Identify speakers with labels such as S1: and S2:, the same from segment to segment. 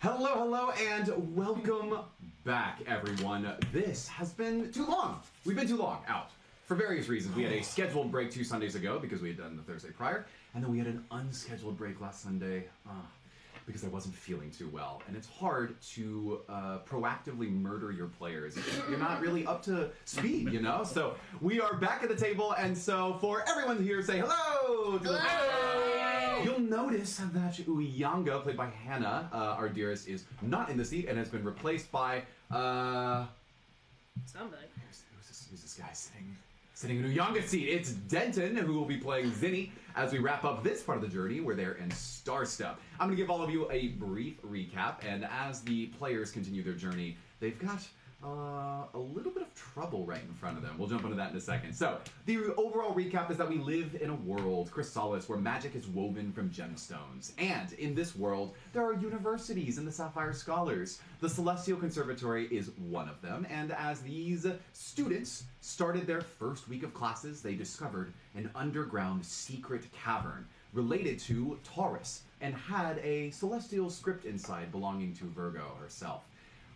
S1: Hello, hello, and welcome back, everyone. This has been too long. We've been too long out for various reasons. We had a scheduled break two Sundays ago because we had done the Thursday prior, and then we had an unscheduled break last Sunday uh, because I wasn't feeling too well. And it's hard to uh, proactively murder your players. if You're not really up to speed, you know? So we are back at the table, and so for everyone here, say hello to the You'll notice that Uyanga, played by Hannah, uh, our dearest, is not in the seat and has been replaced by uh,
S2: Somebody.
S1: who's, who's this, who's this guy sitting sitting in Uyanga seat? It's Denton, who will be playing Zinni as we wrap up this part of the journey where they're in Star Step. I'm gonna give all of you a brief recap, and as the players continue their journey, they've got. Uh, a little bit of trouble right in front of them. We'll jump into that in a second. So, the overall recap is that we live in a world, Chrysalis, where magic is woven from gemstones. And in this world, there are universities and the Sapphire Scholars. The Celestial Conservatory is one of them, and as these students started their first week of classes, they discovered an underground secret cavern related to Taurus and had a celestial script inside belonging to Virgo herself.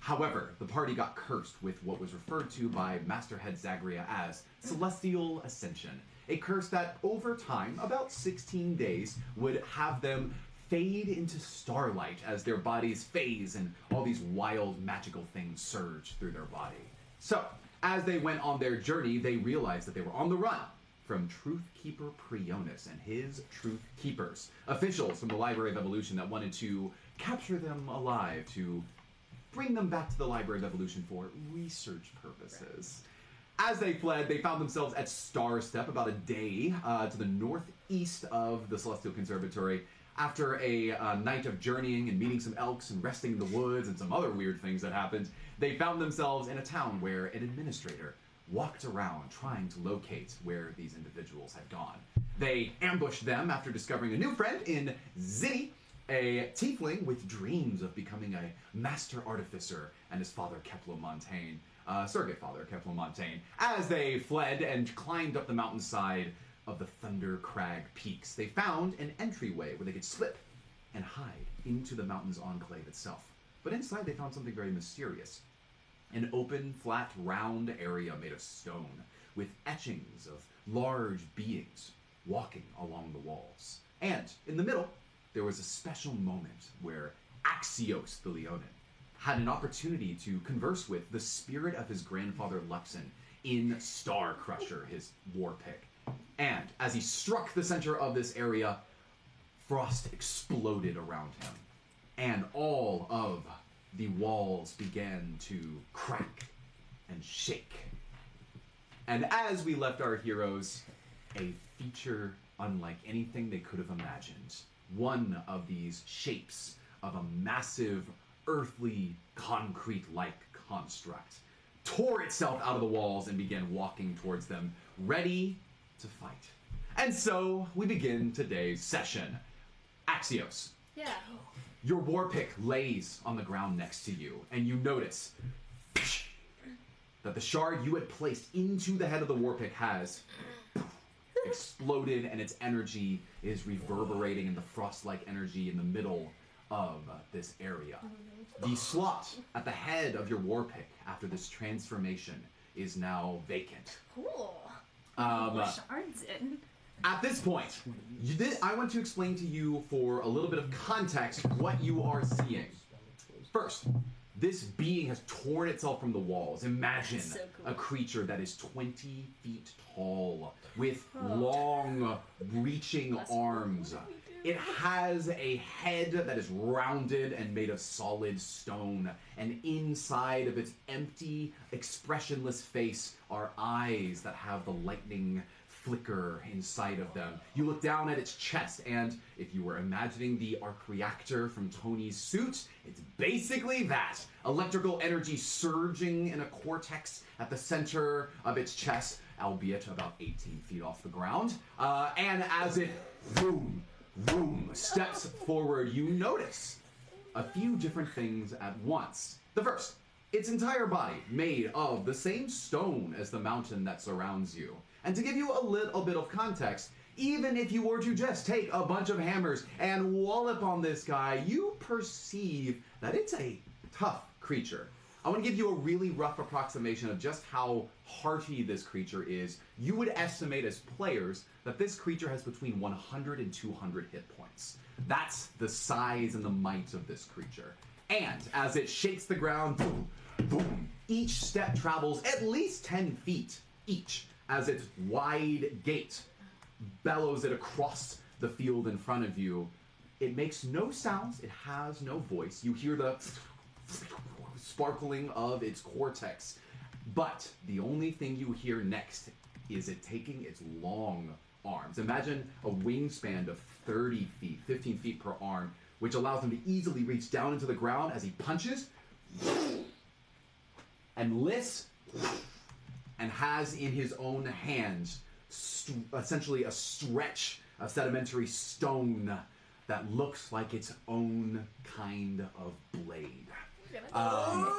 S1: However, the party got cursed with what was referred to by Masterhead Zagria as Celestial Ascension, a curse that over time, about 16 days, would have them fade into starlight as their bodies phase and all these wild magical things surge through their body. So, as they went on their journey, they realized that they were on the run from Truth Keeper Prionis and his Truth Keepers, officials from the Library of Evolution that wanted to capture them alive to bring them back to the Library of Evolution for research purposes. As they fled, they found themselves at Star Step, about a day uh, to the northeast of the Celestial Conservatory. After a uh, night of journeying and meeting some elks and resting in the woods and some other weird things that happened, they found themselves in a town where an administrator walked around trying to locate where these individuals had gone. They ambushed them after discovering a new friend in Zinni, a tiefling with dreams of becoming a master artificer, and his father Kepler Montaigne, uh, surrogate father Kepler Montaigne, as they fled and climbed up the mountainside of the Thunder Crag Peaks. They found an entryway where they could slip and hide into the mountain's enclave itself. But inside, they found something very mysterious an open, flat, round area made of stone, with etchings of large beings walking along the walls. And in the middle, there was a special moment where Axios the Leonin had an opportunity to converse with the spirit of his grandfather Luxon in Star Crusher, his war pick. And as he struck the center of this area, frost exploded around him, and all of the walls began to crack and shake. And as we left our heroes, a feature unlike anything they could have imagined. One of these shapes of a massive, earthly, concrete like construct tore itself out of the walls and began walking towards them, ready to fight. And so we begin today's session. Axios,
S2: Yeah.
S1: your war pick lays on the ground next to you, and you notice that the shard you had placed into the head of the war pick has exploded, and its energy is reverberating in the frost like energy in the middle of this area. The slot at the head of your war pick after this transformation is now vacant.
S2: Cool.
S1: Um,
S2: Shards in.
S1: at this point, you did, I want to explain to you for a little bit of context what you are seeing. First, this being has torn itself from the walls. Imagine
S2: That's so cool.
S1: a creature that is 20 feet tall with long, reaching arms. It has a head that is rounded and made of solid stone, and inside of its empty, expressionless face are eyes that have the lightning flicker inside of them. You look down at its chest, and if you were imagining the arc reactor from Tony's suit, it's basically that electrical energy surging in a cortex at the center of its chest, albeit about 18 feet off the ground. Uh, and as it boom, boom, steps forward, you notice a few different things at once. The first, its entire body made of the same stone as the mountain that surrounds you. And to give you a little bit of context, Even if you were to just take a bunch of hammers and wallop on this guy, you perceive that it's a tough creature. I want to give you a really rough approximation of just how hearty this creature is. You would estimate as players that this creature has between 100 and 200 hit points. That's the size and the might of this creature. And as it shakes the ground, boom, boom, each step travels at least 10 feet each as its wide gate bellows it across the field in front of you. It makes no sounds, it has no voice. You hear the sparkling of its cortex. But the only thing you hear next is it taking its long arms. Imagine a wingspan of 30 feet, 15 feet per arm, which allows him to easily reach down into the ground as he punches and lifts and has in his own hands st- essentially a stretch of sedimentary stone that looks like its own kind of blade. Um,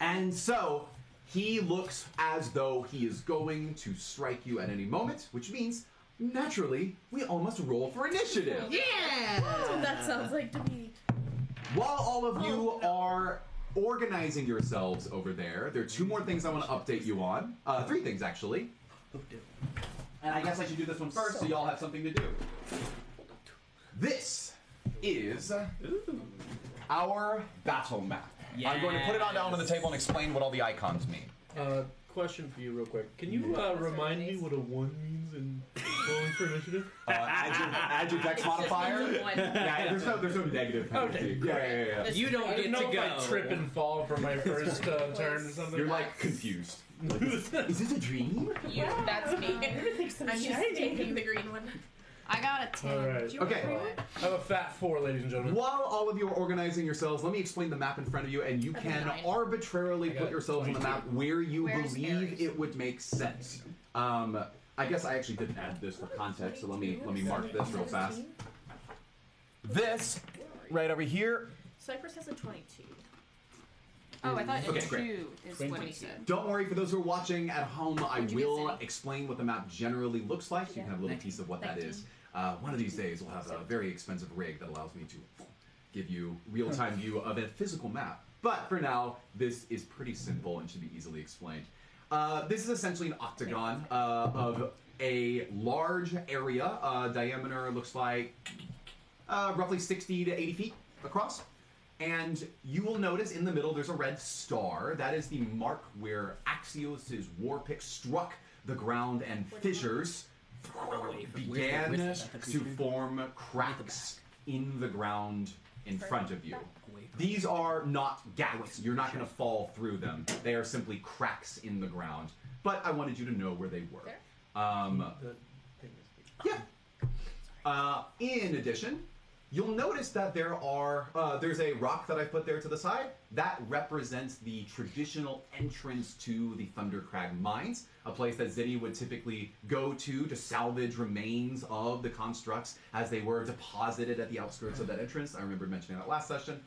S1: and so he looks as though he is going to strike you at any moment, which means naturally we almost roll for initiative.
S2: That's what that sounds like to me.
S1: While all of you are organizing yourselves over there, there are two more things I want to update you on. Uh, three things, actually. And I guess I should do this one first so y'all have something to do. This is our battle map. I'm going to put it on down on the table and explain what all the icons mean.
S3: Uh, question for you, real quick. Can you uh, remind me what a one means in rolling for initiative?
S1: Uh, add, your, add your dex modifier. Yeah, there's no, there's no negative penalty.
S3: Okay,
S1: yeah, yeah, yeah, yeah.
S4: You don't
S3: I
S4: get
S3: don't know
S4: to
S3: if I
S4: go.
S3: trip and fall from my first uh, turn or something.
S1: You're like confused. Like, is, is this a dream?
S5: You, that's me. I'm just taking the green one.
S6: I got a 10.
S3: All right.
S6: Do you want
S1: Okay.
S6: to roll it?
S3: I'm a fat four, ladies and gentlemen.
S1: While all of you are organizing yourselves, let me explain the map in front of you, and you can
S5: nine.
S1: arbitrarily
S3: I got
S1: put yourselves on the map where you
S6: Where's
S1: believe
S6: Aries?
S1: it would make sense. Um, I guess I actually didn't add this for context, so let me let me mark this real fast. This right over here.
S5: Cypress has a 22.
S6: Oh, I thought
S1: Okay,
S6: it's
S1: great.
S6: 2 is what he said.
S1: Don't worry, for those who are watching at home, I
S6: you get,
S1: will
S6: Cindy?
S1: explain what the map generally looks like. so You can have a little piece of what that is. Uh, one of these days, we'll have a very expensive rig that allows me to give you real-time view of a physical map. But for now, this is pretty simple and should be easily explained. Uh, this is essentially an octagon uh, of a large area. Uh, diameter looks like uh, roughly 60 to 80 feet across. And you will notice in the middle there's a red star. That is the mark where Axios' war pick struck the ground and fissures began to form cracks in the ground in front of you. These are not gaps. You're not going to fall through them. They are simply cracks in the ground. But I wanted you to know where they were. Um,
S3: The thing is-
S1: yeah. Uh, in addition, you'll notice that there are uh, there's a rock that I put there to the side that represents the traditional entrance to the Thundercrag Mines, a place that Ziddy would typically go to to salvage remains of the constructs as they were deposited at the outskirts of that entrance. I remember mentioning that last session.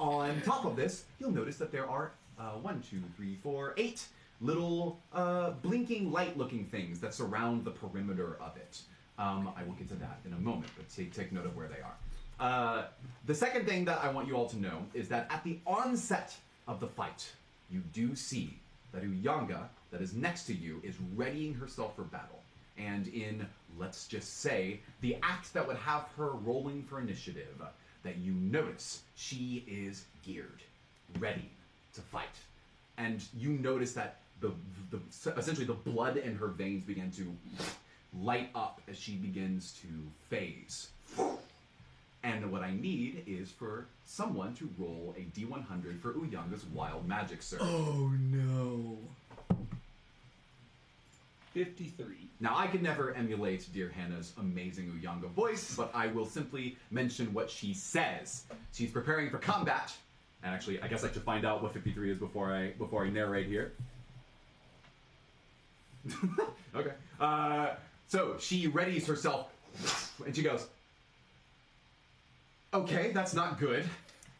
S1: On top of this, you'll notice that there are uh, one, two, three, four, eight little uh, blinking light-looking things that surround the perimeter of it. Um, I will get to that in a moment, but take, take note of where they are. Uh, the second thing that I want you all to know is that at the onset of the fight, you do see that Uyanga, that is next to you, is readying herself for battle. And in, let's just say, the act that would have her rolling for initiative, that you notice she is geared, ready to fight. And you notice that the, the essentially the blood in her veins began to light up as she begins to phase. And what I need is for someone to roll a d100 for Uyanga's wild magic surge.
S3: Oh no. 53.
S1: Now, I could never emulate Dear Hannah's amazing Uyanga voice, but I will simply mention what she says. She's preparing for combat. And actually, I guess I should find out what 53 is before I before I narrate here. okay. Uh, so she readies herself, and she goes, okay, that's not good.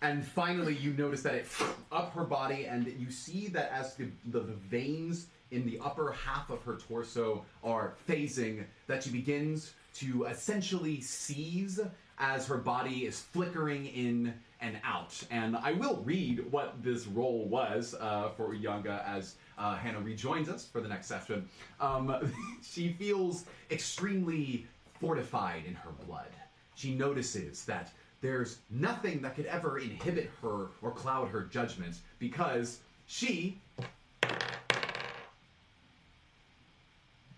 S1: And finally, you notice that it up her body, and you see that as the, the veins in the upper half of her torso are phasing that she begins to essentially seize as her body is flickering in and out. And I will read what this role was uh, for Uyanga as uh, Hannah rejoins us for the next session. Um, she feels extremely fortified in her blood. She notices that there's nothing that could ever inhibit her or cloud her judgment because she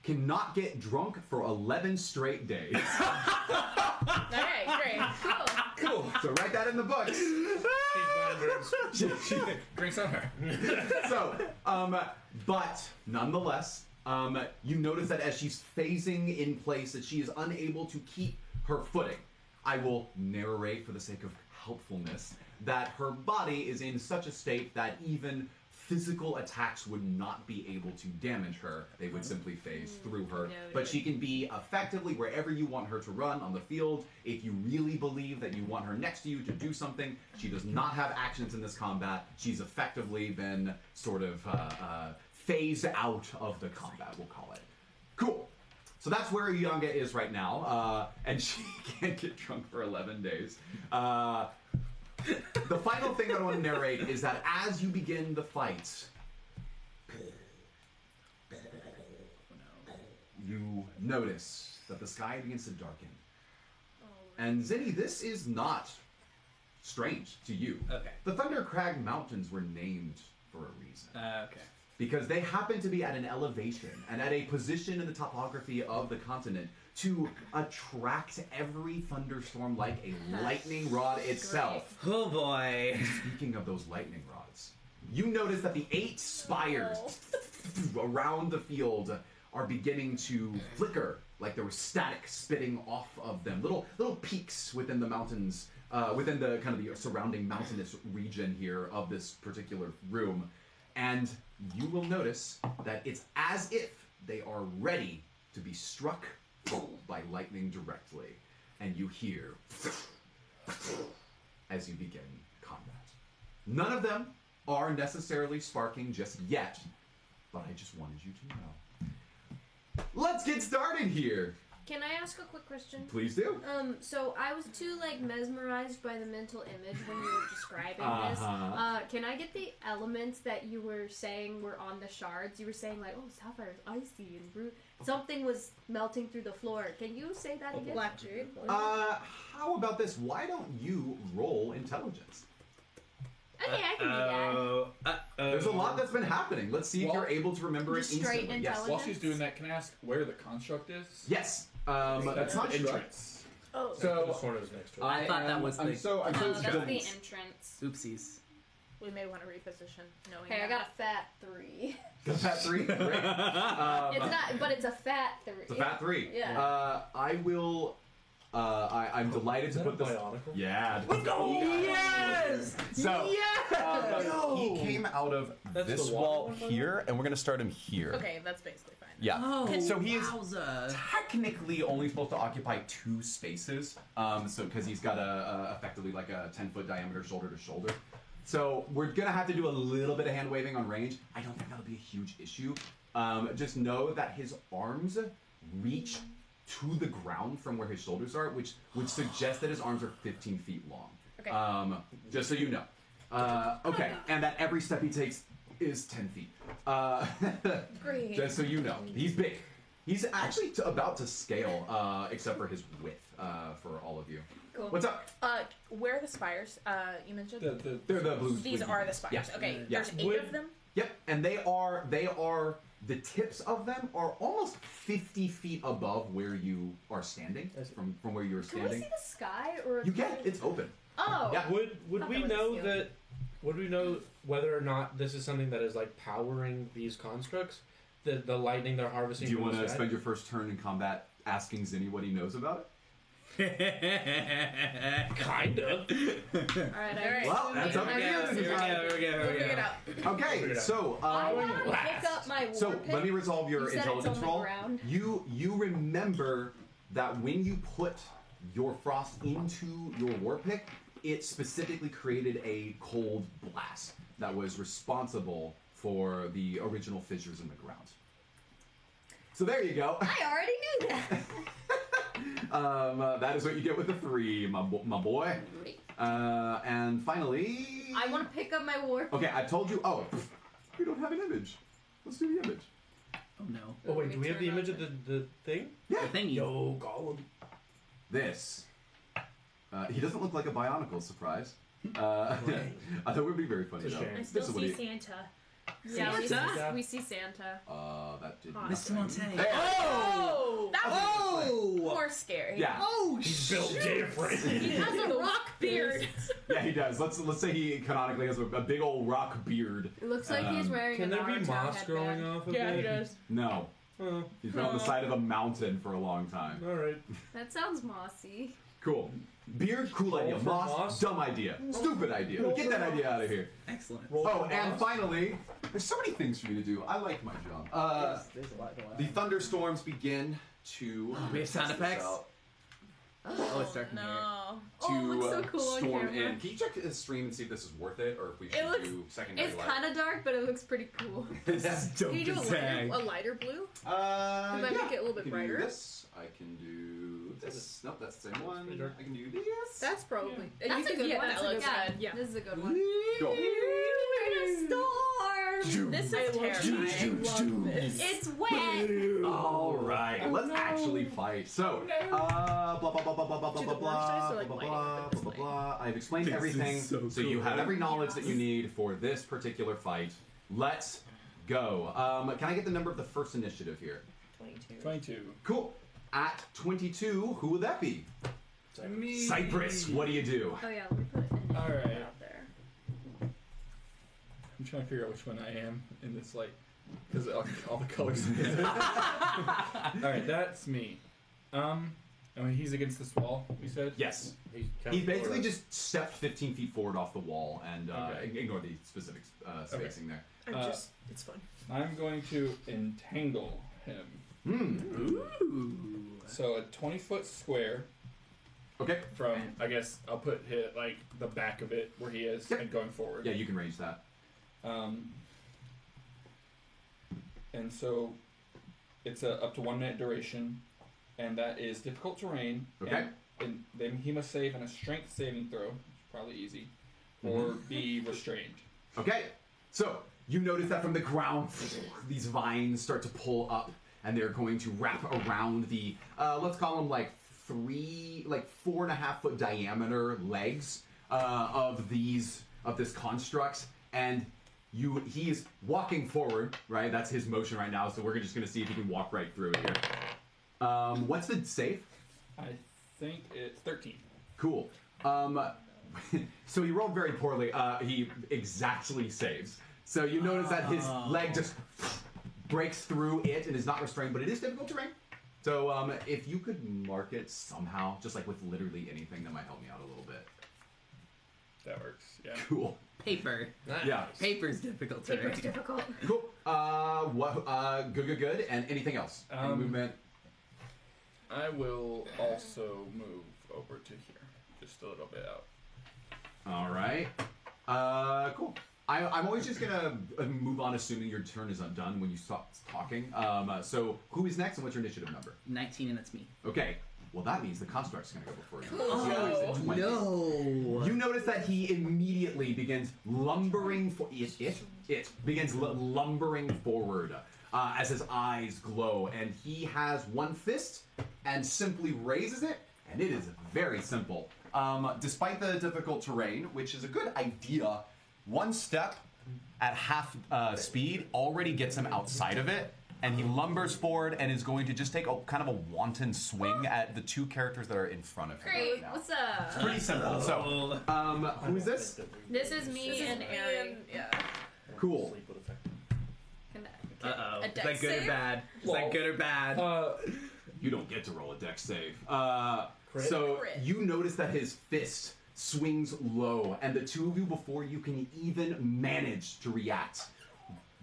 S1: cannot get drunk for 11 straight days.
S2: All right, great. Cool.
S4: Cool.
S1: so write that in the books.
S4: Drinks on her.
S1: so, um, but nonetheless, um, you notice that as she's phasing in place, that she is unable to keep her footing. I will narrate for the sake of helpfulness that her body is in such a state that even physical attacks would not be able to damage her. They would simply phase through her. But she can be effectively wherever you want her to run on the field. If you really believe that you want her next to you to do something, she does not have actions in this combat. She's effectively been sort of uh, uh, phased out of the combat, we'll call it. Cool. So that's where Uyanga is right now, uh, and she can't get drunk for 11 days. Uh, the final thing that I want to narrate is that as you begin the fight, you notice that the sky begins to darken. And Zinni, this is not strange to you.
S4: Okay.
S1: The Thundercrag Mountains were named for a reason
S4: Uh, okay.
S1: because they happen to be at an elevation and at a position in the topography of the continent to attract every thunderstorm like a lightning rod itself.
S4: Oh boy.
S1: Speaking of those lightning rods, you notice that the eight spires around the field are beginning to flicker like there was static spitting off of them little little peaks within the mountains uh, within the kind of the surrounding mountainous region here of this particular room and you will notice that it's as if they are ready to be struck by lightning directly and you hear as you begin combat None of them are necessarily sparking just yet, but I just wanted you to know. Let's get started here.
S2: Can I ask a quick question?
S1: Please do.
S2: Um, so I was too like mesmerized by the mental image when you were describing this.
S1: Uh-huh.
S2: Uh, can I get the elements that you were saying were on the shards? You were saying like, oh, sapphire is icy and root. Something was melting through the floor. Can you say that again?
S5: Black Druid.
S1: Uh, how about this? Why don't you roll intelligence? Uh,
S2: Okay, I can do that.
S4: Uh-oh. Uh-oh.
S1: There's a lot that's been happening. Let's see if
S4: Well-
S1: you're able to remember it
S6: Just straight
S1: instantly. Yes.
S6: intelligence?
S4: While she's doing that, can I ask where the construct is?
S1: Yes. Um,
S3: That's
S1: construct.
S3: the entrance.
S5: Oh.
S1: So-
S3: this one is next to it.
S1: I,
S7: I thought that
S1: am-
S7: was
S1: Um, I'm
S7: the-
S1: so. I'm so
S6: No, that's the
S1: good.
S6: entrance.
S7: Oopsies.
S5: We may want to reposition. Knowing
S2: Okay, I
S5: that.
S2: got a fat three.
S1: The fat three. Great. Um,
S2: It's not, but it's a fat three.
S1: it's a fat three.
S2: Yeah.
S1: Uh, I will. Uh, I, I'm delighted
S3: Is
S1: to
S3: that a
S1: put this.
S3: bionicle?
S1: Yeah.
S7: Yes!
S1: So, uh,
S3: No!
S1: he came out of
S3: That's
S1: this
S3: the
S1: wall
S3: water one?
S1: here, and we're gonna start him here.
S5: Okay, that's basically fine.
S1: Yeah.
S7: Oh,
S1: so he is
S7: wowza.
S1: technically only supposed to occupy two spaces. Um, so because he's got a, a effectively like a ten foot diameter shoulder to shoulder. So we're gonna have to do a little bit of hand waving on range. I don't think that'll be a huge issue. Um, just know that his arms reach to the ground from where his shoulders are, which would suggest that his arms are 15 feet long.
S5: Okay.
S1: Um, just so you know. Uh, okay, and that every step he takes is 10 feet. Uh,
S5: Great.
S1: Just so you know, he's big. He's actually t- about to scale, uh, except for his width. Uh, for all of you,
S2: Cool. Oh,
S1: what's up?
S5: Uh, where are the spires? Uh, you mentioned.
S3: The, the,
S1: They're the blue.
S5: These
S1: blue-
S5: are the spires.
S1: Yeah.
S5: Okay,
S1: Yeah.
S5: there's eight
S3: Would-
S5: of them.
S1: Yep, and they are they are the tips of them are almost fifty feet above where you are standing
S3: I see.
S1: from from where you're
S2: Can we see
S1: standing.
S2: the sky or?
S1: You can. It's open.
S2: Oh.
S1: Yeah.
S3: Would would
S2: Thought
S3: we
S2: that was
S3: know
S2: you.
S3: that? Would we know whether or not this is something that is like powering these constructs? The the lightning they're harvesting.
S1: Do you
S3: from
S1: want
S3: the
S1: to
S3: sky?
S1: spend your first turn in combat asking Zinni what he knows about it?
S3: kind of?
S2: All right.
S5: All right.
S2: I
S1: Well, that's up to
S5: Yeah, here
S1: you.
S5: we go. We'll figure it out.
S1: Okay,
S3: Figure it out.
S1: so
S2: I
S1: um,
S2: want to pick up my war
S1: So
S2: pick.
S1: let me resolve your
S2: You said it's
S1: intelligence
S2: on the
S1: roll.
S2: ground.
S1: You you remember that when you put your frost into your war pick, it specifically created a cold blast that was responsible for the original fissures in the ground. So there you go.
S2: I already knew that.
S1: Um, uh, that is what you get with the three, my, bo- my boy. Uh, and finally,
S2: I want to pick up my war.
S1: Okay, I told you. Oh, pff, we don't have an image. Let's do the image.
S7: Oh no.
S3: Oh wait, do we have the image of the, the thing?
S7: The thingy.
S3: Yo, Gollum.
S1: This. Uh, he doesn't look like a Bionicle. Surprise. Uh, I thought it would be very funny
S3: It's a
S1: though.
S3: shame.
S1: Oh,
S3: I
S1: This
S8: still
S1: is what
S8: see
S1: he-
S8: Santa.
S2: Yeah, we
S7: What's
S2: see,
S7: up?
S2: we see Santa.
S1: Uh, that did.
S2: Hot.
S1: nothing.
S7: Mr. Montaigne.
S1: There.
S5: Oh! That was
S7: Oh!
S5: more scary.
S1: Yeah.
S7: Oh,
S3: He's built different.
S5: He has a rock beard.
S1: Yeah, he does. Let's let's say he canonically has a, a big old rock beard.
S2: It looks like he's
S1: Um,
S2: wearing
S3: Can
S2: a
S3: there be
S2: Naruto
S3: moss
S2: headband.
S3: growing off of it?
S1: No,
S3: Oh,
S1: he's been on the side of a mountain for a long time.
S3: all right.
S2: That sounds mossy.
S1: Cool. Beard, cool
S3: Roll
S1: idea.
S3: for
S1: Moss,
S3: moss?
S1: dumb idea. Stupid idea. Get that idea out of here.
S7: excellent.
S3: Roll
S1: Oh,
S3: for
S1: and
S3: moss.
S1: finally, there's so many things for me to do. I like my job. Uh,
S7: there's a lot going
S1: the thunderstorms begin to.
S7: We have sound effects?
S1: to
S7: Oh, it's dark in
S5: no.
S2: Oh, it looks so
S1: uh,
S2: cool on
S1: storm
S2: camera.
S1: in. Can you check his stream and see if this is worth it, or if we should
S2: looks-
S1: do secondary
S2: It's
S1: light?
S2: kind of dark, but it looks pretty cool.
S1: This is dope
S8: Can you do a
S1: as
S8: lighter,
S1: heck.
S8: a lighter blue?
S1: Uh,
S8: Can I
S1: yeah.
S8: make it a little
S1: I
S8: bit
S1: can
S8: brighter?
S1: Do this. I can do this. Nope, that's the same
S3: pretty
S1: one.
S3: dark.
S1: I can do this.
S8: That's probably. and
S5: That's a
S8: can-
S5: good
S8: yeah,
S5: one.
S8: That's
S5: That
S8: a good
S5: looks
S8: one.
S5: good.
S8: Yeah.
S2: This is a good one.
S1: Go.
S2: We're in a storm.
S5: This is terrifying.
S8: Love this.
S2: It's wet.
S1: All right, let's actually fight. So, uh, blah blah blah blah blah blah blah
S8: Do
S1: blah
S8: the orange
S1: blah
S8: dice or,
S1: blah
S8: like,
S1: blah
S8: lighting
S1: blah
S8: up this
S1: blah
S8: light?
S1: blah. I've explained
S7: This is
S1: everything,
S7: so
S1: so you
S7: cool.
S1: have every knowledge that you need for this particular fight. Let's go. Um, can I get the number of the first initiative here?
S5: 22.
S4: 22.
S1: Cool. At 22, who would that be?
S4: Me.
S1: Cyprus. What do you do?
S2: Oh yeah, let me put it in
S4: All right.
S2: out there.
S4: I'm trying to figure out which one I am in this, like, because all, all the colors. all right, that's me. Um, I mean, he's against this wall, we said?
S1: Yes.
S3: He's
S1: He
S3: counting
S1: basically
S3: for us.
S1: just stepped 15 feet forward off the wall and uh,
S4: Okay.
S1: ignored the specific uh, spacing there.
S8: I'm
S4: Uh,
S8: just. It's fun.
S4: I'm going to entangle him.
S1: Hmm.
S7: Ooh.
S4: So a 20 foot square
S1: Okay.
S4: from, I guess, I'll put hit like the back of it where he is
S1: Yep.
S4: and going forward.
S1: Yeah, you can range that.
S4: Um, and so it's a, up to one minute duration, and that is difficult terrain.
S1: Okay.
S4: And, and then he must save on a strength saving throw, which is probably easy, or
S1: Mm-hmm.
S4: be restrained.
S1: Okay. So you notice that from the ground, these vines start to pull up, and they're going to wrap around the uh, let's call them like three, like four and a half foot diameter legs uh, of these of this construct, and you he is walking forward, right? That's his motion right now. So we're just going to see if he can walk right through it here. Um, what's the safe?
S4: I think it's 13.
S1: Cool. Um, so he rolled very poorly. Uh, he exactly saves. So you notice that his leg just breaks through it and is not restrained, but it is difficult terrain. So um, if you could mark it somehow, just like with literally anything, that might help me out a little bit.
S4: That works. Yeah.
S1: Cool.
S7: Paper.
S1: Yeah.
S7: Paper's difficult to
S2: Paper's
S7: read.
S2: difficult.
S1: Cool. Uh, what? Uh, good. Good. Good. And anything else? Any
S4: Um,
S1: movement.
S4: I will also move over to here, just a little bit out.
S1: All right. Uh, cool. I, I'm always just gonna uh, move on, assuming your turn is done when you stop talking. Um, uh, so who is next, and what's your initiative number?
S7: 19, and that's me.
S1: Okay. Well, that means the construct's gonna go before you.
S5: Oh,
S1: Because you always at 20.
S7: No.
S1: You notice that he immediately begins lumbering for it. It, it begins l- lumbering forward uh, as his eyes glow, and he has one fist and simply raises it, and it is very simple. Um, despite the difficult terrain, which is a good idea, one step at half uh, speed already gets him outside of it. And he lumbers forward and is going to just take a kind of a wanton swing at the two characters that are in front of him. right
S2: Great.
S1: now.
S2: What's up?
S1: Pretty simple. So,
S7: Oh.
S1: um, who is this?
S2: This is me
S5: This is
S2: and
S5: me
S2: Ari.
S5: and- Yeah.
S1: Cool.
S2: Can-
S7: Uh oh.
S5: A
S7: Is
S5: dex
S7: that good or
S5: save?
S7: bad? Is
S4: Well,
S7: that good or bad?
S4: Uh,
S1: You don't get to roll a deck save. Uh,
S3: Crit?
S1: so
S5: Crit.
S1: you notice that his fist swings low, and the two of you, before you can even manage to react,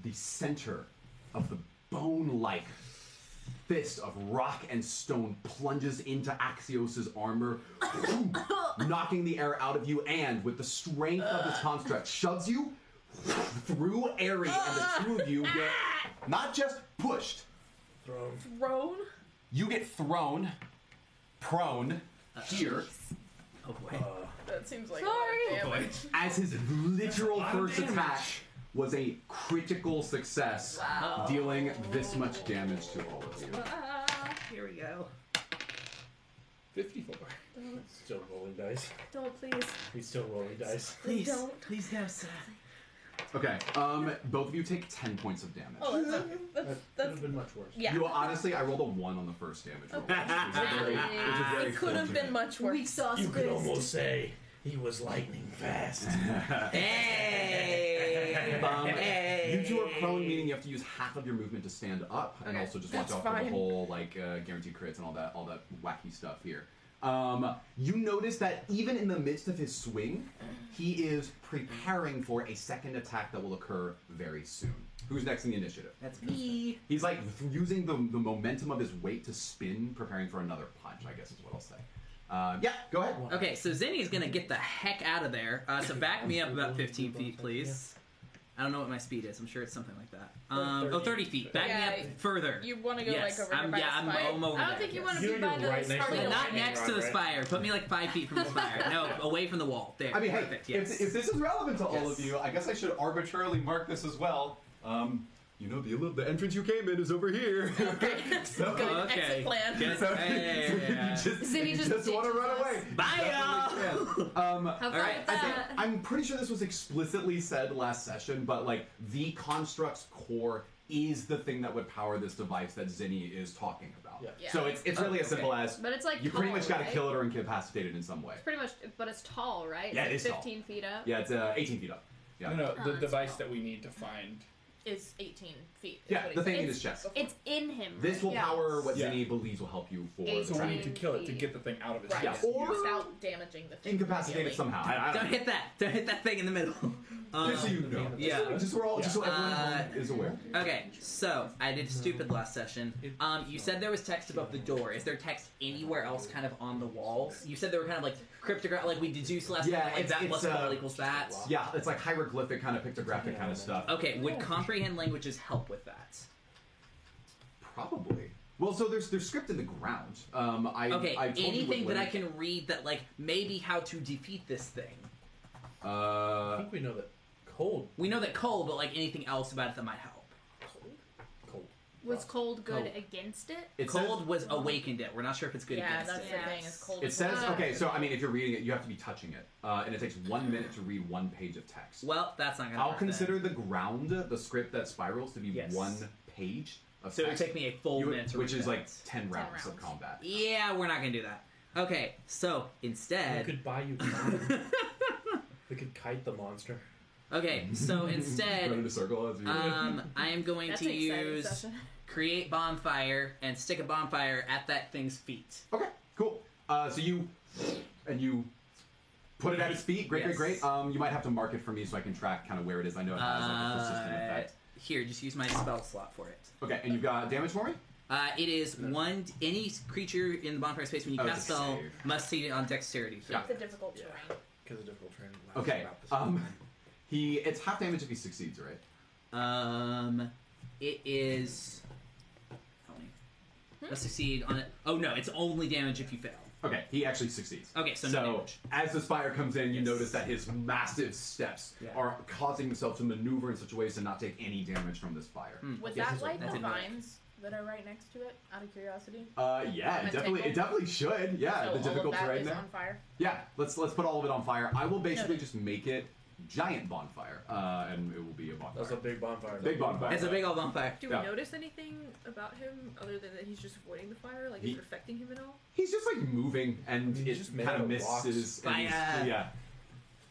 S1: the center of the bone-like fist of rock and stone plunges into Axios's armor, knocking the air out of you, and with the strength of this construct, shoves you through Aerie, and the two of you get not just pushed,
S3: Thrown.
S8: Roan?
S1: you get thrown prone here
S7: Oh boy.
S8: That seems like
S2: Sorry.
S8: a lot of damage.
S1: as his literal first attack was a critical success, dealing this much damage to all of you.
S2: Ah,
S7: Here we go.
S4: 54.
S3: Still rolling dice.
S2: don't please.
S3: He's still rolling dice.
S7: Please,
S8: don't.
S7: please no, sir.
S1: Okay, um, both of you take 10 points of damage.
S8: Oh, that's, okay. that's,
S3: Could have
S8: that's
S3: been much worse.
S8: yeah.
S1: You honestly, I rolled a 1 on the first damage roll. Which is very- which is very
S8: it could have been
S1: fortunate.
S8: much worse.
S2: Weak sauce
S3: You could
S2: fist.
S3: almost say he was lightning fast.
S7: Hey,
S1: Um,
S7: bum. Hey.
S1: You two are prone, meaning you have to use half of your movement to stand up, and
S8: Okay,
S1: also just watch
S8: that's
S1: out for the
S8: fine.
S1: whole like uh, guaranteed crits and all that, all that wacky stuff here. Um, you notice that even in the midst of his swing, he is preparing for a second attack that will occur very soon. Who's next in the initiative?
S7: That's me.
S1: He's like using the, the momentum of his weight to spin, preparing for another punch. I guess is what I'll say. Uh, yeah, go ahead.
S7: Okay, so Zinni's gonna get the heck out of there. Uh, so back me up about 15 feet, please. I don't know what my speed is. I'm sure it's something like that. Um, oh, 30 feet. Back me
S8: Yeah.
S7: up further.
S8: You want to go
S7: Yes,
S8: like over
S7: I'm-
S8: by
S7: yeah,
S8: the
S7: I'm-
S8: spire?
S7: I'm over
S8: I don't
S7: there,
S8: think you
S7: yes.
S8: want to
S3: You're
S8: be by the
S3: right next to
S8: sparkly
S3: the-
S7: Not
S8: one.
S7: next to the spire. Put me like five feet from the spire. No, away from the wall. There.
S1: I mean, hey,
S7: perfect. Yes.
S1: if, if this is relevant to all
S7: Yes.
S1: of you, I guess I should arbitrarily mark this as well. Um, you know, the, the entrance you came in is over here. so,
S8: Good
S7: Okay.
S8: exit plan.
S7: Yes.
S1: so-
S7: Hey,
S1: so
S7: yeah.
S1: you just,
S6: Zinni
S1: you
S6: just
S1: just want to
S6: ditches
S1: run
S6: us.
S1: away.
S7: Bye,
S1: Definitely can. Um,
S2: Have fun
S7: Alright,
S2: with
S1: I think,
S2: that.
S1: I'm pretty sure this was explicitly said last session, but like the construct's core is the thing that would power this device that Zinni is talking about.
S3: Yeah.
S8: Yeah.
S1: So it's it's really as simple as
S2: But it's like
S1: you pretty
S2: tall,
S1: much got to
S2: right?
S1: kill it or incapacitate it in some way.
S2: It's pretty much, but it's tall, right?
S1: Yeah,
S2: It's
S1: it is tall.
S2: 15 feet up.
S1: Yeah, it's uh, 18 feet up. Yeah.
S4: No, no, the
S2: Oh, that's
S4: device
S2: cool.
S4: that we need to find.
S8: Is 18 feet. is
S1: Yeah,
S8: what he
S1: the
S8: said.
S1: thing in his chest.
S2: It's in him.
S1: This
S2: right?
S1: will
S2: Yeah.
S1: power what
S4: Yeah.
S1: Zinni believes will help you for the
S2: Eighteen.
S4: So we need to
S1: tracking.
S4: kill it to get the thing out of his
S8: Right.
S1: Yeah,
S4: chest.
S1: or-
S8: Without damaging the thing.
S1: Incapacitate it
S8: really.
S1: somehow. I, I
S7: Don't
S1: don't
S7: hit that. Don't hit that thing in the middle.
S1: Just so
S7: Um,
S1: you know.
S7: yeah.
S1: Just so, we're all, just so everyone
S7: Uh,
S1: is aware.
S7: okay, so I did stupid last session. Um, you said there was text above the door. Is there text anywhere else, kind of on the walls? You said there were kind of like cryptograph, like we deduced last
S1: Yeah,
S7: time, like
S1: it's-
S7: that plus
S1: it's, uh,
S7: bubble equals that.
S1: Yeah, it's like hieroglyphic kind of pictographic kind of stuff.
S7: Okay, would comprehend languages help with that?
S1: Probably. Well, so there's there's script in the ground. Um, I
S7: Okay,
S1: I told you what
S7: anything that I
S1: letter-
S7: can read that like maybe how to defeat this thing.
S3: I
S1: Uh,
S3: think we know that cold,
S7: We know that cold, but like anything else about it that might help.
S3: cold.
S2: Was cold good
S1: Oh.
S7: Cold.
S2: against it?
S1: it
S7: cold
S1: says.
S7: was awakened it. We're not sure if it's good
S8: Yeah,
S7: against
S8: that's
S7: it.
S8: the thing.
S2: Yes.
S8: It's cold.
S1: It
S8: as
S1: says
S8: well.
S1: okay. So I mean, if you're reading it, you have to be touching it, uh, and it takes one minute to read one page of text.
S7: Well, that's not gonna
S1: I'll
S7: work
S1: consider
S7: then.
S1: the ground, the script that spirals, to be
S7: Yes.
S1: one page of
S7: So it would
S1: text.
S7: take me a full
S1: You would-
S7: minute to
S1: which
S7: read
S1: is
S7: that.
S1: like 10 rounds, of
S8: rounds.
S1: combat.
S7: Yeah, we're not gonna do that. Okay, so
S3: We
S7: instead
S3: could buy you. Kite. we could kite the monster.
S7: Okay, so
S1: Run in
S7: instead
S1: a circle as you
S7: um I am going
S2: That's
S7: to
S2: an exciting
S7: use
S2: session.
S7: create bonfire and stick a bonfire at that thing's feet.
S1: Okay, cool. Uh, so you and you put it at its feet. Great,
S7: Yes.
S1: great, great. Um, you might have to mark it for me so I can track kind of where it is. I know it has like a persistent
S7: Uh,
S1: effect.
S7: Here, just use my spell slot for it.
S1: Okay, and you've got damage for me.
S7: Uh, it is one. Any creature in the bonfire space when you
S1: Oh, it's
S7: cast
S1: a
S7: spell
S1: save.
S7: must see it on dexterity. save.
S1: Yeah.
S8: It's a difficult terrain.
S3: Because of difficult training.
S1: Okay. Um, he it's half damage if he succeeds, right?
S7: Um, it is. Help me.
S2: Hmm?
S7: Must succeed on it. Oh no, it's only damage if you fail.
S1: Okay, he actually succeeds.
S7: Okay, so, no
S1: So
S7: damage.
S1: as the spire comes in, you
S7: Yes.
S1: notice that his massive steps
S7: Yeah.
S1: are causing himself to maneuver in such a way as to not take any damage from this fire.
S8: Was
S7: Yes,
S8: that
S7: it's-
S8: like
S7: that's
S8: the
S7: in there.
S8: vines that are right next to it? Out of curiosity.
S1: Uh, yeah,
S8: Am I
S1: it definitely, it
S8: tickled?
S1: definitely should. Yeah,
S8: so
S1: the difficult
S8: all of that
S1: terrain
S8: is
S1: there.
S8: on fire.
S1: Yeah, let's let's put all of it on fire. I will basically
S8: Noted.
S1: just make it giant bonfire, uh, and it will be a bonfire.
S3: That's a big bonfire.
S1: big bonfire.
S7: It's a big old bonfire.
S9: Do we
S1: Yeah.
S9: notice anything about him other than that he's just avoiding the fire? Like
S1: He-
S9: it's affecting him at all?
S1: He's just like moving, and
S3: He's
S1: it
S3: just made
S1: kind of
S3: out of
S1: misses.
S7: rocks.
S1: and he's-
S7: Fire.
S1: yeah,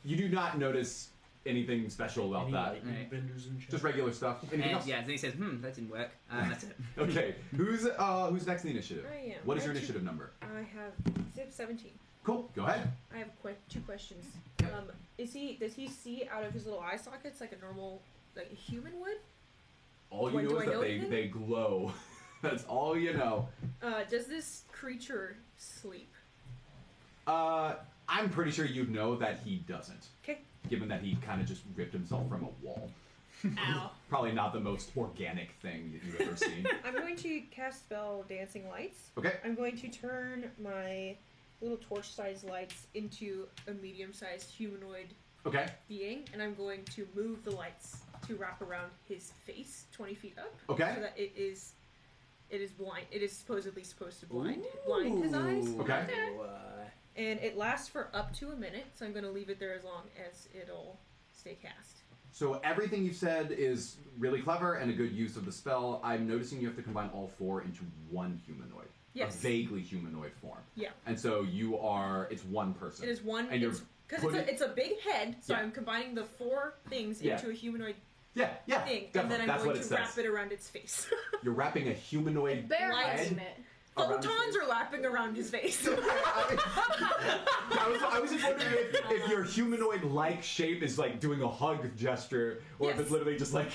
S1: you do not notice anything special about
S3: Any
S1: that.
S3: lightning
S7: Right.
S3: benders and shit?
S1: Just regular stuff. Anything
S7: And
S1: else?
S7: yeah, then he says, "Hmm, that didn't work." Uh, that's it.
S1: Okay, who's uh who's next in the initiative?
S9: I am.
S1: What is
S9: I
S1: your
S9: have two-
S1: initiative number?
S9: I have zip seventeen.
S1: Cool. Go ahead.
S9: I have que- two questions.
S1: Yeah.
S9: Um, is he does he see out of his little eye sockets like a normal like a human would?
S1: All you
S9: Wait,
S1: know
S9: do
S1: is
S9: I
S1: that
S9: know
S1: they
S9: anything?
S1: they glow. That's all you know.
S9: Uh, does this creature sleep?
S1: Uh, I'm pretty sure you know that he doesn't.
S9: Okay.
S1: given that he kind of just ripped himself from a wall.
S8: Ow.
S1: Probably not the most organic thing that you've ever seen.
S9: I'm going to cast spell Dancing Lights.
S1: Okay.
S9: I'm going to turn my little torch-sized lights into a medium-sized humanoid
S1: Okay.
S9: being, and I'm going to move the lights to wrap around his face 20 feet up.
S1: Okay.
S9: So that it is, it is blind. It is supposedly supposed to blind blind his eyes.
S1: Okay.
S7: Uh,
S9: And it lasts for up to a minute, so I'm going to leave it there as long as it'll stay cast.
S1: So everything you've said is really clever and a good use of the spell. I'm noticing you have to combine all four into one humanoid.
S9: Yes.
S1: A vaguely humanoid form.
S9: Yeah.
S1: And so you are it's one person.
S9: It is one.
S1: And you're
S9: Because it's,
S1: putting-
S9: a, it's a big head, so
S1: Yeah.
S9: I'm combining the four things
S1: Yeah.
S9: into a humanoid
S1: Yeah, yeah.
S9: thing,
S1: definitely.
S9: and then I'm
S1: That's
S9: going
S1: what
S9: to
S1: it
S9: wrap
S1: says.
S9: it around its face.
S1: You're wrapping a humanoid
S2: Bear
S9: Lights.
S2: lighting
S1: head.
S2: it.
S1: around
S9: Photons
S1: his-
S9: are lapping around his face.
S1: I was, I was just wondering if, if your humanoid-like shape is like doing a hug gesture, or if
S9: Yes.
S1: it's literally just like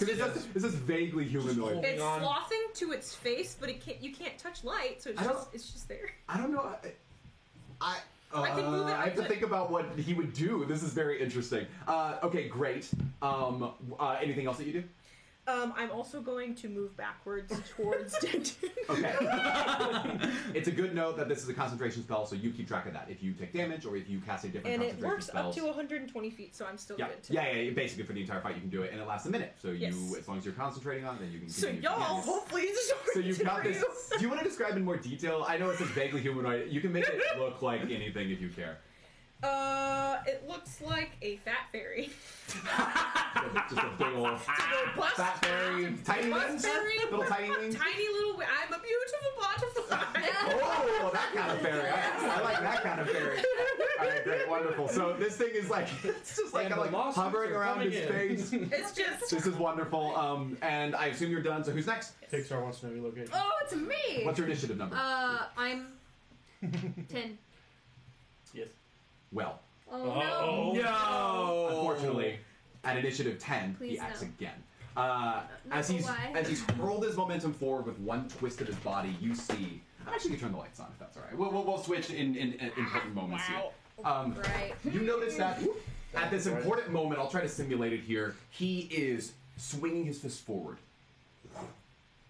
S1: because it
S9: just-
S1: says- it says vaguely humanoid.
S9: It's
S3: on.
S9: sloughing to its face, but it can't. You can't touch light, so it's
S1: I don't-
S9: just it's just there.
S1: I don't know. I. I
S9: I can move it,
S1: uh, I have to
S9: but-
S1: think about what he would do. This is very interesting. Uh, okay, great. Um, uh, anything else that you do?
S9: Um, I'm also going to move backwards towards Denton.
S1: Okay. it's a good note that this is a concentration spell, so you keep track of that. If you take damage or if you cast a different
S9: And it
S1: concentration
S9: works
S1: spell.
S9: up to 120 feet, so I'm still
S1: yeah.
S9: good. To
S1: yeah, yeah, yeah, basically for the entire fight you can do it, and it lasts a minute. So you,
S9: Yes.
S1: as long as you're concentrating on it, then you can.
S9: So
S1: continue.
S9: y'all,
S1: Yeah.
S9: hopefully, it's just
S1: So you've got
S9: for
S1: this.
S9: you.
S1: Do you want to describe in more detail? I know it's a vaguely humanoid. You can make it look like anything if you care.
S9: Uh, it looks like a fat fairy.
S1: Just a big old
S9: Robust
S1: Ah, fat fairy, tiny
S9: Robust
S1: wings,
S9: fairy.
S1: little tiny wings.
S9: Tiny little. wi- I'm a beautiful butterfly.
S1: Oh, that kind of fairy. I, I like that kind of fairy. All right, great, wonderful. So this thing is like, it's just like,
S3: And
S1: kind
S3: the
S1: of like
S3: lawsuits
S1: hovering
S3: are
S1: around
S3: coming
S1: his
S3: in.
S1: face.
S9: it's just.
S1: This is wonderful. Um, and I assume you're done. So who's next?
S3: Pixar wants to know your location.
S2: Oh, it's me.
S1: What's your initiative number?
S2: Uh, I'm ten.
S3: Yes.
S1: well,
S2: Oh
S3: Uh-oh.
S2: no.
S7: No.
S1: unfortunately, at initiative ten, he
S2: Please
S1: acts
S2: no.
S1: again. Uh,
S2: No,
S1: as he's
S2: why?
S1: as he's hurled his momentum forward with one twist of his body, you see. I'm actually gonna turn the lights on if that's all right. We'll, we'll, we'll switch in, in, in important moments here. Um,
S2: Right.
S1: You notice that at this important moment, I'll try to simulate it here. He is swinging his fist forward.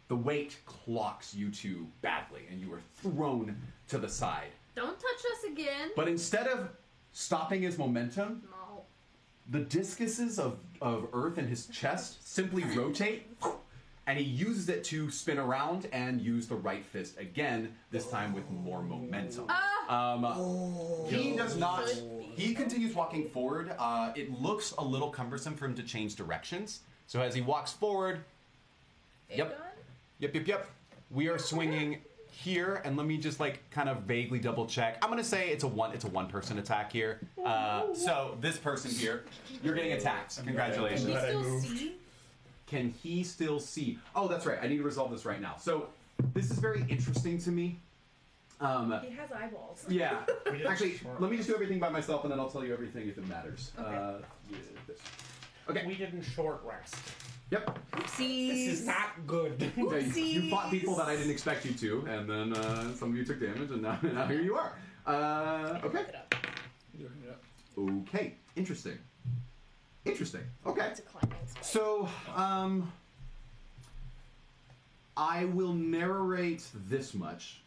S1: The weight clocks you two badly, and you are thrown to the side.
S2: Don't touch us again.
S1: But instead of stopping his momentum,
S2: No.
S1: the discuses of, of earth in his chest simply rotate and he uses it to spin around and use the right fist again this time with more momentum
S2: Oh. Ah.
S1: um, he does not he continues walking forward uh, it looks a little cumbersome for him to change directions so as he walks forward yep yep yep yep we are swinging here and let me just like kind of vaguely double check i'm gonna say it's a one it's a one person attack here uh, so this person here you're getting attacked
S2: Can
S1: congratulations
S2: you
S3: Glad I
S2: still
S3: moved.
S2: see?
S1: can he still see? Oh, that's right. I need to resolve this right now. So this is very interesting to me. Um,
S9: He has eyeballs.
S1: yeah.
S3: We did
S1: Actually,
S3: smart.
S1: let me just do everything by myself, and then I'll tell you everything if it matters. Uh, yeah, this. Okay.
S3: We didn't short rest.
S1: Yep.
S3: This is not good.
S1: Yeah, you, you fought people that I didn't expect you to, and then uh, some of you took damage, and now, now here you are. Uh, okay. Okay. Interesting. Interesting. Okay.
S8: It's a climbing spike.
S1: So, um, I will narrate this much.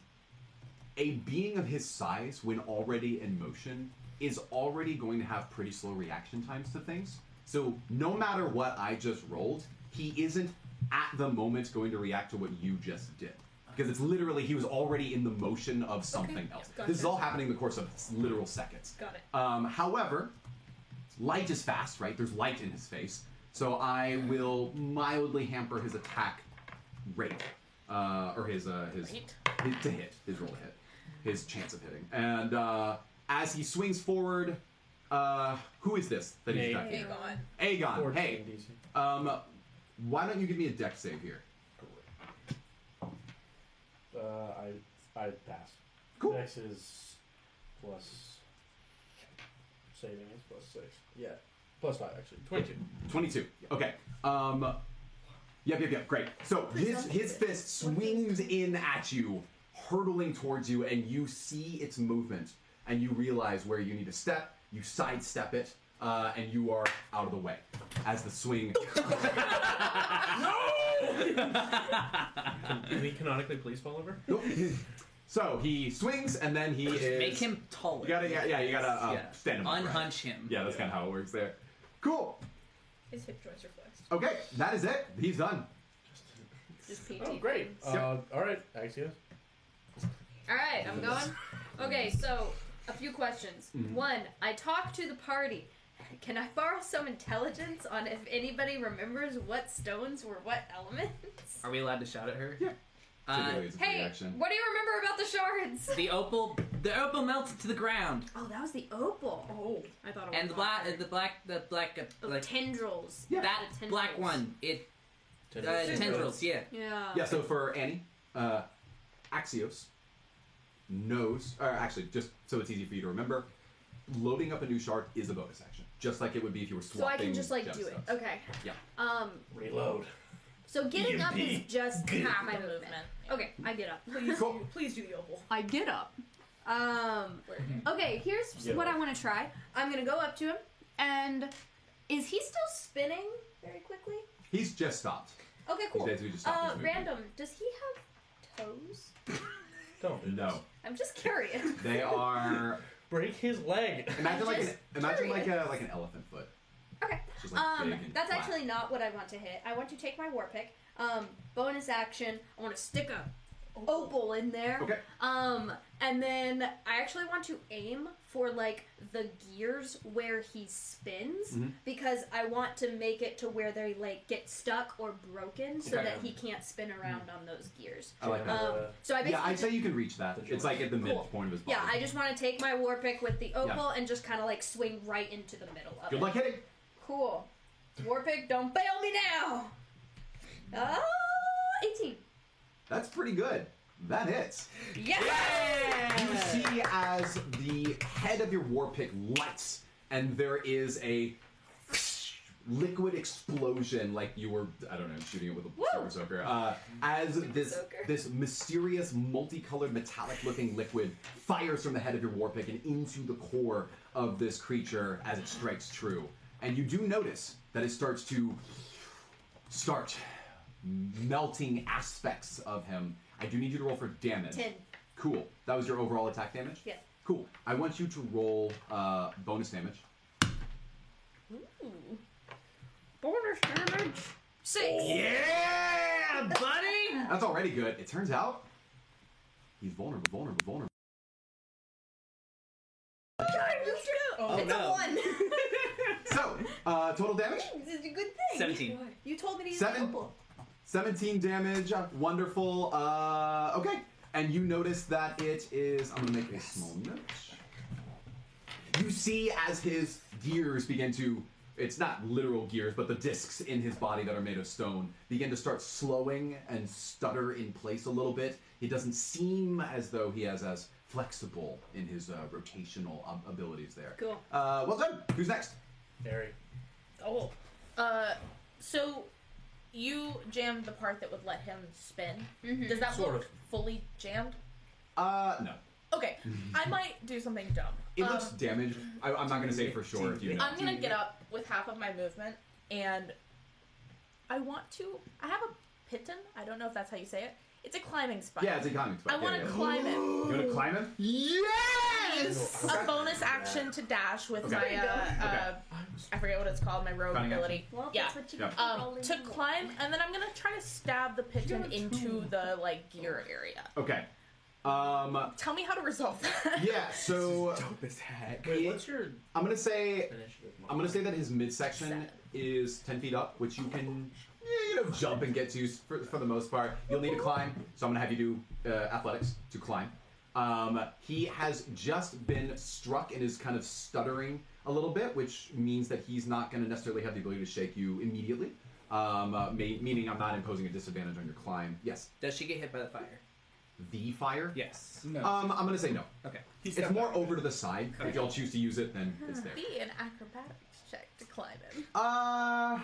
S1: A being of his size, when already in motion, is already going to have pretty slow reaction times to things. So, no matter what I just rolled, he isn't at the moment going to react to what you just did. Because it's literally, he was already in the motion of something else.
S9: Gotcha.
S1: This is all happening in the course of s- literal seconds.
S9: Got it.
S1: Um, however, light is fast, right? There's light in his face. So I will mildly hamper his attack rate. Uh, or his, uh, his,
S8: Rate?
S1: his to hit, his roll to hit, his chance of hitting. And uh, as he swings forward, uh, who is this that he's
S3: Me.
S1: attacking?
S8: Hang on.
S1: Aegon.
S3: 14
S1: Hey,
S3: DC.
S1: um, why don't you give me a deck save here?
S3: Uh, I I pass.
S1: Cool.
S3: Dex is plus saving is plus six. Yeah, plus five actually. Twenty-two.
S1: 22. Okay. Um, yep, yep, yep. Great. So his, his fist swings in at you, hurtling towards you, and you see its movement, and you realize where you need to step. You sidestep it, uh, and you are out of the way as the swing.
S3: Can he canonically please fall over?
S1: so he swings and then he is.
S7: Make him taller.
S1: You gotta, yeah, yeah you gotta uh,
S7: Yeah.
S1: stand him up. right?
S7: Unhunch him.
S1: Yeah, that's kind of how it works there. Cool.
S9: His hip joints are flexed.
S1: Okay, that is it. He's done.
S2: Just PT.
S3: Oh, great. Uh, all right, Axios.
S2: All right, I'm going. Okay, so a few questions.
S3: Mm-hmm.
S2: One, I talked to the party. Can I borrow some intelligence on if anybody remembers what stones were what elements?
S7: Are we allowed to shout at her?
S1: Yeah.
S7: Uh,
S1: Typically, it's a
S2: Hey,
S1: reaction.
S2: what do you remember about the shards?
S7: the opal, the opal melted to the ground,
S2: Oh, that was the opal. Oh, I thought it was
S7: and the black, the black, the black, uh,
S2: Oh,
S7: like
S2: tendrils.
S1: Yeah.
S7: that
S2: The tendrils.
S7: black one. It uh, tendrils. Yeah.
S2: Yeah.
S1: Yeah, so for Annie, uh, Axios knows, or actually, just so it's easy for you to remember, loading up a new shard is a bonus action, just like it would be if you were
S2: So I
S1: swapping.
S2: can just like
S1: gem
S2: do it.
S1: stones.
S2: Okay.
S1: Yeah.
S2: Um.
S3: Reload.
S2: So getting up is just half my movement.
S8: movement.
S2: Okay, I get up.
S9: Please,
S1: Cool.
S9: do, please do the oval.
S2: I get up. Um. Okay, here's
S3: Yeah.
S2: what I want to try. I'm gonna go up to him, and is he still spinning very quickly?
S1: He's just stopped.
S2: Okay, cool.
S1: He's dead, so he just stopped
S2: Uh,
S1: his movement.
S2: random. Does he have toes?
S3: Don't do
S1: No,
S3: this.
S2: I'm just curious.
S1: they are.
S3: Break his leg.
S1: Imagine like an,
S2: just
S1: imagine like a
S2: curious.
S1: like an elephant foot.
S2: Okay.
S1: It's Just, like,
S2: Um,
S1: big and
S2: that's
S1: flat.
S2: actually not what I want to hit. I want to take my war pick. Um, bonus action. I want to stick a opal in there.
S1: Okay.
S2: Um, and then I actually want to aim for like the gears where he spins
S1: Mhm.
S2: because I want to make it to where they like get stuck or broken so
S1: Okay.
S2: that he can't spin around on those gears.
S1: I like
S2: Um,
S1: that.
S3: Uh,
S2: so I basically
S1: yeah, I'd say you can reach that.
S3: The
S1: It's like at the
S2: Cool.
S1: midpoint of his body.
S2: yeah, I just want to take my war pick with the opal and just kind of like swing right into the middle of
S1: Good
S2: it.
S1: luck hitting.
S2: Cool. War pick, don't fail me now. Oh, 18.
S1: That's pretty good. That hits.
S2: Yes.
S1: You see as the head of your war pick lights, and there is a liquid explosion, like you were, I don't know, shooting it with a
S2: Woo!
S1: super soaker. Uh, as this
S2: soaker.
S1: this mysterious, multicolored, metallic-looking liquid fires from the head of your war pick and into the core of this creature as it strikes true, and you do notice that it starts to start melting aspects of him. I do need you to roll for damage.
S2: Ten.
S1: Cool. That was your overall attack damage?
S2: Yes.
S1: Cool. I want you to roll uh, bonus damage.
S2: Ooh. Bonus damage. Six.
S1: Yeah, buddy! That's already good. It turns out he's vulnerable, vulnerable, vulnerable.
S2: it's
S7: no.
S2: a one.
S1: So, uh, total damage?
S2: it's a good thing.
S7: 17.
S2: You told me to use
S1: Seven.
S2: the opal.
S1: 17 damage. Wonderful. Uh, okay. And you notice that it is. I'm going to make a small note. You see as his gears begin to. It's not literal gears, but the discs in his body that are made of stone begin to start slowing and stutter in place a little bit. He doesn't seem as though he has as flexible in his uh, rotational ab- abilities there.
S2: Cool.
S1: Uh, well done. Who's next?
S3: Harry.
S8: Oh. Uh, so you jammed the part that would let him spin.
S9: Mm-hmm.
S8: Does that
S3: Sort
S8: look
S3: of.
S8: fully jammed?
S1: Uh, no.
S8: Okay, I might do something dumb.
S1: Mm-hmm. It
S8: Um,
S1: looks damaged. I, I'm not going to say for sure if you know.
S8: I'm gonna get up with half of my movement, and I want to. I have a piton. I don't know if that's how you say it. It's a climbing spike.
S1: Yeah, it's a climbing spike.
S8: I
S1: Yeah,
S8: want
S1: yeah,
S8: to
S1: yeah.
S8: climb it.
S1: You want to climb him? Yes!
S8: A bonus action to dash with
S1: Okay.
S8: my uh, uh,
S1: Okay.
S8: I forget what it's called. My rogue
S1: Climbing
S8: ability.
S2: Well,
S8: Yeah.
S2: that's what you
S1: Yeah.
S2: keep
S8: Um,
S2: rolling
S8: to
S2: for.
S8: climb, and then I'm gonna try to stab the piton into the like gear area.
S1: Okay. Um,
S8: Tell me how to resolve that.
S1: yeah, so
S4: Dope as heck.
S3: Wait, what's your
S1: I'm gonna say
S3: initiative?
S1: I'm gonna say that his midsection is 10 feet up, which you can eh, you know jump and get to s- for, for the most part. You'll need to climb, so I'm gonna have you do uh, athletics to climb. Um, he has just been struck and is kind of stuttering a little bit, which means that he's not gonna necessarily have the ability to shake you immediately. Um, uh, may, meaning I'm not imposing a disadvantage on your climb. Yes,
S7: Does she get hit by the fire?
S1: the fire.
S7: Yes.
S4: No.
S1: Um, I'm gonna say no.
S7: Okay.
S4: he's
S1: It's
S4: got
S1: more
S4: that.
S1: over to the side. If y'all choose to use it, then
S9: Uh-huh.
S1: it's there.
S8: Be an acrobatics check to climb him.
S1: Uh,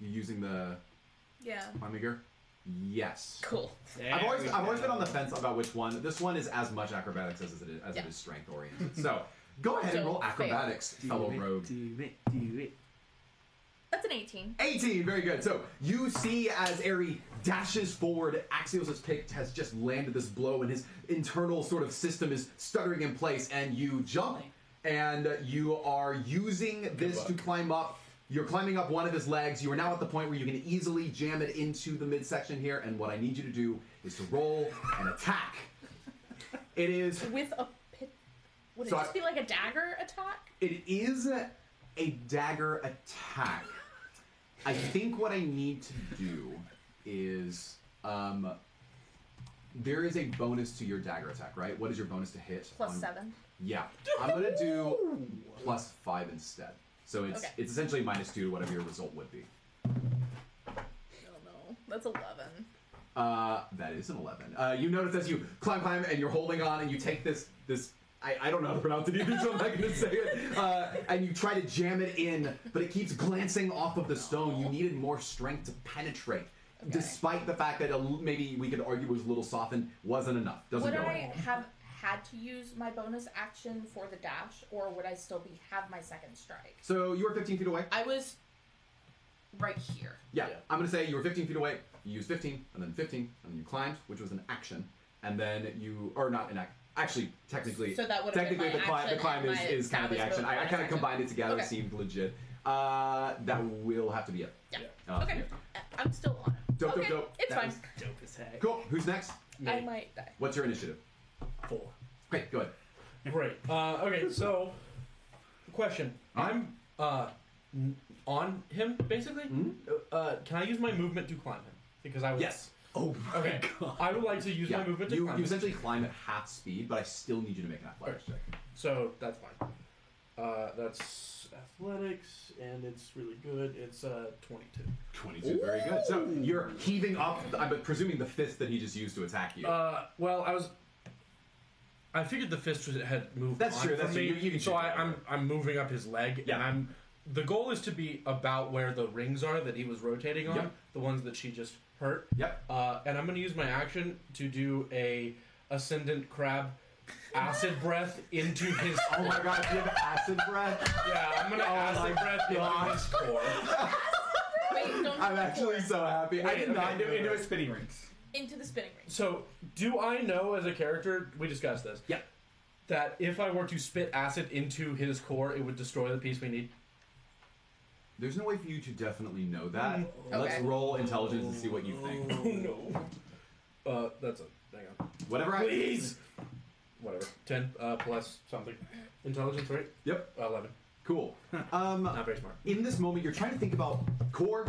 S1: you using the
S8: Yeah.
S1: climbing gear? Yes.
S9: Cool.
S1: I've always, I've always been on the fence about which one. This one is as much acrobatics as it is, as
S9: Yeah.
S1: it is strength oriented. So go ahead and
S8: So,
S1: roll
S8: fail.
S1: acrobatics, fellow rogue.
S7: Do it, do it.
S8: That's an 18.
S1: 18, very good. So you see as Eri dashes forward, Axios' pick has just landed this blow, and his internal sort of system is stuttering in place, and you jump, and you are using this to climb up. You're climbing up one of his legs. You are now at the point where you can easily jam it into the midsection here, and what I need you to do is to roll an attack. It is
S8: With a pit. Would it
S1: So I-
S8: just be like a dagger attack?
S1: it is a, a dagger attack. I think what I need to do is um, there is a bonus to your dagger attack, right? What is your bonus to hit?
S8: Plus
S1: on-
S8: seven.
S1: Yeah, I'm gonna do plus five instead. So it's
S8: Okay.
S1: it's essentially minus two to whatever your result would be.
S8: Oh no. That's 11.
S1: Uh, that is an eleven. Uh, you notice as you climb, climb, and you're holding on, and you take this this. I, I don't know how to pronounce it either, so I'm not going to say it. Uh, and you try to jam it in, but it keeps glancing off of the stone. You needed more strength to penetrate, despite the fact that a l- maybe we could argue was a little softened. Wasn't enough. Doesn't
S8: Would
S1: go
S8: I
S1: in.
S8: have had to use my bonus action for the dash, or would I still be have my second strike?
S1: So you were 15 feet away.
S5: I was right here.
S1: Yeah, I'm gonna say you were 15 feet away. You used 15, and then 15, and then you climbed, which was an action, and then you or not an act. Actually, technically,
S8: So that would've been
S1: technically
S8: my
S1: the, cli- the
S8: action
S1: climb
S8: and
S1: is,
S8: my-
S1: is kind of
S8: that
S1: the
S8: was
S1: action.
S8: both
S1: I, I
S8: my
S1: kind of
S8: action.
S1: combined it together. It
S8: Okay.
S1: seemed legit. Uh, that will have to be it.
S8: Yeah.
S1: Uh,
S8: okay. I- I'm still on it.
S1: Dope,
S8: okay.
S1: dope, dope.
S8: It's
S7: That
S8: fine.
S7: was dope as heck.
S1: Cool. Who's next?
S8: I
S3: Me.
S8: might die.
S1: What's your initiative?
S3: Four.
S1: Great. Go ahead.
S3: Right. Uh, okay, so question. I'm uh, n- on him basically. Uh, can I use my movement to climb him? Because I was
S1: Hmm? Yes. Oh my
S3: Okay. I would like to use
S1: Yeah.
S3: my movement to
S1: You,
S3: climb.
S1: you
S3: him.
S1: essentially climb at half speed, but I still need you to make an athletics check.
S3: So that's fine. Uh, that's athletics, and it's really good. It's uh, 22.
S1: 22. Very good. So you're heaving up. I'm presuming the fist that he just used to attack you.
S3: Uh, well, I was. I figured the fist was, had moved.
S1: That's
S3: on
S1: true,
S3: from
S1: that's true.
S3: me,
S1: You- you can
S3: so
S1: shoot
S3: I,
S1: it.
S3: I'm I'm moving up his leg,
S1: Yeah.
S3: and I'm. The goal is to be about where the rings are that he was rotating on,
S1: Yep.
S3: the ones that she just hurt.
S1: Yep.
S3: Uh, and I'm going to use my action to do a ascendant crab acid breath into his.
S1: oh my Oh god, you have acid breath.
S3: yeah, I'm going to acid breath into his core.
S8: Wait, don't
S1: I'm actually so happy. I
S3: Wait,
S1: did
S3: okay.
S1: not do it.
S4: Into a spinning rings.
S8: into the spinning ring.
S3: So, do I know as a character? We discussed this.
S1: Yeah.
S3: That if I were to spit acid into his core, it would destroy the piece we need.
S1: There's no way for you to definitely know that. Let's
S8: Okay.
S1: roll intelligence and see what you
S4: Oh,
S1: think.
S3: Oh. no. Uh, that's a hang on.
S1: Whatever I
S3: Please. Whatever. Ten uh, plus something. Intelligence, right?
S1: Yep.
S3: Eleven.
S1: Cool. Um,
S3: Not very smart.
S1: in this moment, you're trying to think about core.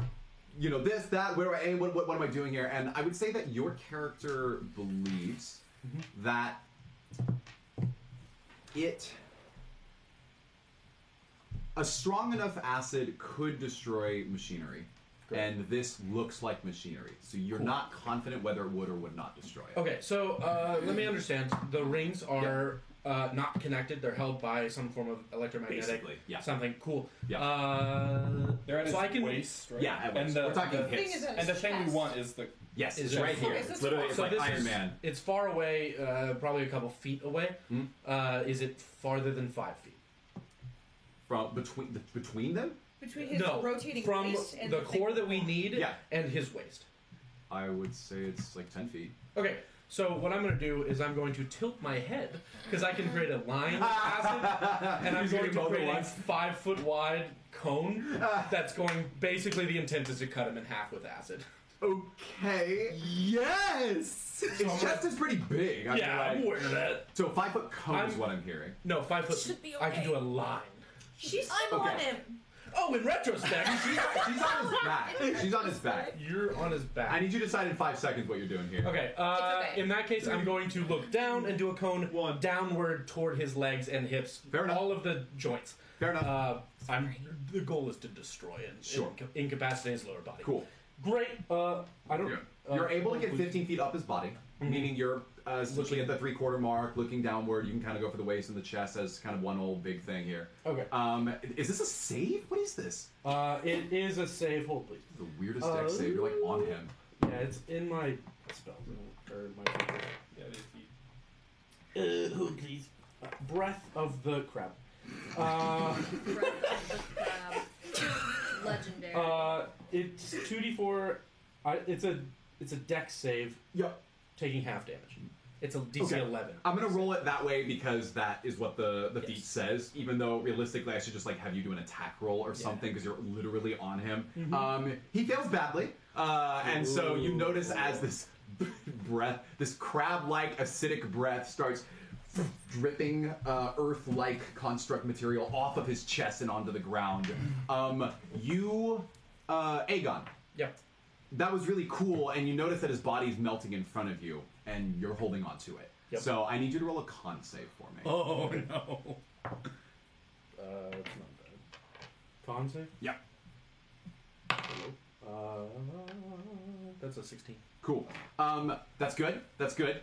S1: You know this, that. Where do I aim? What, what, what am I doing here? And I would say that your character believes that it a strong enough acid could destroy machinery, and this looks like machinery. So you're not confident whether it would or would not destroy it.
S3: Okay, so uh, let me understand. The rings are uh, not connected. They're held by some form of electromagnetic
S1: Basically, yeah.
S3: something. Cool.
S1: Yeah.
S3: Uh,
S4: They're at
S3: so
S4: his
S3: I can
S4: waist, right?
S1: Yeah, at
S4: and
S1: least.
S4: the,
S1: we're talking
S4: the,
S1: hits.
S5: is,
S4: And the thing we want is the
S1: yes,
S3: is
S1: it's
S3: it-
S1: right here.
S5: Okay, so
S1: It's
S5: it's small.
S1: literally it's
S3: So
S1: like
S3: this
S1: Iron
S3: is-
S1: Man.
S3: It's far away, uh, probably a couple feet away.
S1: Mhm.
S3: Uh, is it farther than five feet?
S1: From between the, between them,
S6: Between his
S3: no,
S6: rotating
S3: from
S6: waist and
S3: the,
S6: the
S3: core
S6: thing-
S3: that we need
S1: Yeah.
S3: and his waist.
S1: I would say it's like ten feet.
S3: Okay, so what I'm going to do is I'm going to tilt my head because I can create a line of acid, and I'm
S1: He's
S3: going
S1: gonna
S3: to
S1: mow the
S3: create a
S1: line.
S3: five foot wide cone that's going. Basically, the intent is to cut him in half with acid.
S1: Okay. Yes. His
S3: I'm
S1: chest is pretty big. I
S3: yeah,
S1: Mean,
S3: I'm
S1: like,
S3: aware of that.
S1: so five foot cone is
S3: I'm-
S1: what I'm hearing.
S3: No, five foot.
S8: Should be
S3: I can
S8: okay.
S3: do a line.
S8: She's
S1: I'm on Okay.
S8: him.
S3: Oh, in retrospect,
S1: She's, she's on his back. She's on his back.
S3: you're on his back.
S1: I need you to decide in five seconds what you're doing here.
S3: Okay, uh,
S8: It's okay.
S3: in that case, I'm going to look down and do a cone downward toward his legs and hips.
S1: Fair enough.
S3: All of the joints.
S1: Fair enough.
S3: Uh, I'm, the goal is to destroy and
S1: Sure.
S3: inca- incapacitate his lower body.
S1: Cool.
S3: Great. Uh, I don't. uh, Mm-hmm.
S1: You're able to get 15 feet up his body, meaning you're uh, essentially at the three quarter mark, looking downward. You can kind of go for the waist and the chest as kind of one old big thing here.
S3: Okay.
S1: Um, is this a save? What is this?
S3: Uh, it is a save. Hold please.
S1: The weirdest deck save. You're like on him.
S3: Yeah, it's in my spells or my.
S4: Yeah, it is deep.
S3: Uh, who please? Uh, Breath of the crab. Uh,
S2: Breath of the Crab. um, Legendary.
S3: uh, it's two d four. It's a it's a dex save.
S1: Yep.
S3: Taking half damage. It's a DC
S1: Okay.
S3: eleven.
S1: I'm gonna roll it that way because that is what the the feat
S3: Yes.
S1: says. Even though realistically, I should just like have you do an attack roll or something because you're literally on him. Um, he fails badly, uh, and so you notice as this breath, this crab-like acidic breath, starts dripping uh, earth-like construct material off of his chest and onto the ground. Um, you, uh, Aegon,
S3: Yep.
S1: that was really cool, and you notice that his body's melting in front of you, and you're holding on to it.
S3: Yep.
S1: So I need you to roll a con save for me.
S4: Oh no.
S3: Uh, it's not bad. Con save.
S1: Yep.
S3: Uh, that's a sixteen.
S1: Cool. Um, that's good. That's good.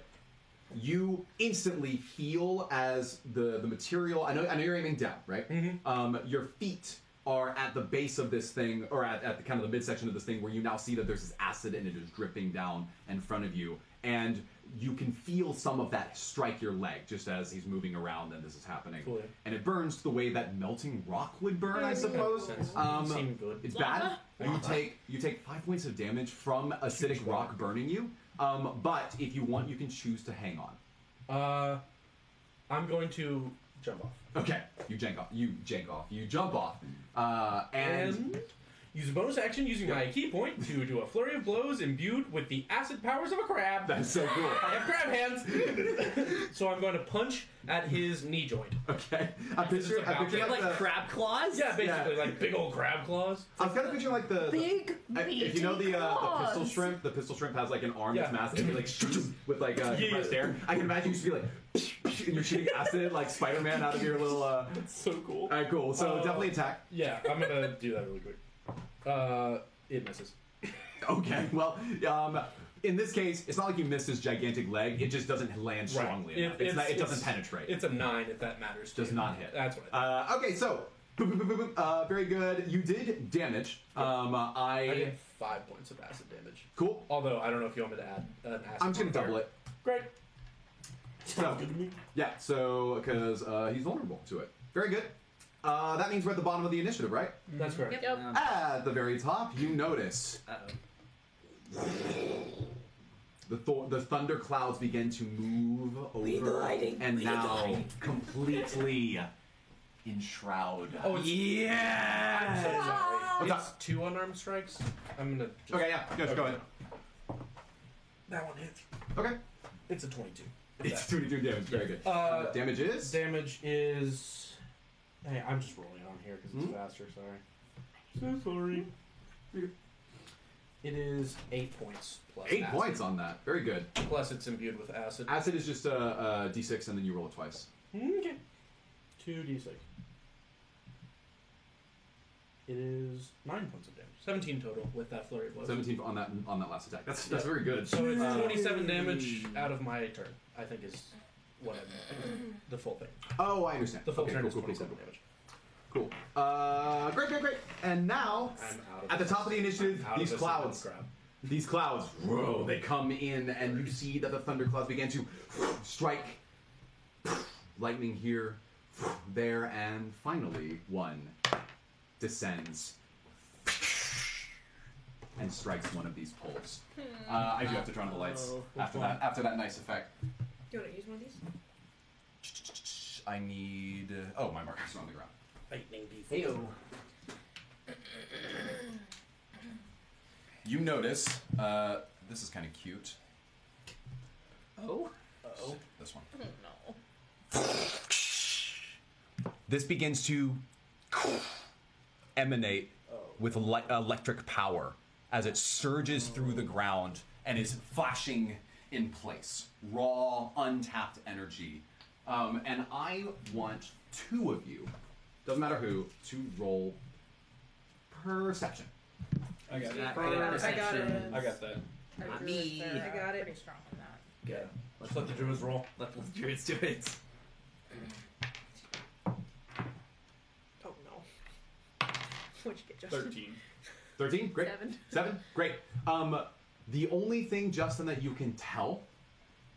S1: You instantly heal as the the material. I know. I know you're aiming down, right? Um, your feet are at the base of this thing, or at, at the kind of the midsection of this thing, where you now see that there's this acid and it is dripping down in front of you, and you can feel some of that strike your leg just as he's moving around and this is happening.
S3: Cool, yeah.
S1: And it burns the way that melting rock would burn, I suppose.
S3: Sense.
S1: Um,
S3: Doesn't seem good.
S1: It's bad. You take you take five points of damage from acidic rock burning you. Um, but if you want, you can choose to hang on.
S3: Uh, I'm going to jump off
S1: Okay, you jank off. You jank off. You jump off. Uh, and,
S3: and use a bonus action using my key point to do a flurry of blows imbued with the acid powers of a crab.
S1: that's so cool.
S3: I have crab hands, so I'm going to punch at his knee joint.
S1: Okay, I picture. I
S7: Do
S1: picture
S7: you have like
S1: the,
S7: crab claws?
S3: Yeah, basically like big old crab claws.
S1: I was kind of picturing like the, the
S6: Big,
S1: I- if you know the uh, the pistol shrimp, the pistol shrimp has like an arm that's
S3: Yeah.
S1: massive and he, like shoots with like uh,
S3: Yeah, yeah.
S1: compressed air. I can imagine you should be like and you're shooting acid like Spider Man out of your little. Uh...
S3: So cool.
S1: All right, cool. So
S3: Uh,
S1: definitely attack.
S3: Yeah, I'm gonna do that really quick. Uh, it misses.
S1: Okay, well, um, in this case, it's not like you missed his gigantic leg. It just doesn't land strongly
S3: Right.
S1: enough. it's not, it doesn't penetrate.
S3: It's a nine if that matters. to
S1: Does
S3: you.
S1: not hit.
S3: That's what. I thought.
S1: uh, okay, so. boop, boop, boop, boop, Uh, very good. You did damage. Um, I,
S3: I did five points of acid damage.
S1: cool.
S3: Although I don't know if you want me to add an acid.
S1: I'm just gonna
S3: modifier.
S1: double it.
S3: Great.
S1: So yeah, so because uh, he's vulnerable to it. Very good. Uh, that means we're at the bottom of the initiative, right?
S3: That's correct.
S9: Yep.
S7: Um,
S1: At the very top, you notice
S7: uh-oh.
S1: The, thor the thunder clouds begin to move over and now completely enshroud.
S3: Oh, it's-
S1: yeah!
S3: So sorry.
S1: What's
S3: It's two unarmed strikes. I'm gonna. Just,
S1: Okay, yeah, just go ahead.
S3: That one hits.
S1: Okay.
S3: It's a 22.
S1: It's 22 damage, very good.
S3: Uh,
S1: damage is?
S3: Damage is. Hey, I'm just rolling on here because it's
S1: Hmm?
S3: faster. Sorry. So sorry. It is eight points plus.
S1: Eight
S3: acid.
S1: points on that, very good.
S3: Plus, it's imbued with acid.
S1: Acid is just a, a d6 and then you roll it twice.
S3: Okay. Two d six. It is nine points of damage. Seventeen total with that flurry of blows.
S1: 17 on that on that last attack. That's that's very good.
S3: So it's
S1: Uh,
S3: twenty-seven damage out of my turn. I think is what I'm the full thing.
S1: Oh, I understand.
S3: The full
S1: okay,
S3: turn
S1: cool,
S3: is
S1: cool, cool, cool,
S3: twenty-seven damage.
S1: cool. Uh, great, great, great. And now,
S3: I'm out of
S1: at the
S3: this.
S1: top of the initiative,
S3: Out of
S1: these
S3: this
S1: clouds.
S3: crab.
S1: These clouds, whoa, they come in, and you see that the thunderclouds begin to strike. Lightning here, there, and finally one descends and strikes one of these poles. Uh, I do have to turn on the lights after that. After that nice effect,
S9: Do you want to use one of these?
S1: I need. Oh, my marker's on the ground.
S3: Lightning D4.
S1: You notice. Uh, this is kind of cute.
S7: Oh.
S3: Uh-oh.
S1: This one.
S9: No.
S1: This begins to emanate with le- electric power as it surges through the ground and is flashing in place. Raw, untapped energy. Um, and I want two of you, doesn't matter who, to roll perception.
S4: I got
S7: That
S4: that.
S7: kind of
S9: I got
S7: perception.
S9: it.
S4: I got that.
S7: Not me.
S9: I got it.
S8: Pretty strong on that.
S3: Yeah. Let's let the druids roll.
S7: Let the druids do it.
S9: Oh no. What'd you get, Justin?
S4: Thirteen.
S1: 13? Great.
S9: Seven.
S1: Seven? Great. Um, The only thing, Justin, that you can tell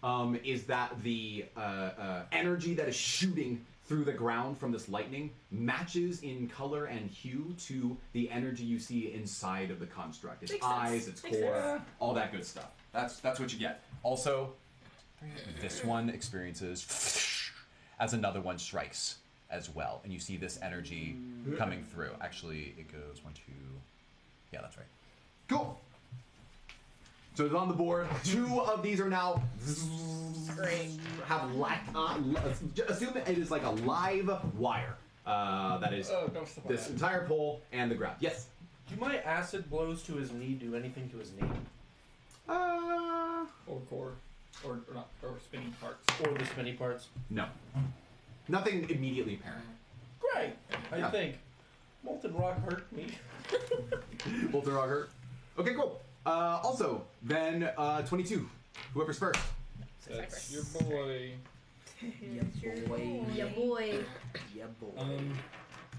S1: um, is that the uh, uh, energy that is shooting through the ground from this lightning matches in color and hue to the energy you see inside of the construct. Its
S8: Makes sense.
S1: eyes, its
S8: Makes
S1: core,
S8: sense.
S1: all that good stuff. That's that's what you get. Also, this one experiences as another one strikes as well, and you see this energy coming through. Actually, it goes one, two. Yeah, that's right. Cool. So it's on the board. Two of these are now
S8: Great.
S1: have lack. Uh, l- assume it is like a live wire. Uh, that is
S4: Oh, don't step on
S1: this
S4: that.
S1: entire pole and the ground. Yes.
S3: Do my acid blows to his knee do anything to his knee
S1: Uh,
S4: Or core. Or, or not. Or spinning parts.
S3: or the spinny parts?
S1: no. Nothing immediately apparent.
S3: Great. I
S1: Yeah.
S3: think molten rock hurt me.
S1: Walter Auger. Okay, cool. Uh, also, then uh, 22. Whoever's first.
S4: That's your boy.
S7: Yeah, boy.
S2: Yeah, boy.
S7: Yeah, boy.
S4: Um,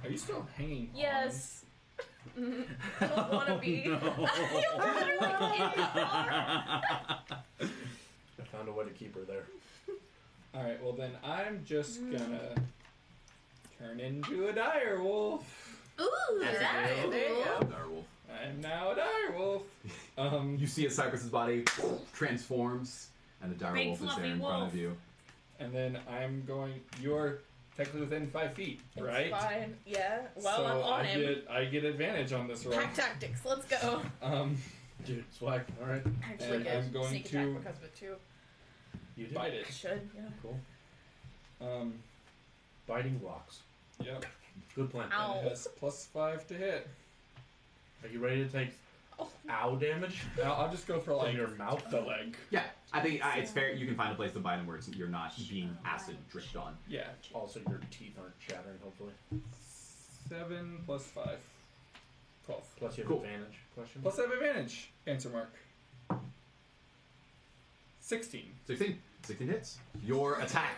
S4: are you still hanging? on?
S8: Yes. I don't want to be.
S3: I found a way to keep her there.
S4: All right. Well, then I'm just
S8: Mm.
S4: gonna turn into a dire wolf.
S2: Ooh, that's
S5: There you go.
S1: Direwolf.
S4: I'm now a dire wolf. Um,
S1: You see as Cypress's body transforms, and the
S2: Big
S1: direwolf is there
S2: fluffy
S1: in front
S2: wolf.
S1: of you.
S4: and then I'm going. You're technically within five feet, right?
S8: It's fine. Yeah. Well,
S4: so
S8: I'm on
S4: I
S8: him.
S4: get I get advantage on this roll.
S8: Pack tactics. Let's go.
S4: Um,
S3: Dude, swag. All right,
S8: Actually,
S4: And
S8: get
S4: I'm going
S8: sneak
S4: to-
S8: attack because of it too.
S3: you did
S4: bite
S8: I
S4: it.
S8: should. Yeah.
S3: cool.
S4: Um,
S3: Biting rocks.
S4: yep.
S3: Good plan.
S8: Ow.
S4: And it has plus five to hit.
S3: Are you ready to take
S8: Oh.
S3: ow damage
S4: I'll, I'll just go for
S3: from
S4: like
S3: your mouth?
S4: the leg.
S1: Yeah, I think uh, it's fair. You can find a place to buy them where it's, you're not being acid dripped on.
S4: Yeah.
S3: Also, your teeth aren't chattering. Hopefully,
S4: Seven plus five. Twelve.
S3: plus you have
S1: Cool.
S3: advantage. Question.
S4: Plus I have advantage. Answer mark. Sixteen.
S1: 16. 16 hits. Your attack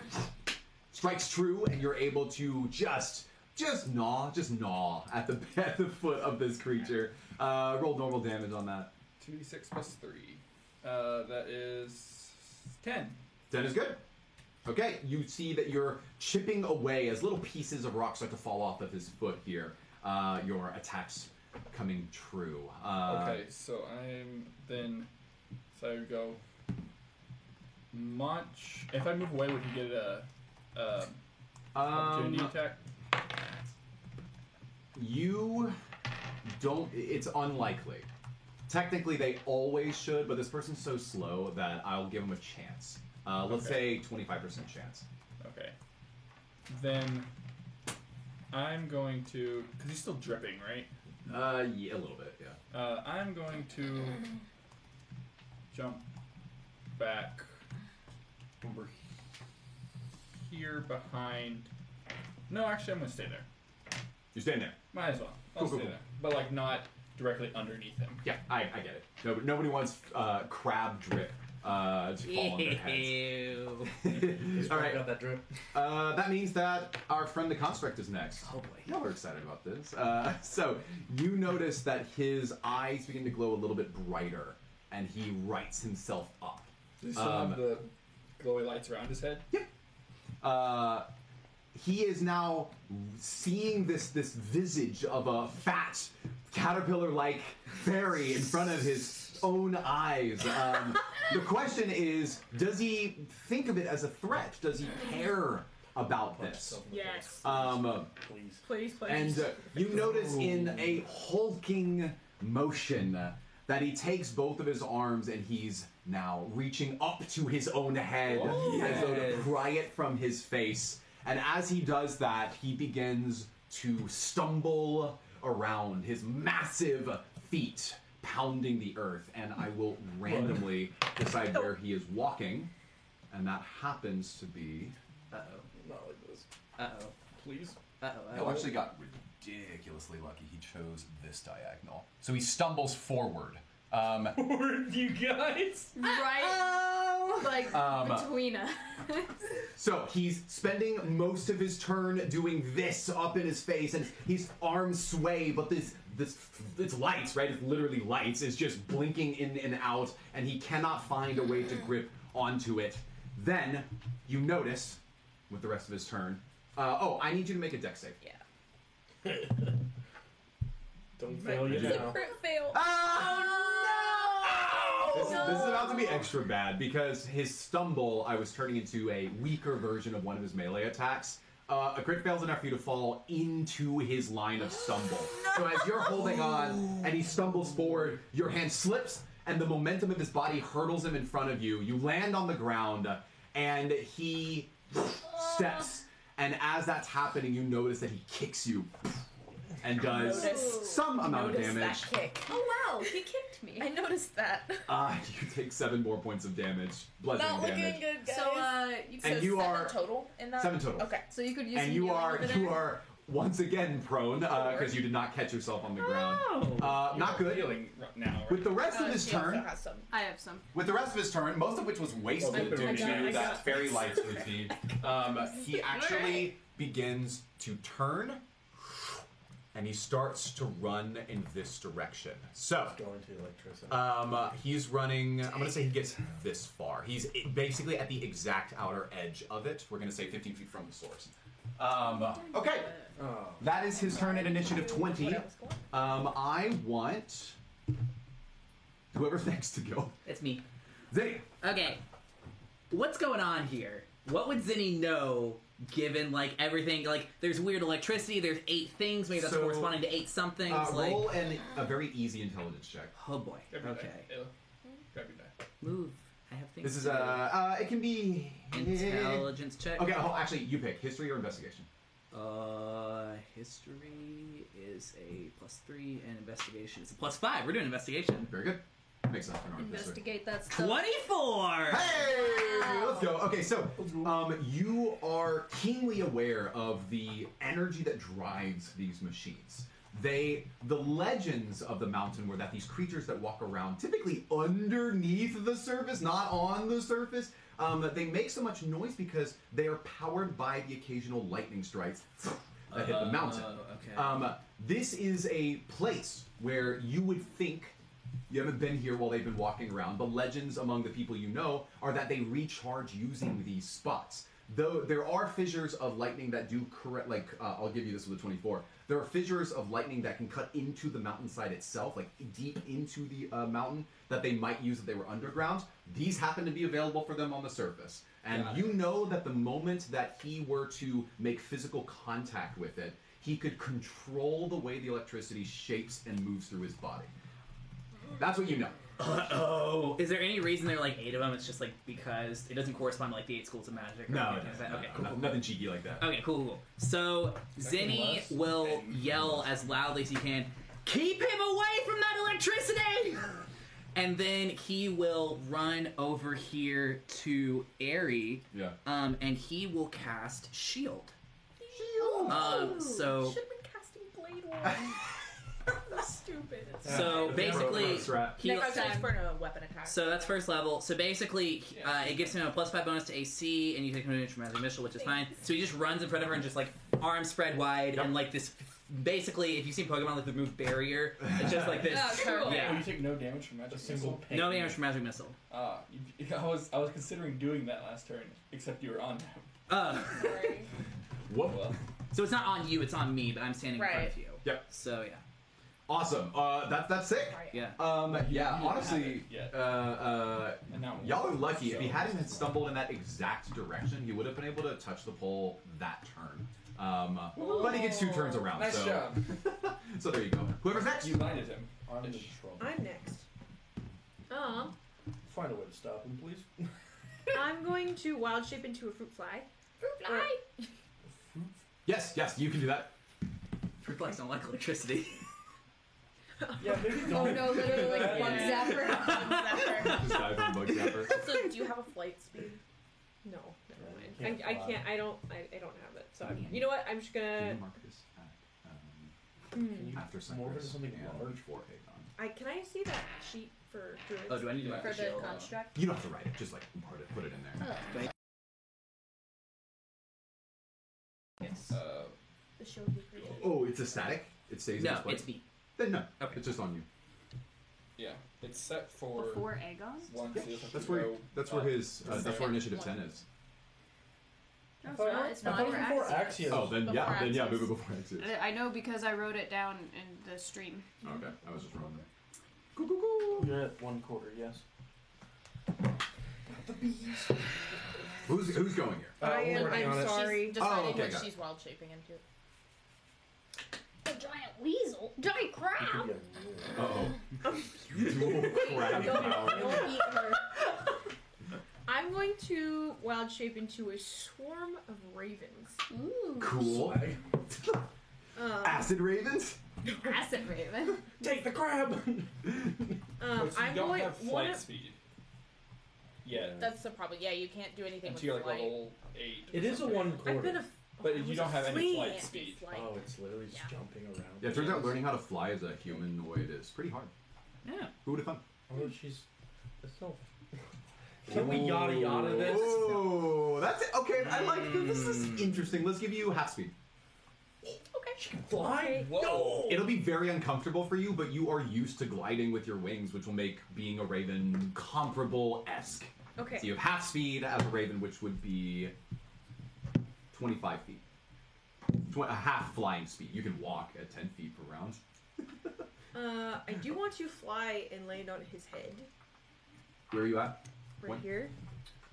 S1: strikes true, and you're able to just, just gnaw, just gnaw at the, at the foot of this creature. Uh, roll normal damage on that.
S4: Two d six plus three. Uh, that is ten.
S1: 10 is good. Okay, you see that you're chipping away as little pieces of rock start to fall off of his foot here. Uh, your attacks coming true. Uh,
S4: Okay, so I'm then. So I would go. Munch. If I move away, would he get a, um, a opportunity
S1: Um,
S4: attack?
S1: you don't. It's unlikely. Technically, they always should, but this person's so slow that I'll give him a chance. Uh, let's say 25% chance.
S4: Okay. Then I'm going to. Because he's still dripping, right?
S1: Uh, yeah, a little bit, yeah.
S4: Uh, I'm going to jump back over here behind. No, actually, I'm going to stay there.
S1: You stand there.
S4: Might as well. I'll
S1: Cool,
S4: stay
S1: cool, cool.
S4: there. But, like, not directly underneath him.
S1: Yeah, I, I get it. No, nobody wants uh, crab drip uh, to fall on their heads.
S7: Ew.
S1: All
S3: I
S1: right,
S3: got that drip.
S1: Uh, that means that our friend the construct is next.
S7: Oh boy.
S1: Y'all are excited about this. Uh, so you notice that his eyes begin to glow a little bit brighter, and he rights himself up.
S4: Does he still
S1: Um,
S4: have the glowy lights around his head?
S1: Uh, he is now seeing this this visage of a fat caterpillar-like fairy in front of his own eyes. Um, the question is, does he think of it as a threat? Does he care about this?
S9: Yes.
S1: Um,
S3: Please.
S9: Please, please.
S1: And uh, you notice in a hulking motion uh, that he takes both of his arms and he's now reaching up to his own head as though to pry it from his face. And as he does that, he begins to stumble around his massive feet pounding the earth. And I will randomly decide where he is walking. And that happens to be.
S7: Uh
S3: Not like this.
S7: oh. Uh oh.
S4: Please.
S7: Uh oh.
S1: got ridiculously lucky. He chose this diagonal. So he stumbles forward. Um,
S3: you guys?
S2: right. like
S1: Um,
S2: between us.
S1: So he's spending most of his turn doing this up in his face, and his arms sway, but this this it's lights, right? It's literally lights. It's just blinking in and out, and he cannot find a way to grip onto it. Then you notice, with the rest of his turn, uh, oh, I need you to make a deck save.
S2: yeah.
S3: Don't fail you
S9: It's a
S3: now.
S9: crit fail.
S1: This, this is about to be extra bad because his stumble I was turning into a weaker version of one of his melee attacks. Uh, a crit fails enough for you to fall into his line of stumble. So as you're holding on and he stumbles forward, your hand slips and the momentum of his body hurtles him in front of you. You land on the ground and he steps. And as that's happening, you notice that he kicks you and does
S8: Notice.
S1: some amount
S8: Notice
S1: of damage.
S8: that kick.
S2: Oh wow, he kicked me.
S8: I noticed that.
S1: Uh, you take seven more points of damage, bludgeoning damage.
S8: good,
S2: So uh, you,
S8: so
S1: And you
S8: seven
S1: are-
S8: total in that.
S1: Seven total.
S8: Okay.
S2: so you could use.
S1: and
S2: some
S1: you
S2: healing
S1: are
S2: over there?
S1: you are once again prone because you did not catch yourself on the ground.
S7: Oh.
S1: Uh, not
S4: You're
S1: good.
S4: Feeling right now.
S1: With the rest
S8: Uh,
S1: of his
S8: she also
S1: turn,
S8: has some.
S6: I have some.
S1: with the rest of his turn, most of which was wasted
S4: I got-
S1: due
S4: I
S9: got-
S1: to
S9: I
S1: that
S9: got-
S1: fairy lights routine, um, he actually begins to turn, and he starts to run in this direction. So.
S3: Going to electricity.
S1: Um, uh, he's running. I'm gonna say he gets this far. He's i- basically at the exact outer edge of it. We're gonna say 15 feet from the source. Um, okay,
S3: oh.
S1: that is his turn at initiative 20.
S8: What
S1: Um,
S8: else going on?
S1: I want whoever's next to go.
S7: It's me.
S1: Zinni.
S7: Okay. What's going on here? What would Zinni know given like everything like there's weird electricity, there's eight things, maybe that's
S1: So,
S7: corresponding to eight somethings,
S1: Uh,
S7: like
S1: roll an, a very easy intelligence check.
S7: Oh boy.
S4: Grab your die.
S7: Okay.
S4: It'll- Grab your die.
S7: Move. I have things.
S1: This is
S7: to
S1: a.
S7: do.
S1: Uh, it can be
S7: intelligence check.
S1: Okay, oh, actually, you pick history or investigation.
S7: Uh, history is a plus three, and investigation is a plus five. We're doing investigation.
S1: Very good. Makes sense. for an artificer.
S2: Investigate that stuff.
S7: Twenty-four.
S1: Hey, let's go. Okay, so um, you are keenly aware of the energy that drives these machines. They, the legends of the mountain were that these creatures that walk around, typically underneath the surface, not on the surface, um, that they make so much noise because they are powered by the occasional lightning strikes that hit the mountain.
S7: Uh, okay.
S1: Um, this is a place where you would think you haven't been here while they've been walking around, but legends among the people you know are that they recharge using these spots. Though there are fissures of lightning that do correct, like uh, I'll give you this with a 24. There are fissures of lightning that can cut into the mountainside itself, like deep into the uh, mountain that they might use if they were underground. These happen to be available for them on the surface. And you know that the moment that he were to make physical contact with it, he could control the way the electricity shapes and moves through his body. That's what you know.
S7: oh, is there any reason there are like eight of them? It's just like because it doesn't correspond to like the eight schools of magic. Or anything like that? okay, cool.
S1: no- nothing cheeky like that.
S7: Okay, cool, cool, cool. So Zinni
S4: less
S7: will
S4: than-
S7: yell as loudly as he can, "Keep him away from that electricity!" And then he will run over here to Airy,
S1: Yeah.
S7: um, and he will cast Shield. Um, so,
S8: Should have been casting Blade One. That's stupid.
S7: so basically,
S1: Necro-
S7: he,
S8: Next time for a weapon attack.
S7: so that's first level. So basically, uh, it gives him a plus five bonus to AC, and you take advantage from magic missile, which is fine. So he just runs in front of her and just like arms spread wide, and like this. Basically, if you see Pokemon like the move barrier, it's just like this.
S2: Oh, cool.
S7: Yeah.
S4: Oh, you take no damage from magic.
S3: A single
S4: missile?
S3: pain.
S7: No damage from magic missile.
S4: Ah, you- I was I was considering doing that last turn, except you were on.
S7: Uh,
S1: Whoop.
S4: Well,
S7: so it's not on you, it's on me, but I'm standing in front
S8: Right.
S7: of you.
S1: Yep.
S7: So yeah,
S1: Awesome. Uh, that, that's sick.
S7: yeah.
S1: Um, yeah,
S4: you
S1: honestly,
S4: haven't yet.
S1: uh, uh,
S4: and now
S1: y'all are lucky. If he
S4: So-
S1: hadn't had stumbled in that exact direction, he would have been able to touch the pole that turn. Um, but he gets two turns around.
S4: Nice
S1: so,
S4: job.
S1: so there you go. Whoever's next.
S4: You blinded him.
S3: I'm in
S4: Ish.
S3: trouble.
S9: I'm next. Um,
S3: Find a way to stop him, please.
S9: I'm going to wild shape into a fruit fly.
S8: Fly.
S1: Yes, yes, you can do that.
S7: Fruit flies don't like electricity.
S3: Yeah, maybe
S2: Oh
S3: don't.
S2: no, literally like one
S7: Yeah.
S2: zapper.
S8: Zapper.
S1: Just dive in bug zapper.
S8: so do you have a flight speed?
S9: No, never
S3: Yeah,
S9: mind.
S3: you can't
S9: I, I
S3: fly.
S9: can't. I don't. I, I don't have it. So I'm, you know what? I'm just gonna.
S1: mark this? at, um,
S9: Hmm.
S1: after
S3: Morph into
S1: Cypress.
S3: something
S1: and
S3: large.
S1: Aegon.
S9: I can I see that sheet for druids?
S7: Oh, do I need to
S9: for
S7: make
S9: the
S7: shield?
S9: construct?
S1: You don't have to write it. Just like put it, put it in there.
S7: Yes.
S4: Uh,
S8: The shield we created.
S1: Oh, it's a static. It stays in
S7: No,
S1: its place.
S7: it's me.
S1: Then no,
S7: Okay.
S1: it's just on you.
S4: yeah, it's set for
S6: Before Aegon?
S4: one. So you'll have
S1: That's
S4: to
S1: where
S4: go
S1: that's where
S4: up.
S1: his uh, that's where initiative ten is.
S6: No, it's not. It's
S3: I
S6: not.
S3: thought it was before Axios.
S1: Oh, then yeah,
S8: Before
S1: then yeah,
S8: Axis.
S1: move it before Axis.
S6: Uh, I I know because I wrote it down in the stream.
S1: Okay, I was just wrong.
S3: You're at one quarter, yes.
S1: Who's who's going here?
S3: Uh,
S9: I
S3: we're
S9: am.
S3: working on
S9: I'm
S3: it.
S4: Oh,
S9: sorry.
S8: Deciding
S1: okay,
S8: what
S1: got it.
S8: she's wild shaping into.
S2: A giant weasel, giant crab.
S1: Uh oh. you dual crabby cow.
S9: Don't eat her. I'm going to wild shape into a swarm of ravens.
S2: Ooh,
S1: Cool.
S9: Um,
S1: Acid ravens?
S2: acid raven.
S3: Take the crab!
S9: um,
S4: But you
S9: I'm
S4: don't
S9: going.
S4: have
S9: one
S4: flight
S9: of-
S4: speed. Yeah,
S8: That's the problem. Yeah, you can't do anything
S4: until you're
S8: with
S4: like
S8: flight.
S4: level eight. Uh,
S3: It is a one quarter.
S9: I've been a.
S4: But
S9: I
S4: you
S9: was
S4: don't
S9: a
S4: have any
S9: flea
S4: flight
S9: at
S4: speed.
S9: flight.
S3: Oh, it's literally just
S8: Yeah.
S3: jumping around.
S1: Yeah, it turns out learning how to fly as a humanoid is pretty hard.
S7: Yeah.
S1: Who would have thought?
S3: Although Oh, she's a sylph. Can we yada yada this? Hmm.
S1: Oh, that's it. Okay, I like this. This is interesting. Let's give you half speed.
S3: Fly?
S4: Whoa.
S3: No!
S1: It'll be very uncomfortable for you, but you are used to gliding with your wings, which will make being a raven comparable esque.
S9: Okay.
S1: So you have half speed as a raven, which would be 25 feet. Tw- a half flying speed. You can walk at 10 feet per round.
S9: Uh, I do want to fly and land on his head
S1: Where are you at?
S9: right
S1: What?
S9: here.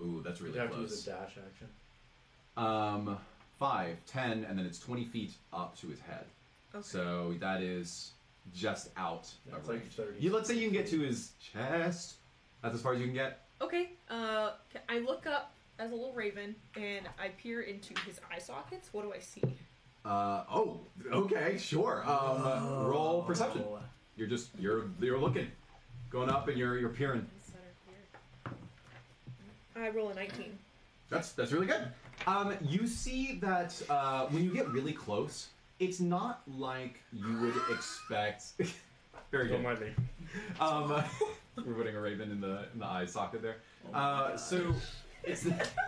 S1: Ooh, that's
S3: You
S1: really
S3: have to use
S1: close.
S3: a dash action.
S1: Um, 5, 10, and then it's 20 feet up to his head.
S9: Okay.
S1: So that is just out
S3: That's
S1: of
S3: like
S1: range.
S3: 30.
S1: You, let's say you can get to his chest. That's as far as you can get.
S9: Okay. Uh, ca- I look up as a little raven and I peer into his eye sockets. What do I see?
S1: Uh, oh, okay, sure. Um,
S3: Oh.
S1: Roll perception. You're just you're you're looking, going up and you're you're peering.
S9: I roll a 19.
S1: That's that's really good. Um, you see that uh, when you get really close, it's not like you would expect. Very good.
S3: Don't mind me.
S1: Um, uh, we're putting a raven in the in the eye socket there.
S3: Oh
S1: Uh, so it's.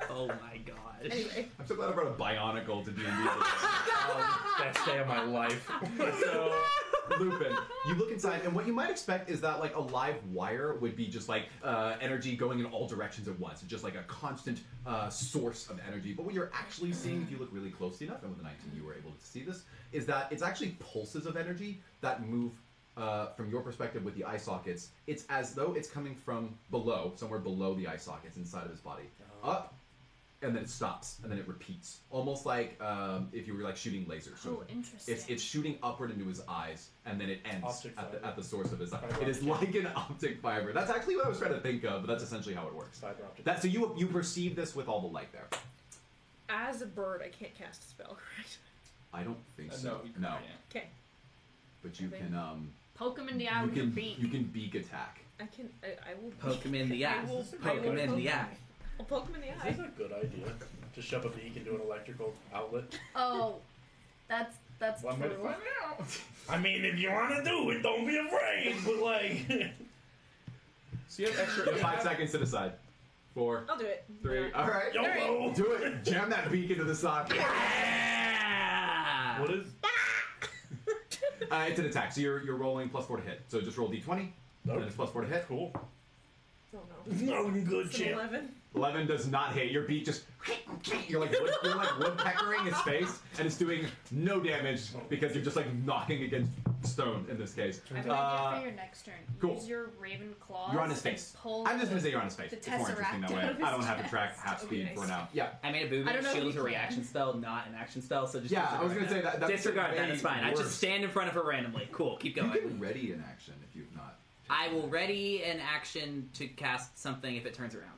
S7: Oh my god.
S9: Anyway,
S1: I'm so glad I brought a bionicle to D&D. today.
S3: Best day of my life.
S1: so, Lupin, you look inside, and what you might expect is that like a live wire would be just like uh, energy going in all directions at once, just like a constant uh, source of energy. But what you're actually seeing, if you look really closely enough, and with the 19 you were able to see this, is that it's actually pulses of energy that move. Uh, from your perspective with the eye sockets, it's as though it's coming from below, somewhere below the eye sockets inside of his body.
S2: Oh.
S1: Up, and then it stops, and then it repeats. Almost like um, if you were like shooting lasers. sort of
S2: Oh, interesting.
S1: it's it's shooting upward into his eyes, and then it ends
S3: Optic
S1: at the,
S3: fiber.
S1: at the source of his eye.
S3: Fiber
S1: It is like an optic fiber. That's actually what I was trying to think of, but that's essentially how it works.
S3: Fiber optic.
S1: That so you you perceive this with all the light there.
S9: as a bird, I can't cast a spell, correct?
S1: I don't think
S4: Uh,
S1: so.
S4: no, you can't.
S1: no,
S9: Okay.
S1: but you can um
S2: Poke him in the eye
S1: you
S2: with your
S1: can
S2: beak.
S1: you can beak attack.
S9: I can. I, I will
S7: Poke him in the
S9: I
S7: eye.
S9: will- I
S7: Poke him
S9: will
S7: in the
S9: poke-
S7: eye.
S9: I'll poke him in the
S3: This
S9: eye.
S3: is a good idea. To shove a beak into an electrical outlet.
S2: Oh, that's that's
S3: One way to
S2: true.
S3: find out. I mean, if you want to do it, don't be afraid. But like,
S4: So you have extra.
S1: You have
S4: you
S1: five
S4: have-
S1: seconds to decide. Four,
S2: Oh,
S9: I'll do it.
S1: three. Uh, All right,
S3: YOLO.
S1: do it. Jam that beak into the socket.
S7: Ah!
S3: What is?
S1: Uh, it's an attack, so you're you're rolling plus four to hit. So just roll d20. And
S3: Oh,
S1: it's plus four to hit.
S3: cool.
S9: Oh no.
S3: No good
S9: It's an
S3: chip.
S9: 11.
S1: Eleven does not hit. Your beak just you're like wood, you're like woodpeckering his face, and it's doing no damage because you're just like knocking against stone in this case.
S2: I have an idea
S1: Uh,
S2: for your next turn.
S1: cool.
S2: Use your raven claws.
S1: you're on his
S2: and
S1: face.
S2: Pull
S1: Uh, I'm just gonna say you're on his face.
S2: the
S1: It's more interesting that
S2: tesseract out of
S1: way.
S2: his
S1: I don't have to track
S2: chest.
S1: half speed
S9: Okay.
S1: for now. Yeah.
S7: I made a
S2: I don't
S7: movement.
S2: know if
S7: Shield
S2: you
S7: is a
S2: can.
S7: reaction spell, not an action spell. So just
S1: Yeah, I
S7: disregard
S1: was gonna say that- that's
S7: disregard that. It's
S1: way
S7: fine. I
S1: worse.
S7: just stand in front of her randomly. Cool. Keep going.
S1: ready in action if you've not.
S7: I will ready an action to cast something if it turns around.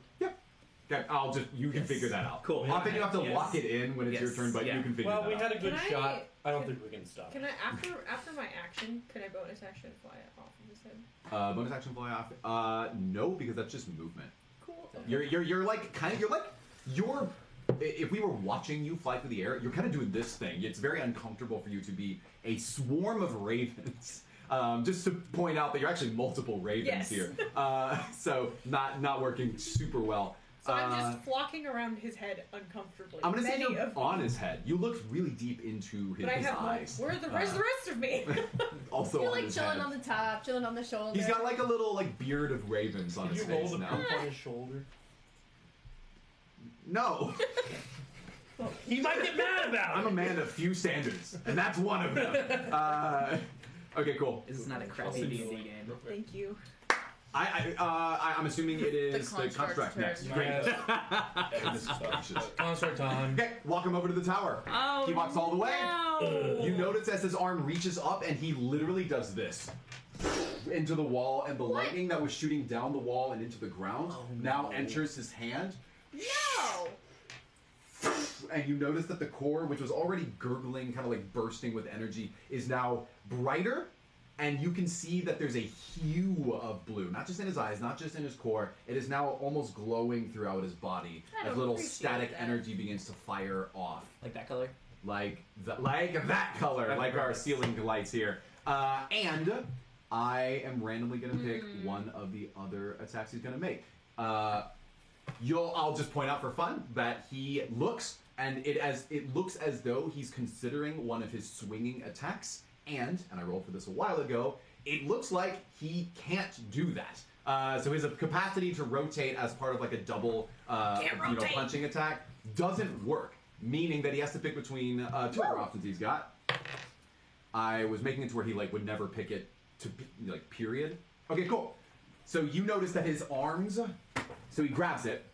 S1: Okay, I'll just you can figure that out.
S7: Cool.
S1: I think you have to
S7: Yes.
S1: lock it in when it's your
S7: Yes.
S1: turn, but
S7: Yeah.
S1: you can figure
S3: Well,
S1: that
S3: we
S1: out.
S3: had a good
S9: Can I-
S3: shot. I don't
S9: can-
S3: think we can stop.
S9: Can I after after my action? Can I bonus action fly off of his head?
S1: uh, bonus action fly off. Uh, no, because that's just movement.
S9: Cool.
S1: You're you're you're like kind of you're like your i- if we were watching you fly through the air, you're kind of doing this thing. It's very uncomfortable for you to be a swarm of ravens. Um, just to point out that you're actually multiple ravens
S9: Yes.
S1: here, uh, so not not working super well.
S9: So I'm
S1: Uh,
S9: just flocking around his head uncomfortably.
S1: I'm gonna say
S9: Many
S1: you're
S9: of them.
S1: on his head. You looked really deep into his,
S9: But I
S1: his
S9: have like,
S1: eyes.
S9: where are the, where's the rest of me?
S1: Also
S2: You're
S1: on
S2: like
S1: his
S2: chilling
S1: head.
S2: on the top, chilling on the shoulder.
S1: He's got like a little like beard of ravens on
S3: Did
S1: his
S3: you roll
S1: face
S3: the
S1: now.
S3: poop on his shoulder?
S1: No,
S3: He might get mad about
S1: I'm
S3: it.
S1: a man of few standards, and that's one of them. Uh, okay, cool.
S7: This is not a
S4: I'll
S7: crappy
S4: send you
S7: D&D
S4: the link
S7: game.
S4: real quick.
S9: Thank you.
S1: I, I, uh, I I'm assuming it is the,
S8: construct's
S1: contract
S8: turn.
S1: next. Goodness
S4: uh,
S1: gracious.
S3: Concert time.
S1: Okay, walk him over to the tower.
S6: Oh,
S1: He walks all the way.
S6: No.
S1: You notice as his arm reaches up and he literally does this into the wall, and the lightning that was shooting down the wall and into the ground now enters his hand.
S2: no!
S1: And you notice that the core, which was already gurgling, kind of like bursting with energy, is now brighter. And you can see that there's a hue of blue, not just in his eyes, not just in his core. It is now almost glowing throughout his body
S2: I
S1: as
S2: don't
S1: little
S2: appreciate
S1: static
S2: that.
S1: energy begins to fire off
S7: Like that color?
S1: like th- like that color,
S4: That's
S1: like our
S4: perfect.
S1: ceiling lights here. Uh, and I am randomly gonna pick
S2: Hmm.
S1: one of the other attacks he's gonna make. Uh, you'll I'll just point out for fun that he looks and it as it looks as though he's considering one of his swinging attacks. And and I rolled for this a while ago. It looks like he can't do that. Uh, so his capacity to rotate as part of like a double uh,
S8: Can't
S1: you know,
S8: rotate.
S1: punching attack doesn't work, meaning that he has to pick between uh, two other options he's got. I was making it to where he like would never pick it to p- like period. Okay, cool. So you notice that his arms, so he grabs it.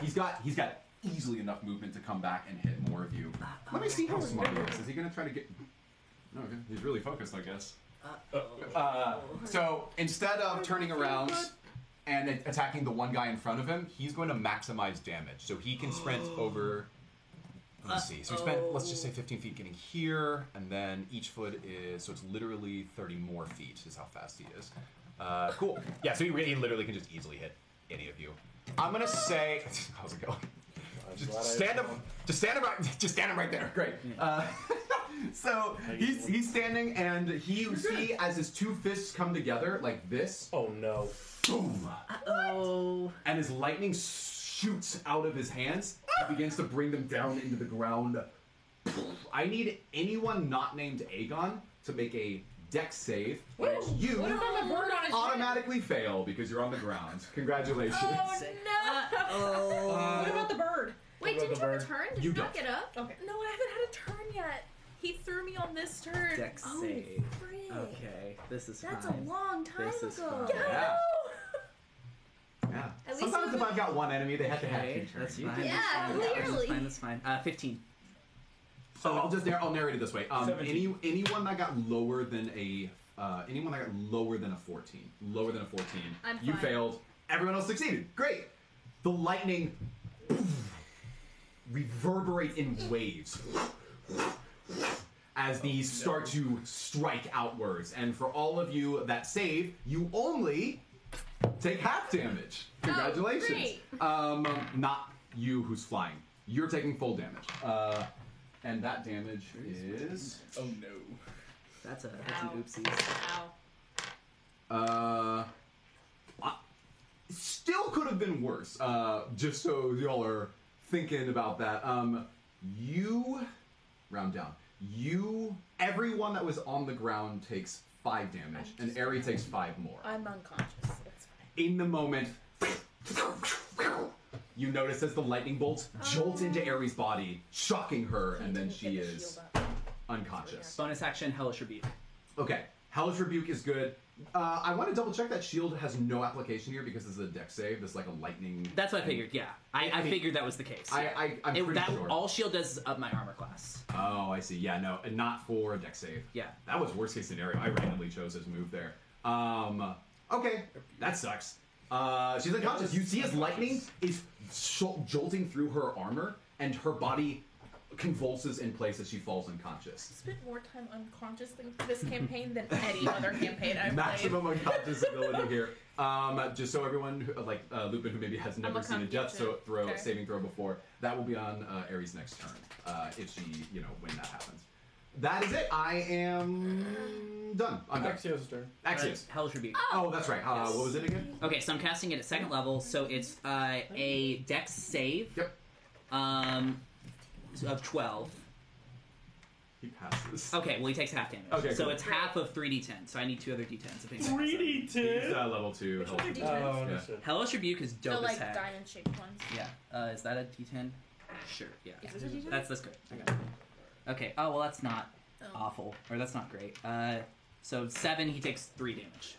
S1: He's got he's got easily enough movement to come back and hit more of you. Let me see how smart he is. Is he gonna try to get? No, okay. he's really focused, I guess. Uh, so instead of turning around and a- attacking the one guy in front of him, he's going to maximize damage. So he can sprint over. Let me see. So he spent, let's just say, 15 feet getting here, and then each foot is, so it's literally 30 more feet is how fast he is. Uh, cool. Yeah, so he, re- he literally can just easily hit any of you. I'm gonna say, how's it going?
S4: glad I-
S1: Just stand up. Just stand him right. Just stand him right there. Great. Uh, so he's he's standing, and he you see as his two fists come together like this,
S3: Oh no.
S1: boom,
S7: Oh.
S1: and his lightning shoots out of his hands. and begins to bring them down into the ground. I need anyone not named Aegon to make a deck save. but it's you
S9: What if I'm a bird on his
S2: Oh,
S1: automatically fail because you're on the ground. Congratulations.
S6: Uh,
S7: Oh.
S9: What about the bird?
S2: Wait, didn't
S3: What about the
S2: you have
S3: bird?
S2: a turn? Did
S1: You
S2: you not
S1: don't.
S2: get up?
S9: Okay.
S1: Uh,
S8: No, I haven't had a turn yet. He threw me on this turn.
S7: Dex
S8: oh,
S7: save.
S8: frick.
S7: Okay, this is
S2: That's
S7: fine.
S2: a long time
S7: This is
S2: ago.
S7: fine.
S8: I
S1: Yeah.
S8: know.
S1: Yeah.
S2: At least
S1: Sometimes
S2: it
S1: if I've got one enemy, they have to have two
S7: Okay,
S1: turns.
S7: that's fine.
S2: Yeah,
S7: that's fine. That's
S2: clearly.
S7: fine, that's fine. Uh, 15.
S1: So I'll just I'll narrate it this way. Um, any
S4: Seventeen.
S1: anyone that got lower than a uh, anyone that got lower than a fourteen, lower than a 14
S2: I'm
S1: you
S2: fine.
S1: failed. Everyone else succeeded. Great. The lightning reverberates in waves as these start to strike outwards. And for all of you that save, you only take half damage.
S2: Oh,
S1: Congratulations. Um, not you who's flying. You're taking full damage. Uh, and that damage is
S4: Oh no.
S7: That's a that's
S2: Ow.
S7: an oopsies.
S2: Ow.
S1: uh, I- still could have been worse. Uh, just so y'all are thinking about that. Um, you round down. You everyone that was on the ground takes five damage, and Eri takes five more.
S8: I'm unconscious. It's fine.
S1: in the moment, you notice as the lightning bolts jolt into Aries' body, shocking her, and then
S8: Oh. Didn't
S1: she
S8: get the
S1: is
S8: shield up.
S1: unconscious.
S7: Bonus action, hellish rebuke.
S1: Okay, Hellish Rebuke is good. Uh, I want to double check that shield has no application here because this is a deck save. This is like a lightning.
S7: That's what I figured. Yeah, I, I
S1: mean-
S7: figured that was the case.
S1: I, I, I'm
S7: It-
S1: pretty
S7: that-
S1: sure.
S7: all shield does is up my armor class.
S1: oh, I see. Yeah, no, and not for a deck save.
S7: Yeah.
S1: That was worst case scenario. I randomly chose his move there. Um, okay, that sucks. Uh, she's unconscious. You see as lightning is sh- jolting through her armor, and her body convulses in place as she falls unconscious.
S8: spent more time unconscious than this campaign than any other campaign I've played.
S1: Maximum unconscious ability here. Um, just so everyone, who, like uh, Lupin, who maybe has never seen a death so throw
S9: Okay.
S1: saving throw before, that will be on uh, Ares' next turn uh, if she, you know, when that happens. That is it. I am done. I'm done.
S3: Axios' turn.
S1: Axios.
S7: Uh, Hellish Rebuke.
S1: Oh, that's right. Uh, what was it again?
S7: Okay, so I'm casting it at second level, so it's uh, a dex save.
S1: Yep.
S7: Um, of 12.
S1: He passes.
S7: Okay, well, he takes half damage.
S1: Okay,
S7: So
S1: cool.
S7: it's half of 3d10, so I need two other d10s. if anything happens.
S3: 3d10.
S1: He's uh, level two. health.
S3: Oh, understood.
S7: Hellish Rebuke is dope
S8: The like
S7: as heck.
S8: diamond shaped ones.
S7: Yeah. Uh, is that a D10? Sure. Yeah.
S6: Is this a D10?
S7: That's that's good. Okay. Okay. Oh well, that's not awful, or that's not great. Uh, so seven. He takes three damage.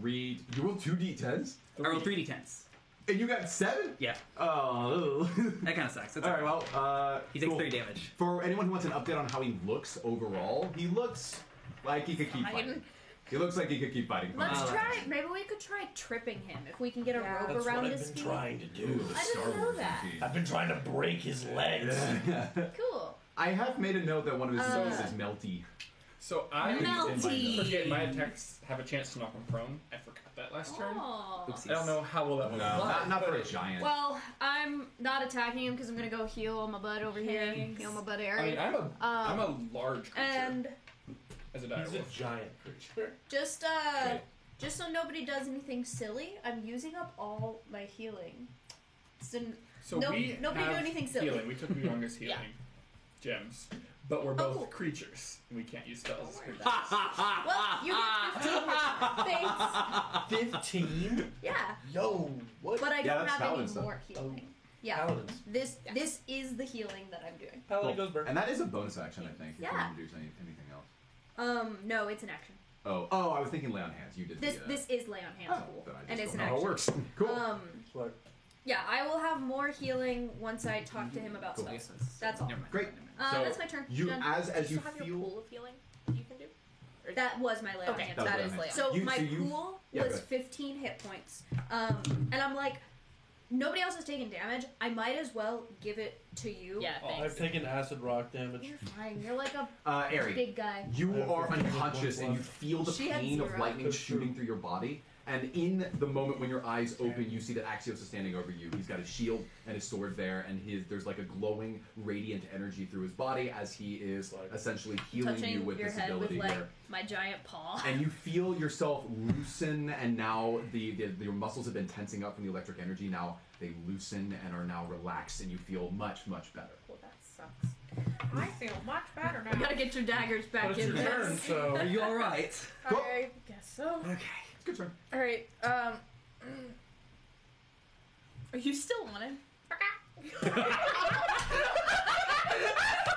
S1: Read. You rolled two d10s,
S7: I rolled three d10s.
S1: and you got seven.
S7: Yeah.
S1: Oh.
S7: That kind of sucks. That's
S1: All right. Well, uh,
S7: He takes
S1: cool.
S7: three damage.
S1: For anyone who wants an update on how he looks overall, he looks like he could keep fighting. He looks like he could keep fighting. for
S2: Let's
S1: us.
S7: Alright.
S2: try. Maybe we could try tripping him if we can get a
S6: Yeah.
S2: rope
S6: That's
S2: around his feet.
S1: Ooh,
S3: to
S1: the
S2: I didn't
S1: Star
S2: know
S1: Wars
S2: that.
S1: routine.
S3: I've been trying to break his legs.
S2: Cool.
S1: I have made a note that one of his
S2: Uh.
S1: knees is melty.
S4: So I
S7: Melty.
S4: forget my attacks have a chance to knock him prone. I forgot that last turn.
S2: Oh. Aw.
S4: I don't know how well that
S1: No,
S4: will
S1: not, not for a giant.
S6: Well, I'm not attacking him because I'm gonna go heal my butt over here. Heal my butt
S4: I mean,
S6: area.
S4: I'm a am
S6: Um,
S4: a large creature
S6: and
S4: as a
S3: He's a
S4: direwolf.
S3: giant creature.
S2: Just uh,
S1: Okay.
S2: just so nobody does anything silly, I'm using up all my healing. So
S4: So
S2: no-
S4: we
S2: nobody do
S4: have
S2: anything silly.
S4: Healing. We took the longest healing gems, but we're both
S2: Oh, cool.
S4: creatures and we can't use spells. as creatures.
S7: Ha ha ha
S2: well, you
S7: ha.
S2: get 15 more.
S3: 15?
S2: Thanks. Yeah,
S3: Yo, what?
S2: but I
S1: Yeah,
S2: don't
S1: that's
S2: have
S1: paladin
S2: any
S1: stuff.
S2: more healing. Yeah.
S3: Paladins.
S2: This this is the healing that I'm doing.
S3: Paladin
S1: Cool.
S3: goes burn.
S1: And that is a bonus action, I think. If you
S2: Yeah.
S1: want to do any- anything else.
S2: Um, no, it's an action.
S1: Oh, oh, I was thinking lay on hands. You did
S2: This
S1: the, uh,
S2: this is lay on
S1: oh,
S2: hands cool,
S1: but I just
S2: and it's
S1: don't
S2: an
S1: know how it
S2: action.
S1: works. Cool.
S2: Um,
S3: Smart.
S2: yeah, I will have more healing once I talk to him about
S1: Cool.
S2: spells. That's all.
S7: Never mind.
S1: Great.
S7: Never mind.
S2: Uh,
S1: So,
S2: that's my turn.
S1: you
S2: Done.
S1: as as
S8: Do
S1: you
S8: you still have your
S1: feel
S8: pool of healing you can do?
S2: That was my lay on
S8: Okay.
S2: hands.
S1: That was
S8: That
S1: lay on
S8: is
S1: hands.
S8: lay on.
S2: So
S1: You-
S2: my
S1: so you-
S2: pool
S1: Yeah, go
S2: was
S1: ahead.
S2: 15 hit points, um, and I'm like, nobody else is taking damage. I might as well give it to you.
S8: Yeah,
S3: Oh, I've
S8: thanks.
S3: taken acid rock damage.
S2: you're fine. You're like a
S1: uh, Aerie.
S2: big guy.
S1: You
S3: I have
S1: are
S3: 15 with
S1: unconscious
S3: one
S1: and you
S3: left.
S1: feel the
S2: She had
S1: pain of
S2: zero.
S1: lightning
S3: That's
S1: shooting
S3: true.
S1: through your body. And in the moment when your eyes open, you see that Axios is standing over you. He's got his shield and his sword there, and his there's like a glowing, radiant energy through his body as he is essentially healing you
S2: Touching
S1: with
S2: your
S1: this
S2: head with
S1: ability
S2: like
S1: here.
S2: my giant paw.
S1: And you feel yourself loosen, and now the, the your muscles have been tensing up from the electric energy. Now they loosen and are now relaxed, and you feel much, much better.
S8: Well, that sucks.
S9: I feel much better
S6: I
S9: now.
S6: gotta get your daggers
S3: But
S6: back
S3: it's
S6: in
S3: your turn,
S6: this.
S3: so.
S7: Are you all right?
S1: Cool.
S8: I guess so.
S7: okay.
S1: It's good turn.
S8: All right. Um. Are you still on it?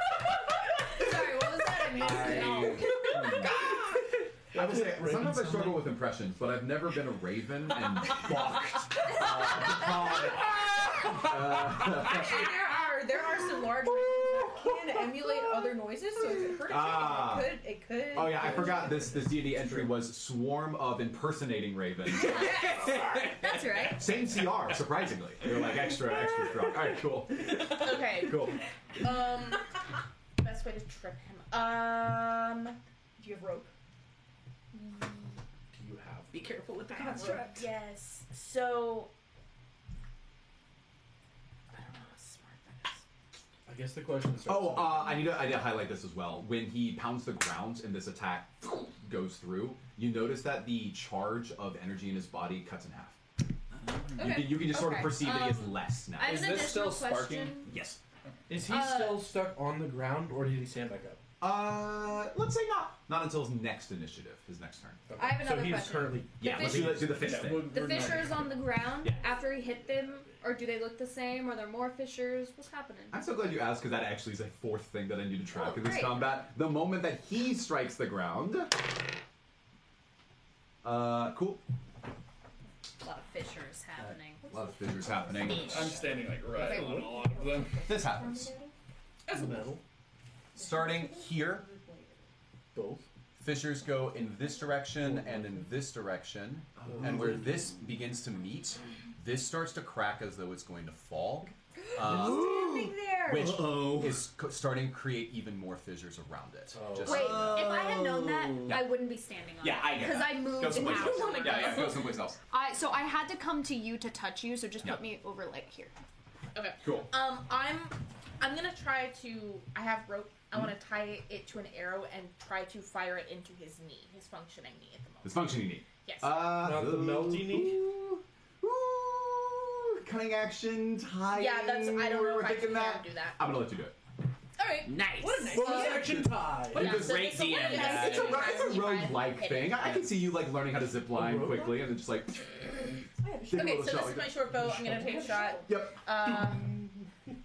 S2: Sorry, what was that? I missed it all.
S1: I will say,
S3: Raven
S1: sometimes I
S3: sound
S1: struggle
S3: like-
S1: with impressions, but I've never been a raven and balked. Uh,
S8: Actually, there are there are some large ravens that can emulate other noises, so if it hurts
S1: Ah.
S8: you, it could it could.
S1: oh yeah, I forgot this this D&D entry was swarm of impersonating ravens.
S2: That's right.
S1: Same CR, surprisingly. They're like extra, extra strong. All right, cool,
S8: Okay.
S1: cool.
S8: Um. Best way to trip him. Um. Do you have rope?
S3: Do you have
S7: Be careful with the
S8: I have
S7: construct.
S8: rope. Yes. So. I don't know how smart that is.
S3: I guess the question is.
S1: Oh, uh, I need to I need to highlight this as well. When he pounds the ground and this attack goes through, you notice that the charge of energy in his body cuts in half. You,
S2: Okay.
S1: can, you can just sort of
S2: Okay.
S1: perceive that he has
S2: Um,
S1: less now.
S2: I have
S4: Is
S2: an
S4: this
S2: additional
S4: still sparking?
S2: question.
S7: Yes.
S3: Is he
S2: uh,
S3: still stuck on the ground, or did he stand back up?
S1: Uh, let's say not. Not until his next initiative, his next turn.
S3: Okay.
S2: I have
S3: so
S2: another
S3: he is
S2: question.
S3: currently.
S1: Yeah,
S2: The
S1: let's
S2: fish-
S1: do, let's do the fish
S4: Yeah,
S1: thing.
S4: we're-
S2: The
S4: we're not-
S2: fissures on the ground
S1: Yeah.
S2: after he hit them, or do they look the same? Are there more fissures? What's happening?
S1: I'm so glad you asked because that actually is a fourth thing that I need to track
S2: Oh,
S1: in this
S2: great.
S1: combat. The moment that he strikes the ground. Uh, cool.
S2: A lot of fissures happening.
S1: A lot of fissures happening.
S4: I'm standing like right
S2: Okay.
S4: on a lot of them.
S1: Um, This happens.
S3: As metal.
S1: Starting here,
S3: Both.
S1: fissures go in this direction and in this direction. And where this begins to meet, this starts to crack as though it's going to fall. Uh,
S2: happening there?
S10: Which
S7: Uh-oh.
S10: is co- starting to create even more fissures around it.
S3: Oh.
S10: Just-
S2: Wait, if I had known that,
S10: Yeah.
S2: I wouldn't be standing on
S10: Yeah, I get
S2: Because
S10: that.
S2: I
S10: Go
S2: moved
S10: someplace
S2: out.
S10: else. yeah, yeah, go someplace else.
S6: "Oh." I so I had to come to you to touch you, so just
S10: Yeah.
S6: put me over like here.
S8: Okay.
S10: Cool.
S8: Um, I'm I'm gonna try to. I have rope. I want
S1: Mm.
S8: to tie it to an arrow and try to fire it into his knee, his functioning knee at the moment.
S1: It's functioning knee.
S8: Yes.
S1: Uh,
S3: Not the melty knee?
S1: ooh, Cunning action, tie.
S8: yeah, that's. I don't know
S1: we're
S8: if I
S1: thinking
S8: can
S1: that.
S8: do that.
S1: I'm gonna let you do it.
S8: All right.
S7: Nice.
S8: What a nice.
S3: Bonus
S8: idea.
S3: action tie.
S8: Yeah,
S1: Because
S8: so
S7: great
S8: it's a-
S7: DM guy.
S1: It's a, ro- it's a
S8: You guys
S1: roguelike
S8: hit it.
S1: thing. I, I can see you like learning how to zip line
S3: roguelike?
S1: quickly and then just like.
S8: Okay, so this is my short bow. I'm gonna take a shot.
S1: Yep.
S8: Um,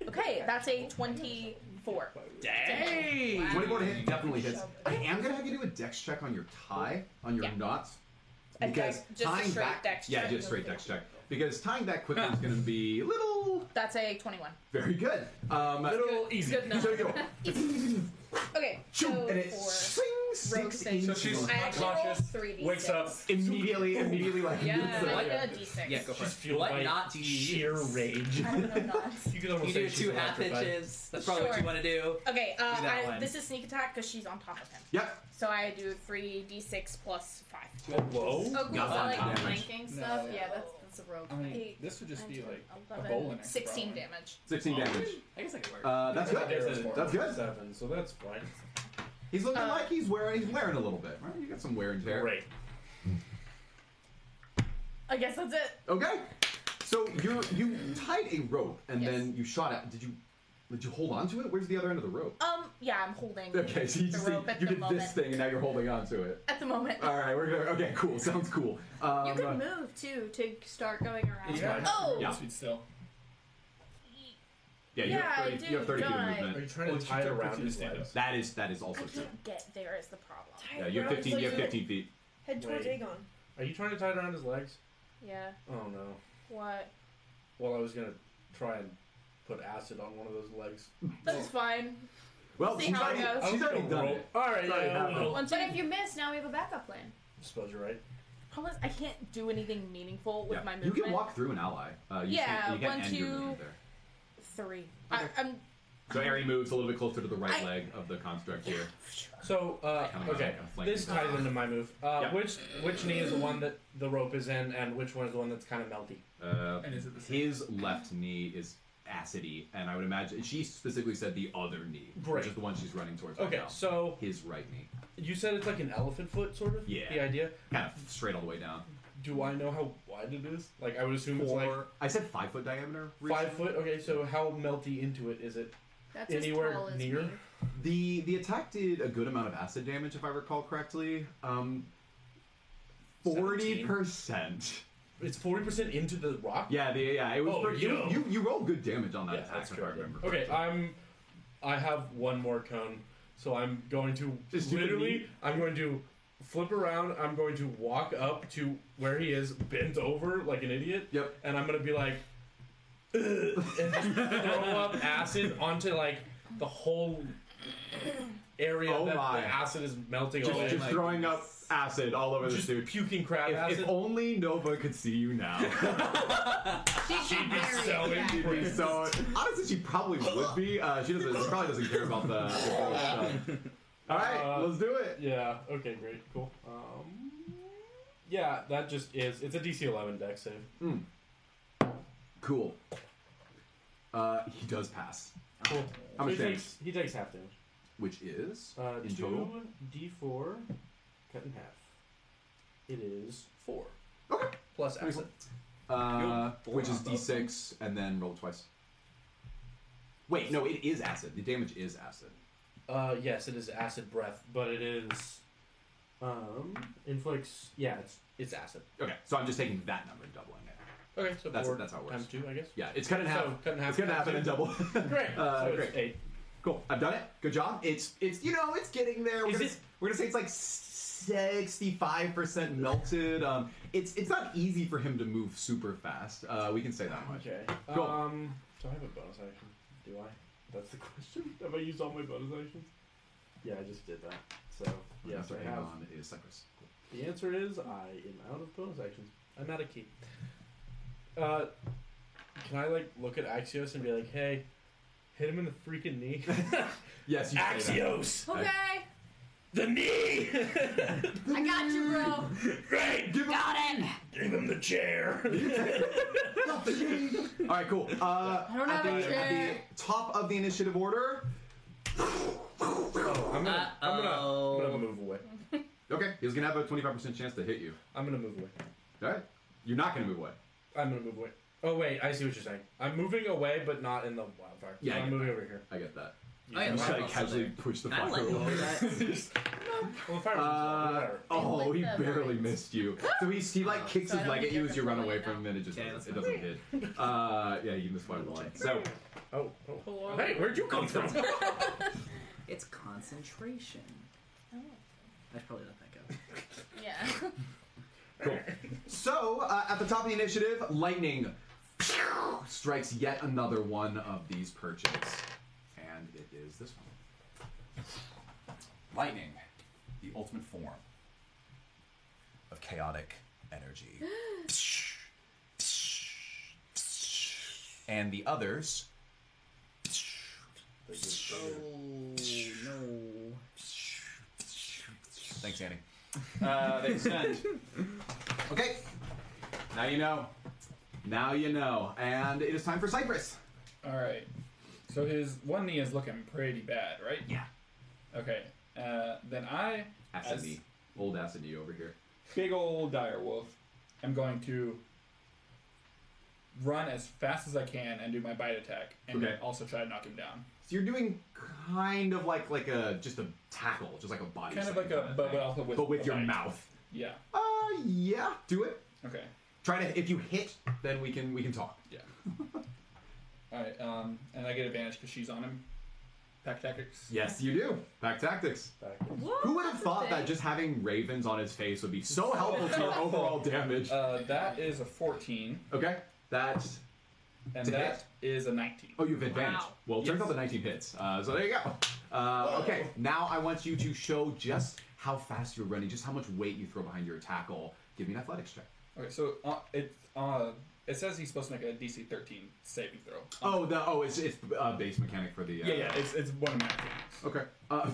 S8: okay, that's a 24.
S7: Dang.
S1: Wow. 24 to hit definitely hits. I am gonna have you do a dex check on your tie, on your
S8: Yeah.
S1: knots.
S8: A
S1: Because
S8: dex- just a
S1: tying
S8: straight
S1: back,
S8: dex
S1: yeah,
S8: check.
S1: just straight dex check. Because tying back quickly is gonna be little,
S8: That's a 21.
S1: very good. Um,
S4: Little easy.
S8: Good enough.
S1: so you go,
S8: Okay,
S1: shoot,
S8: so
S1: and it
S8: for...
S1: swings six
S8: thing.
S1: inches.
S4: So she's
S8: I actually rolled
S4: unconscious,
S8: 3d6.
S4: wakes up.
S1: immediately, immediately like
S9: Yeah.
S8: I
S7: What?
S8: got a d6.
S7: Yeah, go for
S3: She's
S7: it.
S3: fueled
S7: What
S3: by
S7: not E do you
S3: sheer
S7: use?
S3: rage.
S8: I don't know knots.
S3: You can almost
S7: You
S3: say
S7: do
S3: she's
S7: two half
S3: electrified.
S7: inches. That's probably what
S8: Sure.
S7: you want to do.
S8: Okay, uh,
S7: Do that
S8: I,
S7: one.
S8: this is sneak attack because she's on top of him.
S1: Yep.
S8: So I do 3d6 plus 5.
S3: Whoa.
S2: Oh, cool.
S1: Got
S2: So,
S1: that
S2: like
S1: damage.
S2: flanking
S4: No.
S2: stuff. Yeah, that's that's a rogue.
S4: I mean,
S8: Eight,
S4: this would just be like a
S8: 11,
S4: bowl in
S8: 16 damage.
S1: sixteen damage.
S7: I guess I could work.
S1: Uh, that's
S3: Yeah,
S1: good.
S3: there's a
S1: That's good.
S3: Seven, so that's fine.
S1: He's looking
S8: Uh,
S1: like he's wearing he's wearing a little bit. Right? You got some wear and tear.
S3: Great.
S8: I guess that's it.
S1: Okay. So you you tied a rope and
S8: Yes.
S1: then you shot it. Did you did you hold on to it? Where's the other end of the rope?
S8: Um, yeah, I'm holding
S1: Okay, so you
S8: the
S1: just
S8: rope
S1: did-
S8: at
S1: you
S8: the
S1: did
S8: moment.
S1: this thing and now you're holding on to it.
S8: At the moment.
S1: All right, we're gonna, okay. Cool, sounds cool. Um,
S2: Uh,
S6: You can move too to start going around.
S4: Yeah.
S8: Oh!
S4: Yeah. Sweet still.
S1: yeah, you
S8: Yeah, I
S1: have thirty, you
S8: do,
S1: have 30 feet of
S8: don't I?
S1: movement.
S3: Are you trying
S4: Well,
S3: to tie it
S4: she took
S3: around
S4: fifteen
S3: his
S4: to stand
S3: legs?
S1: That is that is
S8: I
S1: also true.
S8: can't get there is the problem.
S1: Yeah, you have fifteen. You have fifteen feet.
S9: Head towards
S3: Wait.
S9: Aegon.
S3: Are you trying to tie it around his legs?
S8: Yeah.
S3: Oh no.
S8: What?
S3: Well, I was gonna try and put acid on one of those legs.
S8: That's fine.
S1: Well,
S8: See
S1: she's
S8: how it
S1: already,
S8: goes.
S1: she's already done it.
S3: All right.
S1: Sorry,
S3: Yeah,
S1: no.
S3: well,
S6: But if you miss, now we have a backup plan.
S3: suppose you're right.
S8: Problem is, I can't do anything meaningful with
S1: Yeah.
S8: my
S1: You
S8: movement.
S1: can walk through an ally. Uh, you
S8: Yeah,
S1: can't, you can't
S8: one,
S1: end your
S8: two.
S1: movement there.
S8: three.
S1: Okay.
S8: I, I'm
S1: So Ari moves a little bit closer to the right
S8: I-
S1: leg of the construct here.
S3: So uh,
S1: Coming
S3: okay,
S1: out, I'm flanking
S3: this
S1: back.
S3: ties into my move. Uh,
S1: Yeah.
S3: Which which knee is the one that the rope is in, and which one is the one that's kind of melty?
S1: Uh,
S4: And is it the same?
S1: his left knee is acidy, and I would imagine she specifically said the other knee, which
S3: Great.
S1: is the one she's running towards right
S3: Okay,
S1: now.
S3: so
S1: His right knee,
S3: you said it's like an elephant foot, sort of.
S1: Yeah.
S3: The idea.
S1: kind of straight all the way down.
S3: Do I know how wide it is? Like I would assume it's like
S1: Or I said five foot diameter. recently.
S3: five foot. Okay, so how melty into it is it?
S6: That's
S3: Anywhere
S6: as tall as
S3: near?
S6: me.
S1: The the attack did a good amount of acid damage, if I recall correctly. Um, forty percent.
S3: It's forty percent into the rock.
S1: Yeah, the, yeah, it was.
S3: Oh,
S1: pretty, you,
S3: yo.
S1: you you rolled good damage on that
S3: Yeah,
S1: attack,
S3: that's
S1: if
S3: true.
S1: I remember.
S3: Okay,
S1: correctly.
S3: I'm. I have one more cone, so I'm going to
S1: Just do the
S3: literally.
S1: knee.
S3: I'm going to flip around. I'm going to walk up to where he is, bent over like an idiot.
S1: Yep.
S3: And I'm gonna be like, "Ugh," and just throw up acid onto like the whole area
S1: Oh
S3: that
S1: my.
S3: the acid is melting
S1: Just,
S3: away.
S1: just
S3: like,
S1: throwing up acid all over this
S3: just
S1: dude.
S3: puking crab
S1: If,
S3: acid.
S1: if only Nova could see you now.
S6: She'd
S3: be so
S1: She'd be so honestly, she probably would be. Uh, she doesn't. She probably doesn't care about the. the gross stuff. All right,
S3: Uh,
S1: let's do it.
S3: yeah. Okay. Great. Cool. Um. Yeah. That just is. It's a DC 11 deck save.
S1: Cool. Uh, he does pass,
S3: Cool.
S1: How much
S3: he
S1: damage?
S3: takes, he takes half damage.
S1: which is
S3: Uh,
S1: in total.
S3: two D four, cut in half. It is four
S1: Okay.
S3: plus acid.
S1: Uh,
S7: You'll
S1: which is
S7: blow up both
S1: d6 and then roll twice. Wait, no, it is acid. The damage is acid.
S3: Uh, yes, it is acid breath, but it is, um, inflicts. Yeah, it's it's acid.
S1: Okay, so I'm just taking that number and doubling it.
S3: Okay, so
S1: That's-
S3: four
S1: that's how it works.
S3: times two, I guess.
S1: Yeah, it's cut in
S3: So,
S1: half.
S3: cut in
S1: It's
S3: half,
S1: gonna
S3: times
S1: happen and double.
S3: Great.
S1: Uh,
S3: so
S1: great.
S3: It's eight.
S1: Cool. I've done it. Good job. It's it's you know it's getting there. We're
S3: Is
S1: gonna,
S3: it-
S1: we're gonna say it's like sixty five percent melted. Um, it's it's not easy for him to move super fast. Uh, we can say that much.
S3: Okay.
S1: Cool.
S3: Um, do I have a bonus action? Do I? That's the question. Have I used all my bonus actions? Yeah, I just did that. So
S1: Yeah,
S3: yes,
S1: after
S3: I have.
S1: Aegon is Cypress. Cool.
S3: The answer is I am out of bonus actions. I'm out of key. Uh, can I like look at Axios and be like, hey, Hit him in the freaking knee.
S1: yes, you say that.
S3: Axios.
S2: Okay.
S3: The knee.
S2: I got you, bro.
S3: Great.
S1: Give him,
S2: Got it.
S3: Give him the chair.
S1: All right, cool. Uh,
S2: I don't
S1: at,
S2: have a
S1: the, at the top of the initiative order.
S3: I'm gonna, I'm gonna, I'm gonna move away.
S1: Okay, he's gonna have a 25% chance to hit you.
S3: I'm gonna move away.
S1: All right, you're not gonna move away.
S3: I'm gonna move away. Oh wait, I see what you're saying. I'm moving away, but not in the wildfire.
S1: Yeah, I
S3: I'm
S1: get
S3: moving
S1: that.
S3: over here.
S1: I get that.
S7: Oh, yeah,
S1: I'm just
S7: Marvel's
S1: gonna
S7: still
S1: casually
S7: there.
S1: push the
S7: I
S1: fire
S7: like the
S1: away.
S7: way that-
S3: Well, the fire was
S1: Uh, oh, he barely missed you. So he, he like kicks
S8: So I
S1: his
S8: don't
S1: leg
S8: need
S1: at you
S8: your
S1: as you run
S8: control
S1: away
S8: right
S1: from him, and it just
S7: Okay,
S1: doesn't, it
S7: that's
S1: doesn't hit. Uh, yeah, you missed by one. So
S3: Oh, oh. Hey, where'd you come from?
S7: It's concentration.
S8: Oh.
S7: I should probably let that go.
S8: Yeah.
S1: cool. So uh, at the top of the initiative, lightning strikes yet another one of these perches, and it is this one.
S10: Lightning, the ultimate form of chaotic energy. and the others.
S7: Oh
S10: Thanks, Annie. Uh, they send. okay.
S1: Now you know. Now you know. And it is time for Cypress.
S4: All right. So his one knee is looking pretty bad, right?
S1: Yeah.
S4: Okay. Uh, then I,
S1: Acid
S4: as
S1: knee. Old acid knee over here.
S4: big old dire wolf, am going to run as fast as I can and do my bite attack, and
S1: Okay.
S4: also try to knock him down.
S1: So you're doing kind of like like a just a tackle, just like a body.
S4: Kind of
S1: slam
S4: like a,
S1: kinda
S4: but,
S1: thing.
S4: but also with
S1: but with
S4: a
S1: your
S4: bite.
S1: mouth.
S4: Yeah.
S1: Uh, yeah. Do it.
S4: Okay.
S1: Try to. If you hit, then we can we can talk.
S4: Yeah. All right. Um, and I get advantage because she's on him. Pack tactics.
S1: Yes, you do. Pack tactics. Who would have thought that just having ravens on his face would be so helpful to your overall damage?
S4: Uh, that is a 14,
S1: Okay, that's.
S4: and
S1: To
S4: that is a 19.
S1: Oh, you have advantage.
S4: Wow.
S1: Well, turns
S4: Yes.
S1: out the 19 hits. Uh, so there you go. Uh, okay, now I want you to show just how fast you're running, just how much weight you throw behind your tackle. Give me an athletics check.
S4: Okay, so uh, it uh, it says he's supposed to make a DC 13 saving throw.
S1: Oh, the oh, it's it's uh, base mechanic for the. Uh,
S4: Yeah, yeah, it's, it's one of my things.
S1: Okay. Uh,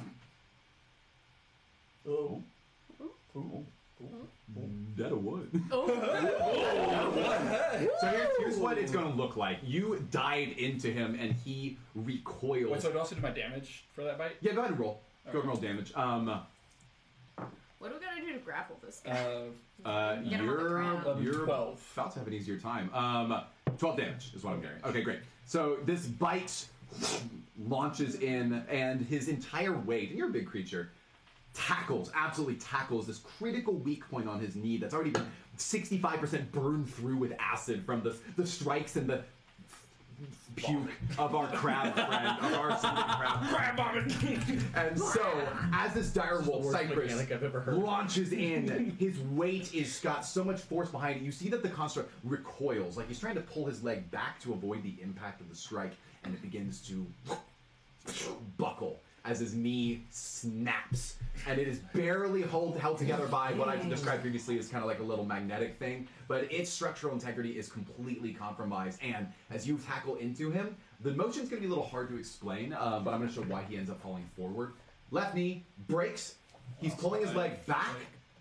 S3: Oh.
S1: oh. that a what?
S8: Oh,
S1: so here's, here's what it's going to look like. You dive into him, and he recoils.
S4: Wait, so it also did my damage for that bite?
S1: yeah, go ahead and roll. Go ahead and roll damage. Um,
S6: What do we gotta do to grapple this guy?
S4: Uh,
S1: uh,
S6: Get him on the
S1: you're
S4: ground.
S1: you're
S4: 12.
S1: about to have an easier time. Um, twelve damage is what I'm hearing. Okay, great. So this bite launches in, and his entire weight. And you're a big creature. Tackles, absolutely tackles this critical weak point on his knee that's already been 65% burned through with acid from the, the strikes and the puke of our crab friend, of our singing crab
S3: Crab bombing.
S1: And so, as this dire wolf
S3: worst
S1: cypress
S3: mechanic I've ever heard.
S1: launches in, his weight is got so much force behind it. You see that the construct recoils, like he's trying to pull his leg back to avoid the impact of the strike, and it begins to buckle as his knee snaps, and it is barely hold, held together by what I described previously as kind of like a little magnetic thing, but its structural integrity is completely compromised. And as you tackle into him, the motion's going to be a little hard to explain, uh, but I'm going to show why he ends up falling forward. Left knee breaks. He's pulling his leg back,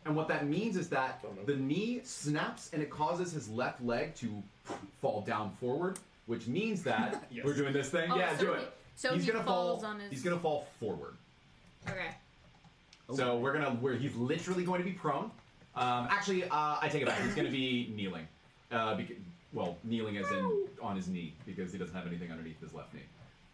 S1: and what that means is that the knee snaps and it causes his left leg to fall down forward, which means that
S4: Yes.
S1: we're doing this thing.
S6: Oh,
S1: yeah,
S6: so
S1: do
S6: he-
S1: it.
S6: so
S1: he's
S6: he
S1: gonna
S6: falls
S1: fall,
S6: on his-
S1: He's gonna fall forward.
S6: Okay.
S1: So we're gonna where he's literally going to be prone. Um, actually, uh, I take it back. He's gonna be kneeling. Uh, beca- well, kneeling as in on his knee because he doesn't have anything underneath his left knee.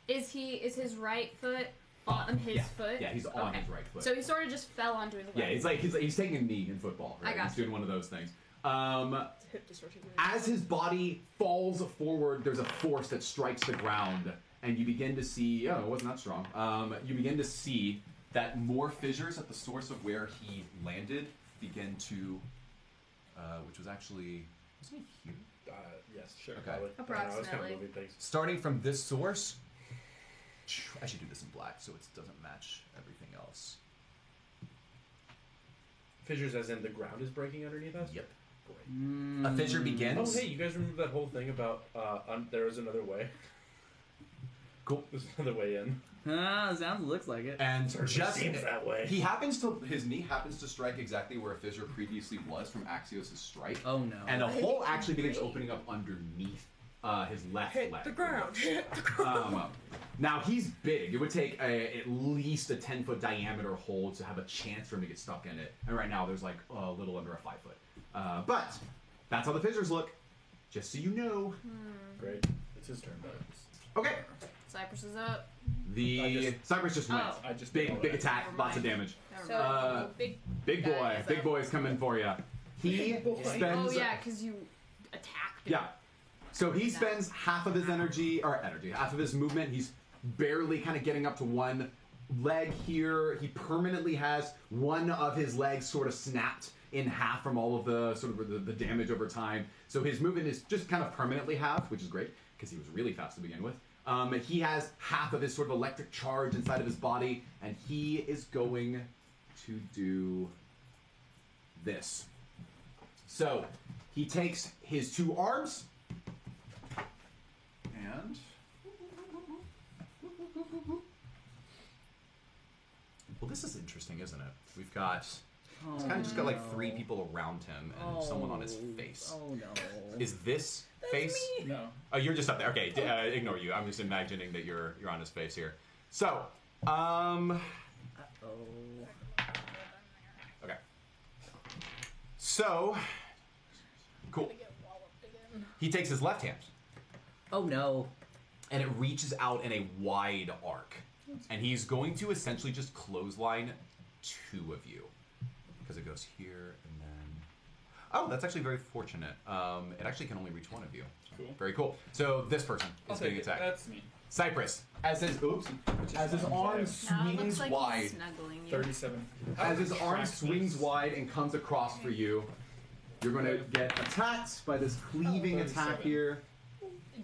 S6: Is he? Is his right foot on his
S1: yeah.
S6: foot?
S1: Yeah, he's on
S6: Okay.
S1: his right foot.
S6: So he sort of just fell onto his left.
S1: yeah, he's like he's, he's taking a knee in football. Right?
S6: I got
S1: he's
S6: you.
S1: doing one of those things. Um,
S9: Hip distortion.
S1: as his body falls forward, there's a force that strikes the ground, and you begin to see. Oh, it wasn't that strong.
S10: Um, you begin to see that more fissures at the source of where he landed begin to, uh, which was actually wasn't it here?
S3: Uh, yes, sure.
S10: Okay.
S3: probably. I was kind of
S2: Approximately.
S3: moving things.
S10: Starting from this source, I should do this in black so it doesn't match everything else.
S3: Fissures, as in the ground is breaking underneath us.
S10: Yep.
S3: Great.
S10: A fissure
S3: Oh
S10: begins.
S3: hey, you guys remember that whole thing about uh, un- there is another way?
S1: Cool.
S3: There's another way in.
S7: Ah, sounds looks like it.
S1: And
S10: just He
S7: has
S10: happens to his knee happens to strike exactly where a fissure previously was from Axios' strike.
S7: Oh no!
S1: And a hole actually begins opening up underneath uh, his left leg.
S9: ground.
S1: Um, now he's big. It would take a, at least a ten foot diameter hole to have a chance for him to get stuck in it. And right now there's like a little under a five foot. Uh, but that's how the fissures look. Just so you know.
S3: Great. It's his turn.
S1: Okay.
S6: Cypress is up.
S1: The Cypress just went.
S6: Oh. I
S1: just big big attack.
S6: Never
S1: Lots of
S6: mind.
S1: damage.
S6: Never
S1: So,
S6: mind.
S1: uh,
S6: big
S1: Big
S6: guy
S1: boy.
S6: is
S1: Big
S6: up.
S1: boy is coming for you. He
S6: Oh
S1: spends.
S6: yeah, because you attacked. him.
S1: Yeah. So he spends half of his energy, or energy, half of his movement. He's barely kind of getting up to one leg here. He permanently has one of his legs sort of snapped in half from all of the sort of the, the damage over time. So his movement is just kind of permanently half, which is great because he was really fast to begin with. Um, he has half of his sort of electric charge inside of his body, and he is going to do this. So he takes his two arms and well, this is interesting, isn't it? We've got it's kind of just got like three people around him and someone on his face.
S7: Oh no!
S10: Is
S1: this face?
S4: No.
S10: Oh, you're just up there. Okay, d- uh, ignore you. I'm just imagining that you're you're on his face here. So, um,
S7: Oh.
S10: okay. So, cool. He takes his left hand.
S7: Oh no!
S10: and it reaches out in a wide arc. And he's going to essentially just clothesline two of you. Because it goes here and then. Oh, that's actually very fortunate. Um, it actually can only reach one of you.
S4: Cool.
S10: Very cool. So this person
S4: I'll
S10: is
S4: take
S10: getting
S4: it.
S10: attacked.
S4: That's me.
S10: Cypress, Uh, as his oops, as his arm
S6: Now it looks
S10: swings
S6: like
S10: wide,
S6: he's snuggling you.
S4: Thirty-seven.
S1: As his arm swings wide and comes across for you, you're going to get attacked by this cleaving
S4: Oh,
S1: attack
S4: 37.
S1: here.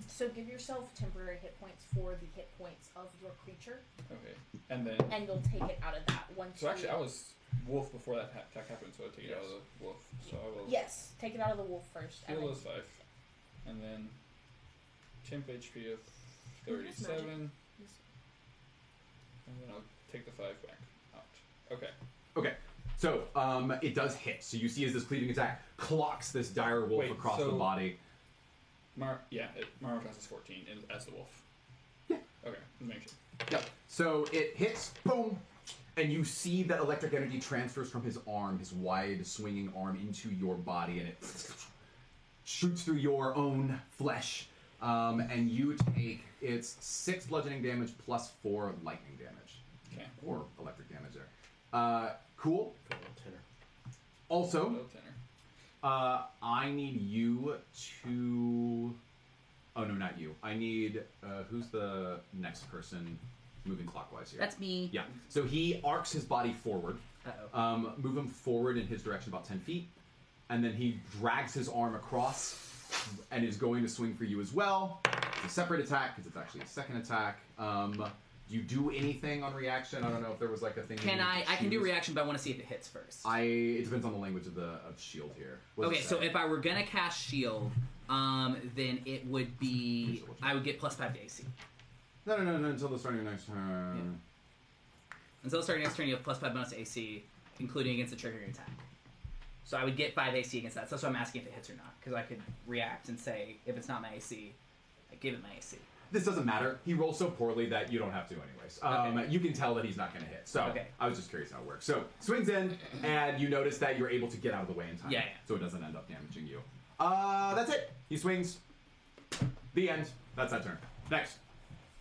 S8: So give yourself temporary hit points for the hit points of your creature,
S4: Okay. And then.
S8: and you'll take it out of that once.
S4: So actually,
S8: you,
S4: I was wolf before that ha- attack happened, so I take it out of the wolf. So I will.
S8: Yes, take it out of the wolf first. and
S4: Heal
S8: then-
S4: is five, and then chimp HP of thirty-seven, and then I'll take the five back out. Okay.
S1: Okay, so um, it does hit. So you see as this cleaving attack clocks this dire wolf
S4: Wait,
S1: across the
S4: so-
S1: body.
S4: Mar yeah, it, Mario Class is fourteen and as the wolf. Yeah. Okay. Make sure.
S1: Yep. So it hits, boom, and you see that electric energy transfers from his arm, his wide swinging arm, into your body, and it shoots through your own flesh. Um, and you take it's six bludgeoning damage plus four lightning damage,
S4: Okay.
S1: or electric damage there. Uh, cool. Also,
S4: Little tenor.
S1: uh, I need you to. Oh no, not you. I need uh, who's the next person moving clockwise here?
S7: That's me.
S1: Yeah. So he arcs his body forward.
S7: Uh-oh.
S1: Um, move him forward in his direction about ten feet, and then he drags his arm across and is going to swing for you as well. It's a separate attack because it's actually a second attack. Um, do you do anything on reaction? I don't know if there was like a thing. you
S7: Can
S1: needed
S7: I?
S1: to
S7: I can do
S1: choose.
S7: reaction, but I want to see if it hits first.
S1: I. It depends on the language of the of shield E here. What does
S7: Okay,
S1: it
S7: so
S1: say?
S7: if I were gonna cast shield, um, then it would be I would get plus five to AC.
S1: No, no, no, no, until the start of your next turn.
S7: Until the start of next turn, you have plus five bonus to AC, including against the triggering attack. So I would get five AC against that. So that's why I'm asking if it hits or not, because I could react and say if it's not my AC, I give it my AC.
S1: This doesn't matter. He rolls so poorly that you don't have to, anyways. Um, You can tell that he's not going to hit. So
S7: Okay.
S1: I was just curious how it works. So swings in, and you notice that you're able to get out of the way in time.
S7: Yeah, yeah.
S1: So it doesn't end up damaging you. Uh, that's it. He swings. The end. That's that turn. Next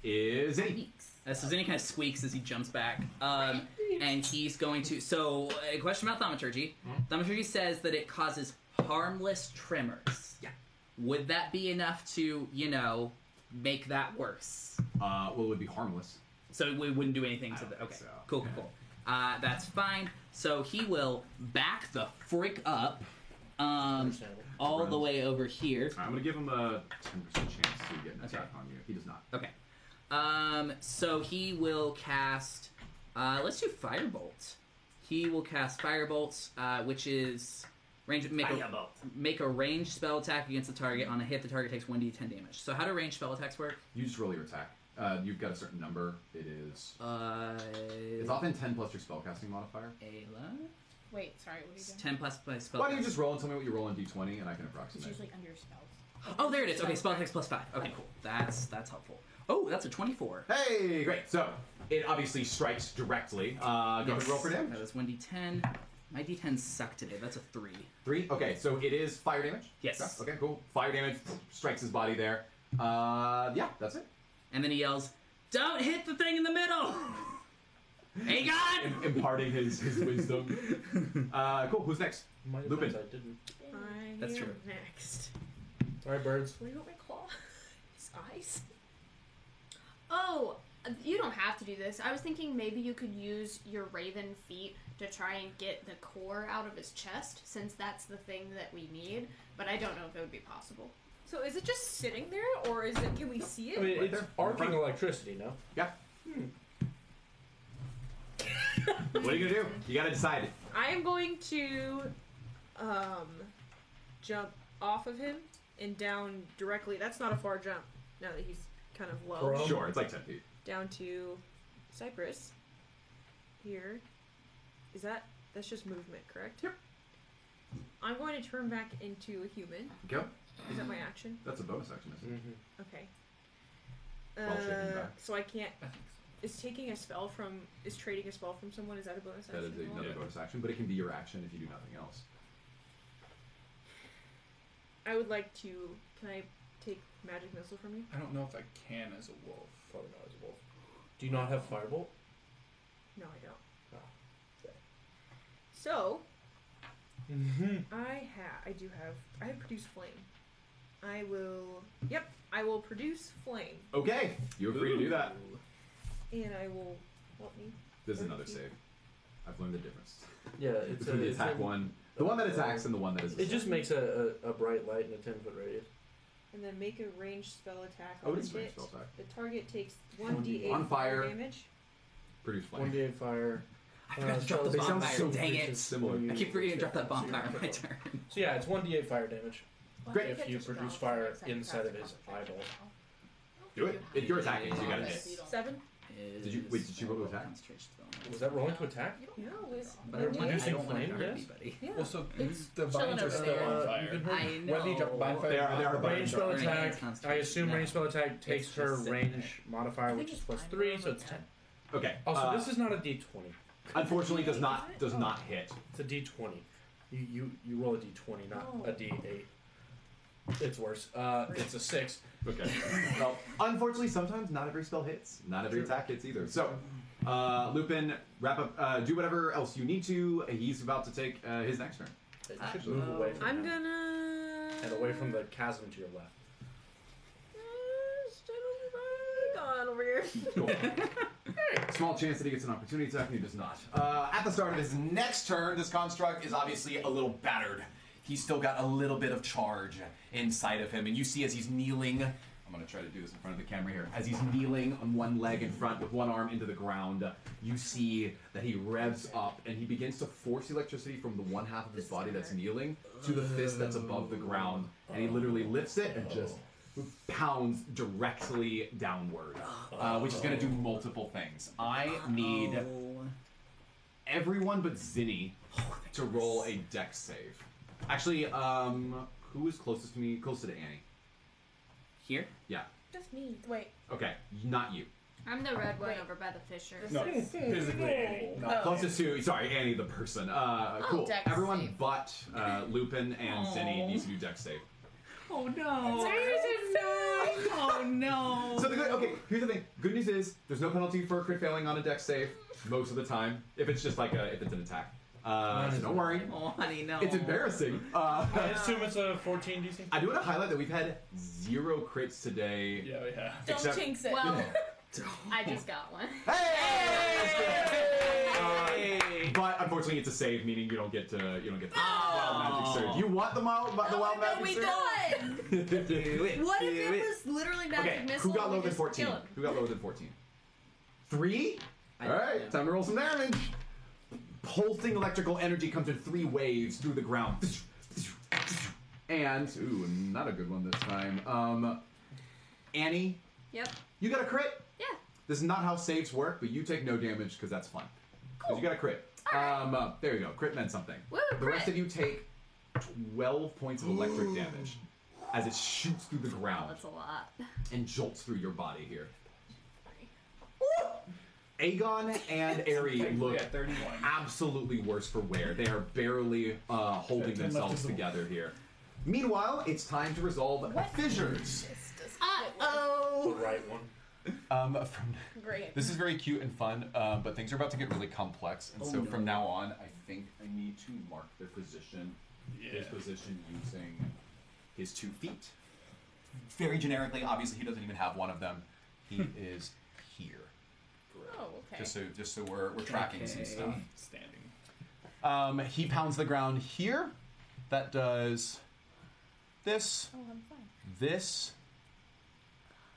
S1: is Zane.
S7: Uh, so Zinni kind of squeaks as he jumps back, um, and he's going to. So a question about thaumaturgy.
S1: Mm-hmm.
S7: Thaumaturgy says that it causes harmless tremors.
S1: Yeah.
S7: Would that be enough to you know make that worse?
S1: Uh, well, it would be harmless.
S7: So we wouldn't do anything to
S1: don't
S7: the.
S1: think
S7: Okay,
S1: so.
S7: cool, cool, cool. Uh, that's fine. So he will back the frick up, um, all the way over here.
S1: I'm going to give him a 10% chance to get an attack on you. He does not.
S7: Okay. Um, so he will cast. Uh, let's do firebolt. He will cast firebolt, uh, which is range. Make a, make a ranged spell attack against the target. On a hit, the target takes one d10 damage. So how do ranged spell attacks work?
S1: You just roll your attack. Uh, you've got a certain number. It is.
S7: Uh,
S1: it's often ten plus your spellcasting modifier.
S7: Ayla?
S8: Wait, sorry, what are you doing?
S7: Ten plus my spell.
S1: Why don't you just roll and tell me what you roll on d20, and I can approximate.
S8: It's usually under your spells.
S7: Oh, there it is. Okay, spell text plus five. Okay, cool. That's that's helpful. Oh, that's a twenty-four.
S1: Hey, great. So it obviously strikes directly. Uh, go ahead and roll for damage.
S7: That is one d10. My d10 suck today. That's a three.
S1: Three. Okay, so it is fire damage.
S7: Yes.
S1: Okay, cool. Fire damage strikes his body there. Uh, yeah, that's it.
S7: And then he yells, "Don't hit the thing in the middle." hey God!
S1: Im- imparting his, his wisdom. uh, cool. Who's next? Lupin.
S3: I didn't.
S9: I
S1: That's
S9: am
S1: true.
S9: Next.
S3: All right, birds.
S9: What do you want my claw? His eyes.
S6: Oh, you don't have to do this. I was thinking maybe you could use your raven feet to try and get the core out of his chest, since that's the thing that we need. But I don't know if it would be possible.
S9: So is it just sitting there, or is it? Can we see it?
S3: I mean, it's arcing electricity, no?
S1: Yeah. What are you gonna do? You gotta decide.
S9: I am going to, um, jump off of him and down directly. That's not a far jump. Now that he's kind of low.
S1: Sure, it's like ten feet.
S9: down to Cyprus. Here. Is that that's just movement, correct?
S1: Yep.
S9: I'm going to turn back into a human.
S1: Go.
S9: Is that my action?
S1: That's a bonus action. Isn't it?
S9: Okay.
S1: Well, shaking
S9: Uh,
S1: back.
S9: so I can't. Is taking a spell from is trading a spell from someone? Is that a bonus
S1: That
S9: action?
S1: is another bonus action, but it can be your action if you do nothing else.
S9: I would like to. Can I take magic missile from you?
S4: I don't know if I can as a wolf.
S3: Probably not as a wolf. Do you not have firebolt?
S9: No, I don't.
S3: Oh.
S9: So
S3: Mm-hmm.
S9: I have. I do have. I have produced flame. I will. Yep. I will produce flame,
S1: Okay, you're free to do that.
S9: and I will. Help me.
S1: This is another save. I've learned the difference
S3: Yeah, it's
S1: between
S3: a,
S1: the
S3: it's
S1: attack
S3: a-
S1: one, the one that attacks, and the one that is.
S3: It just makes a, a, a bright light in a ten foot radius.
S9: And then make a ranged spell attack.
S1: Oh, it
S9: on
S1: is a ranged
S9: hit.
S1: spell attack.
S9: The target takes 1d8
S1: On fire.
S9: damage.
S1: produce
S3: One
S1: flame.
S3: day fire. Uh,
S7: I forgot to
S3: Oh,
S7: drop the
S1: They sound
S7: bonfire.
S1: so
S7: Dang
S1: vicious,
S7: it!
S1: similar.
S7: I keep forgetting to drop that bonfire on my
S3: So
S7: turn.
S3: yeah, it's one d8 fire damage.
S1: Great.
S3: If you produce fire inside of his eyeball.
S1: Do it. If you're attacking, so you gotta hit.
S9: Seven.
S1: Did you wait? Did you roll attack?
S3: Was that rolling to attack?
S9: No, it's
S3: But I'm
S7: I
S3: reducing
S7: don't want to
S3: flame,
S7: hurt
S3: yes?
S7: anybody.
S9: yeah.
S4: Well, so
S8: It's
S4: the
S8: chilling
S4: vines
S8: over
S4: are still
S8: there.
S4: on
S3: Uh, You
S4: fire.
S3: can-
S7: I know.
S4: Whether you drop Mm-hmm. bonfire
S1: They
S4: or
S1: are- they
S4: not,
S1: are
S4: range
S1: bonfire.
S3: Range spell
S7: Range
S3: attack. I
S7: concentration,
S3: assume
S7: no.
S3: range spell attack takes
S7: just
S3: her
S7: sitting
S3: range modifier, which is plus three, so it's ten.
S1: Okay.
S3: Also,
S1: uh,
S3: Oh, this is not a d20.
S1: unfortunately does not does not hit.
S3: It's a d20. You you, you roll a d20, not a d8. It's worse. Uh, it's a six.
S1: Okay. well, unfortunately, sometimes not every spell hits. Not every
S3: True.
S1: attack hits either. So, uh, Lupin, wrap up. Uh, do whatever else you need to. He's about to take uh, his next turn.
S3: It should move away from
S9: I'm
S3: him
S9: gonna.
S3: and away from the chasm to your left.
S9: Come on over here.
S1: Cool. Small chance that he gets an opportunity attack, and he does not.
S10: Uh, at the start of his next turn, this construct is obviously a little battered. He's still got a little bit of charge inside of him, and you see as he's kneeling. I'm gonna try to do this in front of the camera here. As he's kneeling on one leg in front with one arm into the ground, you see that he revs up and he begins to force electricity from the one half of his body that's kneeling to the fist that's above the ground, and he literally lifts it and just pounds directly downward, uh, which is gonna do multiple things. I need everyone but Zinni to roll a dex save. Actually, um, who is closest to me? Closer to Annie.
S7: Here?
S1: Yeah.
S8: That's me. Wait.
S1: Okay, not you.
S6: I'm the red one
S8: Wait.
S6: over by the fisher.
S4: no, physically any. No.
S8: Oh.
S1: Closest to, sorry, Annie, the person. Uh,
S8: Oh,
S1: cool.
S8: dex
S1: everyone
S8: save.
S1: but uh, Lupin and Zinni
S7: Aw.
S1: needs to do dex save.
S7: Oh no!
S8: There's
S7: Oh no!
S1: So the good, okay, here's the thing. Good news is there's no penalty for crit failing on a dex save most of the time if it's just like a, if it's an attack. Uh, so don't worry.
S7: Oh honey, no.
S1: It's embarrassing. Uh,
S3: I assume it's a 14 DC.
S1: I do want to highlight that we've had zero crits today.
S4: Yeah, we have.
S8: Don't
S1: Except-
S8: jinx it.
S6: Well, I just got one.
S1: Uh, but unfortunately, it's a save, meaning you don't get to you don't get the wild magic surge.
S7: Oh.
S1: You want the wild, the wild
S8: no,
S1: magic
S8: we
S1: surge?
S8: don't.
S7: Do it.
S6: What if
S7: Do
S6: it was literally magic
S1: Okay,
S6: missile?
S1: who got
S6: and we
S1: lower than
S6: just
S1: fourteen?
S6: kill him?
S1: Who got lower than fourteen? Three.
S7: I-
S1: All right,
S7: yeah.
S1: time to roll some damage. Pulsing electrical energy comes in three waves through the ground, and ooh, not a good one this time. Um, Annie,
S6: Yep.
S1: you got a crit. This is not how saves work, but you take no damage because that's fun. Because you got a crit. Um, uh, there you go. Crit meant something.
S2: Woo,
S1: the rest
S2: crit.
S1: of you take 12 points of electric damage as it shoots through the ground
S2: That's a lot.
S1: and jolts through your body here. Aegon and Aerie look
S10: Ah.
S1: absolutely worse for wear. They are barely uh, holding
S4: Fifteen left
S1: themselves
S4: is the-
S1: together here. Meanwhile, it's time to resolve fissures.
S8: Ah,
S2: Uh oh.
S3: right one.
S10: Um, from
S8: Great.
S10: this is very cute and fun, uh, but things are about to get really complex, and
S1: Oh,
S10: so
S1: no.
S10: from now on, I think I need to mark their position.
S1: His position using his two feet.
S10: Very generically, obviously, he doesn't even have one of them. He is here.
S8: Oh, okay.
S10: Just so, just so we're we're tracking some
S4: Okay.
S10: stuff.
S4: Standing.
S10: Um, he pounds the ground here. That does this,
S8: Oh, I'm fine.
S10: this,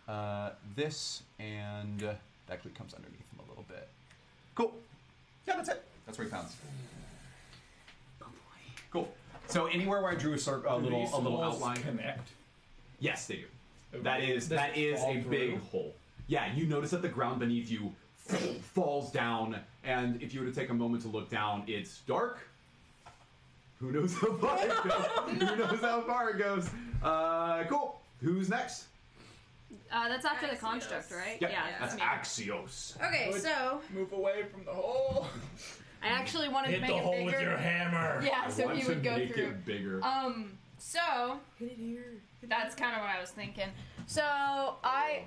S10: uh, this, and uh, that actually comes underneath him a little bit. Cool. Yeah, that's it. That's where he pounds. Cool. So anywhere where I drew a, cir- a
S4: Do
S10: little
S4: these
S10: a little
S4: walls
S10: outline.
S4: Connect.
S1: Yes, they do. That is
S4: Does
S1: that
S4: it
S1: is
S4: fall
S1: a
S4: through?
S1: big hole. Yeah, you notice that the ground beneath you falls down, and if you were to take a moment to look down, it's dark. Who knows how far it goes? Who knows how far it goes? Uh, cool. Who's next?
S2: Uh, that's after the construct, right?
S1: Yep,
S2: Yeah,
S1: that's
S2: me.
S1: Axios.
S2: Okay,
S4: Would-
S2: so
S4: Move away from the hole.
S2: I actually wanted to
S4: Hit
S2: make
S4: the
S2: it
S4: hole
S2: bigger.
S4: with your hammer.
S2: Yeah,
S1: I
S2: so
S1: want
S2: he
S1: to
S2: would go
S1: make
S2: through.
S1: it bigger.
S2: Um, so that's kind of what I was thinking. So I,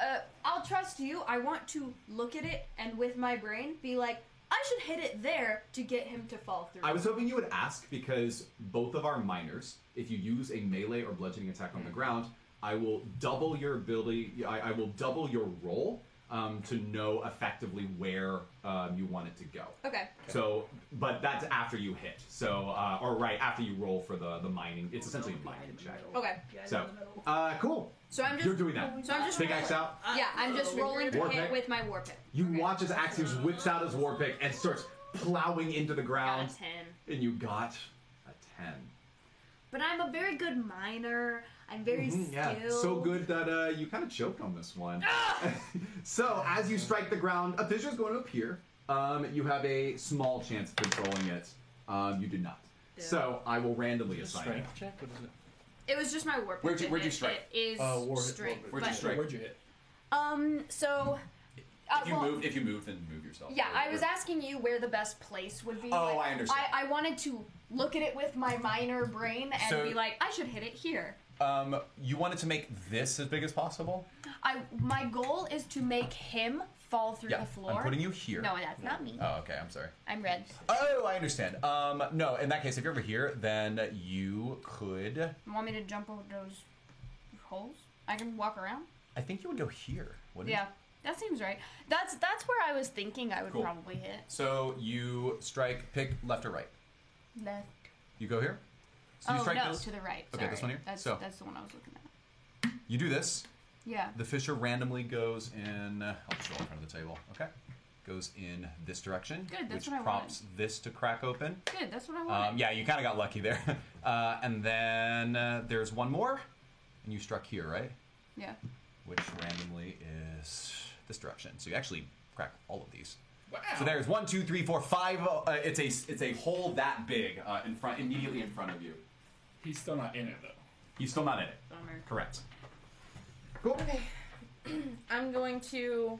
S2: uh, I'll trust you. I want to look at it and with my brain be like, I should hit it there to get him to fall through.
S1: I was hoping you would ask because both of our minors, if you use a melee or bludgeoning attack on the
S2: Hmm.
S1: ground, I will double your ability. I, I will double your roll um, to know effectively where um, you want it to go.
S2: okay.
S1: So, but that's after you hit. So, uh, or right after you roll for the the mining. It's essentially a mining check.
S2: Oh, Okay.
S1: So, uh, cool.
S2: So I'm just.
S1: You're doing that.
S2: So I'm just.
S1: Big axe
S2: rolling-
S1: out.
S2: Yeah, I'm just rolling to
S1: War
S2: hit
S1: pick?
S2: with my war pick.
S1: You watch as Axios whips out his war pick and starts plowing into the
S2: Got
S1: ground,
S2: a ten.
S1: and you got a ten.
S2: But I'm a very good miner. I'm very
S10: Mm, Mm-hmm,
S1: Mhm,
S2: skilled.
S1: So good that uh, you kind of choked on this one.
S10: Ah!
S1: so as you strike the ground, a fissure is going to appear. Um, you have a small chance of controlling it. Um, you did not. So I will randomly assign it.
S4: Strength check. What is it?
S2: It was just my war pick.
S10: Where'd you-
S2: that
S10: where'd you
S2: hit.
S10: strike?
S2: It is
S4: Uh, war-
S2: strength.
S4: war-
S10: Where'd you
S2: but-
S10: strike?
S4: Where'd you hit?
S2: Um. So. Uh,
S10: If you
S2: well,
S10: move, if you move, then move yourself.
S2: Yeah,
S10: Or-
S2: I was
S10: or-
S2: asking you where the best place would be.
S10: Oh,
S2: Like,
S10: I understand.
S2: I, I wanted to look at it with my minor brain and
S10: So-
S2: be like, I should hit it here.
S10: Um, you wanted to make this as big as possible.
S2: I my goal is to make him fall through
S10: yeah,
S2: the floor.
S10: I'm putting you here.
S2: No, that's not me.
S10: Oh, okay. I'm sorry.
S2: I'm red.
S10: Oh, I understand. Um, no, in that case, if you're over here, then you could.
S2: You want me to jump over those holes? I can walk around.
S10: I think you would go here. Wouldn't
S2: Yeah,
S10: You?
S2: that seems right. That's that's where I was thinking I would
S10: Cool.
S2: probably hit
S10: So you strike, pick left or right.
S2: left.
S10: You go here. So you
S2: oh
S10: strike
S2: no,
S10: this.
S2: to the right.
S10: Okay, this
S2: Sorry.
S10: one here?
S2: That's
S10: So.
S2: that's the one I was looking at.
S10: You do this.
S2: Yeah.
S10: The fisher randomly goes in. I'll just roll in front of the table. Okay. Goes in this direction,
S2: Good, that's
S10: which
S2: what I
S10: prompts this to crack open.
S2: Good. That's what I wanted.
S10: Um, yeah, you kind of got lucky there. Uh, and then uh, there's one more, and you struck here, right?
S2: yeah.
S10: Which randomly is this direction. So you actually crack all of these.
S4: Wow.
S10: So there's one, two, three, four, five. Uh, uh, it's a it's a hole that big uh, in front, immediately in front of you.
S4: He's still not in it though.
S10: He's still not in it.
S2: Bummer.
S10: Correct.
S8: Okay. I'm going to,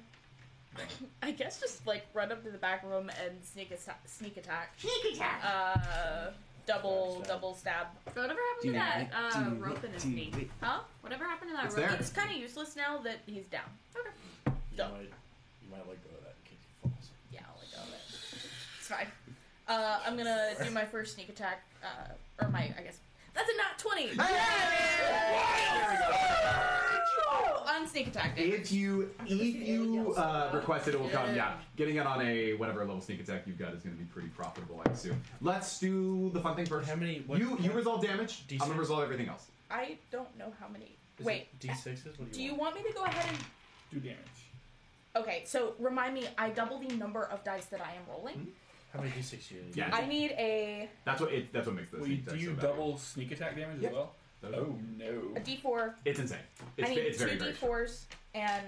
S8: I guess, just like run up to the back room and sneak a sta- sneak attack. Sneak attack. Uh, double
S4: Stab.
S8: double stab.
S6: So whatever happened to that uh, rope in his knee? Huh? Whatever happened to that
S1: It's
S6: rope?
S1: there.
S8: It's kind of useless now that he's down. Okay.
S3: You
S8: Go.
S3: might, you might let go of that in case he falls.
S8: Yeah, I'll let go of it. It's fine. Uh, I'm gonna do my first sneak attack, uh, or my, I guess, that's a not 20! Oh, on sneak attack. day.
S1: If you if you uh, request it, it will come. Yeah, getting it on a whatever level sneak attack you've got is going to be pretty profitable, I assume. Let's do the fun thing first.
S3: How many- what-
S1: you you resolve damage.
S3: D6?
S1: I'm going to resolve everything else.
S8: I don't know how many.
S3: Is
S8: Wait,
S3: it D6s? What
S8: do you want me to go ahead and.
S4: Do damage.
S8: Okay, so remind me, I double the number of dice that I am rolling.
S3: How many D6 do you need?
S1: Yeah,
S8: I need a,
S1: that's what it, that's what makes this.
S4: Well, you, do you double sneak attack damage
S1: Yep.
S4: as well?
S1: Those-
S4: Oh no.
S8: a d4.
S1: It's insane. It's,
S8: I need
S1: it's
S8: two
S1: very very.
S8: d4s and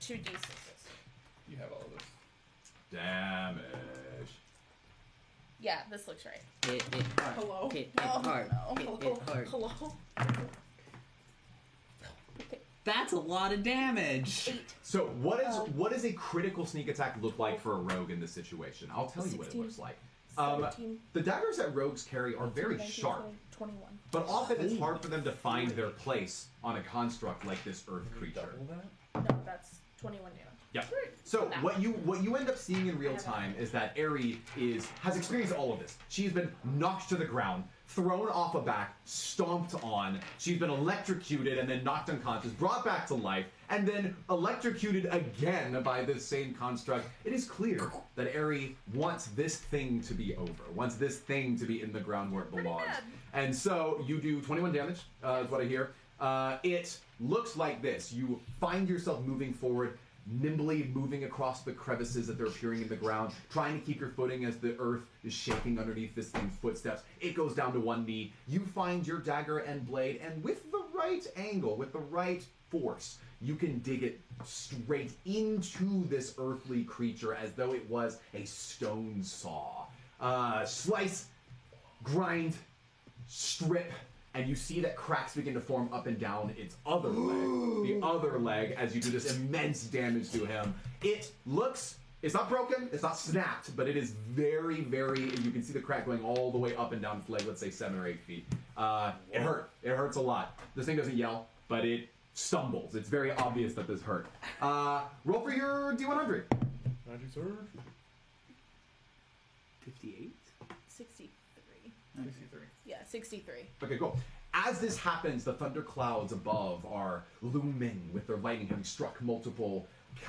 S8: two d6s.
S4: You have all of this.
S1: Damage.
S8: Yeah, this looks right.
S7: Hit it hard.
S8: Hello?
S7: Hit it
S8: Oh,
S7: hard.
S8: no.
S7: Hit it hard.
S8: Hello?
S9: Oh,
S7: That's a lot of damage.
S1: So what is
S8: Um,
S1: what does a critical sneak attack look like for a rogue in this situation? I'll tell you what it
S8: 16,
S1: looks like. Um,
S8: 17,
S1: the daggers that rogues carry are very
S8: 19,
S1: sharp,
S8: 21.
S1: but often it's hard for them to find their place on a construct like this earth creature.
S8: No, that's 21 damage.
S1: Yeah. So what you what you end up seeing in real time is that Eri is has experienced all of this. She's been knocked to the ground, thrown off a back, stomped on. She's been electrocuted and then knocked unconscious, brought back to life, and then electrocuted again by this same construct. It is clear that Eri wants this thing to be over, wants this thing to be in the ground where it belongs. And so you do 21 damage, uh, is what I hear. Uh, it looks like this. You find yourself moving forward, nimbly moving across the crevices that they're appearing in the ground, trying to keep your footing as the earth is shaking underneath this thing's footsteps. It goes down to one knee. You find your dagger and blade, and with the right angle, with the right force, you can dig it straight into this earthly creature as though it was a stone saw. Uh, slice, grind, strip, and you see that cracks begin to form up and down its other leg. The other leg, as you do this immense damage to him. It looks. It's not broken, it's not snapped, but it is very, very. You can see the crack going all the way up and down its leg, let's say seven or eight feet. Uh, it hurt. It hurts a lot. This thing doesn't yell, but it stumbles. It's very obvious that this hurt. Uh, roll for your D100.
S3: Magic sword.
S7: 58?
S8: 63.
S4: 63.
S8: Yeah, 63.
S1: Okay, cool. As this happens, the thunder clouds above are looming with their lightning having struck multiple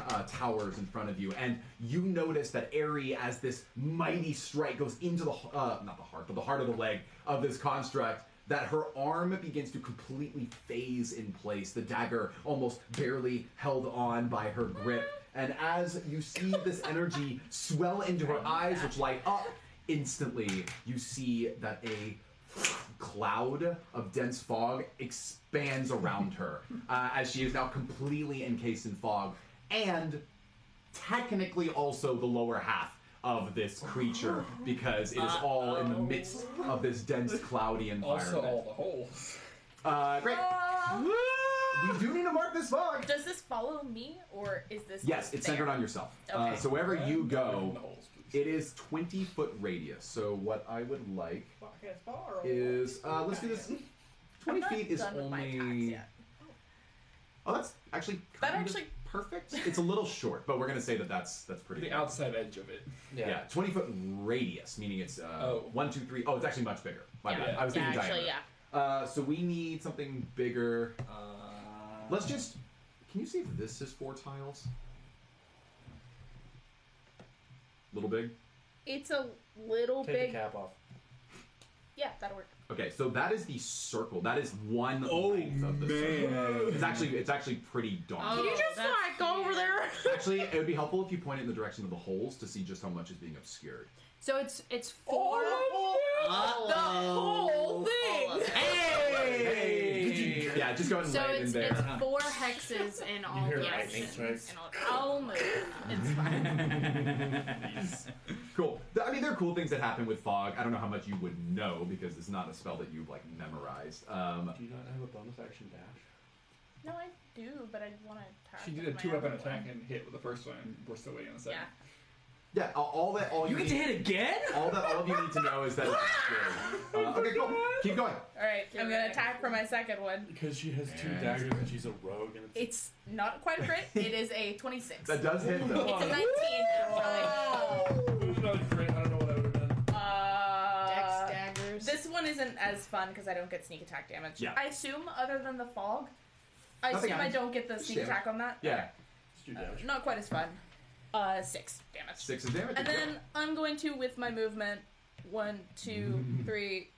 S1: uh, towers in front of you, and you notice that Airy, as this mighty strike goes into the uh, not the heart, but the heart of the leg of this construct, that her arm begins to completely phase in place. The dagger almost barely held on by her grip, and as you see this energy swell into her eyes, which light up instantly, you see that a cloud of dense fog expands around her uh, as she is now completely encased in fog and technically also the lower half of this creature because it is all in the midst of this dense cloudy environment.
S4: Also, all the holes.
S1: uh, great.
S8: Uh,
S1: We do need to mark this fog.
S8: does this follow me, or is this.
S1: Yes,
S8: just
S1: it's centered
S8: there?
S1: on yourself. Uh,
S8: Okay.
S1: so wherever you
S4: In the
S1: go,
S4: holes, please.
S1: Oh. it is 20 foot radius. So what I would like is uh, let's do this. 20
S8: I'm not
S1: feet is
S8: done with my attacks
S1: only
S8: yet.
S1: Oh, that's actually
S8: That
S1: kind of
S8: actually-
S1: perfect. It's a little short, but we're gonna say that that's that's pretty.
S4: The
S1: good.
S4: outside edge of it.
S1: yeah. twenty foot radius, meaning it's uh,
S4: Oh.
S1: one, two, three. Oh, it's actually much bigger. My
S8: Yeah.
S1: bad. I was
S8: Yeah,
S1: thinking
S8: actually,
S1: diameter. Uh, so we need something bigger.
S4: Uh,
S1: Let's just. Can you see if this is four tiles? Little big.
S8: It's a little
S3: Take
S8: big.
S3: the cap off.
S8: Yeah, that'll work.
S1: Okay, so that is the circle. That is one
S4: Oh,
S1: length of the circle.
S4: man.
S1: It's actually it's actually pretty daunting.
S2: Oh,
S8: Can you just
S2: that's
S8: like go over
S2: huge.
S8: there?
S1: Actually, it would be helpful if you pointed in the direction of the holes to see just how much is being obscured.
S6: So it's it's four.
S8: The
S1: Oh,
S8: whole thing!
S1: Hey! Yeah, just go ahead and
S6: so
S1: lay it in
S6: it's,
S1: there.
S6: it's four hexes in all
S3: hear lightning
S6: directions.
S3: strikes.
S6: In all- I'll move. It's fine.
S1: cool. Th- I mean, there are cool things that happen with fog. I don't know how much you would know because it's not a spell that you've like memorized. Um,
S3: Do you not have a bonus action dash?
S8: No, I do, but I want to attack.
S4: She did a
S8: with my
S4: two weapon
S8: other
S4: attack
S8: one.
S4: and hit with the first one. and We're still waiting on the second.
S8: Yeah.
S1: yeah, a- all that all you,
S7: You get to
S1: need,
S7: hit again?
S1: all that all of you need to know is that. It's obscured. Uh, okay, cool. Keep going.
S8: Alright, I'm going to attack for my second one.
S3: Because she has two
S1: Yeah.
S3: daggers and she's a rogue and it's
S8: It's not quite a crit. It is a 26.
S1: That does hit though.
S8: It's a 19. Actually.
S3: It was another crit, I don't know what I would have done.
S8: Uh,
S5: daggers.
S8: This one isn't as fun because I don't get sneak attack damage.
S1: Yeah.
S8: I assume, other than the fog, I
S1: Nothing
S8: assume I
S1: happens.
S8: don't get the sneak
S1: damage.
S8: attack on that.
S1: Yeah,
S3: It's two
S8: Uh,
S3: damage.
S8: not quite as fun. Uh, six damage.
S1: six of damage.
S8: And then I'm going to, with my movement, one, two, three,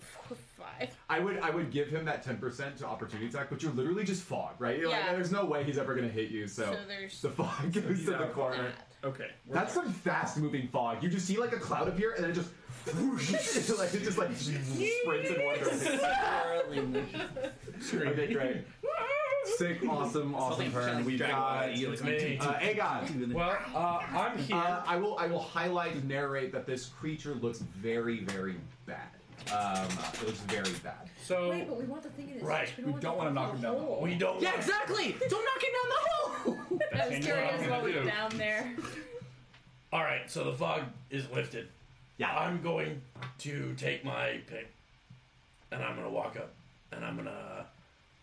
S8: four, five.
S1: I would I would give him that ten percent to opportunity attack, but you're literally just fog, right? You're like,
S8: Yeah.
S1: there's no way he's ever gonna hit you.
S8: So,
S1: So,
S8: there's
S1: the fog goes
S4: he's
S1: to
S4: out
S1: the
S4: of
S1: corner.
S8: that.
S4: Okay. we're
S1: That's
S4: back.
S1: some fast moving fog. You just see like a cloud appear and then it just like it just like sprints in one direction.
S7: Swirling.
S1: Okay, great. Sick, awesome, awesome turn. We've got uh, Aegon.
S3: E, Well, uh, I'm here.
S1: Uh, I will. I will highlight and narrate that this creature looks very, very bad. Um, it looks very bad.
S3: So
S11: Wait, but we want the thing in his
S1: Right.
S11: face.
S1: We
S11: want
S1: don't wanna
S11: fucking
S1: knock him down the
S11: hole.
S1: hole. We don't Yeah, want-
S11: exactly. Don't knock him down the hole.
S8: I was
S3: That's what
S8: curious
S3: I'm
S8: what
S3: gonna
S8: was
S3: do.
S8: down there.
S3: All right, so the fog is lifted. Yeah. I'm going to take my pick, and I'm gonna walk up, and I'm gonna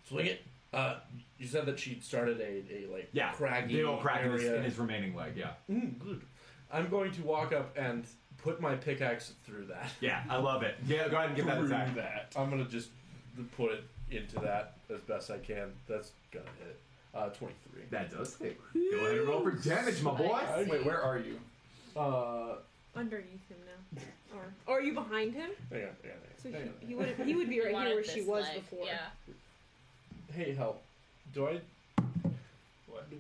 S3: swing it. Uh, you said that she started a, a like
S1: Yeah,
S3: craggy
S1: big old crack in his-
S3: area.
S1: in his remaining leg. Yeah.
S3: Mm, good. I'm going to walk up and put my pickaxe through that.
S1: Yeah, I love it. Yeah, go ahead and get that
S3: Through
S1: attack.
S3: that. I'm gonna just put it into that as best I can. That's gonna hit. Uh, 23.
S1: That does hit. Go ahead and roll for damage, my boy.
S9: I see. Wait, where
S3: are you? Uh,
S9: Underneath him now, or, or are you behind him?
S3: hang on, hang on,
S9: So
S3: hang on.
S9: he, he would he would be right
S8: wanted
S9: here where she
S8: this
S9: was
S8: leg,
S9: before.
S8: Yeah.
S3: Hey, help. Do I? What?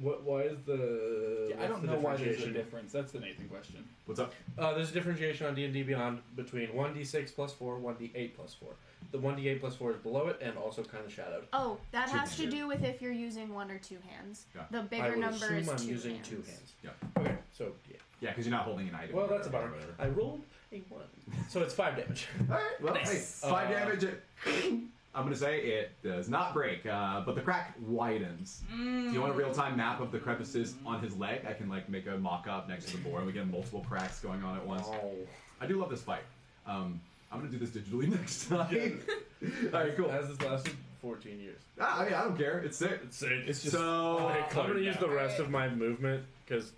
S3: what why is the?
S4: Yeah, I
S3: what's
S4: don't
S3: the
S4: know why there's a
S3: differentiation?
S4: difference. That's the Nathan question.
S1: What's up?
S3: Uh, there's a differentiation on D and D Beyond between 1d6 plus 4, 1d8 plus 4. The 1d8 plus 4 is below it and also kind of shadowed.
S6: Oh, that
S3: Two
S6: has to
S3: hands.
S6: do with if you're using one or two hands.
S3: Yeah.
S6: The
S3: I
S6: bigger
S3: would
S6: number is
S3: assume
S6: two
S3: I'm using
S6: hands.
S3: two hands.
S1: Yeah.
S3: Okay. So yeah.
S1: Yeah, because you're not holding an item.
S3: Well,
S1: there
S3: that's
S1: or
S3: about it.
S1: whatever.
S3: I rolled a one, so it's five damage.
S1: All right. Well, hey, five
S3: Uh,
S1: damage. I'm gonna say it does not break, uh, but the crack widens. Do you want a real-time map of the crevices on his leg? I can like make a mock-up next to the board, and we get multiple cracks going on at once. I do love this fight. Um, I'm gonna do this digitally next time. All right, cool.
S3: Has this lasted 14 years?
S1: Ah, I, mean, I don't care. It's sick.
S3: It's sick. It's
S1: just so.
S3: Oh, I'm gonna use the rest of my movement because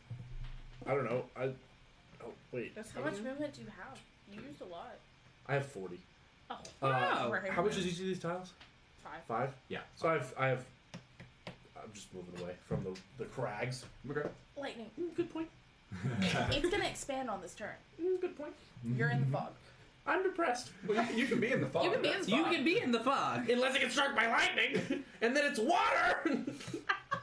S3: I don't know. I oh wait,
S8: How much
S9: Mm-hmm.
S8: movement do you have? You used a lot.
S3: I have 40.
S8: Oh,
S3: Uh,
S8: Right.
S3: How much is each of these tiles?
S8: Five.
S3: Five.
S1: Yeah.
S3: So I've I have. I'm just moving away from the the crags.
S1: Okay.
S8: Lightning.
S3: Mm, good point. Mm,
S8: it's gonna expand on this turn.
S3: good point.
S8: You're in the fog.
S3: Mm-hmm. I'm depressed.
S4: Well, you, you can be in the fog.
S8: You can be in the fog.
S7: You can be in the fog.
S3: Unless it gets struck by lightning, and then it's water.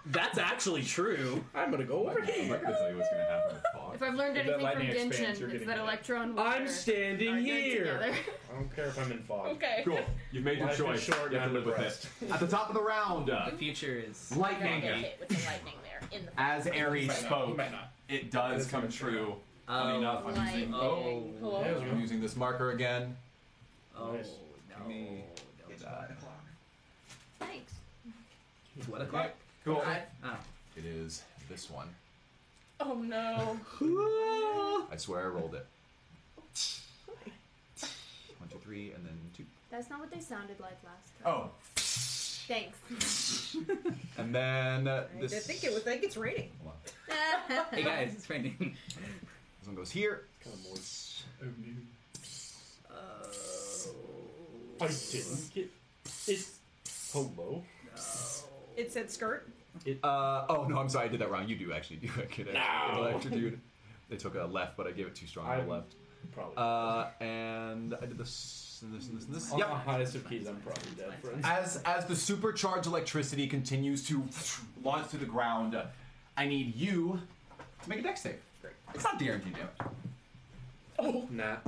S7: That's actually true.
S3: I'm gonna go over
S1: I'm not gonna tell you what's gonna happen with fog.
S6: If I've learned
S1: If
S6: anything
S1: that
S6: from
S1: lightning expands, you're
S6: Genshin, it's
S1: getting
S6: that
S1: hit.
S6: Electron.
S3: I'm standing here.
S6: together.
S3: I don't care if I'm in fog.
S6: Okay.
S1: Cool. You've made your
S3: Life is
S1: choice.
S3: short
S1: you have to
S3: and
S1: live with
S3: depressed.
S1: it. At the top of the round, uh,
S7: The future is
S1: lightning.
S8: Get hit with the lightning there. In the
S1: As
S8: fog.
S1: Ares spoke, it does
S4: It
S1: come
S4: does come
S1: true.
S7: Oh.
S1: Funny enough, I'm using,
S7: Lightning.
S1: oh,
S7: Hello.
S1: I'm using this marker again.
S7: Oh,
S1: Nice.
S7: no.
S1: Get that.
S2: Thanks.
S7: It's what o'clock?
S1: Cool.
S7: Oh.
S1: It is this one.
S8: Oh no.
S1: I swear I rolled it. One, two, three, and then two.
S6: That's not what they sounded like last time.
S1: Oh,
S6: Thanks.
S1: and then uh,
S11: I
S1: this.
S11: think it was. I think it's raining.
S1: Hold on.
S7: Hey guys, it's raining.
S1: This one goes here.
S3: Kind of moist.
S4: Oh, no.
S3: I didn't get it. Hello.
S9: It said skirt.
S1: Uh, oh no, I'm sorry, I did that wrong. You do actually do get it.
S3: No!
S1: Electra dude. They took a left, but I gave it too strong of
S3: I'm
S1: a left.
S3: probably-
S1: Uh, and I did this, and this, and this, and this.
S3: On the
S1: Yep.
S3: highest of keys, I'm probably dead, friends.
S1: As as the supercharged electricity continues to launch to the ground, I need you to make a deck save. Great. It's not guaranteed damage.
S3: Oh, nah.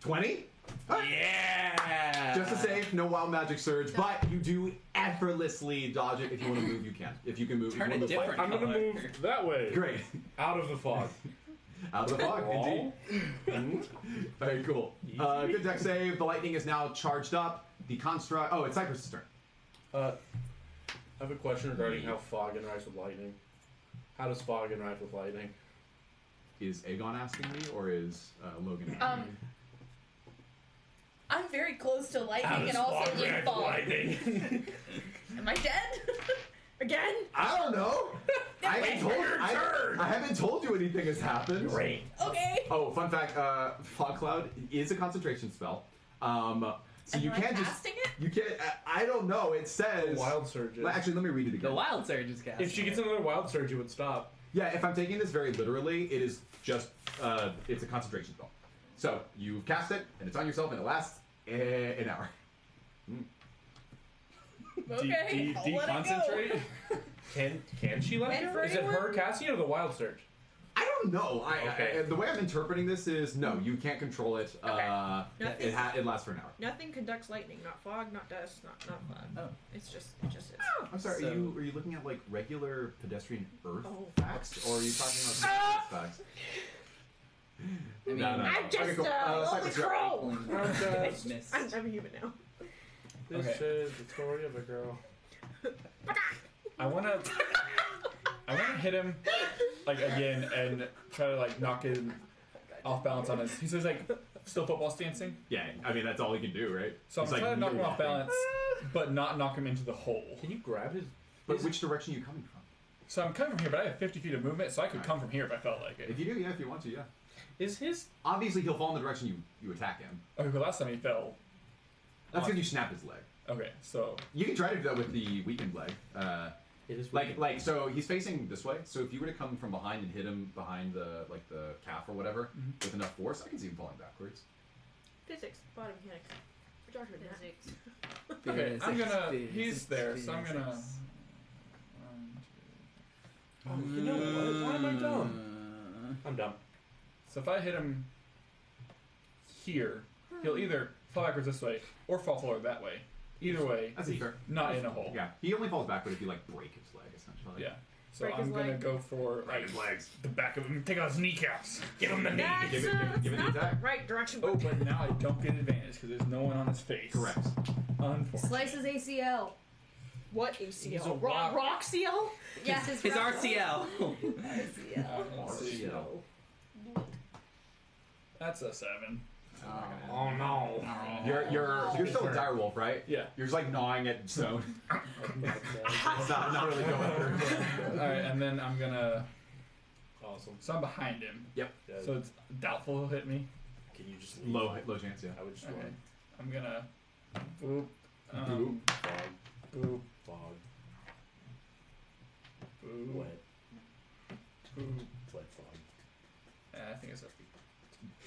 S1: Twenty.
S7: Yeah.
S1: Just a save, no wild magic surge, but you do effortlessly dodge it. If you want to move, you can. If you can move,
S7: Turn
S1: if you
S7: it
S1: want to move,
S3: I'm gonna move that way.
S1: Great.
S3: Out of the fog.
S1: Out of the fog,
S3: Wall.
S1: indeed. Very cool. Uh, good deck save. The lightning is now charged up. The construct. Oh, it's Cypress's turn.
S3: Uh, I have a question regarding how fog interacts with lightning. How does fog interact with lightning?
S1: Is Aegon asking me, or is uh, Logan? asking me?
S8: Um, I'm very close to
S3: How
S8: lightning
S3: does
S8: and also
S3: fog
S8: in
S3: react to
S8: fog.
S3: lightning?
S8: Am I dead? Again?
S1: I don't know. I haven't told.
S3: your
S1: I,
S3: turn.
S1: I haven't told you anything has happened.
S3: Great.
S8: Okay.
S1: Oh, fun fact: uh, Fog Cloud is a concentration spell. Um, so
S8: Am
S1: you
S8: I
S1: can't just.
S8: casting it?
S1: You can't. I, I don't know. It says.
S3: Wild surges.
S1: Well, actually, let me read it again.
S7: The wild surge is casting.
S3: If she gets
S7: it.
S3: another wild surge, it would stop.
S1: Yeah, if I'm taking this very literally, it is just uh, it's a concentration spell. So you cast it, and it's on yourself, and it lasts eh, an hour.
S8: Okay. I'll let it go.
S4: Deconcentrate.
S3: Can can she let
S8: And
S3: go?
S8: for
S3: Is it her
S8: anyone-
S3: casting or the wild surge?
S1: I don't know. I,
S3: Okay.
S1: I- the way I'm interpreting this is no, you can't control it. Uh,
S9: Nothing.
S1: it, ha- it lasts for an hour.
S9: Nothing conducts lightning. Not fog. Not dust. Not not fog.
S1: Oh.
S9: It's just it just is.
S1: I'm sorry.
S9: So-
S1: Are you are you looking at like regular pedestrian Earth
S9: Oh. Ah!
S1: facts, or are you talking about science facts? no, no, no.
S9: I'm just
S1: okay, cool.
S9: uh,
S1: uh,
S9: only
S1: Cypress, you're up.
S9: crow.
S4: Broadcast.
S9: I'm, I'm a human now.
S4: This is the story of a girl. I wanna, I wanna hit him like again and try to like knock him off balance on his. He's just like still football stancing.
S1: Yeah, I mean that's all he can do, right?
S4: So I'm
S1: He's like,
S4: trying to knock him off
S1: nothing.
S4: balance, but not knock him into the hole. Can you grab his?
S1: But which direction are you coming from?
S4: So I'm coming from here, but I have 50 feet of movement, so I could come from here if I felt like it.
S1: If you do, yeah. If you want to, yeah.
S4: Is his?
S1: Obviously, he'll fall in the direction you you attack him.
S4: Okay, well, last time he fell.
S1: That's because you snap his leg.
S4: Okay, so
S1: You can try to do that with the weakened leg. Uh,
S3: it is
S1: like like so he's facing this way. So if you were to come from behind and hit him behind the like the calf or whatever with enough force, I can see him falling backwards.
S9: Physics. Bottom mechanics. We're
S2: physics.
S9: talking about
S4: Okay, I'm
S7: Physics,
S4: gonna.
S7: physics,
S4: he's there, so I'm gonna.
S7: physics.
S4: Oh, you know what? Why am I
S1: Uh,
S7: dumb?
S3: I'm dumb.
S4: So if I hit him here, he'll either fall backwards this way or fall forward that way. Either way,
S1: That's
S4: he's
S1: fair.
S4: not in a hole.
S1: Yeah, he only falls backward if you like break his leg essentially.
S4: Yeah. So
S1: Break his
S4: I'm gonna
S1: leg.
S4: go for like
S1: his legs.
S4: the back of him, take out his kneecaps, give him the knee,
S9: That's,
S4: give
S9: uh,
S4: it, give it the
S9: not
S4: attack.
S9: the right direction.
S4: Oh, but now I don't get advantage because there's no one on his face. Correct. Unfortunately.
S2: Slices ACL.
S9: What ACL?
S4: He's a
S9: Ro-
S4: rock.
S9: Roxiel?
S2: Yes, his,
S7: His
S2: rock-
S7: RCL.
S1: RCL.
S4: That's a seven.
S1: Oh no! You're you're you're still a direwolf, right? Oh. Yeah. You're just like gnawing at stone. it's not, not really going.
S4: All right, and then I'm gonna. Awesome. So I'm behind him.
S1: Yep.
S4: So it's doubtful he'll hit me.
S3: Can you just
S1: Low low chance, yeah.
S3: I would just
S4: Okay.
S3: okay.
S4: I'm gonna. Boop. Um, boop. Boop.
S3: Fog.
S4: Boop.
S3: Wet.
S4: Boop.
S3: Wet fog.
S4: Uh, I think it's a.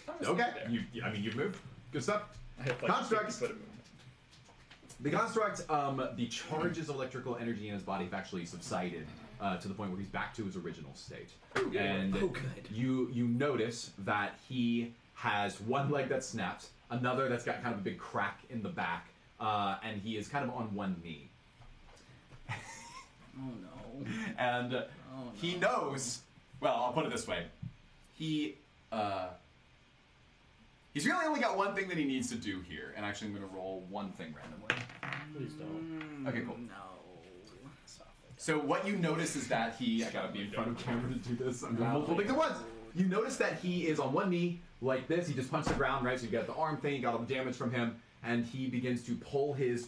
S4: I'm just
S1: Okay.
S4: there.
S1: You, you- I mean, you've moved. Good stuff.
S4: I have, like,
S1: Constructs.
S4: 50 foot of movement.
S1: The construct, um, the charges of electrical energy in his body have actually subsided uh, to the point where he's back to his original state. And
S7: Oh, good.
S1: you you notice that he has one leg that's snapped, another that's got kind of a big crack in the back, uh, and he is kind of on one knee.
S7: Oh no.
S1: and
S7: Oh,
S1: he knows. Well, I'll put it this way: he uh, he's really only got one thing that he needs to do here, and actually, I'm going to roll one thing randomly.
S3: Please don't.
S7: Hmm.
S1: Okay, cool.
S7: No.
S1: So what you notice is that he. I gotta be in front of camera to do this. I'm doing multiple things at once. You notice that he is on one knee like this. He just punched the ground, right? So you got the arm thing, you got all the damage from him, and he begins to pull his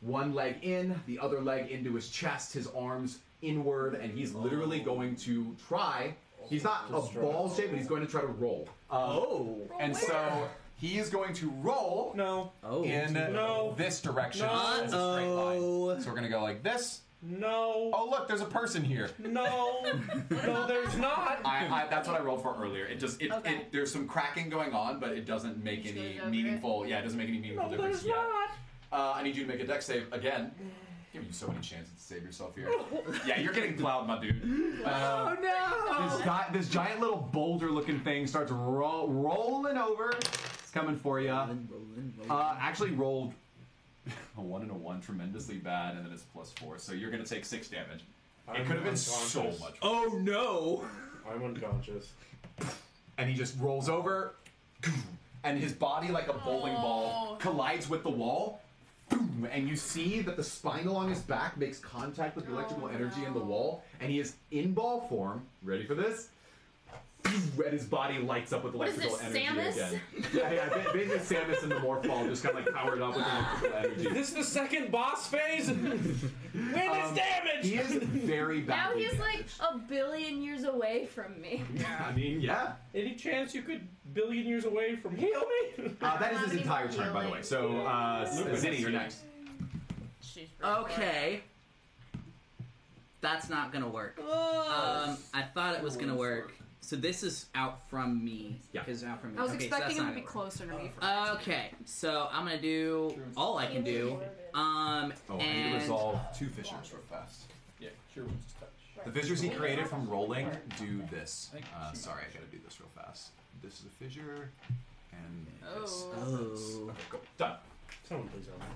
S1: one leg in, the other leg into his chest, his arms inward, and he's literally
S3: Oh.
S1: going to try. He's not a ball shape, but he's going to try to roll. Um,
S7: Oh.
S1: And so he is going to roll.
S3: No.
S7: Oh.
S1: In
S3: No.
S1: this direction,
S3: No.
S1: as a straight line. So we're gonna go like this.
S3: No.
S1: Oh look, there's a person here.
S3: No.
S1: Oh.
S3: no, there's not.
S1: I, I, that's what I rolled for earlier. It just it,
S2: Okay.
S1: it there's some cracking going on, but it doesn't make
S2: Just
S1: any
S2: goes over
S1: meaningful. Yeah, it doesn't make any meaningful
S3: No,
S1: difference
S3: there's
S1: yet.
S3: not.
S1: Uh, I need you to make a deck save again. Giving you so many chances to save yourself here. yeah, you're getting plowed, my dude.
S3: Oh,
S1: Uh,
S7: no.
S1: this, guy, this giant little boulder-looking thing starts ro- rolling over. It's coming for you.
S7: Rolling, rolling, rolling.
S1: Uh, actually rolled a one and a one, tremendously bad, and then it's plus four, so you're gonna take six damage. it
S3: I'm
S1: could have been so much.
S3: unconscious.
S1: Worse.
S7: oh no.
S3: I'm unconscious.
S1: and he just rolls over, and his body, like a bowling
S2: Oh.
S1: ball, collides with the wall. boom, And you see that the spine along his back makes contact with the
S2: Oh,
S1: electrical energy in the wall, and he is in ball form. Ready for this? And his body lights up with
S2: What is
S1: electrical
S2: this,
S1: energy
S2: Samus?
S1: again. Yeah, yeah, ba- basically Samus in the morph ball just kind of like powered up with electrical energy.
S3: This is the second boss phase. when it's
S1: Um,
S3: damaged.
S1: He is very
S2: Now
S1: badly
S2: he's like
S1: damaged.
S2: a billion years away from me.
S1: I mean, yeah.
S3: Any chance you could billion years away from heal me?
S1: Uh, that is his entire turn, by the way. So, uh, Zinni, you're next.
S8: She's
S7: Okay. That's not gonna work. Um, I thought it was gonna work. So this is out from me.
S1: Yeah.
S7: It's out from me.
S6: I was
S7: okay, so
S6: expecting
S7: that's
S6: him
S7: not
S6: to be
S7: gonna work.
S6: closer to me. For
S7: Okay, so I'm gonna do all I can do. Um,
S1: Oh, I need to
S7: and
S1: resolve two fissures real fast.
S4: Yeah, cure wounds touch.
S10: The fissures he created from rolling do this. Uh, sorry, I gotta do this real fast. This is a fissure, and this.
S7: Oh.
S10: Okay, cool. Done.
S3: Someone please help me.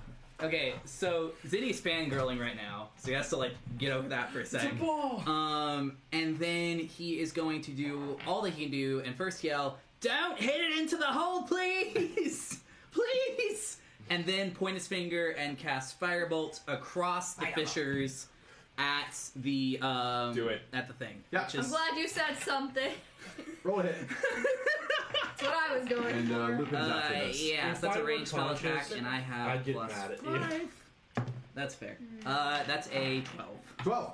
S7: Okay, so Zinni's fangirling right now, so he has to like get over that for a sec. Um, and then he is going to do all that he can do, and first yell, "Don't hit it into the hole, please, please!" And then point his finger and cast firebolt across the fissures at the um, do it at the thing. Yeah, which
S2: I'm
S7: is,
S2: glad you said something.
S1: Roll hit.
S2: That's what I was going
S1: And, uh,
S2: for.
S1: Lupin's after
S7: Uh,
S1: this.
S7: yeah,
S3: If
S7: so that's
S3: I
S7: a
S3: were
S7: ranged spell attack,
S3: conscious,
S7: and I have
S3: I'd get
S7: plus
S3: mad at you. Five.
S7: That's fair. Uh, that's a twelve.
S1: Twelve.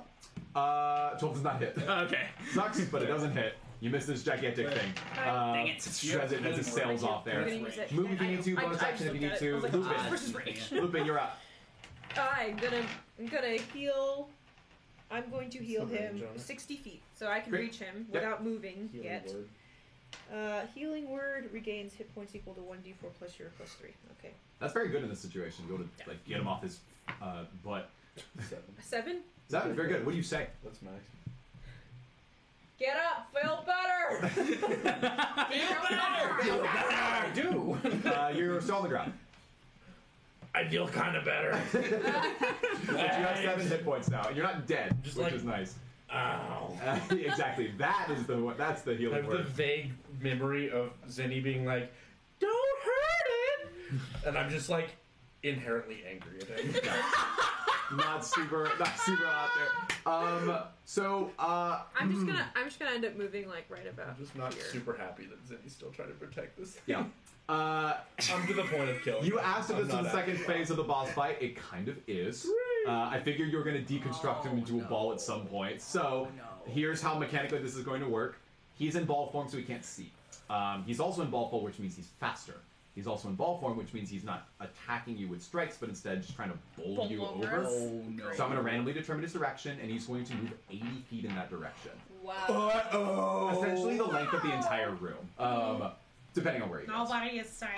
S1: Uh, twelve does not hit.
S7: Okay.
S1: Sucks, but it doesn't hit. You missed this gigantic thing. Uh,
S7: Dang it.
S1: Shreds it as it sails off there.
S9: I'm gonna use it.
S1: Move if you need to,
S9: I- I-
S1: bonus
S9: I
S1: action if
S9: just
S1: you need
S9: looked
S1: to.
S9: at it. I was like, ah, versus
S1: Lupin.
S9: rage.
S1: Lupin, you're up.
S9: I'm gonna I'm gonna heal. I'm going to heal
S1: Some range
S9: him
S1: on it.
S9: 60 feet, so I can
S1: Great.
S9: reach him
S1: Yep.
S9: without moving
S1: Healing
S9: yet.
S1: word.
S9: Uh, healing word regains hit points equal to 1d4 plus your plus three. Okay,
S1: That's very good in this situation. Go to like get him off his uh, butt. Seven.
S9: seven.
S1: Seven. Very good. What do you say?
S4: That's nice.
S9: Get up, feel better.
S3: I do.
S1: Uh, you're still on the ground.
S3: I feel kind of better.
S1: But you have seven hit points now. You're not dead, which is nice.
S3: Ow.
S1: Uh, exactly. That is the one- that's the
S4: I
S1: healing
S4: have the
S1: word.
S4: vague memory of Zenny being like, "Don't hurt it," and I'm just like inherently angry at him.
S1: Not super. Not super out there. Um. So. Uh.
S9: I'm just gonna I'm just gonna end up moving like right about.
S4: I'm just not
S9: here.
S4: super happy that Zenny's still trying to protect this.
S1: Yeah. Uh.
S4: I'm to the point of killing.
S1: You
S4: him.
S1: asked if
S4: I'm
S1: this was
S4: not
S1: the second
S4: actually-
S1: phase of the boss fight. It kind of is. Uh, I figured you were going to deconstruct him into a ball at some point. So here's how mechanically this is going to work. He's in ball form, so he can't see. Um, he's also in ball form, which means he's faster. He's also in ball form, which means he's not attacking you with strikes, but instead just trying to bowl
S8: Bowl
S1: you
S8: over
S1: over.
S8: us.
S7: Oh, no.
S1: So I'm going to randomly determine his direction, and he's going to move 80 feet in that direction.
S8: Wow.
S1: Oh. Essentially the length of the entire room, um, depending on where he goes.
S5: Nobody is safe.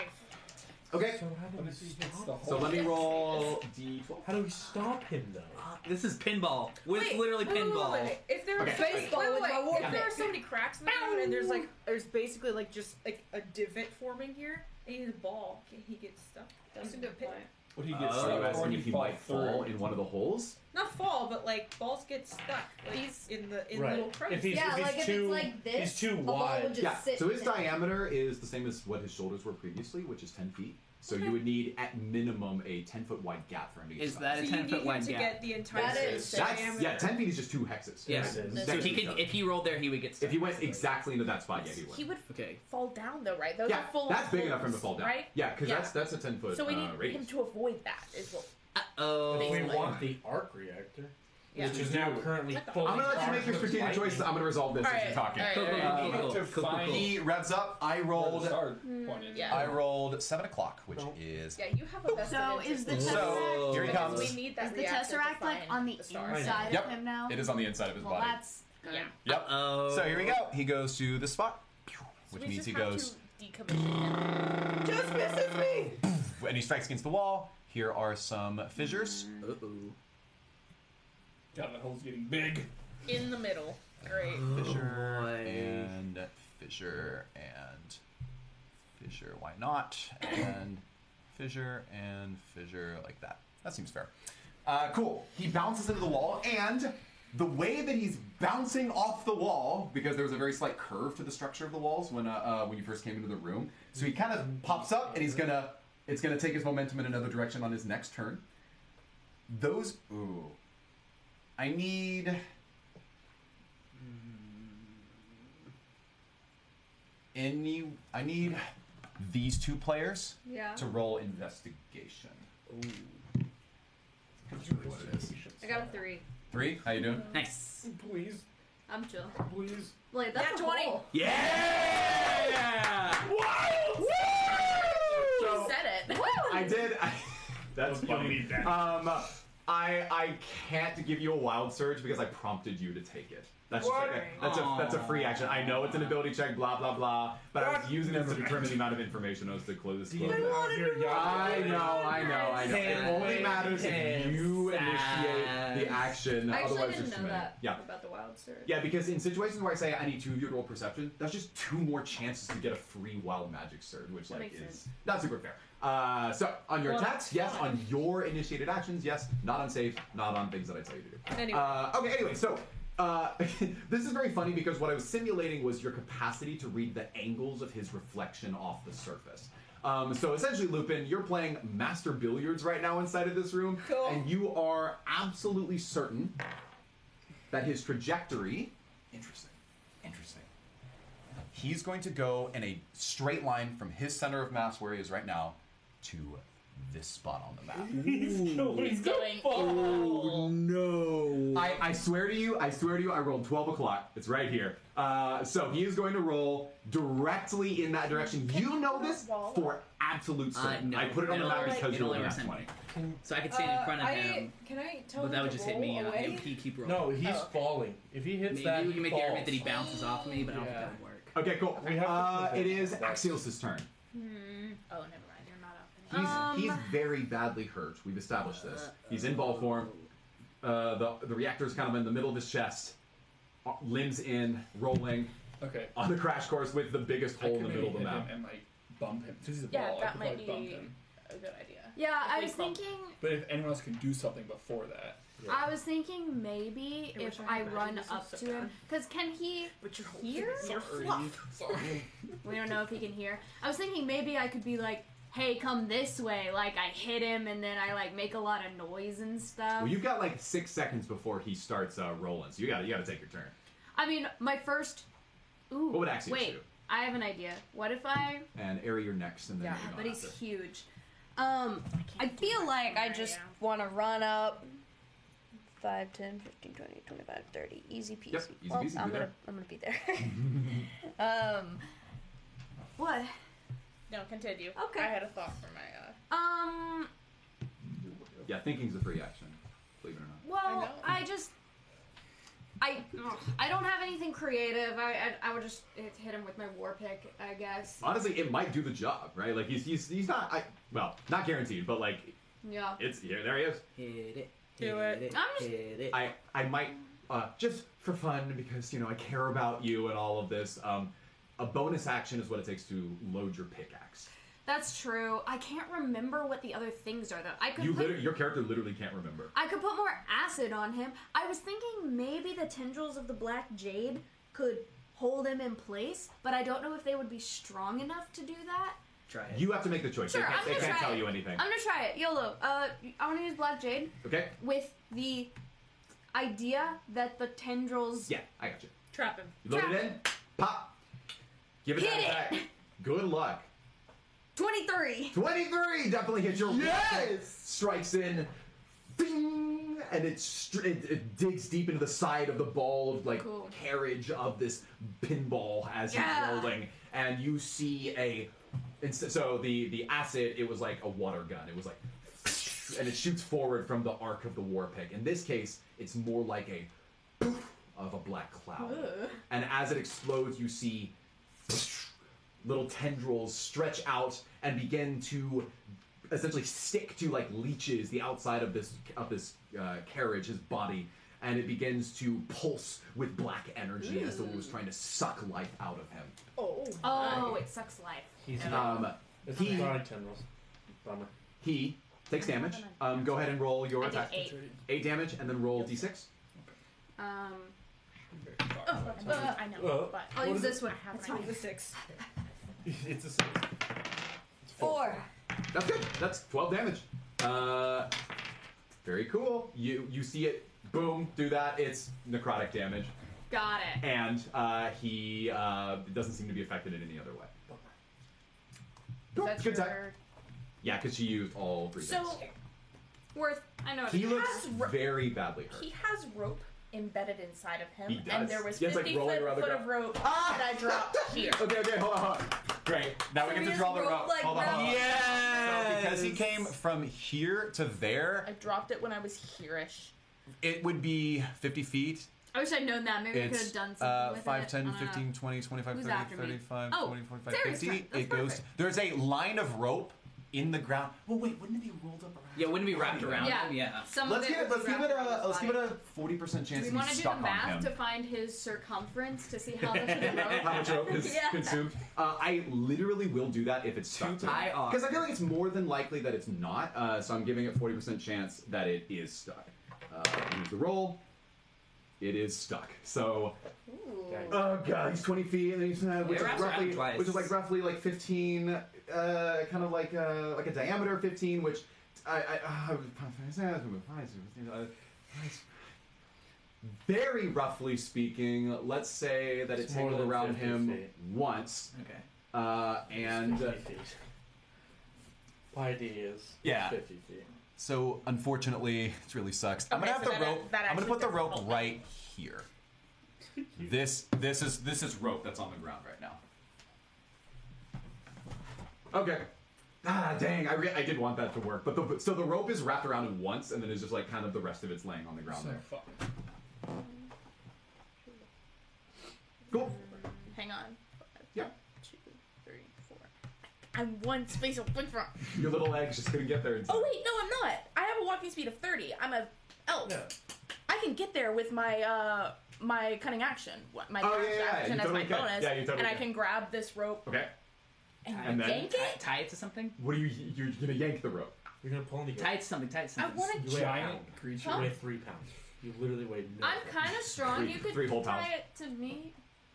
S1: Okay.
S4: So how do we stop the
S1: So
S4: whole-
S1: let me roll d12.
S4: How do we stop him though?
S7: This is pinball. With
S9: Wait,
S7: literally
S9: wait, wait,
S7: pinball.
S9: wait, wait. If there are
S1: Okay.
S9: baseball,
S11: Wait, wait, wait.
S9: if
S11: Yeah.
S9: there are so many cracks in the ground, and there's like there's basically like just like a divot forming here, and he's a ball. Can he get stuck?
S2: That's a
S9: Into
S2: good
S9: pit?
S2: point.
S4: Would he
S1: Uh, so you asking if he
S4: fall
S1: might fall
S4: through?
S1: in one of the holes?
S9: Not fall, but like balls get stuck. Like,
S2: He's-
S9: in the in
S4: Right.
S9: little crevices.
S4: If he's,
S11: Yeah,
S4: if he's
S11: like if
S4: too,
S11: it's like this,
S4: he's too
S11: a ball would
S4: wide.
S11: just
S1: Yeah.
S11: sit
S1: So his
S11: there.
S1: diameter is the same as what his shoulders were previously, which is ten feet. So you would need at minimum a ten foot wide gap for him to get.
S7: Is
S1: to
S7: that
S9: so
S7: a
S9: you
S7: ten
S9: need
S7: foot
S9: him
S7: wide
S9: to
S7: gap?
S9: get the entire
S11: That
S9: space
S11: is-
S1: That's
S9: diameter.
S1: yeah. Ten feet is just two hexes.
S7: Yeah.
S1: Next
S4: So
S1: to
S7: So he
S1: each
S7: could,
S1: other.
S7: if he rolled there, he would get stuck.
S1: If he went exactly into that spot, yeah, he would.
S8: He would
S7: Okay.
S8: fall down though, right? Those
S1: yeah,
S8: are full
S1: that's big enough for him to
S8: holes,
S1: fall down.
S8: Right?
S1: Yeah, because
S8: Yeah.
S1: that's that's a ten foot
S8: So we need
S1: uh,
S8: him
S1: radius.
S8: to avoid that. Is what,
S7: Oh.
S4: we want the arc reactor,
S8: yeah.
S4: which is now currently
S8: What the-
S4: fully
S1: I'm gonna let you make your
S4: charged with
S1: strategic
S4: lightning.
S1: choice. I'm gonna resolve this as
S8: Alright,
S1: you're talking.
S8: alright.
S7: Cool, cool, cool, cool, cool,
S4: To
S7: cool, cool,
S4: find-
S7: cool.
S10: He revs up. I
S4: Where the
S10: rolled.
S4: start point is.
S8: Hmm. Yeah.
S10: I rolled seven o'clock, which is
S8: yeah, you have a vested
S6: So
S8: interest
S6: is the
S8: in this.
S10: so.
S7: Tesseract-
S10: Here he
S8: Because
S10: comes.
S8: We need that
S6: Is the
S8: reactor to
S6: tesseract like
S8: find
S6: on the
S8: the star.
S6: inside
S10: Yep.
S6: of him now?
S10: It is on the inside of his
S6: Well,
S10: body.
S6: that's
S8: Yeah.
S10: Yep.
S7: Oh.
S10: So here we go. He goes to this spot, which
S8: We
S10: means
S8: just
S10: he
S8: have
S10: goes
S8: to decommission him.
S11: Just misses me.
S10: and he strikes against the wall. Here are some fissures.
S7: Uh-oh.
S4: God, that hole's getting big.
S8: in the middle. Great.
S10: Fissure
S7: boy.
S10: and fissure and fissure. Why not? And fissure and fissure like that. That seems fair. Uh, cool. He bounces into the wall, and the way that he's bouncing off the wall, because there was a very slight curve to the structure of the walls when uh, uh, when you first came into the room. So he kind of pops up, and he's gonna it's gonna take his momentum in another direction on his next turn. Those ooh, I need. Any, I need these two players
S6: yeah.
S10: to roll investigation. That's really what it is.
S2: I got a three.
S10: Three, how you doing?
S7: Nice.
S4: Please,
S2: I'm chill.
S4: please.
S2: Like that's
S8: Nat
S2: a
S8: 20.
S2: hole.
S7: Yeah.
S1: So-
S8: Said it.
S1: Oh. I did. I, that's
S4: Don't
S1: funny.
S4: believe that.
S1: Um, I I can't give you a wild surge because I prompted you to take it. That's just like a,
S12: Watering.
S1: that's a that's a free action. I know it's an ability check, blah blah blah. But I was using it to determine the amount of information I was to close. close
S12: I
S1: it.
S12: wanna do it.
S1: I know, I know, I know. It
S12: Hey,
S1: only matters if
S12: hey,
S1: you initiate the action.
S13: I actually
S1: Otherwise,
S13: didn't
S1: there's too
S13: know
S1: many.
S13: that
S1: Yeah.
S13: about the wild surge.
S1: Yeah, because in situations where I say I need two of you to roll perception, that's just two more chances to get a free wild magic surge, which
S13: That
S1: like
S13: makes
S1: is
S13: sense.
S1: not super fair. Uh, so on your
S13: Well,
S1: attacks, yes. On your initiated actions, yes. Not on safe, not on things that I tell you to do.
S13: Anyway.
S1: Uh, okay. Anyway, so. Uh, this is very funny because what I was simulating was your capacity to read the angles of his reflection off the surface. Um, so essentially, Lupin, you're playing master billiards right now inside of this room, and you are absolutely certain that his trajectory
S12: Interesting. Interesting. He's going to go in a straight line from his center of mass where he is right now to this spot on the map.
S1: He's
S12: going He's
S1: going Oh no! I, I swear to you, I swear to you, I rolled 12 o'clock. It's right here. Uh, so he is going to roll directly in that direction. You know this for absolute
S7: Uh,
S1: certain.
S7: no,
S1: I put it on the
S7: it'll
S1: map
S7: only-
S1: because
S7: it'll
S1: you rolled
S7: only
S1: a nat
S7: represent
S1: 20.
S7: So I could stand in front of
S9: Uh, I,
S7: him,
S9: Can I tell
S7: but
S9: him
S7: that would
S9: to
S7: just hit
S9: roll
S7: me. uh, And I,
S9: away?
S7: he keep rolling.
S8: Oh,
S3: No, he's falling. If he hits
S7: Maybe
S3: that,
S7: we can make the argument that he
S3: falls.
S7: bounces off me, but I don't think
S3: Yeah.
S7: that would work.
S1: Okay, cool.
S3: We have to
S1: Uh,
S3: flip
S1: it
S3: it.
S1: is Axios' turn.
S13: Hmm. Oh, never mind. You're not up.
S1: He's, he's very badly hurt. We've established this. He's in ball form. Uh, the, the reactor's kind of in the middle of his chest, uh, limbs in, rolling.
S4: Okay.
S1: On the crash course with the biggest hole in
S4: could
S1: the middle of the
S4: maybe hit
S1: map.
S4: him and like bump him because he's a
S8: Yeah,
S4: ball. I
S8: that
S4: could probably
S8: might be
S4: bump him.
S8: a Oh, good idea.
S2: Yeah,
S8: If
S2: I
S8: we
S2: was
S8: bump-
S2: thinking.
S4: But if anyone else could do something before that,
S2: I was thinking maybe
S8: I wish
S2: if
S8: I
S2: I
S8: had
S2: run
S8: imagined this
S2: up
S8: was
S2: to
S8: so
S2: him, because can he hear?
S8: Sorry.
S2: We don't know if he can hear. I was thinking maybe I could be like, "Hey, come this way!" Like I hit him, and then I like make a lot of noise and stuff.
S1: Well, you've got like six seconds before he starts uh, rolling, so you got to you got to take your turn.
S2: I mean, my first. Ooh.
S1: What would Axios
S2: wait,
S1: do?
S2: I have an idea. What if I?
S1: And area your next, and then
S2: Yeah,
S1: you're
S2: but
S1: gone
S2: he's
S1: after.
S2: huge. Um,
S8: I feel like I just want to run up 5, 10, 15, 20, 25, 30. Easy peasy.
S1: Yep, easy
S8: well,
S1: peasy,
S8: I'm
S1: you're
S8: gonna
S1: there.
S8: I'm gonna be there. um
S2: What?
S8: No, continue. Okay. I had a thought for
S9: uh,
S8: my
S2: um.
S1: Yeah, thinking's a free action, believe it or not.
S2: Well, I, just, I, I don't have anything creative. I, I, I would just hit hit him with my war pick, I guess.
S1: Honestly, it might do the job, right? Like he's he's he's not I well not guaranteed, but like
S2: Yeah.
S1: it's here there he is.
S7: Hit it.
S2: Do it.
S7: Hit it.
S2: I'm just-
S7: hit it.
S1: I I might uh, just for fun because you know I care about you and all of this. Um, a bonus action is what it takes to load your pickaxe.
S2: That's true. I can't remember what the other things are though. I could
S1: You
S2: put,
S1: literally, your character literally can't remember.
S2: I could put more acid on him. I was thinking maybe the tendrils of the black jade could hold him in place, but I don't know if they would be strong enough to do that.
S7: Try it.
S1: You have to make the choice.
S2: Sure,
S1: they
S2: I'm
S1: can't, they
S2: gonna
S1: can't
S2: try
S1: tell
S2: it.
S1: you anything.
S2: I'm gonna try it. YOLO. Uh, I want to use black jade
S1: okay.
S2: with the idea that the tendrils
S1: Yeah, I got you.
S8: Trap him.
S1: You load it in, pop. Give it
S2: Hit
S1: that back. Good luck.
S2: 23.
S1: 23 definitely hits your yes strikes in ding and it, str- it it digs deep into the side of the ball of like
S2: Cool.
S1: carriage of this pinball as
S2: Yeah.
S1: he's rolling and you see a inst- so the the acid it was like a water gun it was like and it shoots forward from the arc of the war pick in this case it's more like a poof of a black cloud
S9: Ugh.
S1: and as it explodes you see little tendrils stretch out and begin to essentially stick to like leeches the outside of this of this uh, carriage, his body, and it begins to pulse with black energy as though it was trying to suck life out of him.
S9: Oh.
S2: Oh, it sucks life.
S1: um,
S3: It's
S1: he
S3: necrotic tendrils. Bummer.
S1: he takes damage. Um, go ahead and roll your
S2: I did
S1: attack.
S2: eight.
S1: Eight damage, and then roll d6.
S2: Um,
S8: uh, I know,
S3: Well,
S8: but
S2: I'll
S3: What
S2: use
S3: is
S2: this one.
S8: That's
S2: That's
S8: fine.
S2: fine.
S9: six.
S3: it's a six.
S8: Four.
S1: That's good. That's 12 damage. Uh, very cool. You you see it. Boom. Do that. It's necrotic damage.
S2: Got it.
S1: and uh, he uh, doesn't seem to be affected in any other way. Cool,
S2: That's
S1: good time.
S2: your-
S1: Yeah, because she used all three
S8: So, uh,
S1: things.
S2: worth. I know.
S1: He
S8: he
S1: looks
S8: has ro-
S1: very badly hurt.
S8: He has rope embedded inside of him,
S1: He
S8: and
S1: does.
S8: there was
S1: Yeah, it's like
S8: 50
S1: rolling
S8: foot,
S1: around the
S8: foot
S1: ground.
S8: of rope Ah, that I dropped here.
S1: Okay, okay, hold on, hold on. Great.
S12: Now we
S8: So we
S12: get to
S8: just
S12: draw the
S8: rolled,
S12: rope.
S8: like,
S12: Hold on, hold on.
S8: round-
S12: So because he came from here to there,
S8: I dropped it when I was hereish.
S12: it would be 50 feet.
S6: I wish I'd known that. Maybe I could have
S10: It's
S6: done something
S10: uh,
S6: with
S10: 5,
S6: it.
S10: 10,
S6: I don't know.
S10: 15, 20, 25,
S6: Who's
S10: 30,
S6: after me?
S10: 35,
S6: Oh,
S10: 40, 45,
S6: Sarah's
S10: 50.
S6: turn. That's
S10: it goes.
S6: perfect.
S10: There's a line of rope in the ground. Well, wait, wouldn't it be rolled up around?
S7: Yeah, wouldn't it be wrapped around?
S6: Yeah.
S7: him? Yeah.
S6: Some
S10: let's
S6: of it
S10: give it.
S6: would
S10: Let's
S6: be
S10: give it
S6: wrapped
S10: a.
S6: around
S10: Let's
S6: his
S10: give it a forty percent
S6: Do
S10: chance
S6: we
S10: that
S6: want to
S10: he's
S6: do the
S10: stuck on him.
S6: math to find his circumference to see how much of the rope?
S1: How much rope is
S6: Yeah.
S1: consumed? Uh, I literally will do that if it's stuck to
S7: high odds.
S1: Because I feel like it's more than likely that it's not. Uh, so I'm giving it 40% chance that it is stuck. Uh, here's the roll. It is stuck. So, oh god, he's 20 feet, and he's, uh, which,
S7: Yeah, it
S1: is
S7: wraps around
S1: roughly,
S7: twice.
S1: which is like roughly like 15, uh, kind of like uh, like a diameter of 15, which I, I uh, very roughly speaking, let's say that
S3: It's
S1: it
S3: more
S1: tangled
S3: than
S1: around
S3: 50
S1: him
S3: feet.
S1: once.
S7: Okay.
S1: Uh, and uh,
S3: My idea is
S10: Yeah.
S3: 50 feet.
S10: So unfortunately, it really sucks. I'm
S3: Okay,
S10: gonna have
S3: so
S10: the
S3: that-
S10: rope.
S3: that
S10: I'm gonna
S3: actually
S10: put the
S3: doesn't
S10: rope
S3: help.
S10: right here. This this is this is rope that's on the ground right now.
S1: okay. Ah, dang! I, re- I did want that to work, but the, so the rope is wrapped around him once, and then it's just like kind of the rest of it's laying on the ground there. Go.
S8: Hang on.
S1: Yeah.
S8: Two, three, four. I'm one space away from.
S1: Your little legs just couldn't get there. in time.
S8: Oh wait, no, I'm not. I have a walking speed of 30. I'm a elf.
S1: Yeah.
S8: I can get there with my uh my cutting action, what my
S1: Oh,
S8: dash
S1: yeah, yeah, yeah.
S8: action
S1: You
S8: as
S1: totally
S8: my
S1: can.
S8: bonus,
S1: Yeah, you totally
S8: and I
S1: can.
S8: can grab this rope
S1: Okay.
S8: and,
S1: And then-
S8: yank it.
S7: Tie it to something.
S1: What are you? You're gonna yank the rope.
S3: You're gonna pull me.
S7: Tie it to something. Tie it to
S8: I
S7: something.
S8: wanna
S3: You weigh a
S8: giant
S3: pound. creature.
S8: Huh?
S3: You weigh three pounds. You literally weigh. nothing.
S6: I'm kind of strong.
S1: Three-
S6: you could
S1: three whole
S6: tie
S1: pounds.
S6: it to me.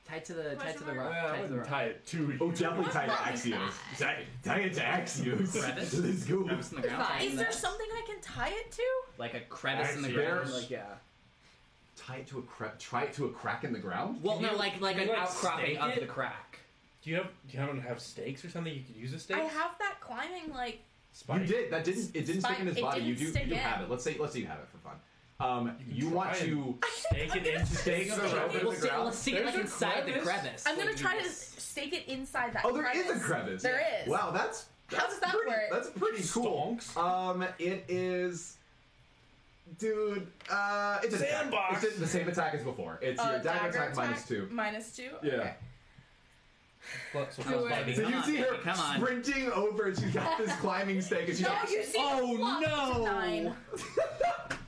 S7: Tie it to the. Tie it to the
S6: Question
S7: rock.
S6: mark?
S3: Yeah, I
S7: Tie it to the
S3: wouldn't
S7: rock.
S3: tie it to.
S1: Oh, definitely tie to
S6: What's wrong
S1: Axios. Tie, tie it to Axios.
S7: Crevice?
S1: Let's go.
S7: Crevice in the ground. tie it
S8: Is
S7: in
S8: there
S7: that.
S8: something I can tie it to?
S7: like a crevice in the
S1: Axios.
S7: ground? Like yeah.
S1: Tie it to a cra- try it to a crack in the ground.
S7: Well,
S3: Can
S7: no,
S3: you-
S7: like like
S3: can
S7: an
S3: you, like,
S7: outcropping
S3: stake
S7: of
S3: it?
S7: the crack.
S3: Do you have? Do you have stakes or something? You could use a stake.
S8: I have that climbing like
S3: Spike.
S1: You did. That didn't. It didn't stick
S8: Spike-
S1: in his
S8: it
S1: body. You
S8: didn't
S1: do.
S8: stick
S1: You do
S8: in.
S1: have it. Let's say. Let's say you have it for fun. Um, you want
S3: try
S1: to
S3: Stake it into
S1: stake the rope in
S7: We'll
S1: the
S7: see.
S1: ground.
S7: Let's see it
S3: There's
S7: like
S3: a
S7: inside the crevice.
S3: crevice.
S8: I'm gonna
S7: Like,
S8: try
S7: you
S8: to
S7: just-
S8: stake it inside that.
S1: Oh, there is
S8: crevice.
S1: a crevice.
S8: There is.
S1: Wow, that's.
S8: How
S1: that's
S8: does that
S1: pretty,
S8: work?
S1: That's pretty cool.
S3: Stonks.
S1: Um, it is. Dude, uh, it's a
S3: Sandbox.
S1: It's the same attack as before. It's
S8: Uh,
S1: your dagger, attack, minus
S8: attack
S1: two.
S8: Minus two.
S1: Yeah.
S8: Okay.
S3: Plus, so
S7: I was
S3: plus
S7: like,
S3: five.
S1: So
S7: Come
S1: you
S7: on,
S1: see her
S7: baby, come on.
S1: sprinting over, and she's got this climbing stake, and she's
S8: No,
S1: like,
S8: you see
S1: "Oh
S8: it flop to
S1: no!"
S8: nine.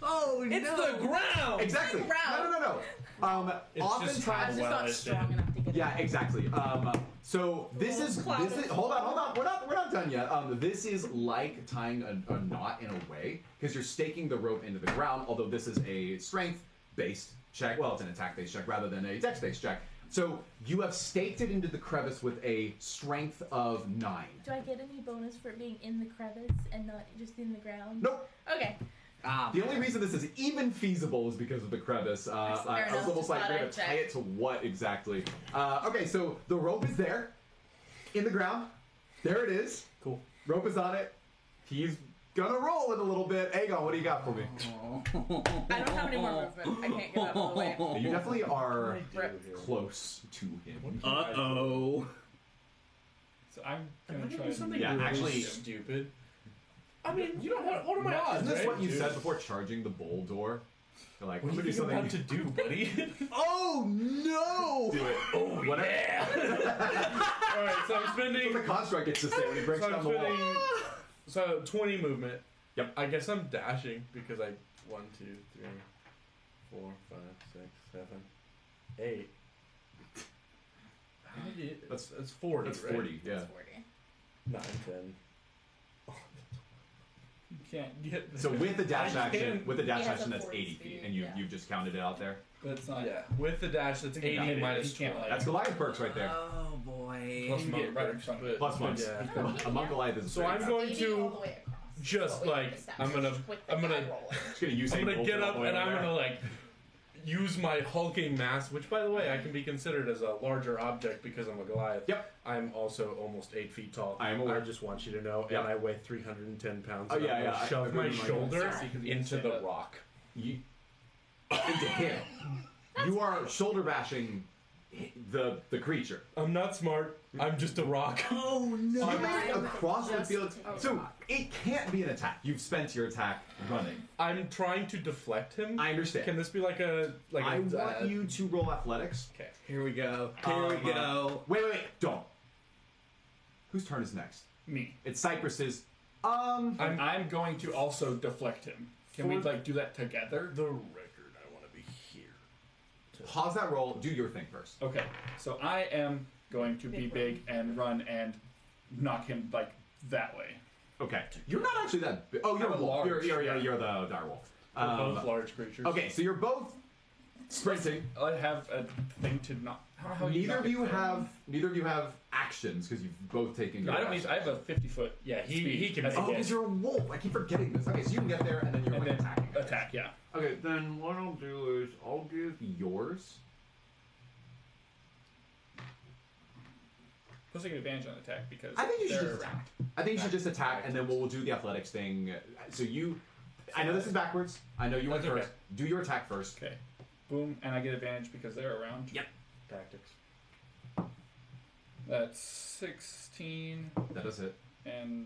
S7: Oh
S3: It's the ground.
S1: exactly.
S8: It's like
S1: No, no, no, no. Um,
S3: It's just
S8: I'm
S1: oftentimes,
S8: just
S3: Well, I
S8: not
S3: did.
S8: strong enough to get
S1: yeah,
S8: it.
S1: exactly. Um, so this is
S8: Cloud
S1: this
S8: of
S1: is. Hold on, hold on. We're not we're not done yet. Um, this is like tying a, a knot in a way because you're staking the rope into the ground. Although this is a strength based check. Well, it's an attack based check rather than a dex based check. So you have staked it into the crevice with a strength of nine.
S8: Do I get any bonus for it being in the crevice and not just in the ground?
S1: Nope.
S8: Okay.
S7: Ah,
S1: The only reason this is even feasible is because of the crevice. Uh,
S8: Fair
S1: I, I was
S8: enough,
S1: almost
S8: just
S1: like,
S8: thought
S1: we're gonna
S8: I'd check.
S1: tie it to what exactly? Uh, okay, so the rope is there, in the ground. There it is.
S3: Cool.
S1: Rope is on it. He's gonna roll it a little bit. Aegon, what do you got for me?
S8: I don't have any more movement. I can't get out of the way.
S3: Oh.
S1: You definitely are
S8: Rip.
S1: close to him.
S7: Uh oh.
S4: So I'm
S3: Am I
S4: gonna
S3: gonna
S4: try
S3: do
S4: and-
S3: something
S1: Yeah,
S3: really
S1: actually-
S3: stupid? I mean, you don't. What, what are my odds?
S1: Isn't this
S3: right?
S1: what you
S3: Dude.
S1: said before charging the bowl door? You're like,
S3: What
S1: I'm
S3: do
S1: gonna
S3: you
S1: do
S3: think
S1: something.
S3: I'm about to do, buddy?
S1: Oh no! Do it.
S3: oh
S1: Whatever.
S4: All right, so I'm spending.
S1: The construct gets to say when he breaks
S4: so
S1: down
S4: I'm
S1: the wall.
S4: spending. So 20 movement.
S1: Yep.
S4: I guess I'm dashing because I one, two, three, four, five, six, seven, eight. How do you-
S1: That's-
S4: that's forty.
S1: That's
S4: right?
S1: 40. Yeah.
S8: It's 40.
S3: Nine, ten.
S4: You can't get.
S1: So with the dash
S4: You
S1: action,
S4: can-
S1: with the dash
S8: He has a
S1: action, that's
S8: 40
S1: 80 feet,
S8: speed,
S1: and you
S8: yeah.
S1: you've just counted it out there.
S4: That's not.
S3: Yeah.
S4: With the dash, that's 80
S3: Yeah,
S4: minus
S3: you can't,
S4: 20.
S1: That's Goliath perks right there.
S7: Oh boy.
S4: plus
S3: You
S4: monk,
S3: get right in
S4: right?
S3: front of
S4: But-
S3: it.
S1: Plus one.
S4: Yeah.
S1: A monk Goliath is.
S4: So
S1: very
S4: I'm
S1: fast.
S4: going
S8: 80 all the
S4: to
S8: way across.
S4: just
S8: What we
S4: like I'm gonna
S8: established with the
S4: I'm
S8: die
S4: gonna
S8: roll.
S1: Just gonna use.
S4: I'm gonna get up and I'm
S1: there.
S4: gonna like use my hulking mass, which by the way I can be considered as a larger object because I'm a Goliath.
S1: Yep.
S4: I'm also almost eight feet tall.
S1: I am aware.
S4: I just want you to know,
S1: Yep.
S4: and I weigh 310 pounds.
S1: Oh,
S4: and
S1: yeah,
S4: I'm gonna
S1: yeah, I- I
S4: Shove
S1: agree
S4: my
S1: with Mike.
S4: shoulder
S1: Sorry.
S4: into the rock.
S1: You into him. You are shoulder bashing the the creature.
S4: I'm not smart. I'm just a rock.
S1: Oh no!
S4: I'm
S1: across the
S4: just
S1: field.
S4: a
S1: So it can't be an attack. You've spent your attack running.
S4: I'm trying to deflect him.
S1: I understand.
S4: Can this be like a like?
S1: I
S4: a-
S1: want
S4: uh,
S1: you to roll athletics.
S4: Okay.
S7: Here we go. Here
S1: Um,
S7: we go.
S1: Wait, wait, wait! Don't. Whose turn is next?
S4: Me.
S1: It's Cypress's. Um,
S4: I'm, I'm going to also deflect him. Can we
S1: For-
S4: like do that together? The
S1: Oh.
S4: record. I want to be here.
S1: Pause that roll. Do your thing first.
S4: Okay. So I am going to be big and run and knock him like that way.
S1: Okay. You're not actually that. Bi- oh, you're
S4: I'm a
S1: large. You're,
S4: large.
S1: you're, you're, you're the direwolf. Um,
S4: We're both large creatures.
S1: Okay, so you're both sprinting.
S4: I have a thing to knock. I don't know how you
S1: neither
S4: knock
S1: of
S4: it
S1: you
S4: down.
S1: have neither of you have actions because you've both taken.
S4: I don't need. I have a fifty foot. Yeah, he he can.
S1: Oh, because you're a wolf. I keep forgetting this. Okay, so you can get there and then you're like, attacking.
S4: attack. Yeah.
S1: Okay, then what I'll do is I'll give yours.
S4: Plus, I get advantage on attack because
S1: I think you should
S4: they're
S1: just
S4: around.
S1: I think you should just attack, and then we'll do the athletics thing. So you, I know this is backwards. I know you went
S4: That's okay.
S1: first. Do your attack first.
S4: Okay. Boom, and I get advantage because they're around. Yep. Tactics. That's sixteen
S1: That does it.
S4: and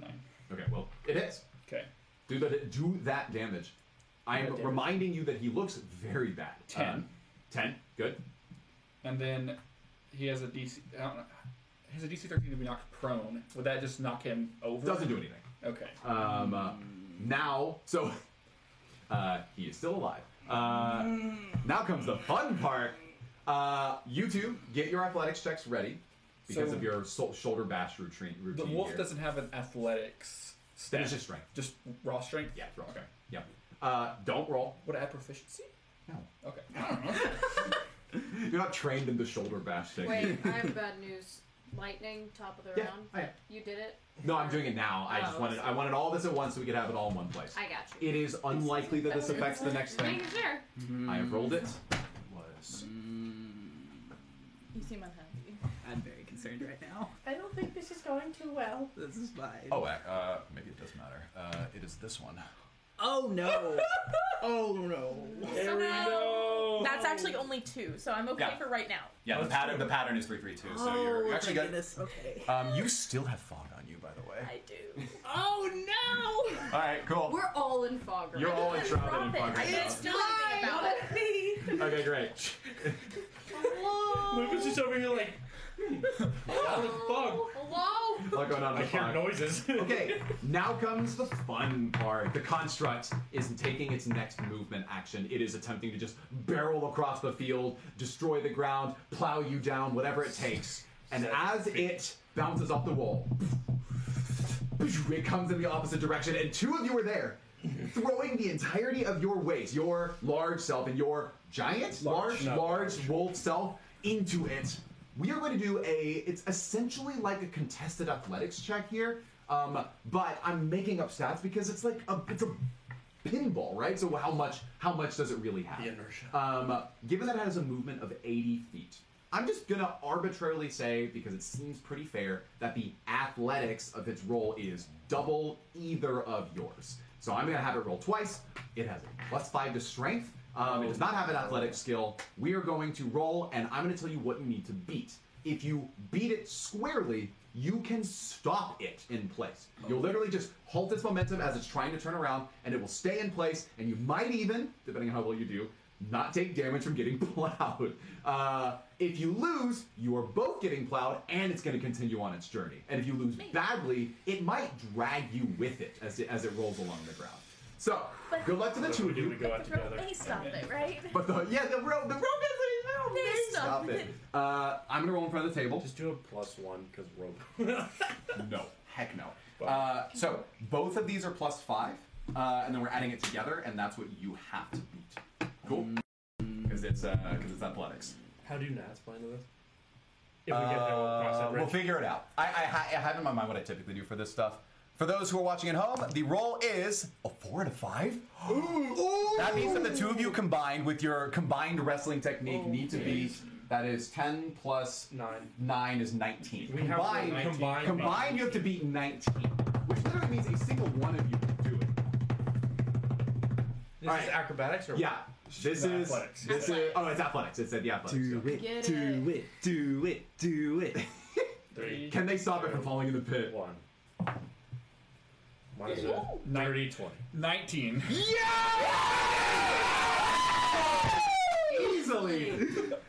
S4: nine.
S1: Okay, well, it hits.
S4: Okay.
S1: Do that. Do that damage. I am
S4: That damage.
S1: reminding you that he looks very bad.
S4: Ten.
S1: Um, ten. Good.
S4: And then he has a DC. I don't know. He has a DC thirteen to be knocked prone. Would that just knock him over?
S1: Doesn't do anything.
S4: Okay.
S1: Um, uh, now, so uh, he is still alive. Uh, now comes the fun part. Uh, you two get your athletics checks ready because
S4: So-
S1: of your so- shoulder bash routine.
S4: The
S1: routine
S4: wolf
S1: here.
S4: doesn't have an athletics.
S1: That
S4: Stat.
S1: is just strength.
S4: Just raw strength.
S1: Yeah, roll.
S4: Okay.
S1: Yeah. Uh, don't roll.
S4: Would I add proficiency?
S1: No.
S4: Okay. I don't know.
S1: You're not trained in the shoulder bash thing.
S2: Wait, I have bad news. Lightning, top of the
S1: Yeah,
S2: round.
S1: oh yeah.
S2: You did it.
S1: No, I'm doing it now. I
S2: Oh,
S1: just wanted
S2: okay.
S1: I wanted all this at once so we could have it all in one place.
S2: I got you.
S1: It is unlikely that this affects the next thing.
S2: Making sure.
S1: I have rolled it. Was
S8: Mm. You seem unhappy.
S7: I'm very concerned right now.
S5: I don't think this is going too well.
S7: This is fine.
S10: Oh, uh, maybe it does matter. Uh, it is this one.
S7: Oh no. oh no.
S8: So now-
S5: That's
S8: That's
S5: actually
S8: actually
S5: only two, so I'm okay
S10: Yeah.
S5: for right now.
S10: Yeah, the pattern. The pattern is three three two. So
S1: Oh,
S2: Oh,
S10: you're
S7: thank
S10: actually good.
S7: goodness. Okay.
S10: Um, you still have fog on you, by the way.
S5: I do.
S2: Oh no!
S10: All right, cool.
S2: We're all in fog. right
S1: You're
S2: now.
S1: all enshrouded in fog
S5: I
S1: right
S5: didn't
S1: now.
S5: do anything about it.
S1: Okay, great.
S4: Lupus is over here like. Fog.
S2: Hello?
S1: A lot going on in
S4: I
S1: the
S4: hear
S1: fog.
S4: noises.
S1: Okay, now comes the fun part. The construct is taking its next movement action. It is attempting to just barrel across the field, destroy the ground, plow you down, whatever it takes. And as it bounces off the wall, it comes in the opposite direction, and two of you are there, throwing the entirety of your weight, your large self and your giant, large, large,
S4: no,
S1: wolf self, into it. We are going to do a. It's essentially like a contested athletics check here, um, but I'm making up stats because it's like a. It's a pinball, right? So how much? How much does it really have?
S3: The inertia.
S1: Um, given that it has a movement of 80 feet, I'm just gonna arbitrarily say, because it seems pretty fair, that the athletics of its roll is double either of yours. So I'm gonna have it roll twice. It has a plus five to strength. Um, it does not have an athletic skill. We are going to roll, and I'm gonna tell you what you need to beat. If you beat it squarely, you can stop it in place. You'll literally just halt its momentum as it's trying to turn around, and it will stay in place, and you might even, depending on how well you do, not take damage from getting plowed. Uh, if you lose, you are both getting plowed, and it's going to continue on its journey. And if you lose badly, it might drag you with it as it, as it rolls along the ground. So,
S5: But-
S1: good luck to the two of
S4: Here we
S1: you.
S4: go out
S5: The rope
S4: together.
S5: may stop it, right?
S1: But the yeah, the rope, the rope has
S5: They
S1: stop
S5: stop
S1: it. Uh, I'm gonna roll in front of the table.
S3: Just do a plus one because rope.
S1: No, heck no. Uh, so both of these are plus five, uh, and then we're adding it together, and that's what you have to beat. Cool, because it's
S10: uh,
S1: because it's athletics.
S3: How do Nats play into this? If we get there, we'll cross
S10: Uh,
S3: that
S10: we'll
S3: bridge.
S10: figure it out. I, I, ha- I have in my mind what I typically do for this stuff. For those who are watching at home, the roll is a four and a five. That means that the two of you combined with your combined wrestling technique need to be that is ten plus
S3: Nine.
S10: nine is nineteen.
S3: We have
S10: combined,
S3: rolled
S10: combined,
S3: 19.
S10: combined, you have to beat nineteen, which literally means a single one of you can do it.
S3: This
S1: Alright.
S3: is acrobatics or
S1: Yeah, This is
S3: Athletics.
S1: this is oh, it's athletics. It said the athletics. Do
S7: it, Get do
S1: it, do it, do it.
S3: Three.
S1: Can they stop it from falling in the pit?
S3: One.
S1: Minus
S4: it?
S3: 30, 20.
S4: 19.
S1: Easily.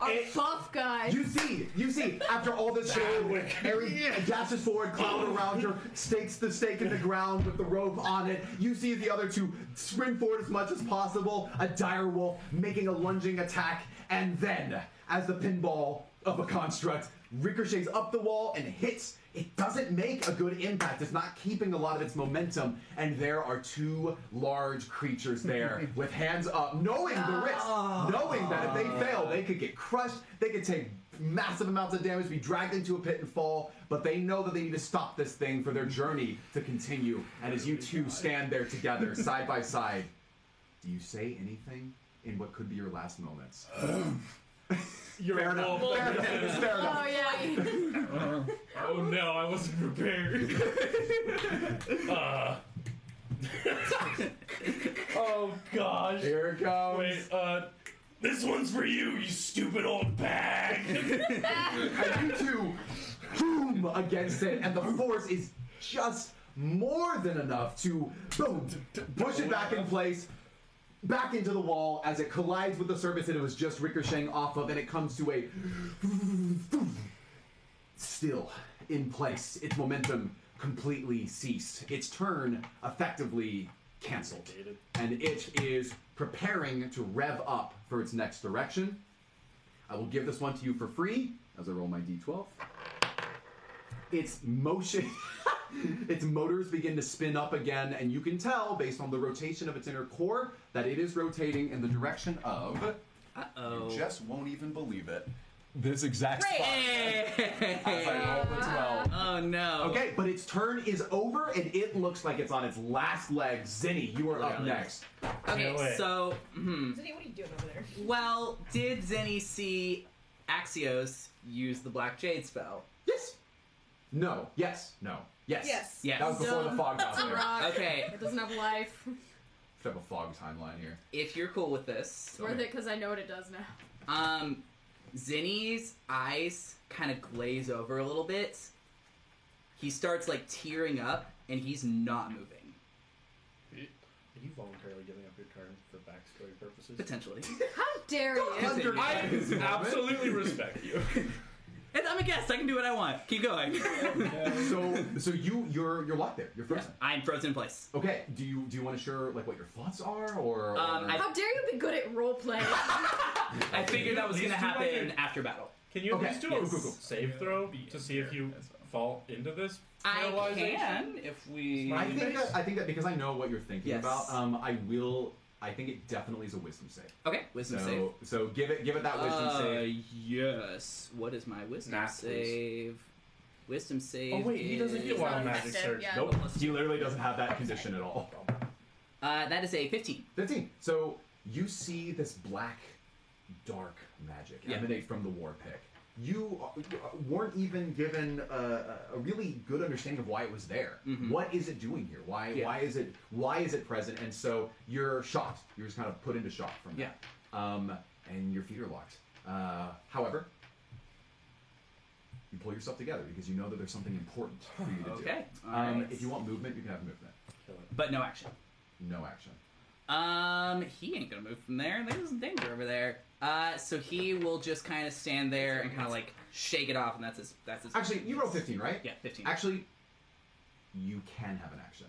S6: Our buff guy.
S1: You see, you see, after all this show, Harry dashes forward, cloud around her, stakes the stake in the ground with the rope on it. You see the other two sprint forward as much as possible, a dire wolf making a lunging attack, and then, as the pinball of a construct ricochets up the wall and hits, it doesn't make a good impact. It's not keeping a lot of its momentum, and there are two large creatures there with hands up, knowing the risk, knowing that if they fail, they could get crushed, they could take massive amounts of damage, be dragged into a pit and fall, but they know that they need to stop this thing for their journey to continue. And as you two stand there together, side by side, do you say anything in what could be your last moments? You're fair enough. Fair enough. It's fair enough.
S6: Oh yeah.
S3: Oh no, I wasn't prepared. uh. oh gosh.
S1: Here it comes.
S3: Wait, uh, this one's for you, you stupid old bag.
S1: and you two boom against it, and the force is just more than enough to boom push it back in place. Back into the wall as it collides with the surface that it was just ricocheting off of, and it comes to a still in place. Its momentum completely ceased. Its turn effectively canceled. And it is preparing to rev up for its next direction. I will give this one to you for free as I roll my d12. Its motion. its motors begin to spin up again, and you can tell based on the rotation of its inner core that it is rotating in the direction of. Uh
S7: Uh-oh.
S1: You just won't even believe it. This exact As I
S6: Uh,
S1: roll for 12.
S7: Hey. Oh no.
S1: Okay, but its turn is over, and it looks like it's on its last leg. Zinni, you are up
S7: Literally.
S1: next.
S7: Okay, so hmm.
S5: Zinni, what are you doing over there?
S7: Well, did Zenny see Axios use the Black Jade spell?
S1: Yes. No. Yes. No. Yes.
S6: Yes.
S7: Yes.
S1: That was before the fog got
S6: It's a rock.
S1: there.
S7: Okay.
S6: It doesn't have life.
S1: Set up a fog timeline here.
S7: If you're cool with this,
S6: It's worth it because I know what it does now.
S7: um, Zinni's eyes kind of glaze over a little bit. He starts like tearing up, and he's not moving.
S3: Are you voluntarily giving up your turn for backstory purposes?
S7: Potentially.
S6: How dare you?
S7: Continue.
S3: I absolutely respect you.
S7: And I'm a guest. I can do what I want. Keep going.
S1: so, so you, you're, you're locked there. You're frozen.
S7: I'm frozen in place.
S1: Okay. Do you, do you want to share like what your thoughts are, or? or-
S7: Um, I-
S6: How dare you be good at role play?
S7: I figured that was
S3: These
S7: gonna
S3: two right
S7: happen
S3: here.
S7: after battle.
S3: Can you at
S1: Okay,
S3: least do
S1: yes.
S3: a save throw to see if you fall into this?
S7: I
S3: paralyzation?
S7: can if we.
S1: I think that, I think that because I know what you're thinking
S7: Yes.
S1: about, um, I will. I think it definitely is a wisdom save.
S7: Okay, wisdom
S1: so,
S7: save.
S1: So give it, give it that wisdom
S7: uh,
S1: save.
S7: Yes. What is my wisdom
S3: Math, please.
S7: save? Wisdom save.
S3: Oh wait, he doesn't get
S7: is-
S3: wild
S8: not
S3: magic
S8: affected,
S3: surge.
S8: yeah.
S1: Nope. He literally doesn't have that condition at all.
S7: Uh, that is a 15.
S1: 15. So you see this black, dark magic
S7: Yeah.
S1: emanate from the war pick. You uh, weren't even given a, a really good understanding of why it was there.
S7: Mhm.
S1: What is it doing here? Why
S7: Yeah.
S1: why is it why is it present? And so you're shocked. You're just kind of put into shock from that. Um, and your feet are locked. Uh, however, you pull yourself together because you know that there's something important for you to
S7: Okay.
S1: do.
S7: All
S1: Um,
S7: right.
S1: If you want movement, you can have movement.
S7: But no action.
S1: No action.
S7: Um, he ain't gonna move from there. There's some danger over there. Uh, so he will just kind of stand there and kind of like shake it off, and that's his. That's his.
S1: Actually, you rolled 15, right?
S7: Yeah, 15.
S1: Actually, you can have an action.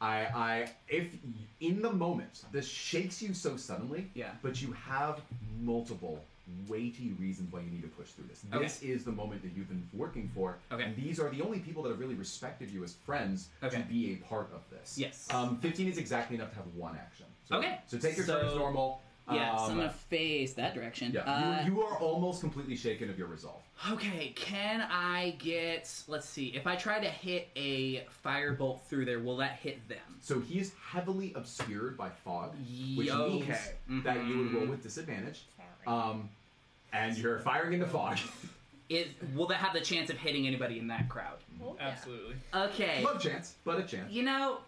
S1: I, I, if y- in the moment this shakes you so suddenly,
S7: Yeah.
S1: but you have multiple weighty reasons why you need to push through this.
S7: Okay.
S1: This is the moment that you've been working for.
S7: Okay.
S1: And these are the only people that have really respected you as friends
S7: Okay.
S1: to be a part of this.
S7: Yes.
S1: Um, 15 is exactly enough to have one action. So,
S7: Okay.
S1: So take your turn as
S7: So-
S1: normal.
S7: Yeah, so
S1: Um,
S7: I'm gonna phase that direction.
S1: yeah.
S7: Uh,
S1: you, you are almost completely shaken of your resolve.
S7: Okay, can I get? Let's see. If I try to hit a firebolt through there, will that hit them?
S1: So he is heavily obscured by fog, which
S7: Yo-
S1: means
S7: okay.
S1: that you would roll
S7: Mhm.
S1: with disadvantage. Um, and you're firing into fog.
S7: Is will that have the chance of hitting anybody in that crowd?
S4: Absolutely.
S7: Okay.
S1: Low chance, but a chance.
S7: You know,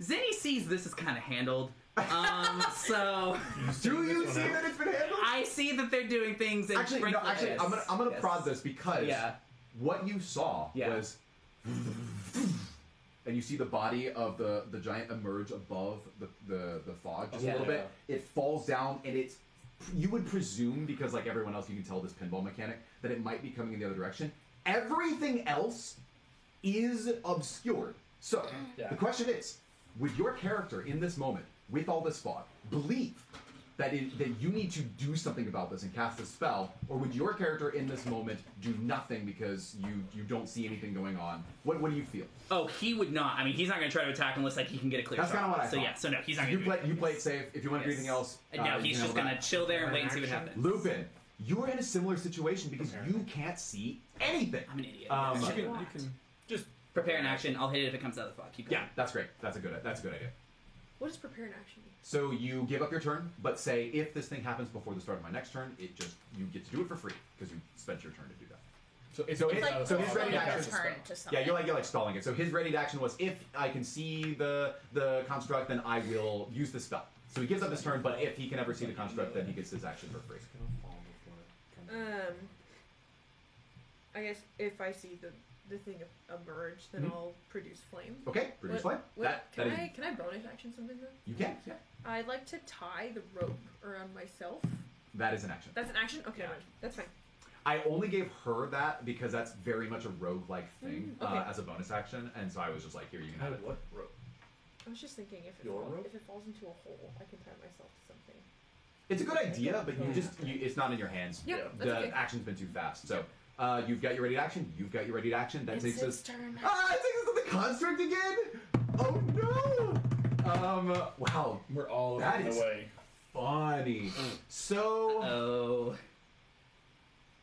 S7: Zinni sees this is kind of handled. Um, so
S1: do you see that it's been handled?
S7: I see that they're doing things. And
S1: Actually, no, actually, I'm gonna I'm gonna prod this because
S7: Yeah.
S1: what you saw was, and you see the body of the the giant emerge above the the, the fog just a
S7: Yeah.
S1: little bit. It falls down, and it's you would presume because like everyone else, you can tell this pinball mechanic that it might be coming in the other direction. Everything else is obscured. So the question is, would your character in this moment, with all this fog, believe that it, that you need to do something about this and cast a spell, or would your character in this moment do nothing because you you don't see anything going on? What what do you feel?
S7: Oh, he would not. I mean, he's not gonna try to attack unless like he can get a clear.
S1: That's
S7: shot.
S1: kind of what I
S7: So
S1: thought.
S7: yeah. So no, he's not
S1: You
S7: gonna. do
S1: play
S7: anything.
S1: you play it safe. If you want to do
S7: Yes.
S1: anything else, uh,
S7: No,
S1: you
S7: he's
S1: can
S7: just
S1: handle
S7: gonna
S1: that.
S7: chill there and wait and see what happens.
S1: Lupin, you're in a similar situation because you can't see anything.
S7: I'm an idiot.
S1: Um,
S7: you, can, you can just prepare an action. I'll hit it if it comes out of the fog. Keep
S1: yeah, that's great. That's a good that's a good idea.
S9: What does prepare an action mean?
S1: So you give up your turn, but say if this thing happens before the start of my next turn, it just you get to do it for free because you spent your turn to do that. So
S3: it's-
S1: so,
S3: It's
S1: his-
S3: like
S1: so his
S3: stalling
S1: ready
S3: your
S1: action.
S3: turn
S8: to
S1: yeah,
S8: something.
S1: you're like you're like stalling it. So his ready action was if I can see the the construct, then I will use the spell. So he gives up his turn, but if he can ever see the construct, then he gets his action for free.
S9: Um, I guess if I see the the thing emerge, then
S1: Mhm.
S9: I'll produce flame.
S1: Okay, produce
S9: What-
S1: flame.
S9: what-
S1: That-
S9: can
S1: that is-
S9: I can I bonus action something though?
S1: You can, yeah.
S9: I'd like to tie the rope around myself.
S1: That is an action.
S9: That's an action. Okay, never mind. that's fine.
S1: I only gave her that because that's very much a rogue-like thing
S9: Mm, okay.
S1: uh, as a bonus action, and so I was just like, here you can have it.
S3: What rope?
S9: I was just thinking if it,
S1: Your
S9: fall-
S1: rope?
S9: if it falls into a hole, I can tie myself to something.
S1: It's a good idea, but you just you, it's not in your hands.
S9: Yeah, that's
S1: the
S9: okay.
S1: action's been too fast. So uh, you've got your ready to action. You've got your ready to action. That takes us.
S9: turn.
S1: Ah, it takes us to the construct again. Oh no! Um, wow,
S4: we're all
S1: that
S4: over the
S1: is
S4: way.
S1: funny. So.
S7: Oh.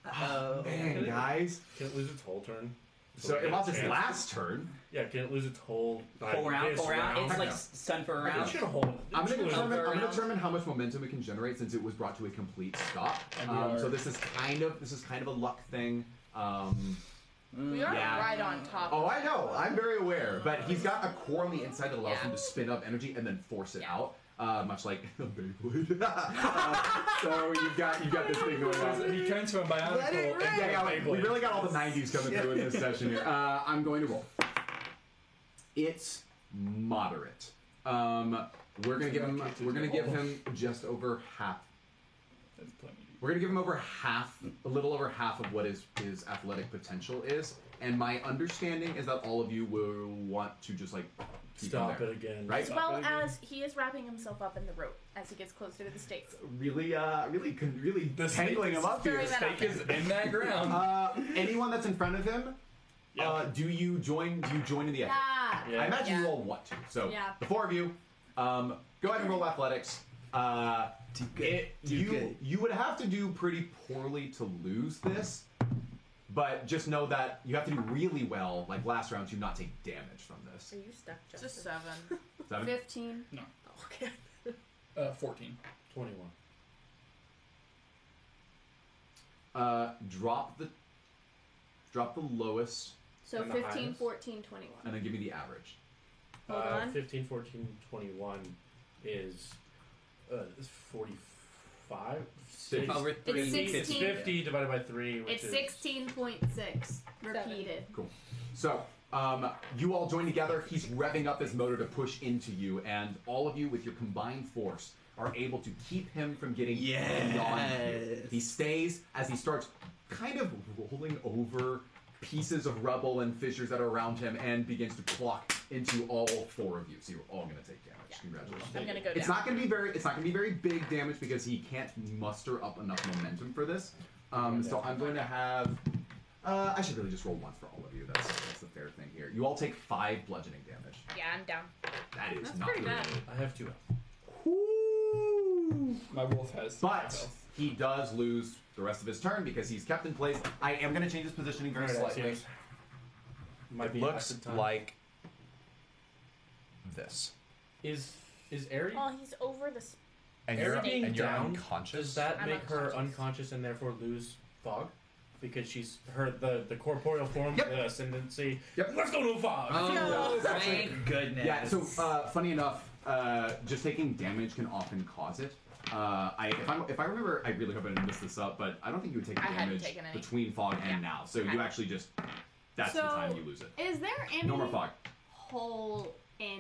S1: Oh man, guys.
S3: Can it lose its whole turn?
S1: So
S3: we
S1: it
S3: get a
S1: lost its
S3: chance?
S1: last turn.
S3: Yeah, can it lose its whole like,
S7: Full round,
S3: this
S7: full round? It's like
S3: No.
S7: stun for a
S3: It
S7: round?
S3: should hold. it
S1: I'm
S3: should
S1: going to
S3: lose
S1: determine,
S3: it.
S1: I'm gonna determine how much momentum it can generate since it was brought to a complete stop.
S3: And we
S1: Um,
S3: are-
S1: so this is kind of this is kind of a luck thing. Um,
S3: Mm.
S8: We are
S1: yeah.
S8: right on top.
S1: Oh, I know. I'm very aware. But he's got a core on the inside that allows him to spin up energy and then force it out, uh, much like the Beyblade. uh, so you've got you've got this thing going on.
S4: He turns from a bionicle into
S1: Yeah, yeah,
S4: a
S1: wait, we
S4: Beyblade.
S1: really got all the 90s coming through in this session here. Uh, I'm going to roll. It's moderate. Um, we're gonna give him. We're gonna give him just over half. We're gonna give him over half, a little over half of what his his athletic potential is. And my understanding is that all of you will want to just like keep him
S3: Stop
S1: there.
S3: it again.
S1: Right?
S8: As well uh, as he is wrapping himself up in the rope as he gets closer to the stakes.
S1: really, uh, really, con- really tangling him up here.
S8: Throwing that out there.
S4: in that ground.
S1: Uh, anyone that's in front of him, uh, do you join? Do you join in the effort?
S2: Yeah.
S1: I imagine you
S2: Yeah.
S1: all want to. So
S2: Yeah.
S1: the four of you, um, go ahead and roll athletics. Uh, it- you you would have to do pretty poorly to lose this, but just know that you have to do really well, like last round, to not take damage from this.
S9: Are you stuck, Justin?
S8: Just seven.
S1: Seven?
S2: Fifteen.
S4: No.
S8: Oh,
S9: Okay.
S4: Uh, 14.
S3: 21.
S1: Uh, drop the drop the lowest,
S2: So
S3: And the
S2: 15,
S3: highest?
S2: 14, 21.
S1: and then give me the average.
S2: Hold
S3: uh,
S2: on.
S3: 15, 14, 21 is uh, is 45?
S1: Six.
S7: Over three. It's
S2: 16.
S3: 50 divided by 3,
S2: It's
S3: which is...
S2: 16.6 repeated.
S1: Cool. So, um, you all join together. He's revving up his motor to push into you, and all of you, with your combined force, are able to keep him from getting beyond you.
S7: Yes.
S1: He stays as he starts kind of rolling over pieces of rubble and fissures that are around him and begins to clock into all four of you. So you're all gonna take damage. Congratulations.
S8: I'm gonna go
S1: It's
S8: down.
S1: not gonna be very it's not gonna be very big damage because he can't muster up enough momentum for this. Um, so I'm going to have uh, I should really just roll once for all of you. That's that's the fair thing here. You all take five bludgeoning damage.
S8: Yeah, I'm down.
S1: That is
S8: That's
S1: not
S8: pretty
S1: good.
S8: bad.
S3: I have two
S4: My wolf has.
S1: But he does lose the rest of his turn because he's kept in place. I am going to change his positioning very
S3: Alright,
S1: slightly.
S3: yes. Might
S1: It
S3: be
S1: looks
S3: acid time.
S1: like this.
S3: Is is Aerie?
S8: Oh, he's over the. Sp-
S1: And
S3: Aerie
S1: you're-
S3: being
S1: and you're
S3: down,
S1: unconscious?
S3: Does that
S8: I'm
S3: make her
S8: unconscious.
S3: unconscious and therefore lose fog? because she's her the, the corporeal form the ascendancy.
S1: Yep.
S3: Let's go to a fog.
S8: Oh,
S1: Oh,
S7: Oh, goodness.
S1: Yeah, so uh, funny enough, uh, just taking damage can often cause it. Uh, I, if, I, if I remember, I really hope I didn't mess this up, but I don't think you would take
S2: I hadn't
S1: damage
S2: taken any.
S1: between fog and now. So
S2: Okay.
S1: you actually just, that's the time you lose it.
S6: Is there any
S1: No more fog.
S6: hole in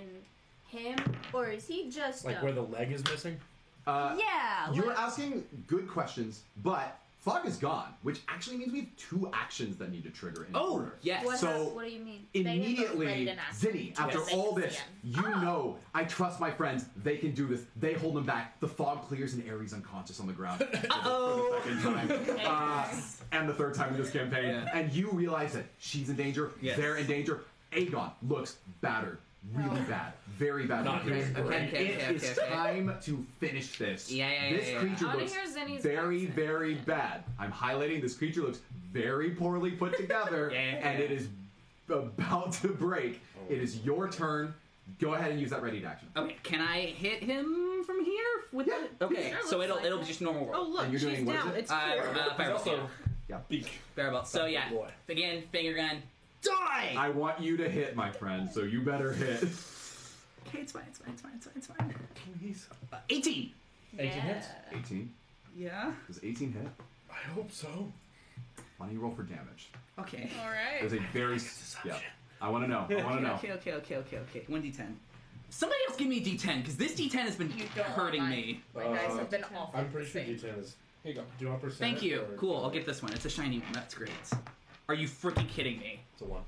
S6: him, or is he just
S1: Like
S6: a-
S1: where
S3: The leg is missing.
S1: Uh,
S6: Yeah,
S1: You're
S6: like-
S1: asking good questions, but fog is gone, which actually means we have two actions that need to trigger in
S7: Oh,
S1: order.
S7: yes. What
S1: so
S7: hap-
S2: what do you mean? They didn't vote ready
S1: immediately,
S2: to not-
S1: Zinni,
S2: to
S1: after
S2: us.
S1: all this, you know, I trust my friends. They can do this. They hold them back. The fog clears and Ares unconscious on the ground.
S7: oh.
S1: Uh, and the third time in this campaign. And you realize that she's in danger.
S7: Yes.
S1: They're in danger. Aegon looks battered. Really bad. Very bad.
S7: Not
S1: And
S7: doing great.
S1: it
S7: Okay, okay,
S1: is
S7: okay, okay.
S1: time to finish this.
S7: Yeah, yeah, yeah,
S1: This
S7: yeah, yeah.
S1: creature
S7: I wanna
S1: looks
S7: hear Zinni's
S1: very, very bad. I'm highlighting this creature looks very poorly put together. And it is about to break.
S7: Oh.
S1: It is your turn. Go ahead and use that ready to action.
S7: Okay, can I hit him from here with it? Okay,
S1: Sure,
S7: so
S1: looks
S7: it'll
S1: like
S7: it'll
S1: it.
S7: be just normal roll.
S1: Oh, look, And you're she's doing what is down. it? It's
S7: uh,
S1: four.
S7: uh, firebolt.
S1: It's also-
S7: yeah.
S3: Beak.
S7: Firebolt. So yeah, again, finger gun. Die.
S1: I want you to hit, my friend, so you better hit.
S7: Okay, it's fine. It's fine. It's fine. It's fine. It's fine. Please. Uh, Eighteen.
S1: 18 hits? 18.
S7: Yeah.
S1: Does 18 hit?
S3: I hope so.
S1: Why don't you roll for damage?
S7: Okay.
S4: Oh,
S8: All right.
S1: There's a very. s- yeah. I want to know. I want to know.
S7: Okay, okay, okay, okay, okay. One d10. Somebody else give me a d10 because this d10 has been
S8: don't want
S7: hurting
S8: mine.
S7: me.
S8: My
S3: Uh,
S8: dice
S1: Uh,
S8: have been awful.
S7: pretty sure d10
S4: is. Here you go. Do you want percent?
S7: Thank you.
S4: or-
S7: Cool. I'll get this one. It's a shiny one. That's great. Are you freaking kidding me?
S4: It's a one.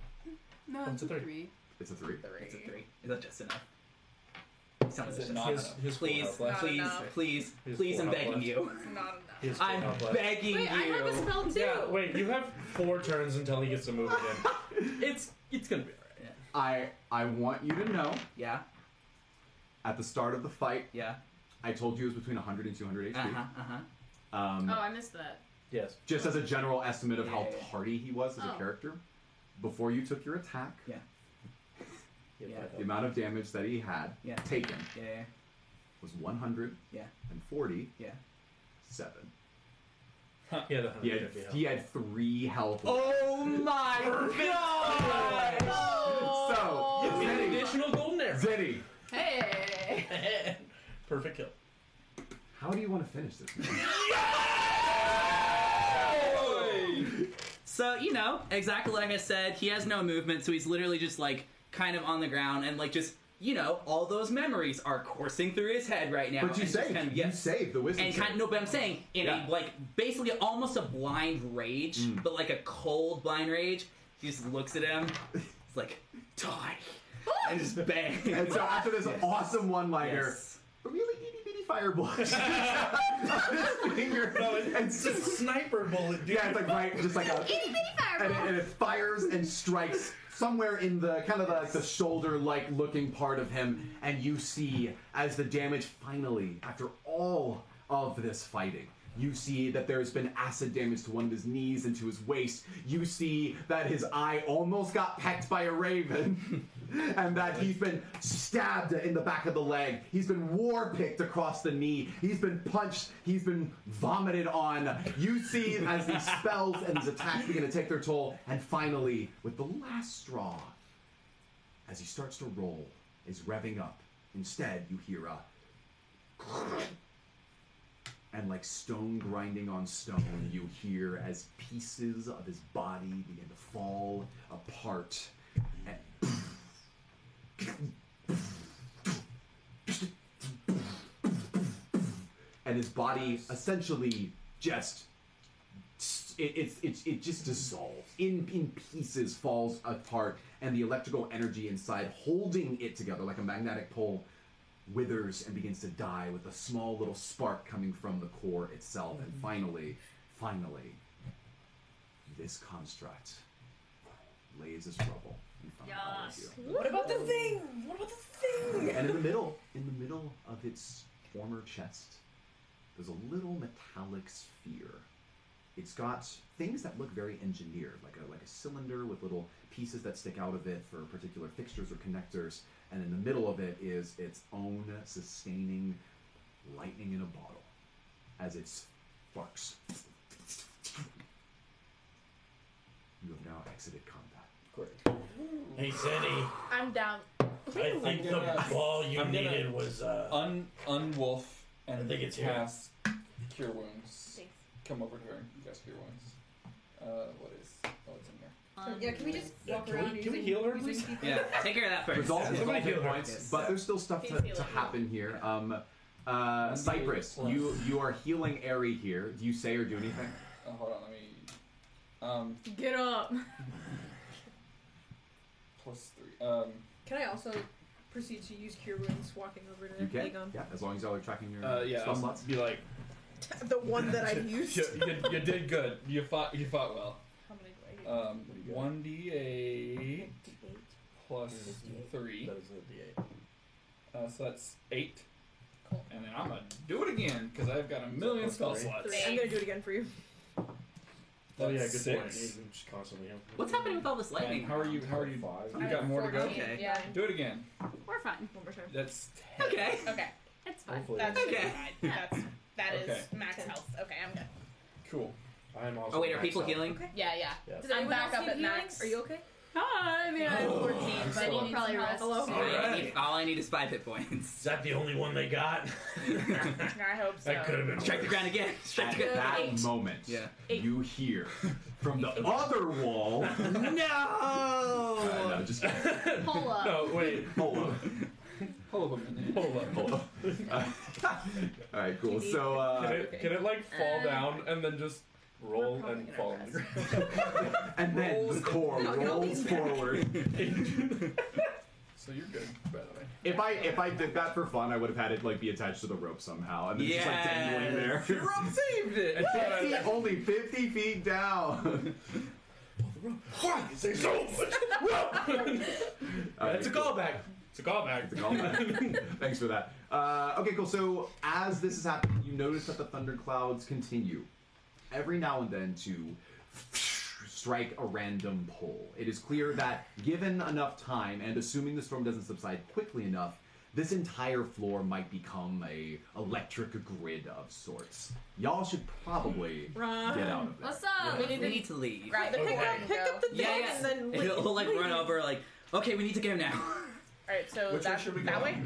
S7: No,
S4: it's a three.
S1: It's a three.
S7: It's a three. Is that just enough? Someone
S4: Is
S7: just
S4: it
S7: enough.
S4: not enough? His full
S7: please,
S4: health left.
S7: please,
S4: Not enough.
S7: please,
S4: His
S7: please,
S4: full
S7: I'm
S4: health
S7: begging
S4: left.
S7: you.
S8: Not
S4: His full
S7: I'm
S4: health left.
S7: begging you.
S4: Yeah, wait, you have four turns until he gets to move again.
S7: It's it's gonna be alright.
S1: I I want you to know.
S7: Yeah.
S1: At the start of the fight.
S7: Yeah.
S1: I told you it was between 100 and 200 HP.
S7: Uh huh. Uh huh.
S1: Um,
S2: Oh, I missed that.
S4: Yes.
S1: Just as a general estimate of how
S7: Yeah, yeah, yeah.
S1: tardy he was as
S2: Oh.
S1: a character, before you took your attack.
S7: Yeah. Yeah.
S1: The amount of damage that he had
S7: Yeah.
S1: taken
S7: Yeah. yeah.
S1: was 100
S7: Yeah.
S1: and 40.
S7: Yeah.
S1: Seven.
S4: He had
S3: Oh,
S1: He had,
S4: 150 health.
S1: he had three health.
S7: Oh my god!
S1: So,
S3: Give me an
S1: Zinni.
S3: additional golden arrow.
S1: Zinni,
S2: Hey.
S3: Perfect kill.
S1: how do you want to finish this?
S7: So you know exactly like I said. He has no movement, so he's literally just like kind of on the ground and like just you know all those memories are coursing through his head right now.
S1: But you
S7: and just
S1: saved.
S7: kind of-
S1: You
S7: yes.
S1: saved the wisdom
S7: And kind
S1: save.
S7: of, no, but I'm saying in
S1: Yeah. Mm.
S7: a like basically almost a blind rage, but like a cold blind rage. He just looks at him. It's like die, and just bang.
S1: And so after this
S7: Yes.
S1: awesome one-liner,
S7: Yes.
S1: a really itty bitty fireball. His finger.
S3: No, it's
S1: and
S3: just a sniper bullet, dude.
S1: Yeah, it's like right, just like a
S6: itty bitty
S1: and it,
S6: fireball?
S1: and it fires and strikes somewhere in the kind of the, the shoulder-like looking part of him, and you see as the damage finally, after all of this fighting. You see that there has been acid damage to one of his knees and to his waist. You see that his eye almost got pecked by a raven, and that he's been stabbed in the back of the leg. He's been war picked across the knee. He's been punched. He's been vomited on. You see as these spells and these attacks begin to take their toll. And finally, with the last straw, as he starts to roll, is revving up. Instead, you hear a and like stone grinding on stone, you hear as pieces of his body begin to fall apart. And and his body essentially just it, it's it's it just dissolves in in pieces, falls apart, and the electrical energy inside holding it together like a magnetic pole withers and begins to die with a small little spark coming from the core itself. And finally, finally, this construct lays its rubble in front of all of you.
S11: What about
S9: Um,
S11: the thing? What about the thing?
S1: And in the middle, in the middle of its former chest, there's a little metallic sphere. It's got things that look very engineered, like a like a cylinder with little pieces that stick out of it for particular fixtures or connectors, and in the middle of it is its own sustaining lightning in a bottle as it sparks You have now exited combat.
S3: Hey, Zenny.
S8: I'm down.
S3: I think the ball you
S4: I'm gonna
S3: needed was. Uh,
S7: Oh,
S4: un unwolf and
S3: I think it's here.
S4: cast cure wounds.
S8: Thanks.
S4: Come over here and you guys cure wounds. Uh, what is? Oh, it's in here.
S11: Yeah, can we just
S4: Yeah,
S11: walk
S4: can we-
S11: around?
S4: can we
S11: using-
S4: heal her,
S11: using
S4: please?
S11: people?
S7: Yeah, take care of that first.
S1: Resolve
S7: Yeah.
S1: resolve
S7: Somebody
S1: hit
S7: heal her.
S1: points, but there's still stuff
S7: He's
S1: to, to
S7: healing.
S1: happen here. Um, uh, Cypress, you you are healing Airy here. Do you say or do anything?
S4: Oh, hold on, let me. Um,
S9: Get up.
S4: plus three. Um,
S9: Can I also proceed to use cure wounds walking over to
S1: You can,
S9: Dagon?
S1: yeah, as long as y'all are tracking your
S4: uh, yeah.
S1: spell
S4: I'll
S1: slots.
S4: be like.
S9: The one that I used.
S4: You, you- you did good. You fought. You fought well.
S8: How many do I get?
S4: Um, one d eight
S8: D8.
S4: plus three.
S3: That is a D8.
S4: Uh, so that's eight. And then I'm gonna do it again because I've got a million
S3: Plus
S4: spell
S3: three.
S4: slots.
S9: Three. I'm gonna do it again for you.
S4: Oh yeah, good
S3: Six.
S4: six.
S3: I'm just constantly helping.
S7: What's happening with all this lightning?
S4: And how are you? How are you? Five. You got
S8: I'm
S4: more to go.
S8: 14, Yeah.
S4: Do it again.
S2: We're fine.
S9: One more time.
S4: That's ten.
S7: Okay.
S8: Okay.
S2: It's fine.
S3: Hopefully.
S8: That's
S7: Okay.
S8: fine. That's that is
S4: Okay.
S8: max health. Okay, I'm good.
S4: Cool.
S3: I'm also
S7: Oh wait, are
S3: maxed
S7: people
S3: out.
S7: healing?
S8: Yeah, yeah.
S3: Yeah.
S8: Does I'm back up at max.
S9: Are you okay?
S2: Hi, I mean, I have 14,
S4: I'm
S2: but
S4: so-
S2: we'll probably rest.
S9: Hello.
S7: All I
S3: Alright.
S7: need, all I need is five hit
S3: Is
S7: points.
S3: that the only one they got? that
S8: I hope so.
S3: could have been.
S7: Strike the
S3: worse.
S7: ground again. Strike
S1: At
S7: the ground.
S1: that moment,
S7: Yeah.
S1: you hear from the other wall. Uh,
S7: No.
S1: no, just kidding.
S2: Pull up.
S4: No, Oh, wait.
S1: hold up,
S4: Hold on a minute.
S1: hold up, hold up. all right, cool. So
S4: Can
S1: uh,
S4: it, can it like fall
S8: Uh,
S4: down and then just roll
S8: probably
S4: and
S8: gonna
S4: fall? on the
S1: and then the
S4: Rolls-
S1: core
S9: No, no,
S1: rolls
S9: he's
S1: forward.
S4: ground? so you're good, by the way.
S1: If I if I did that for fun, I would have had it like be attached to the rope somehow, and then just like dangling there.
S7: Yes. saved it.
S1: Fifty, only fifty feet down.
S3: Why is there so much?
S1: Alright,
S3: It's a
S1: cool.
S3: callback. It's a callback.
S1: It's a callback. Thanks for that. Uh, okay, cool. So as this is happening, you notice that the thunderclouds continue every now and then to strike a random pole. It is clear that given enough time and assuming the storm doesn't subside quickly enough, this entire floor might become a electric grid of sorts. Y'all should probably
S9: Run.
S1: get out of there.
S2: What's up?
S7: Oh, We need to leave.
S8: Right,
S9: Pick up,
S8: okay.
S9: pick up the thing
S7: Yeah, yeah.
S9: and then
S7: And he'll, he'll, like
S9: leave.
S7: run over, like, okay, we need to go now.
S8: All right, so
S4: Which way
S8: that,
S4: should we
S8: that
S4: go?
S8: way.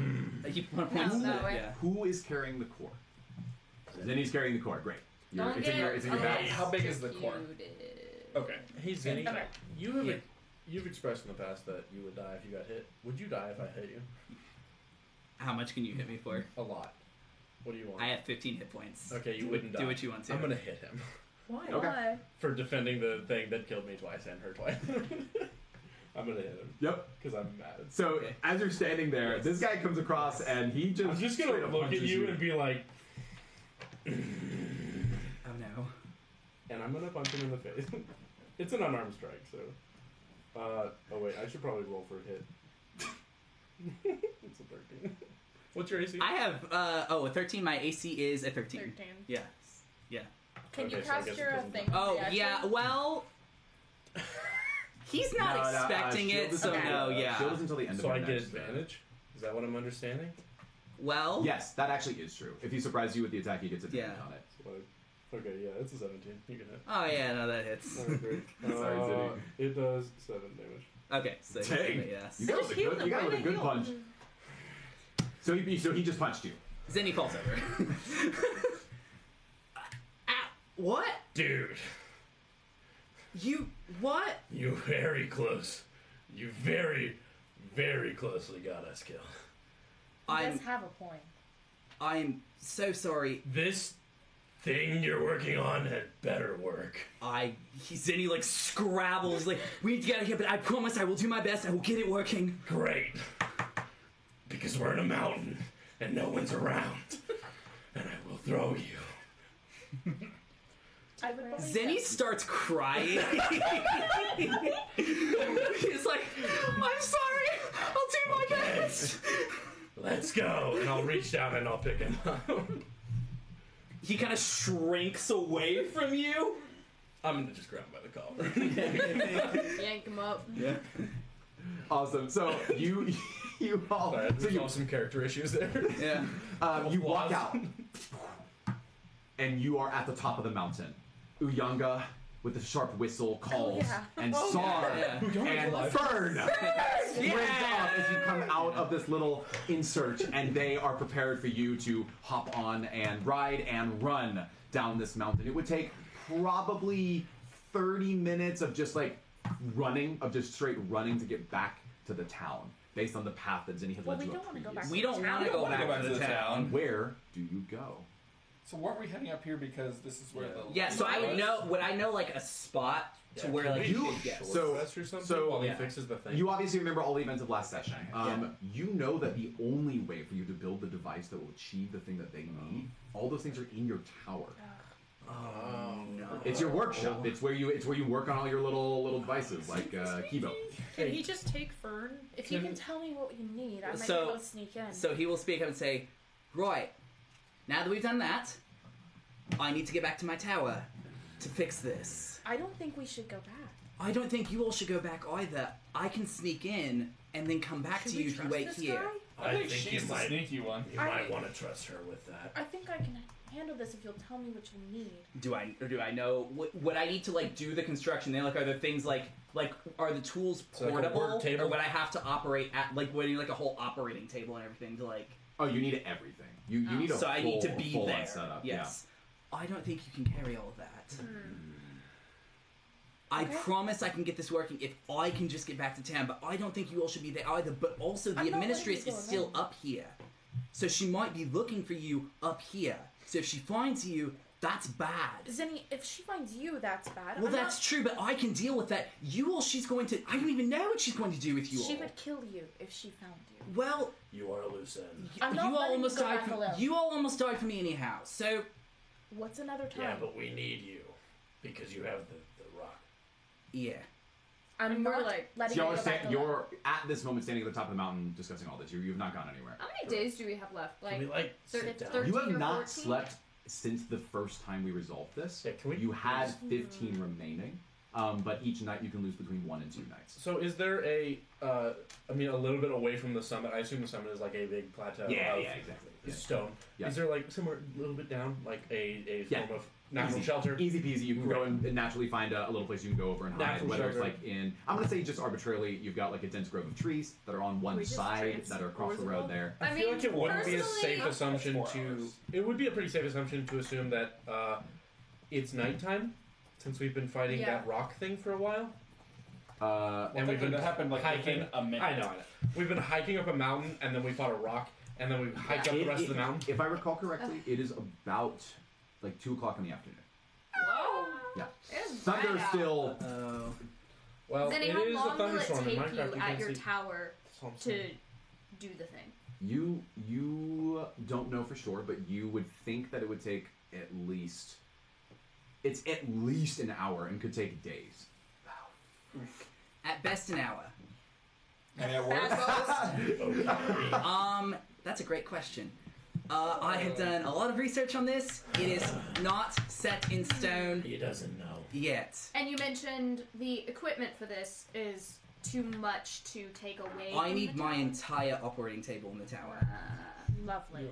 S7: I keep one point.
S8: No, that
S7: Yeah.
S8: way.
S1: Who is carrying the core? Then he's carrying the core. Great. You're,
S2: Don't
S1: it's in
S2: get
S1: your, it's in your bag.
S4: Okay. How big is the core?
S2: Executed.
S4: Okay.
S3: Hey Zenny,
S8: Okay.
S3: you have e,
S7: Yeah.
S3: you've expressed in the past that you would die if you got hit. Would you die if I hit you?
S7: How much can you hit me for?
S3: A lot. What do you want?
S7: I have 15 hit points.
S3: okay, you wouldn't die.
S7: Do what you want to.
S3: I'm gonna hit him
S9: Why?
S1: Okay.
S2: Why?
S3: for defending the thing that killed me twice and her twice. I'm gonna hit him
S1: Yep.
S3: because I'm mad.
S1: So
S7: Okay.
S1: as you're standing there, this guy comes across and he just
S3: I'm just
S1: straight
S3: gonna
S1: up
S3: look at
S1: punches
S3: you and be like,
S7: Oh no.
S3: and I'm gonna punch him in the face. it's an unarmed strike, so. Uh, oh wait, I should probably roll for a hit. it's a thirteen. What's your AC?
S7: I have, uh, oh, a 13. My AC is a 13.
S8: Thirteen.
S7: Yeah.
S8: Can you
S3: Okay, so I
S8: cast
S3: guess it
S8: your
S3: doesn't
S8: thing?
S7: Oh,
S8: reaction?
S7: yeah, well. He's not
S1: No, no, uh,
S7: expecting
S1: shield
S7: it,
S1: is
S7: so
S1: until-
S7: no,
S1: uh,
S7: yeah.
S1: Shield is until the end
S3: so
S1: of
S3: I
S1: your
S3: get
S1: next turn.
S3: advantage. Is that what I'm understanding?
S7: Well,
S1: Yes, that actually is true. If he surprises you with the attack, he gets advantage
S7: Yeah.
S1: on it.
S3: Like, okay, yeah, it's a seventeen. You can hit.
S7: Oh yeah, no, that hits.
S3: Alright, great.
S1: Sorry,
S3: Uh,
S1: Ziddy.
S3: it does seven damage.
S7: Okay, so
S1: Dang.
S7: yes.
S1: You got with a good, you got with a good punch. So he, so he just punched you.
S7: Zenny falls over. Ow. What?
S3: Dude,
S7: You what?
S3: you very close. You very, very closely got us killed.
S8: He does
S7: I'm
S8: have a point.
S7: I'm so sorry.
S3: This thing you're working on had better work.
S7: I he, Zenny like scrabbles like we need to get out of here, but I promise I will do my best. I will get it working.
S3: Great. Because we're in a mountain and no one's around. and I will throw you.
S8: I would believe
S7: Zenny starts crying. He's like, I'm sorry. I'll do my best.
S3: Let's go. And I'll reach down and I'll pick him up.
S7: He kind of shrinks away from you.
S3: I'm gonna just grab him by the collar.
S2: Yank him up.
S7: Yeah.
S1: Awesome. So you you all
S3: Alright,
S1: so
S3: there's
S1: you,
S3: all some character issues there.
S7: Yeah.
S1: um, you walk
S3: flaws.
S1: out, and you are at the top of the mountain. Uyanga with the sharp whistle calls
S11: yeah.
S1: and
S11: Oh,
S1: Sar
S11: yeah. Who don't
S1: and
S11: realize-
S1: Fern
S11: Fern!
S1: springs
S11: Yeah!
S1: up as you come out of this little insert, and they are prepared for you to hop on and ride and run down this mountain. It would take probably 30 minutes of just like running, of just straight running to get back to the town, based on the path that Zinni had
S7: Well,
S1: led
S7: we
S1: you up
S7: don't wanna go
S1: previous.
S7: back to We the don't town. wanna go
S1: wanna
S7: back to the town.
S1: Where do you go?
S4: So weren't we heading up here because this is where the
S7: Yeah, so I would know. Would I know like a spot to where like
S1: you,
S7: could get-
S1: so so
S4: while he
S1: yeah.
S4: fixes the thing?
S1: You obviously remember all the events of last session. Um, You know that the only way for you to build the device that will achieve the thing that they need, all those things are in your tower.
S3: Oh no!
S1: It's your workshop.
S7: Oh.
S1: It's where you it's where you work on all your little little devices like uh, Kibo.
S9: Can he just take Fern?
S8: If you can tell me what you need, I might be
S7: so
S8: able to sneak in.
S7: so he will speak up and say, "Right, now that we've done that, I need to get back to my tower to fix this.
S8: I don't think we should go back.
S7: I don't think you all should go back either. I can sneak in and then come back to you if you wait here."
S3: I, think, you might,
S4: one.
S3: You
S8: I-
S3: might want to trust her with that.
S8: I think I can handle this if you'll tell me what you need.
S7: Do I or do I know what, what I need to like do the construction? Then like are there things like like are the tools
S4: like, a work
S7: portable
S4: table?
S7: or would I have to operate at like would I need like a whole operating table and everything to like?
S1: Oh, you need everything. You you
S7: Oh.
S1: need a
S7: so
S1: full,
S7: I need to be
S1: full-on
S7: there.
S1: setup.
S7: Yes, I don't think you can carry all of that. I
S8: Hmm. Okay.
S7: promise I can get this working if I can just get back to town. But I don't think you all should be there either. But also the
S8: I'm not letting
S7: administratress
S8: you
S7: is
S8: go
S7: still
S8: alone.
S7: up here, so she might be looking for you up here. So if she finds you, that's bad.
S8: Zenny, if she finds you, that's bad.
S7: Well,
S8: I'm
S7: that's true, but I can deal with that. You all, she's going to. I don't even know what she's going to do with you
S8: Not, she
S7: all.
S8: would kill you if she found you.
S7: Well,
S3: You are a loose end.
S7: y-
S8: I'm not
S7: you all
S8: letting you
S7: almost
S8: go
S7: died.
S8: back
S7: For,
S8: alone.
S7: you all almost died for me anyhow. So
S8: What's another time?
S3: Yeah, but we need you because you have the, the rock.
S7: yeah.
S8: I'm
S9: And we're
S8: not
S9: like-
S8: letting
S1: So
S8: you
S1: y'all
S8: go
S1: are
S8: back
S1: sta-
S8: alone.
S1: you're at this moment standing at the top of the mountain discussing all this. You you've not gone anywhere.
S2: How many days do we have left? Like,
S1: we, like,
S2: thir-
S1: sit down?
S2: 13
S1: You have
S2: or
S1: not
S2: 14?
S1: slept since the first time we resolved this. You had 15 remaining, um, but each night you can lose between one and two nights.
S4: So is there a, uh, I mean, a little bit away from the summit? I assume the summit is like a big plateau.
S1: Yeah,
S4: of
S1: yeah, exactly.
S4: Stone.
S1: Yeah.
S4: Is there like somewhere a little bit down, like a, a form of natural
S1: easy,
S4: shelter?
S1: Easy peasy. You can go and and naturally find a, a little place you can go over and hide.
S4: Natural
S1: whether
S4: shelter.
S1: it's like in, I'm gonna say just arbitrarily, you've got like a dense grove of trees that are on one
S4: We just
S1: side
S4: trans-
S1: that are
S4: what
S1: across
S4: was
S1: the
S4: it
S1: road
S4: called?
S1: there.
S4: I,
S2: I
S4: feel
S2: mean,
S4: like it wouldn't be a safe
S2: personally-
S4: assumption to. It would be a pretty safe assumption to assume that uh, it's nighttime, since we've been fighting
S2: Yeah.
S4: that rock thing for a while.
S1: Uh,
S4: and we've been
S1: that
S4: happened like hiking
S1: within a minute.
S4: I know, I know. We've been hiking up a mountain, and then we fought a rock, and then we hiked up
S1: It-
S4: the rest
S1: it-
S4: of the mountain.
S1: If I recall correctly, it is about like two o'clock in the afternoon.
S2: Whoa!
S1: Yeah.
S2: It's
S1: Thunder
S2: bright out.
S1: still.
S4: well,
S2: Zenny,
S4: it
S2: how
S4: is a
S2: long will it
S4: thunderstorm in
S2: take
S4: Minecraft,
S2: you
S4: you
S2: at
S4: can't
S2: your
S4: see.
S2: tower
S4: So I'm
S2: to
S4: saying.
S2: do the thing?
S1: You you don't know for sure, but you would think that it would take at least it's at least an hour and could take days.
S7: At best, an hour.
S4: And
S7: um, that's a great question. Uh, I have done a lot of research on this. It is not set in stone.
S3: He doesn't know
S7: yet.
S2: And you mentioned the equipment for this is too much to take away.
S7: I
S2: from
S7: need
S2: the
S7: my
S2: tower.
S7: entire operating table in the tower.
S2: Lovely.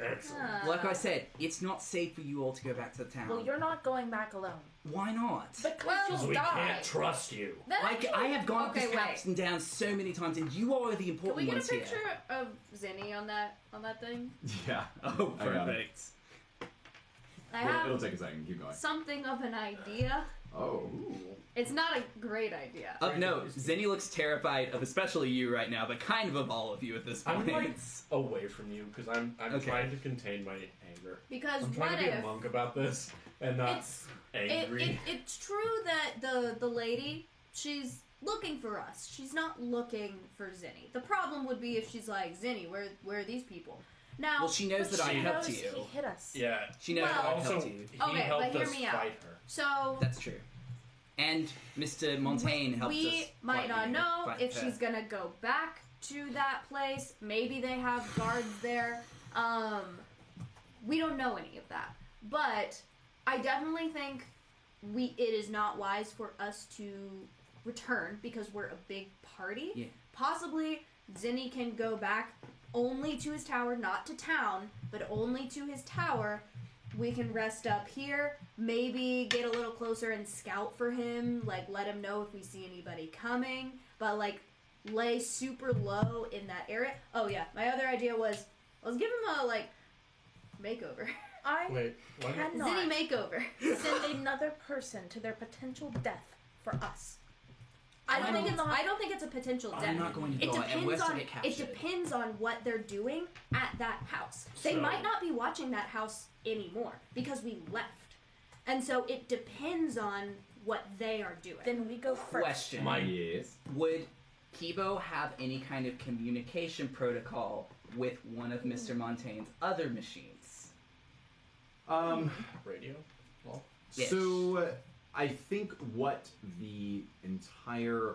S8: Excellent.
S7: Like I said, it's not safe for you all to go back to the town.
S8: Well, you're not going back alone.
S7: Why not?
S8: Because you'll
S7: we
S8: die.
S7: can't
S3: trust you.
S8: Then
S7: I,
S8: I
S7: c-
S8: can-
S7: I have gone
S2: Okay,
S7: up this ups and downs so many times, and you are the
S2: Can
S7: important
S2: we get a
S7: ones
S2: picture
S7: here.
S2: of Zinni on that on that thing?
S1: Yeah.
S7: Oh,
S1: I got it.
S7: perfect.
S2: I
S1: It'll,
S2: have
S1: it'll take a second. Keep going.
S2: something of an idea.
S1: Oh.
S2: It's not a great idea.
S4: Uh,
S7: Up note, Zenny looks terrified of especially you right now, but kind of of all of you at this
S4: I'm
S7: point.
S4: like away from you because I'm I'm
S7: Okay.
S4: trying to contain my anger.
S2: Because
S4: I'm trying
S2: what
S4: to be a Uh,
S2: if-
S4: monk about this and not
S2: It's- It,
S4: angry.
S2: it, it's true that the the lady she's looking for us. She's not looking for Zinni. The problem would be if she's like Zinni, where where are these people? Now,
S7: Well, she knows
S2: but
S7: that I
S2: she
S7: helped
S2: knows
S7: you.
S2: He hit us.
S4: yeah,
S7: She knows
S2: Well-
S7: that I
S2: Also,
S7: helped you.
S2: okay, but hear me out. So
S7: That's true. And Mr. Montaigne helped us.
S2: we might
S7: fight
S2: not
S7: you,
S2: know
S7: fight
S2: if
S7: her.
S2: she's gonna go back to that place. Maybe they have guards there. Um, we don't know any of that. But I definitely think we it is not wise for us to return because we're a big party.
S7: Yeah.
S2: Possibly Zinni can go back only to his tower, not to town, but only to his tower.
S6: We can rest up here, maybe get a little closer and scout for him, like let him know if we see anybody coming, but like lay super low in that area. Oh yeah, my other idea was let's give him a like makeover.
S8: I
S3: Wait, what?
S8: cannot
S6: Zitty makeover.
S8: send another person to their potential death for us.
S6: I don't think it's I don't think it's a potential
S7: I'm
S6: death.
S7: not going to
S6: it
S7: go out
S6: depends
S7: west to
S6: on
S7: get
S6: it
S7: captured.
S6: depends on what they're doing at that house. They
S7: So-
S6: might not be watching that house anymore because we left. And so it depends on what they are doing.
S8: Then we go
S7: Question.
S1: My yes.
S7: Would Kibo have any kind of communication protocol with one of
S2: Hmm.
S7: Mr. Montaigne's other machines?
S1: Um,
S3: radio. Well,
S7: Yes.
S1: So uh, I think what the entire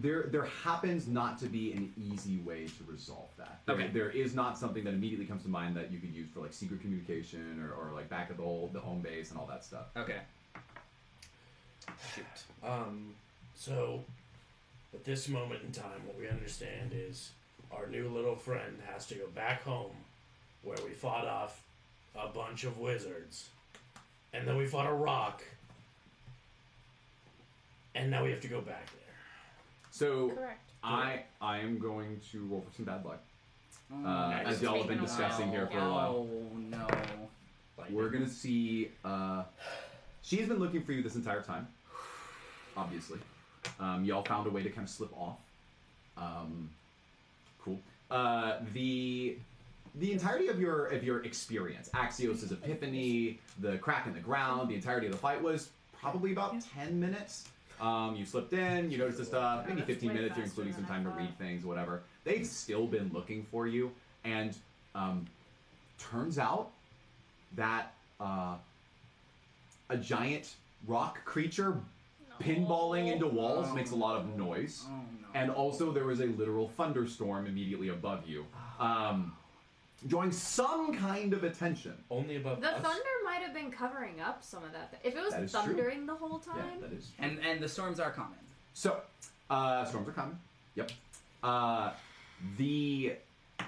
S1: there there happens not to be an easy way to resolve that. There,
S7: Okay.
S1: there is not something that immediately comes to mind that you could use for like secret communication or, or like back at the whole the home base and all that stuff.
S7: Okay.
S3: Shoot. Um, so, at this moment in time, what we understand is our new little friend has to go back home where we fought off a bunch of wizards. And then we fought a rock. And now we have to go back there.
S1: So
S8: Correct.
S1: I I am going to roll for some bad luck.
S7: Oh,
S1: Uh, as y'all have been discussing here for a while.
S7: Oh no.
S1: We're gonna see. Uh, she's been looking for you this entire time. Obviously, um, y'all found a way to kind of slip off. Um, cool. Uh, the the entirety of your of your experience, Axios' epiphany, the crack in the ground, the entirety of the fight was probably about ten minutes. Um, you slipped in, you noticed the stuff, maybe
S10: that's way
S1: fifteen minutes, you're
S10: faster
S1: including some
S10: than I
S1: time to read
S10: thought.
S1: things, whatever. They've still been looking for you, and um, turns out that uh, a giant rock creature pinballing into walls makes a lot of noise.
S7: Oh,
S1: And also, there was a literal thunderstorm immediately above you, um, drawing some kind of attention.
S3: Only above
S6: The thunder might have been covering up some of that. If it
S1: That
S6: was
S1: is true.
S6: thundering the whole time,
S1: Yeah, that is.
S7: And and the storms are common.
S1: So, uh, storms are coming. Yep. Uh, the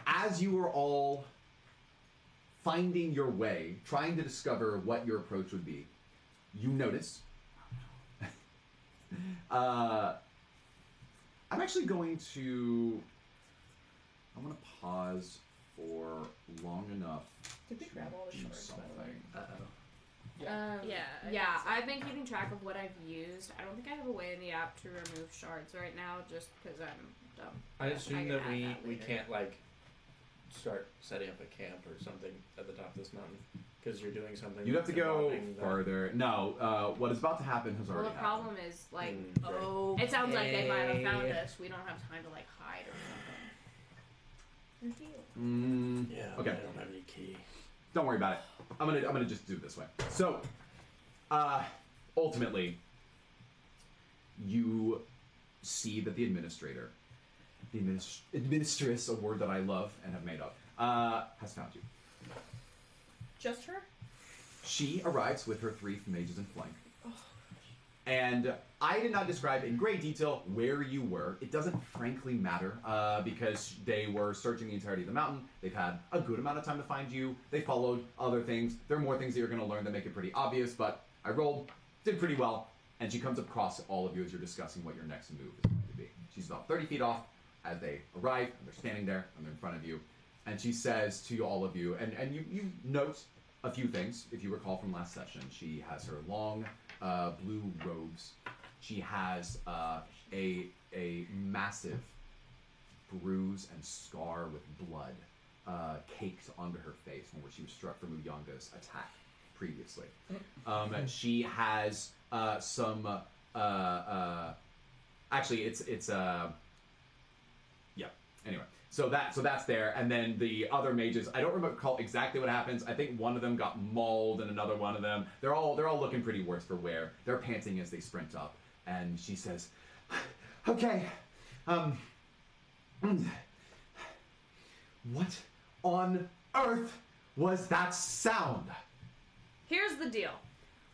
S1: as you were all finding your way, trying to discover what your approach would be, you notice. uh, I'm actually going to. I want to pause for long enough.
S5: Did we grab all the
S1: do
S5: shards, by the way?
S1: something.
S9: Um,
S6: yeah, yeah.
S9: I guess so.
S6: I've been keeping track of what I've used. I don't think I have a way in the app to remove shards right now, just because I'm dumb.
S4: I
S6: But
S4: assume
S6: can
S4: that
S6: add
S4: we
S6: that
S4: we
S6: later.
S4: can't like start setting up a camp or something at the top of this mountain because you're doing something.
S1: You'd have to go
S4: involving the- Mm,
S1: farther. No, uh, what is about to happen has
S6: Well,
S1: already
S6: the
S1: happened.
S6: problem is like,
S4: Mm, right.
S6: oh, it sounds like they might have found
S7: Okay.
S6: us. We don't have time to like hide or something.
S1: Mm,
S3: Yeah,
S1: okay.
S3: I don't have any key.
S1: Don't worry about it. I'm gonna I'm gonna just do it this way. So, uh, ultimately, you see that the administrator, the administ- administress, a word that I love and have made up, uh, has found you.
S8: Just her?
S1: She arrives with her three mages in flank. And I did not describe in great detail where you were. It doesn't frankly matter uh, because they were searching the entirety of the mountain. They've had a good amount of time to find you. They followed other things. There are more things that you're going to learn that make it pretty obvious, but I rolled, did pretty well. And she comes across all of you as you're discussing what your next move is going to be. She's about 30 feet off as they arrive, and they're standing there, and they're in front of you. And she says to all of you, and, and you, you note a few things. If you recall from last session, she has her long uh, blue robes. She has uh, a a massive bruise and scar with blood uh, caked onto her face from where she was struck from Uyanga's attack previously. Um, she has uh, some. Uh, uh, actually, it's it's uh, yeah. Anyway, so that so that's there, and then the other mages. I don't remember call exactly what happens. I think one of them got mauled, and another one of them. They're all they're all looking pretty worse for wear. They're panting as they sprint up, and she says, "Okay, um, mm, what on earth was that sound?"
S6: Here's the deal.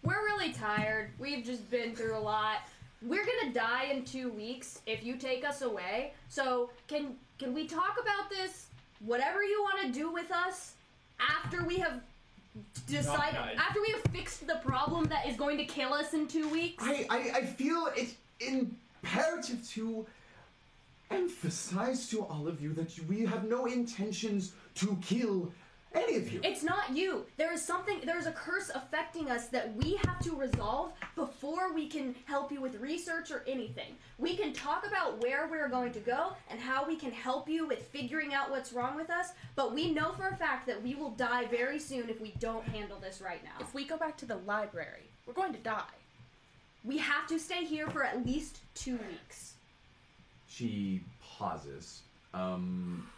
S6: We're really tired. We've just been through a lot.
S2: we're gonna die in two weeks if you take us away. So can can we talk about this? Whatever you want to do with us after we have decided,
S1: died.
S2: after we have fixed the problem that is going to kill us in two weeks.
S1: I, I, I feel it's imperative to emphasize to all of you that we have no intentions to kill any of you.
S2: It's not you. There is something, there is a curse affecting us that we have to resolve before we can help you with research or anything. We can talk about where we're going to go and how we can help you with figuring out what's wrong with us, but we know for a fact that we will die very soon if we don't handle this right now.
S8: If we go back to the library, we're going to die.
S2: We have to stay here for at least two weeks.
S1: She pauses. Um,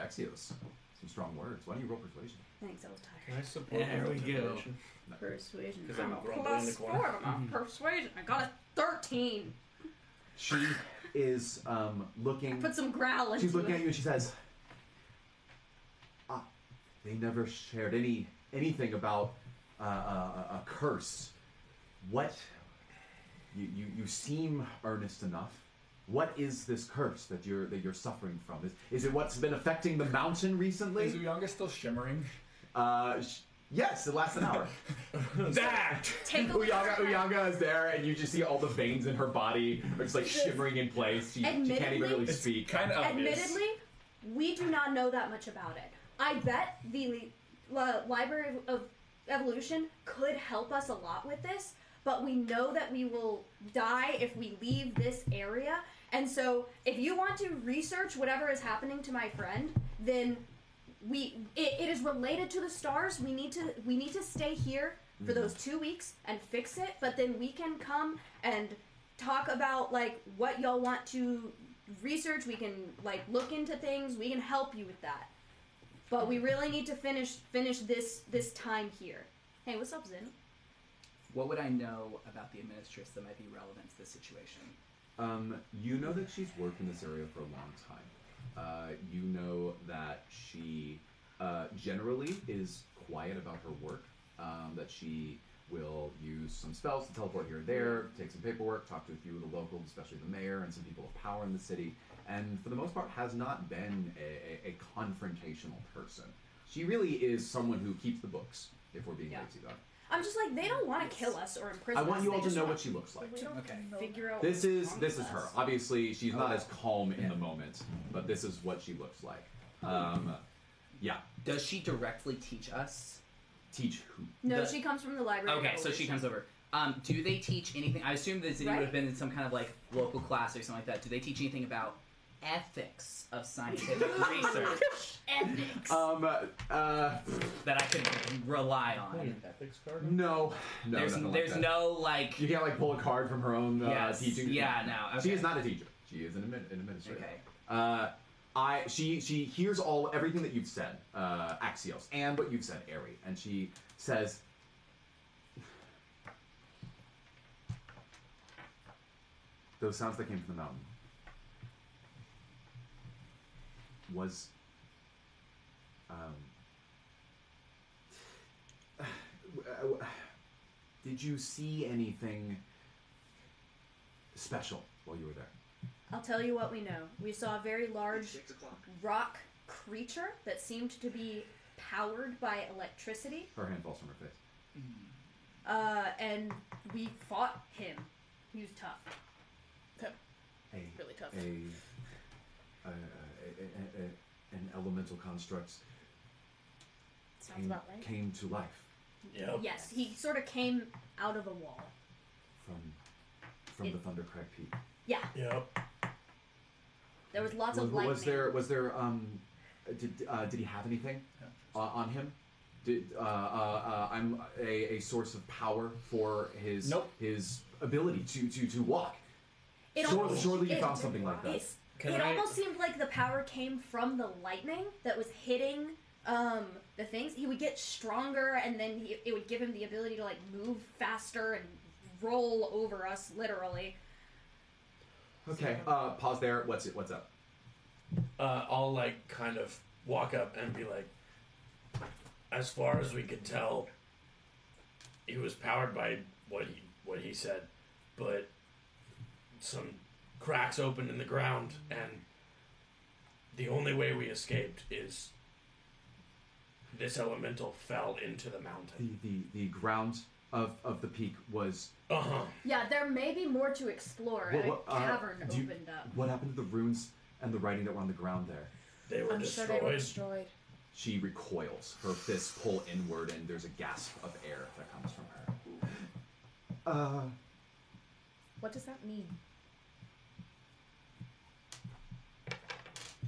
S1: Axios, some strong words. Why don't you roll persuasion?
S2: Thanks, I was tired.
S4: Can I support
S2: There
S4: her
S2: we
S4: with
S2: go.
S4: decoration?
S2: Persuasion.
S4: 'Cause
S2: I'm
S4: I'm
S2: a
S4: grumbling in the
S2: plus
S4: corner.
S2: four. I'm a
S9: Mm-hmm.
S2: persuasion. I got a 13.
S1: She is um, looking.
S2: Put some growl into
S1: She's looking
S2: it.
S1: at you and she says, ah, "They never shared any anything about uh, a, a a curse. What? You, you you seem earnest enough. What is this curse that you're that you're suffering from? Is is it what's been affecting the mountain recently? Is
S4: Uyanga still shimmering?
S1: Uh, sh- yes, it lasts an hour. that
S2: Take a-
S1: Uyanga Uyanga is there, and you just see all the veins in her body are just like shivering in place. She, she can't even
S2: Admittedly-
S1: really speak. Kind
S2: Admittedly, we do not know that much about it. I bet the li- Library of of Evolution could help us a lot with this, but we know that we will die if we leave this area. And so, if you want to research whatever is happening to my friend, then we it, it is related to the stars. We need to we need to stay here for
S6: Mhm.
S2: those two weeks and fix it. But then we can come and talk about like what y'all want to research. We can like look into things. We can help you with that. But we really need to finish finish this this time here. Hey, what's up, Zin?
S7: What would I know about the administratress that might be relevant to this situation?
S1: Um, you know that she's worked in this area for a long time. Uh, you know that she uh, generally is quiet about her work, um, that she will use some spells to teleport here and there, take some paperwork, talk to a few of the locals, especially the mayor and some people of power in the city, and for the most part has not been a, a, a confrontational person. She really is someone who keeps the books, if we're being lazy though.
S2: I'm just like they don't want to kill us or imprison
S1: I
S2: us.
S1: want you all
S2: They
S1: to
S2: just
S1: know
S2: want
S1: what she looks like.
S2: okay. Figure out
S1: This
S2: what's
S1: is
S2: wrong
S1: this
S2: with
S1: is her.
S2: us.
S1: Obviously, she's not as calm in the moment, but this is what she looks like. Um, yeah.
S7: Does she directly teach us?
S1: Teach who?
S2: No, she comes from the library. of
S7: Okay, so she
S2: Evolution.
S7: comes over. Um, do they teach anything? I assume that Zinni would have
S2: Right.
S7: been in some kind of like local class or something like that. Do they teach anything about ethics of scientific research
S2: Ethics.
S1: Um, uh,
S7: that I could rely on?
S4: Ethics card?
S1: No, no.
S7: There's-
S1: nothing
S7: there's
S1: like that.
S7: no like.
S1: You can't like pull a card from her own uh,
S7: Yes,
S1: teaching.
S7: yeah, no,
S1: She
S7: okay.
S1: is not a teacher. She is an, admin- an administrator.
S7: Okay.
S1: Uh, I she she hears all everything that you've said, uh, Axios, and what you've said, Aerie, and she says. Those sounds that came from the mountain was um, did you see anything special while you were there?
S2: I'll tell you what we know. We saw a very large rock creature that seemed to be powered by electricity,
S1: Her hand falls from her face.
S2: uh, and we fought him. He was tough.
S1: A,
S2: Really tough.
S1: A, a, a, a, a- an elemental construct
S8: Sounds
S1: came,
S2: about right.
S1: came to life
S2: Yes, he sort of came out of a wall.
S1: from from the Thundercrack Peak.
S2: Yeah,
S3: Yep.
S2: there was lots of
S1: was,
S2: lightning.
S1: was there was there um did uh, did he have anything uh, on him? Did uh, uh, uh, I'm a, a source of power for his his ability to to to walk.
S2: It
S1: surely,
S2: almost-
S1: surely you
S2: it-
S1: found something like that.
S2: it's- it almost seemed like the power came from the lightning that was hitting um, the things. He would get stronger, and then he, it would give him the ability to like move faster and roll over us, literally.
S1: Okay, uh, pause there. What's it? What's up?
S3: uh, I'll like kind of walk up and be like, as far as we could tell, he was powered by what he what he said, but some cracks open in the ground, and the only way we escaped is this elemental fell into the mountain.
S1: The, the, the ground of, of the peak was.
S3: Uh huh.
S2: Yeah, there may be more to explore.
S1: What-
S2: A
S1: what, uh,
S2: cavern
S1: do you-
S2: opened up.
S1: What happened to the runes and the writing that were on the ground there?
S3: They were
S2: I'm sure
S3: destroyed.
S2: they were
S8: destroyed.
S1: She recoils. Her fists pull inward, and there's a gasp of air that comes from her. Uh,
S8: What does that mean?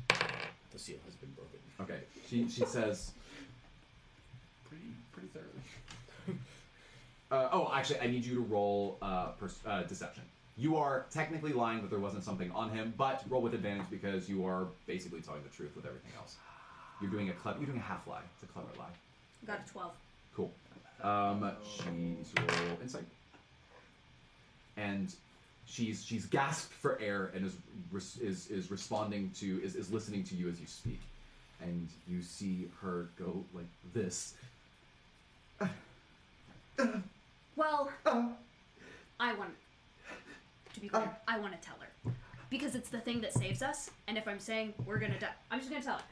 S3: The seal has been broken.
S1: okay. She, she says,
S4: Pretty, pretty thoroughly.
S1: uh, Oh, actually, I need you to roll uh, pers- uh, deception. You are technically lying that there wasn't something on him, but roll with advantage because you are basically telling the truth with everything else. You're doing a clever, you're doing a half lie. It's a clever lie.
S2: Got a 12.
S1: Cool. Um, she's roll insight, and she's she's gasped for air and is res- is is responding to is is listening to you as you speak, and you see her go like this.
S2: Well, I want to be clear. I want to tell her because it's the thing that saves us. And if I'm saying we're gonna die, I'm just gonna tell her.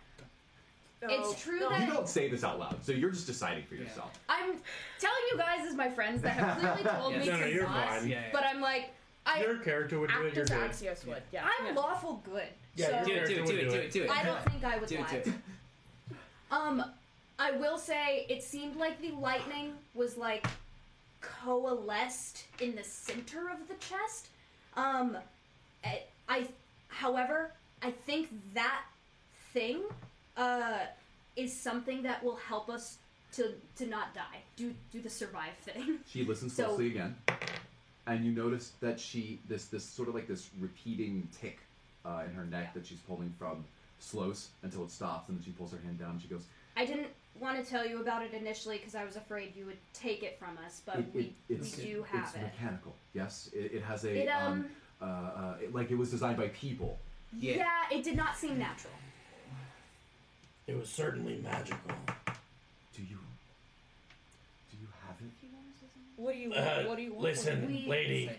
S1: No,
S2: it's true
S1: You
S2: that
S1: don't say this out loud, so you're just deciding for yourself.
S2: I'm telling you guys as my friends that have clearly told me
S1: Yeah. No, no,
S2: to
S1: you're
S2: not,
S1: fine. Yeah, yeah.
S2: but I'm like, I
S3: Your character would do it. You're
S8: Does
S3: good.
S8: Axios would? Yeah.
S2: I'm lawful good. so
S7: do it, do it, do it, do it, do it.
S2: I don't think I would
S7: do it,
S2: lie.
S7: do it.
S2: Um, I will say it seemed like the lightning was like coalesced in the center of the chest. Um, I, I however, I think that thing, uh, is something that will help us to to not die. Do do the survive thing.
S1: She listens
S2: So-
S1: closely again, and you notice that she this this sort of like this repeating tick uh, in her neck that she's pulling from slows until it stops, and then she pulls her hand down. and She goes,
S2: I didn't want to tell you about it initially because I was afraid you would take it from us, but
S1: It-
S2: we,
S1: it-
S2: we
S1: it's-
S2: do
S1: it's
S2: have it.
S1: mechanical. Yes, it, it has a
S2: It,
S1: um,
S2: um,
S1: uh, uh, it- like it was designed by people.
S2: Yeah. it did not seem natural.
S3: It was certainly magical.
S1: Do you? Do you have it?
S8: What do you want?
S3: Uh,
S8: what do you want?
S3: listen,
S2: We-
S3: lady.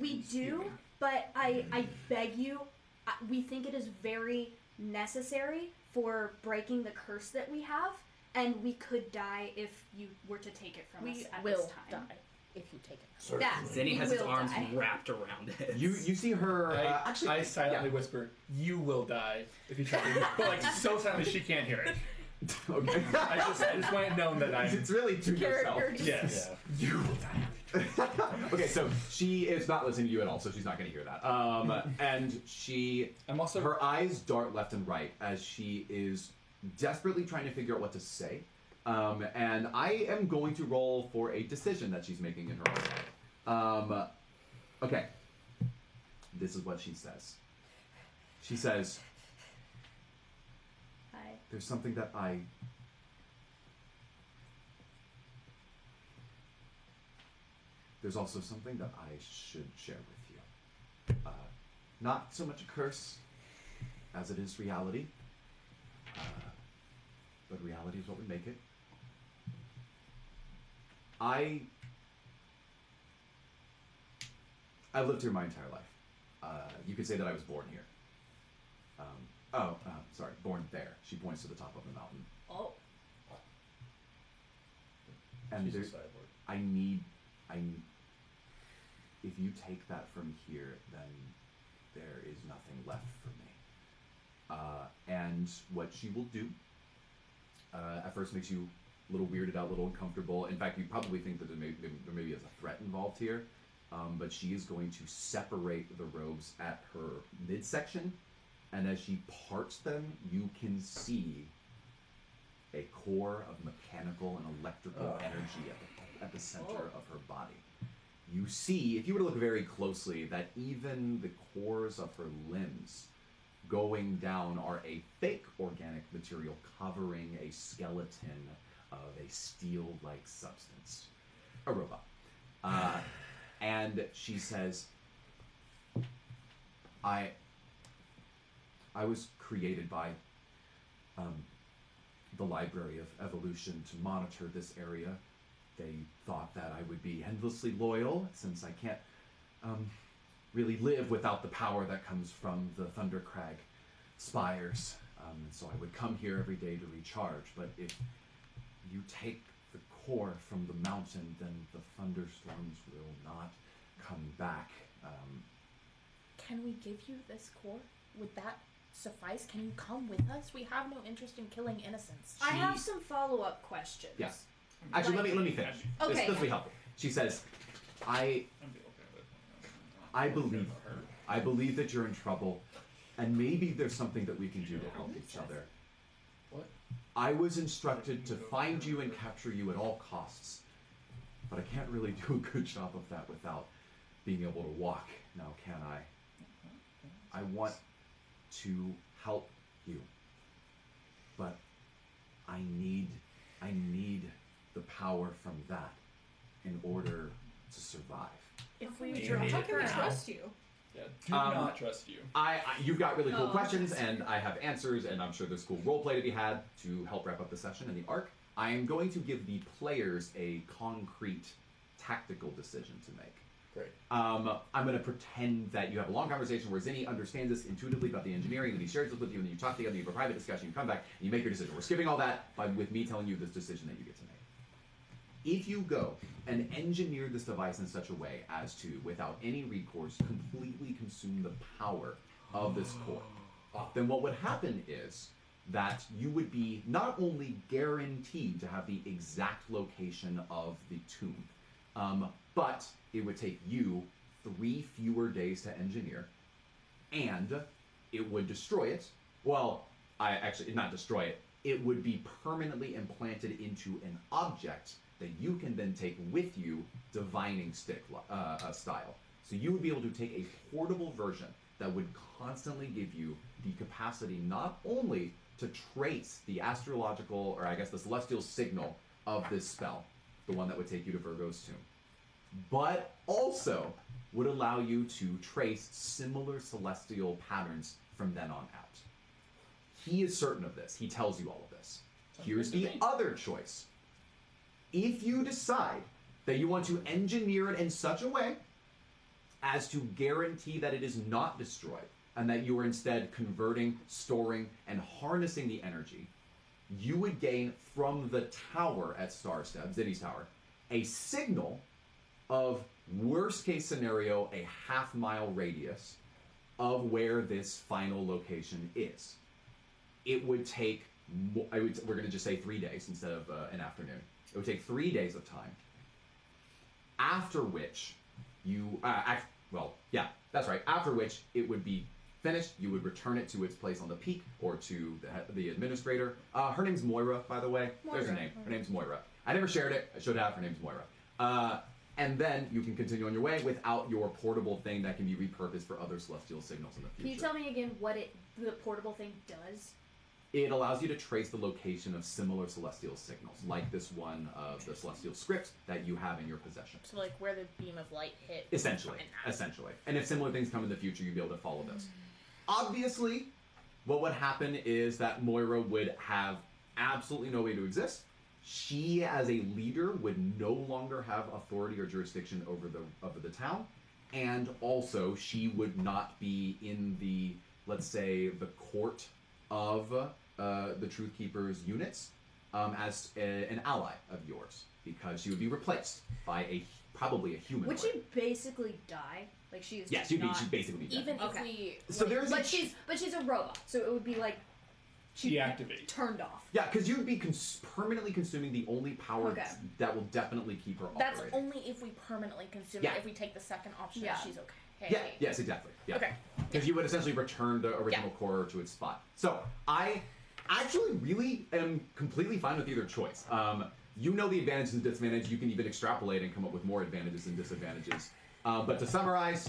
S2: We do, but I I beg you, I, we think it is very necessary for breaking the curse that we have, and we could die if you were to take it from us
S8: We
S2: at
S8: will
S2: this time.
S8: die if you take it.
S2: That
S7: Zenny
S2: we
S7: has his
S2: will
S7: arms
S2: die.
S7: wrapped around it.
S1: You you see her?
S4: I,
S1: uh, actually,
S4: I silently whisper, "You will die if you try to." but like so silently, she can't hear it.
S1: okay.
S4: I just, I just want it known that I'm.
S1: It's really to yourself.
S4: Character Yes.
S1: You will die. okay, so she is not listening to you at all, so she's not going to hear that. Um, and she,
S4: I'm also
S1: her eyes dart left and right as she is desperately trying to figure out what to say. Um, and I am going to roll for a decision that she's making in her own head. Um, okay, this is what she says. She says,
S2: Hi.
S1: "There's something that I." There's also something that I should share with you. Uh, not so much a curse as it is reality. Uh, but reality is what we make it. I I've lived here my entire life. Uh, you could say that I was born here. Um, oh, uh, sorry, born there. She points to the top of the mountain.
S2: Oh,
S1: And
S3: She's a
S1: there-
S3: cyborg.
S1: I need, I. n- If you take that from here, then there is nothing left for me. Uh, and what she will do, uh, at first makes you a little weirded out, a little uncomfortable. In fact, you probably think that there may, there maybe is a threat involved here. Um, but she is going to separate the robes at her midsection, and as she parts them, you can see a core of mechanical and electrical
S3: Ugh.
S1: energy at the, at the center of her body. You see, if you were to look very closely, that even the cores of her limbs going down are a fake organic material covering a skeleton of a steel like substance. A robot. Uh, and she says, I. I was created by um, the Library of Evolution to monitor this area. They thought that I would be endlessly loyal since I can't um, really live without the power that comes from the Thundercrag spires. Um, and so I would come here every day to recharge. But if you take the core from the mountain, then the thunderstorms will not come back. Um,
S8: Can we give you this core? Would that suffice? Can you come with us? We have no interest in killing innocents.
S2: I have some follow up questions.
S1: Yeah. Actually, let me let me finish. This,
S2: Okay.
S1: this will be helpful. She says, "I, I believe, I believe that you're in trouble, and maybe there's something that we can do to help each other.
S3: What?
S1: I was instructed to find you and capture you at all costs, but I can't really do a good job of that without being able to walk. Now, can I? I want to help you, but I need, I need the power from that in order to survive.
S9: If
S5: we
S1: Do you drop need
S9: how
S1: it
S9: can we
S1: now?
S9: trust you?
S4: Yeah, do
S1: Um,
S4: not trust you.
S1: I, I you've got really cool
S9: Oh.
S1: questions, and I have answers, and I'm sure there's cool roleplay to be had to help wrap up the session and the arc. I am going to give the players a concrete tactical decision to make.
S3: Great.
S1: Um, I'm going to pretend that you have a long conversation where Zinni understands this intuitively about the engineering, and he shares this with you, and then you talk together, you have a private discussion, you come back, and you make your decision. We're skipping all that by, with me telling you this decision that you get to make if you go and engineer this device in such a way as to, without any recourse, completely consume the power of this core, then what would happen is that you would be not only guaranteed to have the exact location of the tomb, um, but it would take you three fewer days to engineer, and it would destroy it. Well, I actually not destroy it. It would be permanently implanted into an object that you can then take with you, divining stick li- uh, uh, style. So you would be able to take a portable version that would constantly give you the capacity not only to trace the astrological or I guess the celestial signal of this spell, the one that would take you to Virgo's tomb but also would allow you to trace similar celestial patterns from then on out. He is certain of this. He tells you all of this. Here's the other choice. If you decide that you want to engineer it in such a way as to guarantee that it is not destroyed and that you are instead converting, storing, and harnessing the energy, you would gain from the tower at Starstub, Zinni's tower, a signal of worst case scenario, a half mile radius of where this final location is. It would take, mo- I would, we're going to just say three days instead of uh, an afternoon. It would take three days of time. After which, you, uh, act, well, yeah, that's right. After which, it would be finished. You would return it to its place on the peak or to the, the administrator. Uh, her name's Moira, by the way. There's her
S10: Moira.
S1: name. Her name's Moira. I never shared it. I should have. Her name's Moira. Uh, and then you can continue on your way without your portable thing that can be repurposed for other celestial signals in the
S2: Can you
S1: future.
S2: tell me again what it the portable thing does?
S1: it allows you to trace the location of similar celestial signals, like this one of the celestial script that you have in your possession.
S8: So like where the beam of light hit.
S1: Essentially,
S8: And
S1: essentially. And if similar things come in the future, you'll be able to follow those.
S2: Mm-hmm.
S1: Obviously, what would happen is that Moira would have absolutely no way to exist. She, as a leader, would no longer have authority or jurisdiction over the over the town, and also she would not be in the let's say the court of uh, the Truth Keepers units um, as a, an ally of yours because she would be replaced by a probably a human.
S2: Would she basically die? Like she is.
S1: Yes,
S2: just
S1: you'd be-
S2: not-
S1: she'd basically be dead.
S2: Even
S8: Okay.
S2: if we.
S1: So there's a
S2: But
S1: ch-
S2: she's but she's a robot, so it would be like
S1: deactivate?
S2: turned off.
S1: Yeah, because you'd be cons- permanently consuming the only power
S8: Okay.
S1: that will definitely keep her
S8: That's
S1: operating.
S8: only if we permanently consume
S1: Yeah.
S8: it. If we take the second option,
S2: Yeah.
S8: she's okay.
S1: Yeah. Yes, exactly. Yeah.
S8: Okay.
S1: Because you would essentially return the original core to its spot. So I actually really am completely fine with either choice. Um, you know the advantages and disadvantages. You can even extrapolate and come up with more advantages and disadvantages. Um, but to summarize,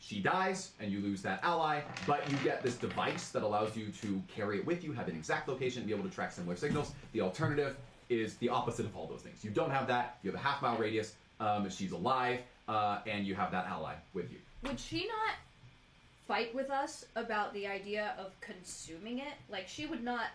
S1: she dies and you lose that ally, but you get this device that allows you to carry it with you, have an exact location, and be able to track similar signals. The alternative is the opposite of all those things. You don't have that. You have a half mile radius. Um, she's alive, uh, and you have that ally with you.
S2: Would she not fight with us about the idea of consuming it? Like she would not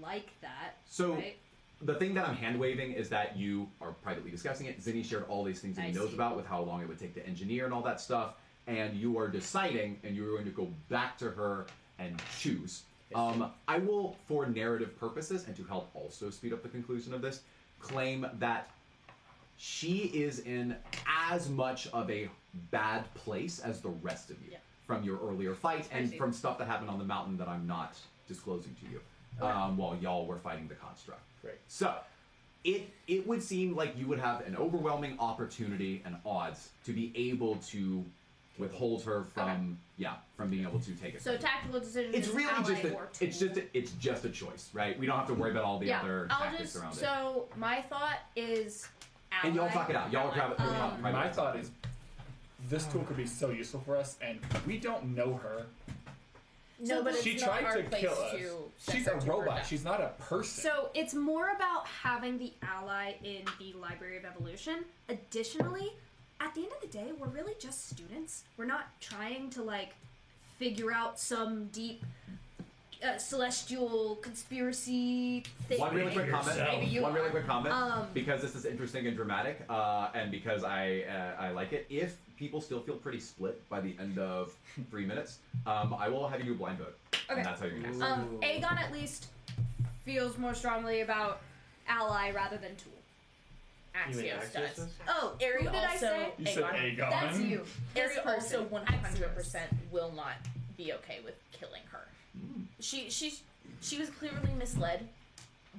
S2: like that.
S1: So
S2: right?
S1: the thing that I'm hand waving is that you are privately discussing it. Zinni shared all these things that he
S2: I
S1: knows
S2: see.
S1: about with how long it would take to engineer and all that stuff. and you are deciding, and you're going to go back to her and choose. Um, I will, for narrative purposes, and to help also speed up the conclusion of this, claim that she is in as much of a bad place as the rest of you from your earlier fight and
S10: see.
S1: from stuff that happened on the mountain that I'm not disclosing to you um, while y'all were fighting the construct.
S10: Right.
S1: So it it would seem like you would have an overwhelming opportunity and odds to be able to withhold her from yeah from being able to take it.
S2: So tactical decision
S1: it's
S2: is
S1: really
S2: ally
S1: just a,
S2: or tool.
S1: it's just a, it's just a choice, right? We don't have to worry about all the other
S2: I'll
S1: tactics
S2: just
S1: around it.
S2: so my thought is ally.
S1: And y'all talk it out. Y'all are private.
S2: Um,
S4: My thought is, this tool could be so useful for us, and we don't know her.
S2: No, but
S4: she
S2: it's not
S4: tried
S2: our
S4: to
S2: place
S4: kill us.
S2: to set
S4: She's
S2: her
S4: a
S2: to
S4: robot.
S2: protect.
S4: She's not a person.
S6: So it's more about having the ally in the Library of Evolution. Additionally, at the end of the day, we're really just students. We're not trying to like figure out some deep uh, celestial conspiracy thing.
S1: One really quick comment.
S6: Maybe you
S1: one really
S6: are.
S1: quick comment
S6: Um,
S1: because this is interesting and dramatic, uh, and because I uh, I like it. If people still feel pretty split by the end of three minutes, um, I will have you do a blind vote,
S2: Okay.
S1: and that's how you're next.
S2: Um, Aegon at least feels more strongly about ally rather than tool.
S1: You mean
S2: Axios
S1: Axios
S2: does.
S1: does?
S2: Oh, Ariel
S8: Who did I
S2: also.
S8: say? You said Aegon.
S2: That's you.
S8: Ari
S2: This
S8: also
S2: person.
S8: 100% will not be okay with killing her.
S1: Hmm.
S8: She she's she was clearly misled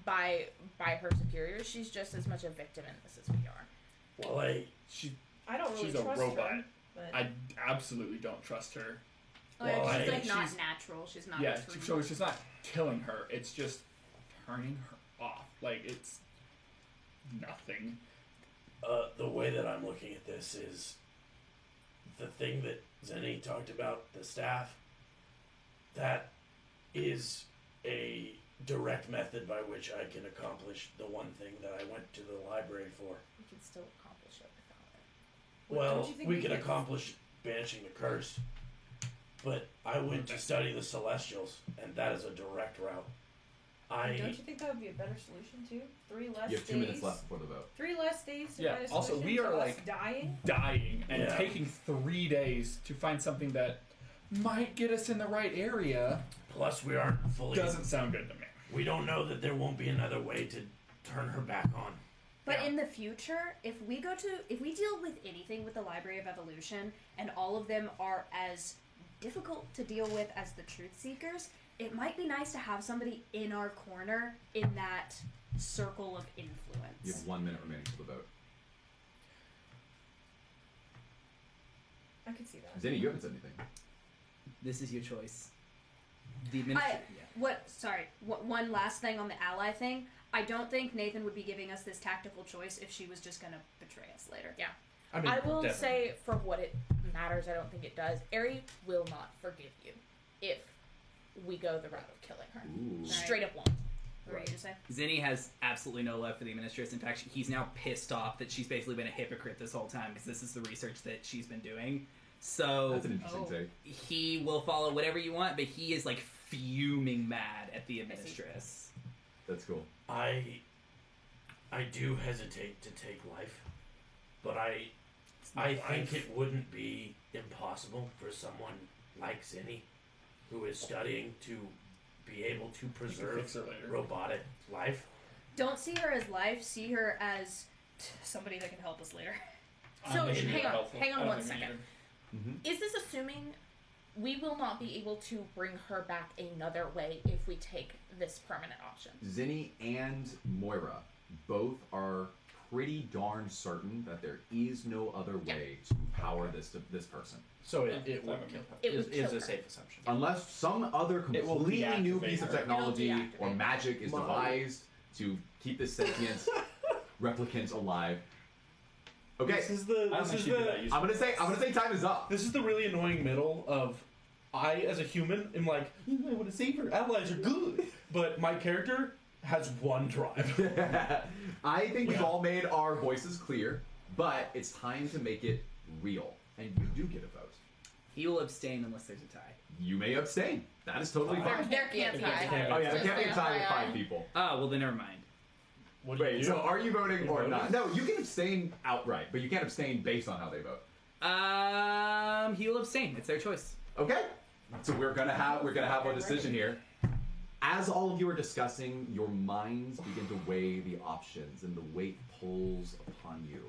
S8: by by her superiors. She's just as much a victim in this as we are.
S4: well, I, she,
S8: I don't really
S4: she's
S8: trust
S4: a robot.
S8: her, but-
S4: I absolutely don't trust her.
S6: Oh, yeah,
S4: Well, I-
S6: she's like not
S4: she's-
S6: natural. She's not.
S4: yeah,
S6: between-
S4: so it's just not killing her. It's just turning her off. Like it's nothing.
S3: Uh, the way that I'm looking at this is the thing that Zenny talked about, the staff, that is a direct method by which I can accomplish the one thing that I went to the library for.
S8: We can still accomplish it without it.
S3: Well,
S8: Don't you think
S3: we
S8: we
S3: can
S8: can-
S3: accomplish banishing the curse, but I went to study the Celestials, and that is a direct route. I
S11: Don't you think that would be a better solution too? Three less
S1: You have two
S11: days.
S1: minutes left before the vote.
S11: Three less days. To
S4: Yeah,
S11: find a
S4: also,
S11: solution
S4: we
S11: to
S4: are,
S11: us
S4: like-
S11: dying.
S4: Dying and
S3: Yeah.
S4: taking three days to find something that might get us in the right area.
S3: Plus, we aren't fully.
S4: Doesn't sound good to me.
S3: We don't know that there won't be another way to turn her back on.
S6: But in the future, if we go to if we deal with anything with the Library of Evolution and all of them are as difficult to deal with as the truth seekers, it might be nice to have somebody in our corner in that circle of influence.
S1: You have one minute remaining for the vote.
S11: I could see that.
S1: Zinni, you haven't said anything.
S7: This is your choice. The
S6: I,
S7: administration.
S6: what? Sorry. What, one last thing on the ally thing. I don't think Nathan would be giving us this tactical choice if she was just going to betray us later.
S8: Yeah.
S6: I
S8: I,
S6: mean,
S8: will
S6: definitely.
S8: say, for what it matters, I don't think it does. Ari will not forgive you if we go the route of killing her.
S7: Ooh.
S8: Straight up won't.
S6: What were you gonna say?
S7: Zinni has absolutely no love for the administrators. In fact, he's now pissed off that she's basically been a hypocrite this whole time because this is the research that she's been doing. So
S1: That's an interesting take.
S7: He will follow whatever you want, but he is like fuming mad at the administress.
S1: That's cool.
S3: I I do hesitate to take life, but I
S7: not
S3: I think
S7: life.
S3: it wouldn't be impossible for someone like Zinni, who is studying to be able to preserve
S4: fix it later.
S3: robotic life.
S2: Don't see her as life. See her as somebody that can help us later. Um,
S8: So
S3: think
S8: hang
S3: it's
S8: on,
S3: helpful.
S8: hang
S3: I
S8: on
S3: don't
S8: one
S3: think
S8: second. Is this assuming we will not be able to bring her back another way if we take this permanent option?
S1: Zinni and Moira both are pretty darn certain that there is no other way to power this to this person.
S4: So it, it would kill her.
S1: It would kill her.
S4: assumption.
S1: Unless some other
S4: It will
S1: completely new
S4: deactivate
S1: piece of
S4: her.
S1: technology
S4: It'll
S1: or magic is
S4: Mom.
S1: devised to keep this sentient replicant alive. Okay.
S3: This is the. This is the.
S1: I'm gonna say. I'm gonna say time is up.
S3: This is the really annoying middle of. I, as a human, am like, "Mm, I want to save her. Allies are good, but my character has one drive.
S1: I think we've all made our voices clear, but it's time to make it real, and you do get a vote.
S7: He will abstain unless there's a tie.
S1: You may abstain. That is totally
S7: There-
S1: fine.
S7: there can't be a tie.
S1: Oh yeah, there
S7: Just
S1: can't be a tie with
S7: FYI.
S1: five people.
S7: Ah, well then never mind.
S1: Wait, so are you voting or
S7: voting?
S1: not? No, you can abstain outright, but you can't abstain based on how they vote.
S7: Um, heal abstain. It's their choice.
S1: Okay. So we're gonna have we're gonna have a decision here. As all of you are discussing, your minds begin to weigh the options, and the weight pulls upon you.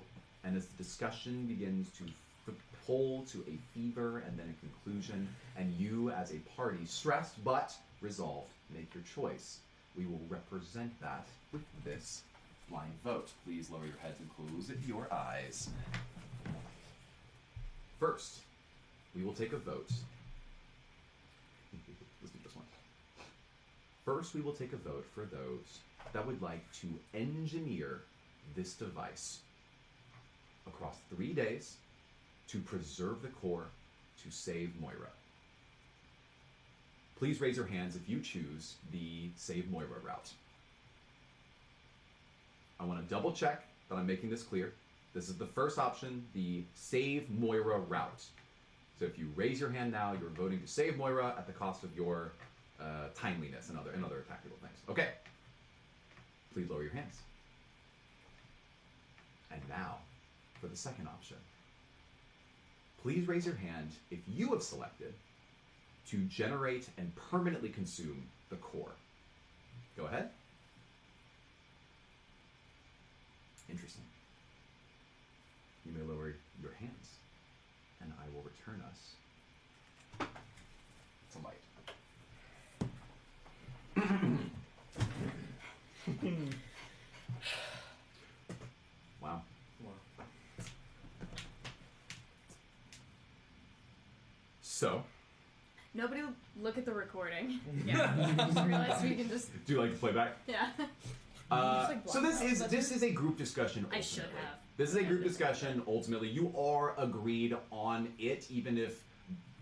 S1: And as the discussion begins to f- pull to a fever and then a conclusion, and you, as a party, stressed but resolved, make your choice. We will represent that with this blind vote. Please lower your heads and close your eyes. First, we will take a vote. Let's do this one. First, we will take a vote for those that would like to engineer this device across three days to preserve the core to save Moira. Please raise your hands if you choose the save Moira route. I want to double check that I'm making this clear. This is the first option, the save Moira route. So if you raise your hand now, you're voting to save Moira at the cost of your uh, timeliness and other and other tactical things. Okay. Please lower your hands. And now, for the second option. Please raise your hand if you have selected to generate and permanently consume the core. Go ahead. Interesting. You may lower your hands, and I will return us to light. Wow. So,
S6: Nobody will look at the recording.
S1: Yeah.
S6: I just realized we can just.
S1: do you like the playback?
S6: Yeah.
S1: Uh,
S6: Just, like,
S1: so this
S6: block out
S1: is
S6: the
S1: this is a group discussion.
S6: I
S1: Ultimately.
S6: should have.
S1: This is a group discussion. Ultimately, you are agreed on it, even if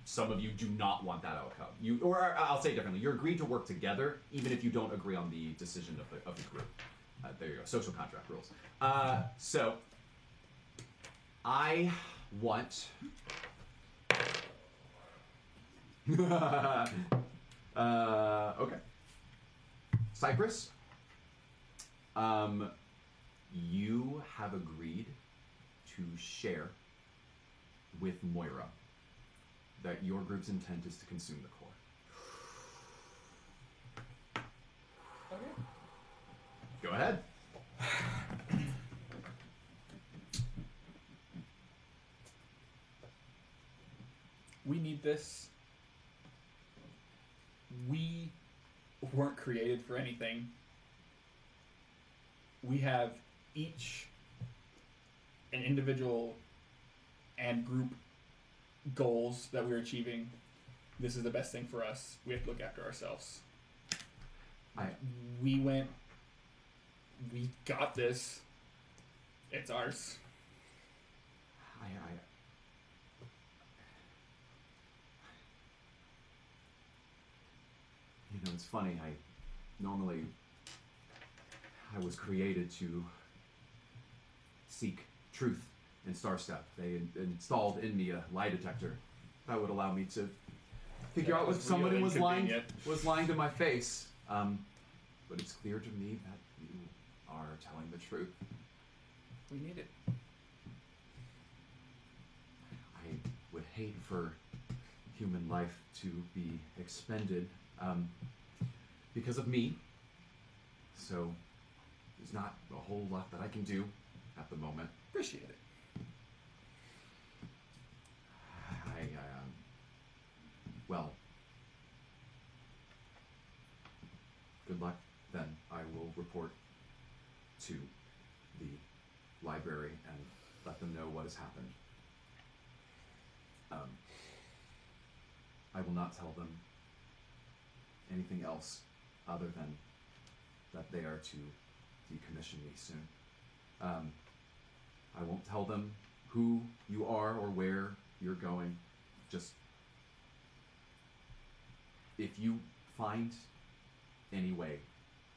S1: some of you do not want that outcome. You, or uh, I'll say it differently, you're agreed to work together, even if you don't agree on the decision of the of the group. Uh, there you go. Social contract rules. Uh, so, I want. uh, okay. Cyprus, um, you have agreed to share with Moira that your group's intent is to consume the core. Go ahead.
S4: We need this. We weren't created for anything. We have each an individual and group goals that we're achieving. This is the best thing for us. We have to look after ourselves.
S1: I-
S4: we went. We got this. It's ours.
S1: I, I, you know, it's funny. I normally I was created to seek truth in Starstep. They in- installed in me a lie detector that would allow me to figure
S4: That
S1: out
S4: was
S1: if somebody
S4: real
S1: was lying
S4: inconvenient.
S1: was lying to my face. Um, but it's clear to me that you are telling the truth.
S4: We need it.
S1: I would hate for human life to be expended um, because of me. So there's not a whole lot that I can do at the moment.
S4: Appreciate it.
S1: I, I um, well, good luck then. I will report to the library and let them know what has happened. Um, I will not tell them anything else other than that they are to decommission me soon. Um, I won't tell them who you are or where you're going. Just if you find any way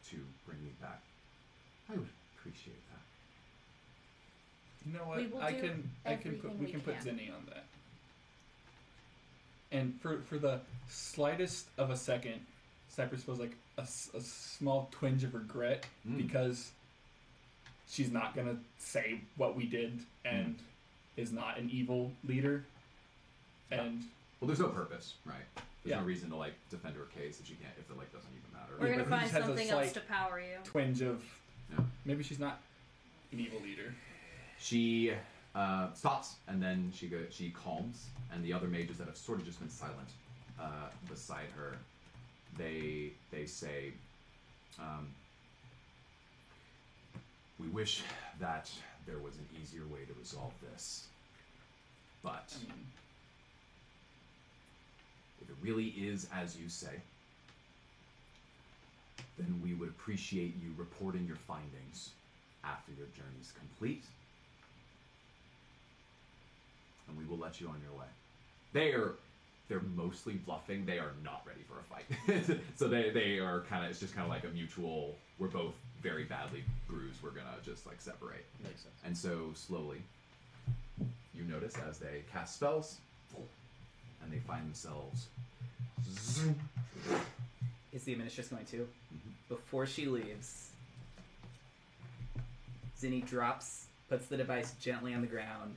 S1: to bring me back, I would appreciate that.
S4: You know
S8: We will
S4: what? I
S8: do
S4: can I can put
S8: everything
S4: we
S8: we
S4: can put
S8: can.
S4: Zinni on that. And for for the slightest of a second, Cypress feels like a, s- a small twinge of regret
S1: Mm.
S4: because she's not gonna say what we did, and is not an evil leader. And
S1: Well, there's no purpose, right? There's
S4: Yeah.
S1: no reason to like defend her case if she can't, if the like doesn't even matter.
S2: We're
S4: Yeah,
S2: gonna
S4: but
S2: find
S4: he just has a
S2: something else
S4: slight
S2: to power you.
S4: twinge of
S1: Yeah.
S4: maybe she's not an evil leader.
S1: She uh, stops and then she go, she calms, and the other mages that have sort of just been silent uh, beside her, they they say, um, "We wish that there was an easier way to resolve this, but if it really is as you say." Then we would appreciate you reporting your findings after your journey's complete and we will let you on your way. They are they're mostly bluffing. They are not ready for a fight. so they they are kind of it's just kind of like a mutual we're both very badly bruised. We're going to just like separate.
S3: Makes sense.
S1: And so slowly you notice as they cast spells and they find themselves
S7: Is the administratress going to?
S1: Mm-hmm.
S7: Before she leaves, Zinni drops, puts the device gently on the ground,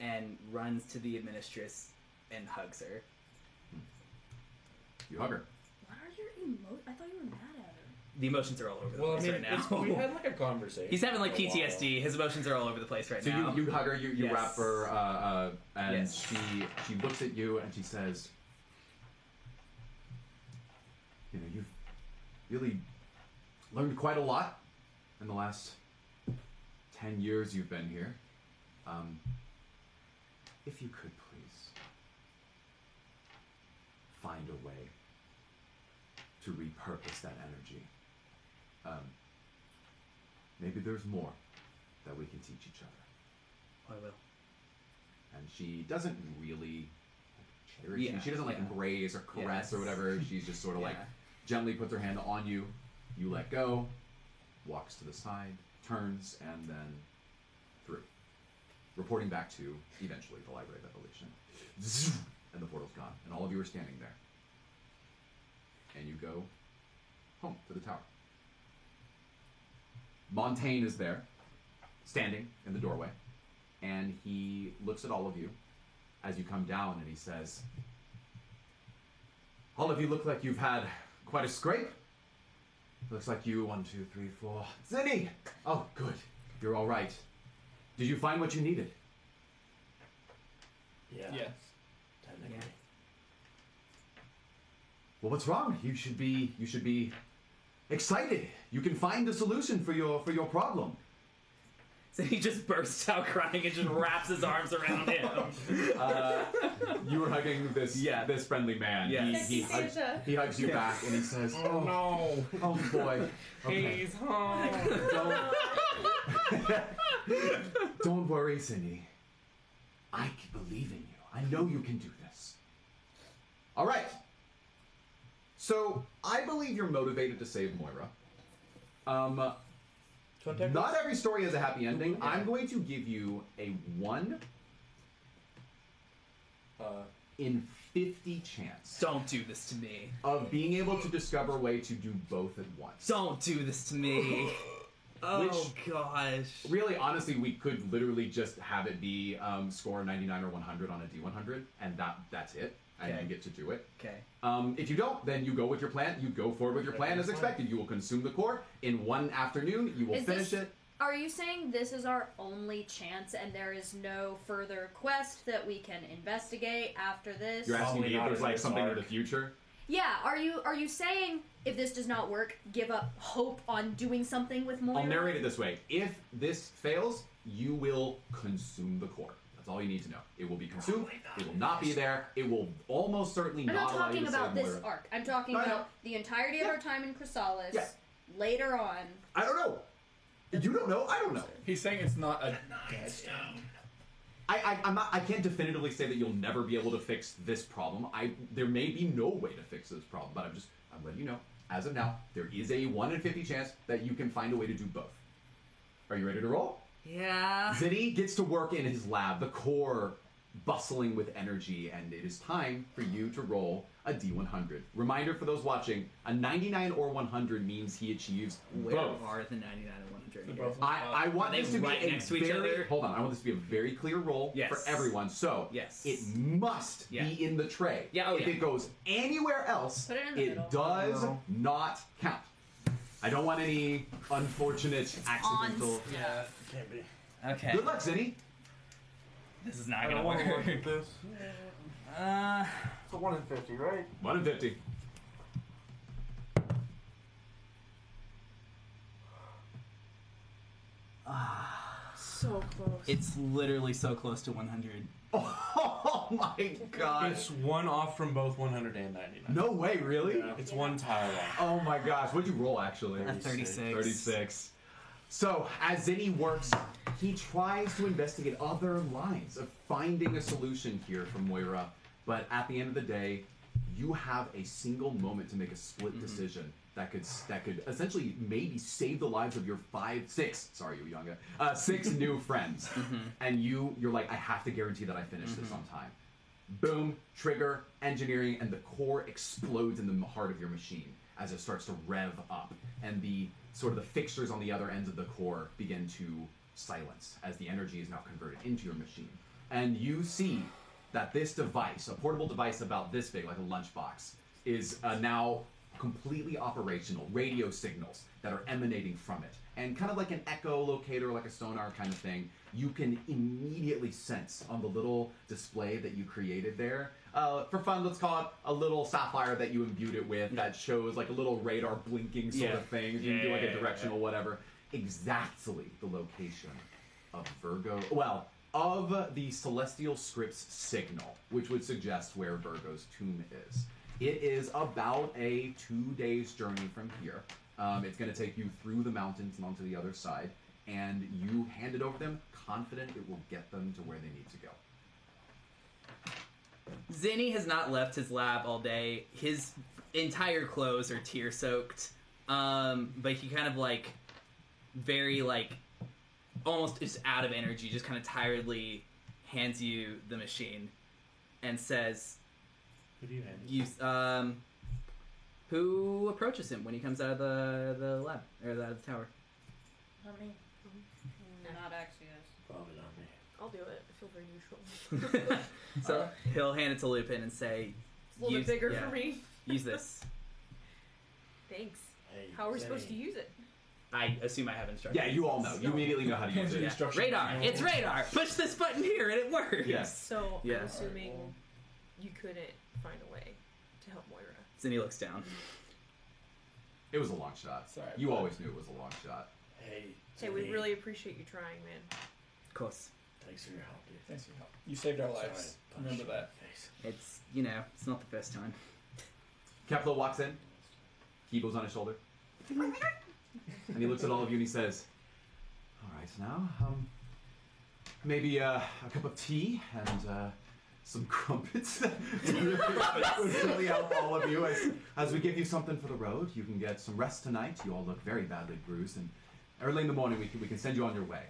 S7: and runs to the administratress and hugs her.
S1: you hug her.
S2: What are your emo? I thought you were mad at her.
S7: The emotions are all over the
S4: Well, I
S7: place
S4: mean,
S7: right
S4: it's-
S7: now.
S4: we had, like, a conversation
S7: He's having like
S4: for a while.
S7: PTSD. His emotions are all over the place right
S1: Oh, so
S7: now.
S1: you, you hug her, you, you
S7: Yes.
S1: wrap her, uh, uh, and
S7: Yes.
S1: she she looks at you and she says, "You know, you've really learned quite a lot in the last ten years you've been here. Um, if you could please find a way to repurpose that energy, um, maybe there's more that we can teach each other."
S7: Oh, I will.
S1: and she doesn't really cherish you.
S7: Yeah,
S1: She doesn't like
S7: yeah.
S1: embrace or caress
S7: Yes.
S1: or whatever. She's just sort of like
S7: Yeah.
S1: gently puts her hand on you. You let go, walks to the side, turns, and then through. Reporting back to eventually the Library of Evolution. Zoom! And the portal's gone. And all of you are standing there. And you go home to the tower. Montaigne is there, standing in the doorway, and he looks at all of you as you come down and he says, All of you look like you've had quite a scrape. Looks like you, one, two, three, four. Zinni! Oh, good. You're all right. Did you find what you needed?
S3: Yeah.
S4: Yes.
S3: Technically.
S1: Well, what's wrong? You should be you should be excited. You can find a solution for your for your problem.
S7: So he just bursts out crying and just wraps his arms around him.
S1: Uh, you were hugging this yeah. this friendly man.
S7: Yes.
S1: He, he,
S7: Sexy
S1: hugs,
S7: Santa.
S1: he hugs you
S7: Yeah.
S1: back and he says,
S4: Oh, no.
S1: Oh boy. Okay.
S4: He's home.
S1: Don't, don't worry, Cindy. I c- believe in you. I know you can do this. All right. So I believe you're motivated to save Moira. Um, not every story has a happy ending. I'm going to give you a one in fifty chance.
S7: Don't do this to me.
S1: Of being able to discover a way to do both at once.
S7: Don't do this to me. Oh gosh.
S1: Really, honestly, we could literally just have it be um, score 99 or 100 on a D100, and that that's it. And
S7: Okay.
S1: you get to do it.
S7: Okay.
S1: Um, if you don't, then you go with your plan. You go forward with your plan as expected. You will consume the core in one afternoon. You will
S2: Is
S1: finish
S2: this-
S1: it.
S2: Are you saying this is our only chance and there is no further quest that we can investigate after this?
S1: You're asking
S3: Probably
S1: me if
S3: not
S1: there's
S3: in
S1: like
S3: this
S1: something in
S3: arc.
S1: the future.
S2: Yeah, are you are you saying if this does not work, give up hope on doing something with Moira?
S1: I'll narrate it this way: If this fails, you will consume the core. That's all you need to know. It will be consumed. It will not be there. It will almost certainly
S2: I'm not
S1: allow you
S2: talking
S1: to
S2: about
S1: save
S2: this
S1: Moira.
S2: arc. I'm talking
S1: No, I know.
S2: about the entirety of our time in Chrysalis.
S1: Yeah.
S2: Later on.
S1: I don't know. You don't know. I don't know.
S4: He's saying it's not a
S1: I, I, I'm not, I can't definitively say that you'll never be able to fix this problem. I there may be no way to fix this problem, but I'm just I'm letting you know. As of now, there is a one in fifty chance that you can find a way to do both. Are you ready to roll?
S7: Yeah.
S1: Zinni gets to work in his lab. The core bustling with energy, and it is time for you to roll a D100. Reminder for those watching a 99 or 100 means he achieves
S7: Where
S1: both.
S7: are the 99 and 100?
S1: They're
S7: here?
S1: both- I, I want
S7: Are they
S1: this to be
S7: right
S1: a
S7: next to
S1: very,
S7: each other.
S1: Hold on, I want this to be a very clear roll
S7: Yes.
S1: for everyone. So
S7: Yes.
S1: it must be in the tray.
S7: Yeah, oh,
S1: if
S7: yeah.
S1: it goes anywhere else,
S2: Put it in the middle.
S1: does
S7: No.
S1: not count. I don't want any unfortunate accidental.
S3: Yeah, can't be.
S7: Okay.
S1: Good luck, Zinni.
S7: This is not
S1: I
S7: gonna
S1: don't wanna
S7: work.
S1: look at
S7: this. Uh,
S14: So one in fifty, right?
S1: One in fifty.
S9: So close.
S7: It's literally so close to 100.
S1: Oh my god.
S3: It's one off from both 100 and 99.
S1: No way, really?
S3: It's one tile off.
S1: Oh my gosh, what'd you roll actually?
S3: A 36.
S1: 36. So, as Zinni works, he tries to investigate other lines of finding a solution here for Moira, but at the end of the day, you have a single moment to make a split decision that could that could essentially maybe save the lives of your five six sorry Uyanga uh, six new friends, and you you're like I have to guarantee that I finish this on time. Boom, trigger, engineering, and the core explodes in the m- heart of your machine as it starts to rev up. And the sort of the fixtures on the other ends of the core begin to silence as the energy is now converted into your machine. And you see that this device, a portable device about this big, like a lunchbox, is uh, now completely operational radio signals that are emanating from it. And kind of like an echolocator, like a sonar kind of thing, you can immediately sense on the little display that you created there. Uh, for fun, let's call it a little sapphire that you imbued it with that shows like a little radar blinking sort
S7: Yeah.
S1: of thing. You
S7: Yeah,
S1: can do like
S7: yeah,
S1: a
S7: yeah,
S1: directional whatever. Exactly the location of Virgo. Well, of the celestial script's signal, which would suggest where Virgo's tomb is. It is about a two days journey from here. Um, it's going to take you through the mountains and onto the other side, and you hand it over to them, confident it will get them to where they need to go.
S7: Zinni has not left his lab all day. His entire clothes are tear soaked. Um, but he kind of like very like almost is out of energy, just kind of tiredly hands you the machine and says
S3: Who do you hand
S7: you um who approaches him when he comes out of the, the lab or out of the tower?
S8: Not me. Not actually us.
S3: Probably not me.
S9: I'll do it. I feel very neutral.
S1: Uh,
S7: So he'll hand it to Lupin and say
S9: It's a little bit
S7: "Use-
S9: bigger
S7: yeah,
S9: for me.
S7: Use this.
S9: Thanks.
S3: Hey,
S9: How are we
S7: Jenny.
S9: supposed to use it?
S7: I assume I have instructions.
S1: Yeah, you all know. You immediately know how to use it.
S7: Yeah. Radar. It's radar. Push this button here and it works.
S1: Yes.
S9: So
S7: Yeah.
S9: I'm assuming you couldn't find a way to help Moira.
S7: Then he looks down.
S1: It was a long shot.
S3: Sorry,
S1: you
S3: but-
S1: always knew it was a long shot.
S3: Hey.
S9: Hey, we
S3: Zinni,
S9: really appreciate you trying, man.
S7: Of course.
S3: Thanks for your help, dude.
S4: Thanks for your help. You saved our lives.
S3: Sorry,
S4: Remember
S3: punch you
S4: that.
S3: in the face.
S7: It's you know, it's not the first time.
S1: Kepler walks in. Kibo's on his shoulder. and he looks at all of you and he says, All right, now, um, maybe uh, a cup of tea and uh, some crumpets would really help all of you. As, as we give you something for the road, you can get some rest tonight. You all look very badly bruised. And early in the morning, we can, we can send you on your way.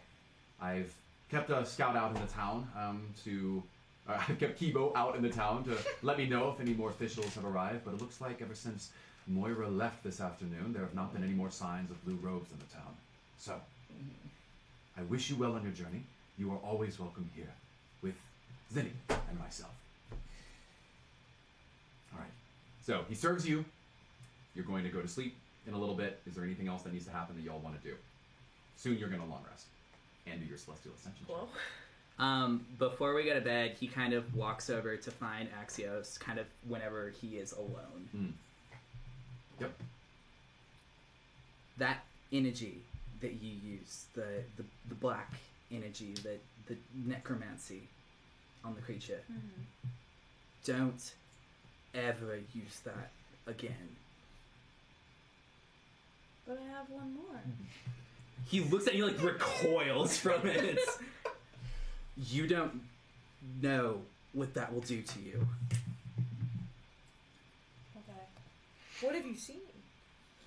S1: I've kept a scout out in the town um, to. Uh, I've kept Kibo out in the town to let me know if any more officials have arrived, but it looks like ever since Moira left this afternoon, there have not been any more signs of blue robes in the town. So, I wish you well on your journey. You are always welcome here with Zinni and myself. All right. So, he serves you. You're going to go to sleep in a little bit. Is there anything else that needs to happen that y'all want to do? Soon you're going to long rest and do your celestial ascension. check.
S7: Um, before we go to bed, he kind of walks over to find Axios kind of whenever he is alone.
S1: Mm. Yep.
S7: That energy that you use, the the, the black energy, the the necromancy on the creature.
S2: Mm-hmm.
S7: Don't ever use that again.
S2: But I have one more.
S7: He looks at you like recoils from it. you don't know what that will do to you.
S11: Okay.
S9: What have you seen?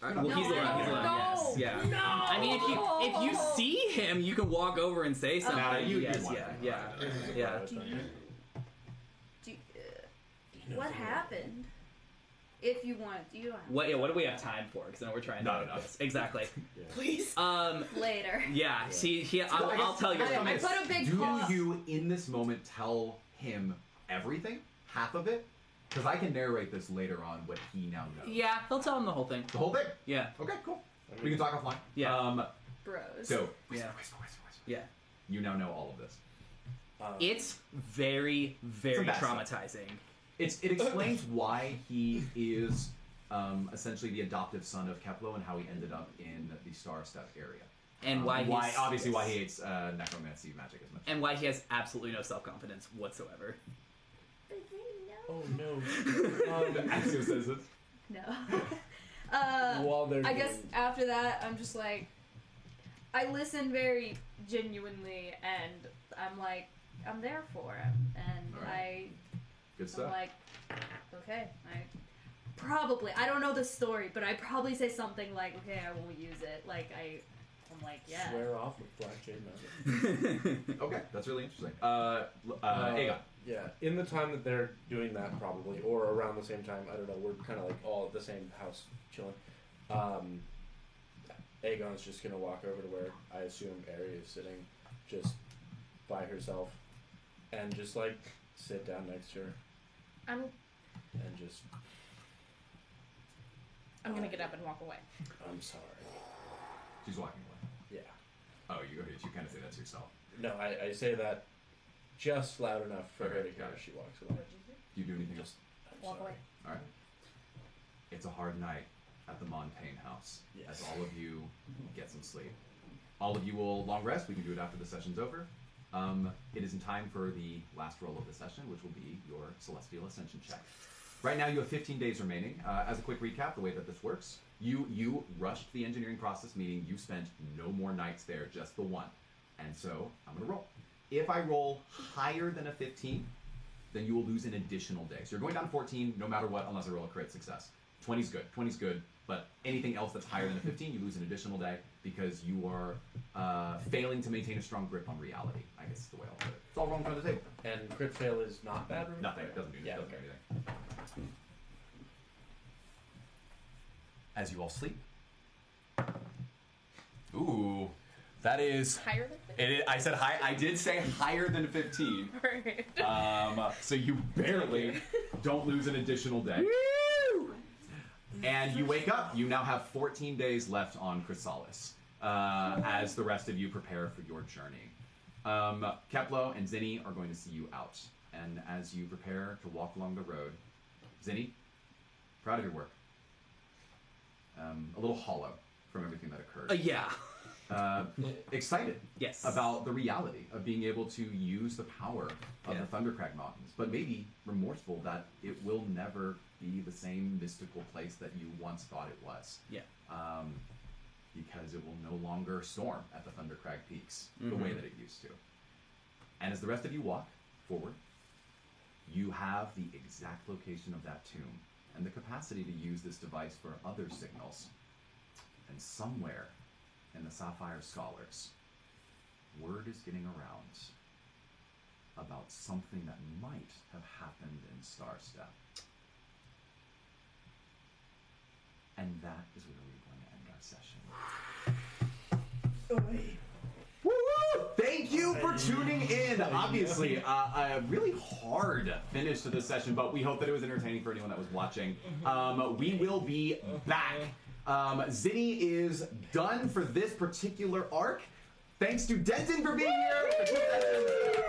S7: Uh, well, he's
S9: No.
S7: alone. He's alone.
S9: No.
S7: Yes. Yeah.
S9: No.
S7: I mean, if you if you see him, you can walk over and say something.
S1: you- you
S7: yes.
S1: want
S7: yeah.
S1: to.
S7: Yeah. Yeah.
S3: knows
S2: uh, what
S3: the word.
S2: happened? If you want, you don't have
S7: What? Yeah. What do we have time for? Because then we're trying.
S10: Not
S7: to
S10: enough.
S7: This. Exactly. Please. Um.
S2: later.
S7: Yeah. See. He. I'll,
S1: I guess-
S7: I'll tell you.
S1: I,
S2: I put a big
S1: Do
S2: pause.
S1: you, in this moment, tell him everything? Half of it? Because I can narrate this later on what he now knows.
S7: Yeah. He'll tell him the whole thing.
S1: The whole thing?
S7: Yeah.
S1: Okay. Cool. We can talk offline.
S7: Yeah.
S1: Um,
S2: Bros.
S9: Oh,
S1: so,
S7: Yeah. Yeah.
S1: you now know all of this.
S3: uh,
S7: It's very, very
S1: bad stuff.
S7: traumatizing.
S1: It's, it explains why he is um, essentially the adoptive son of Keplo and how he ended up in the Star Step area.
S7: And
S1: Um,
S7: why
S1: why
S7: he's-
S1: obviously why he hates uh, necromancy magic as much.
S7: And why he has absolutely no self confidence whatsoever.
S3: Oh no.
S1: Axio says this.
S2: No. uh,
S4: While they're
S2: I guess
S4: doing-
S2: after that, I'm just like, I listen very genuinely, and I'm like, I'm there for him, and
S1: Alright.
S2: I,
S1: Good
S2: I'm
S1: stuff.
S2: like, okay, I probably I don't know the story, but I probably say something like, okay, I will use it. Like I, I'm like, yeah.
S3: Swear off with black jade magic.
S1: okay, that's really interesting. Uh, l- uh, Aegon.
S4: Yeah, in the time that they're doing that, probably, or around the same time. I don't know. We're kind of like all at the same house, chilling. Um, Aegon's just gonna walk over to where I assume Arya is sitting, just by herself, and just like sit down next to her
S8: I'm
S4: and just.
S8: I'm gonna get up and walk away.
S4: I'm sorry.
S1: She's walking away.
S4: Yeah.
S1: Oh, you you kind of say that to yourself.
S4: No, I, I say that just loud enough for her to
S1: Okay,
S4: hear
S1: got
S4: as
S1: it.
S4: she walks away.
S1: Do you do anything else?
S8: Walk away.
S1: All right. It's a hard night at the Montaigne House. As all of you get some sleep, all of you will long rest. We can do it after the session's over. Um, it is in time for the last roll of the session, which will be your Celestial Ascension check. Right now, you have 15 days remaining. Uh, as a quick recap, the way that this works, you you rushed the engineering process, meaning you spent no more nights there, just the one. And so I'm gonna roll. If I roll higher than a 15, then you will lose an additional day. So you're going down to 14 no matter what, unless I roll a crit success. 20 is good. 20 is good. But anything else that's higher than a 15, you lose an additional day because you are uh, failing to maintain a strong grip on reality. I guess is the way I'll put it. It's all wrong from the table.
S4: And crit fail is not bad. remember?
S1: Nothing. It doesn't do,
S4: Yeah,
S1: doesn't do
S4: okay.
S1: anything. As you all sleep.
S10: Ooh, that is.
S8: Higher than
S10: It, i- I said high. I did say higher than 15.
S8: Alright.
S10: Um, so you
S1: barely don't lose an additional day. And you wake up. You now have 14 days left on Chrysalis uh, as the rest of you prepare for your journey. Um, Keplo and Zinni are going to see you out. And as you prepare to walk along the road, Zinni, proud of your work. Um, a little hollow from everything that occurred.
S7: Uh, yeah.
S1: Uh, excited
S7: Yes.
S1: about the reality of being able to use the power of the Thundercrack Mountains, but maybe remorseful that it will never be the same mystical place that you once thought it was.
S7: Yeah.
S1: Um, because it will no longer storm at the Thundercrag Peaks the
S7: Mhm.
S1: way that it used to. And as the rest of you walk forward, you have the exact location of that tomb and the capacity to use this device for other signals. And somewhere in the Sapphire Scholars, word is getting around about something that might have happened in Starstep. And that is where we're going to end our session. Woo-hoo! Thank you for tuning in. Obviously, uh, a really hard finish to this session, but we hope that it was entertaining for anyone that was watching. Um, we will be back. Um, Zinni is done for this particular arc. Thanks to Denton for being here for two sessions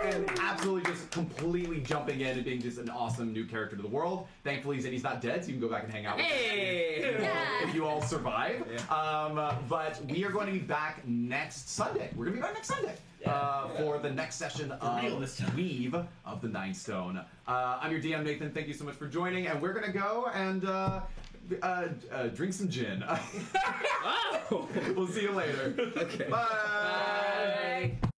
S1: and absolutely just completely jumping in and being just an awesome new character to the world. Thankfully, Zinni's not dead, so you can go back and hang out with
S7: Hey!
S1: him if you all-
S7: Yeah.
S1: if you all survive. Um, uh, but we are going to be back next Sunday. We're going to be back next Sunday uh, for the next session of
S3: real
S1: Weave of the Nine Stone. Uh, I'm your DM, Nathan. Thank you so much for joining, and we're going to go and uh, uh,
S7: Oh!
S1: uh, drink some gin. we'll see you later. Okay. Bye.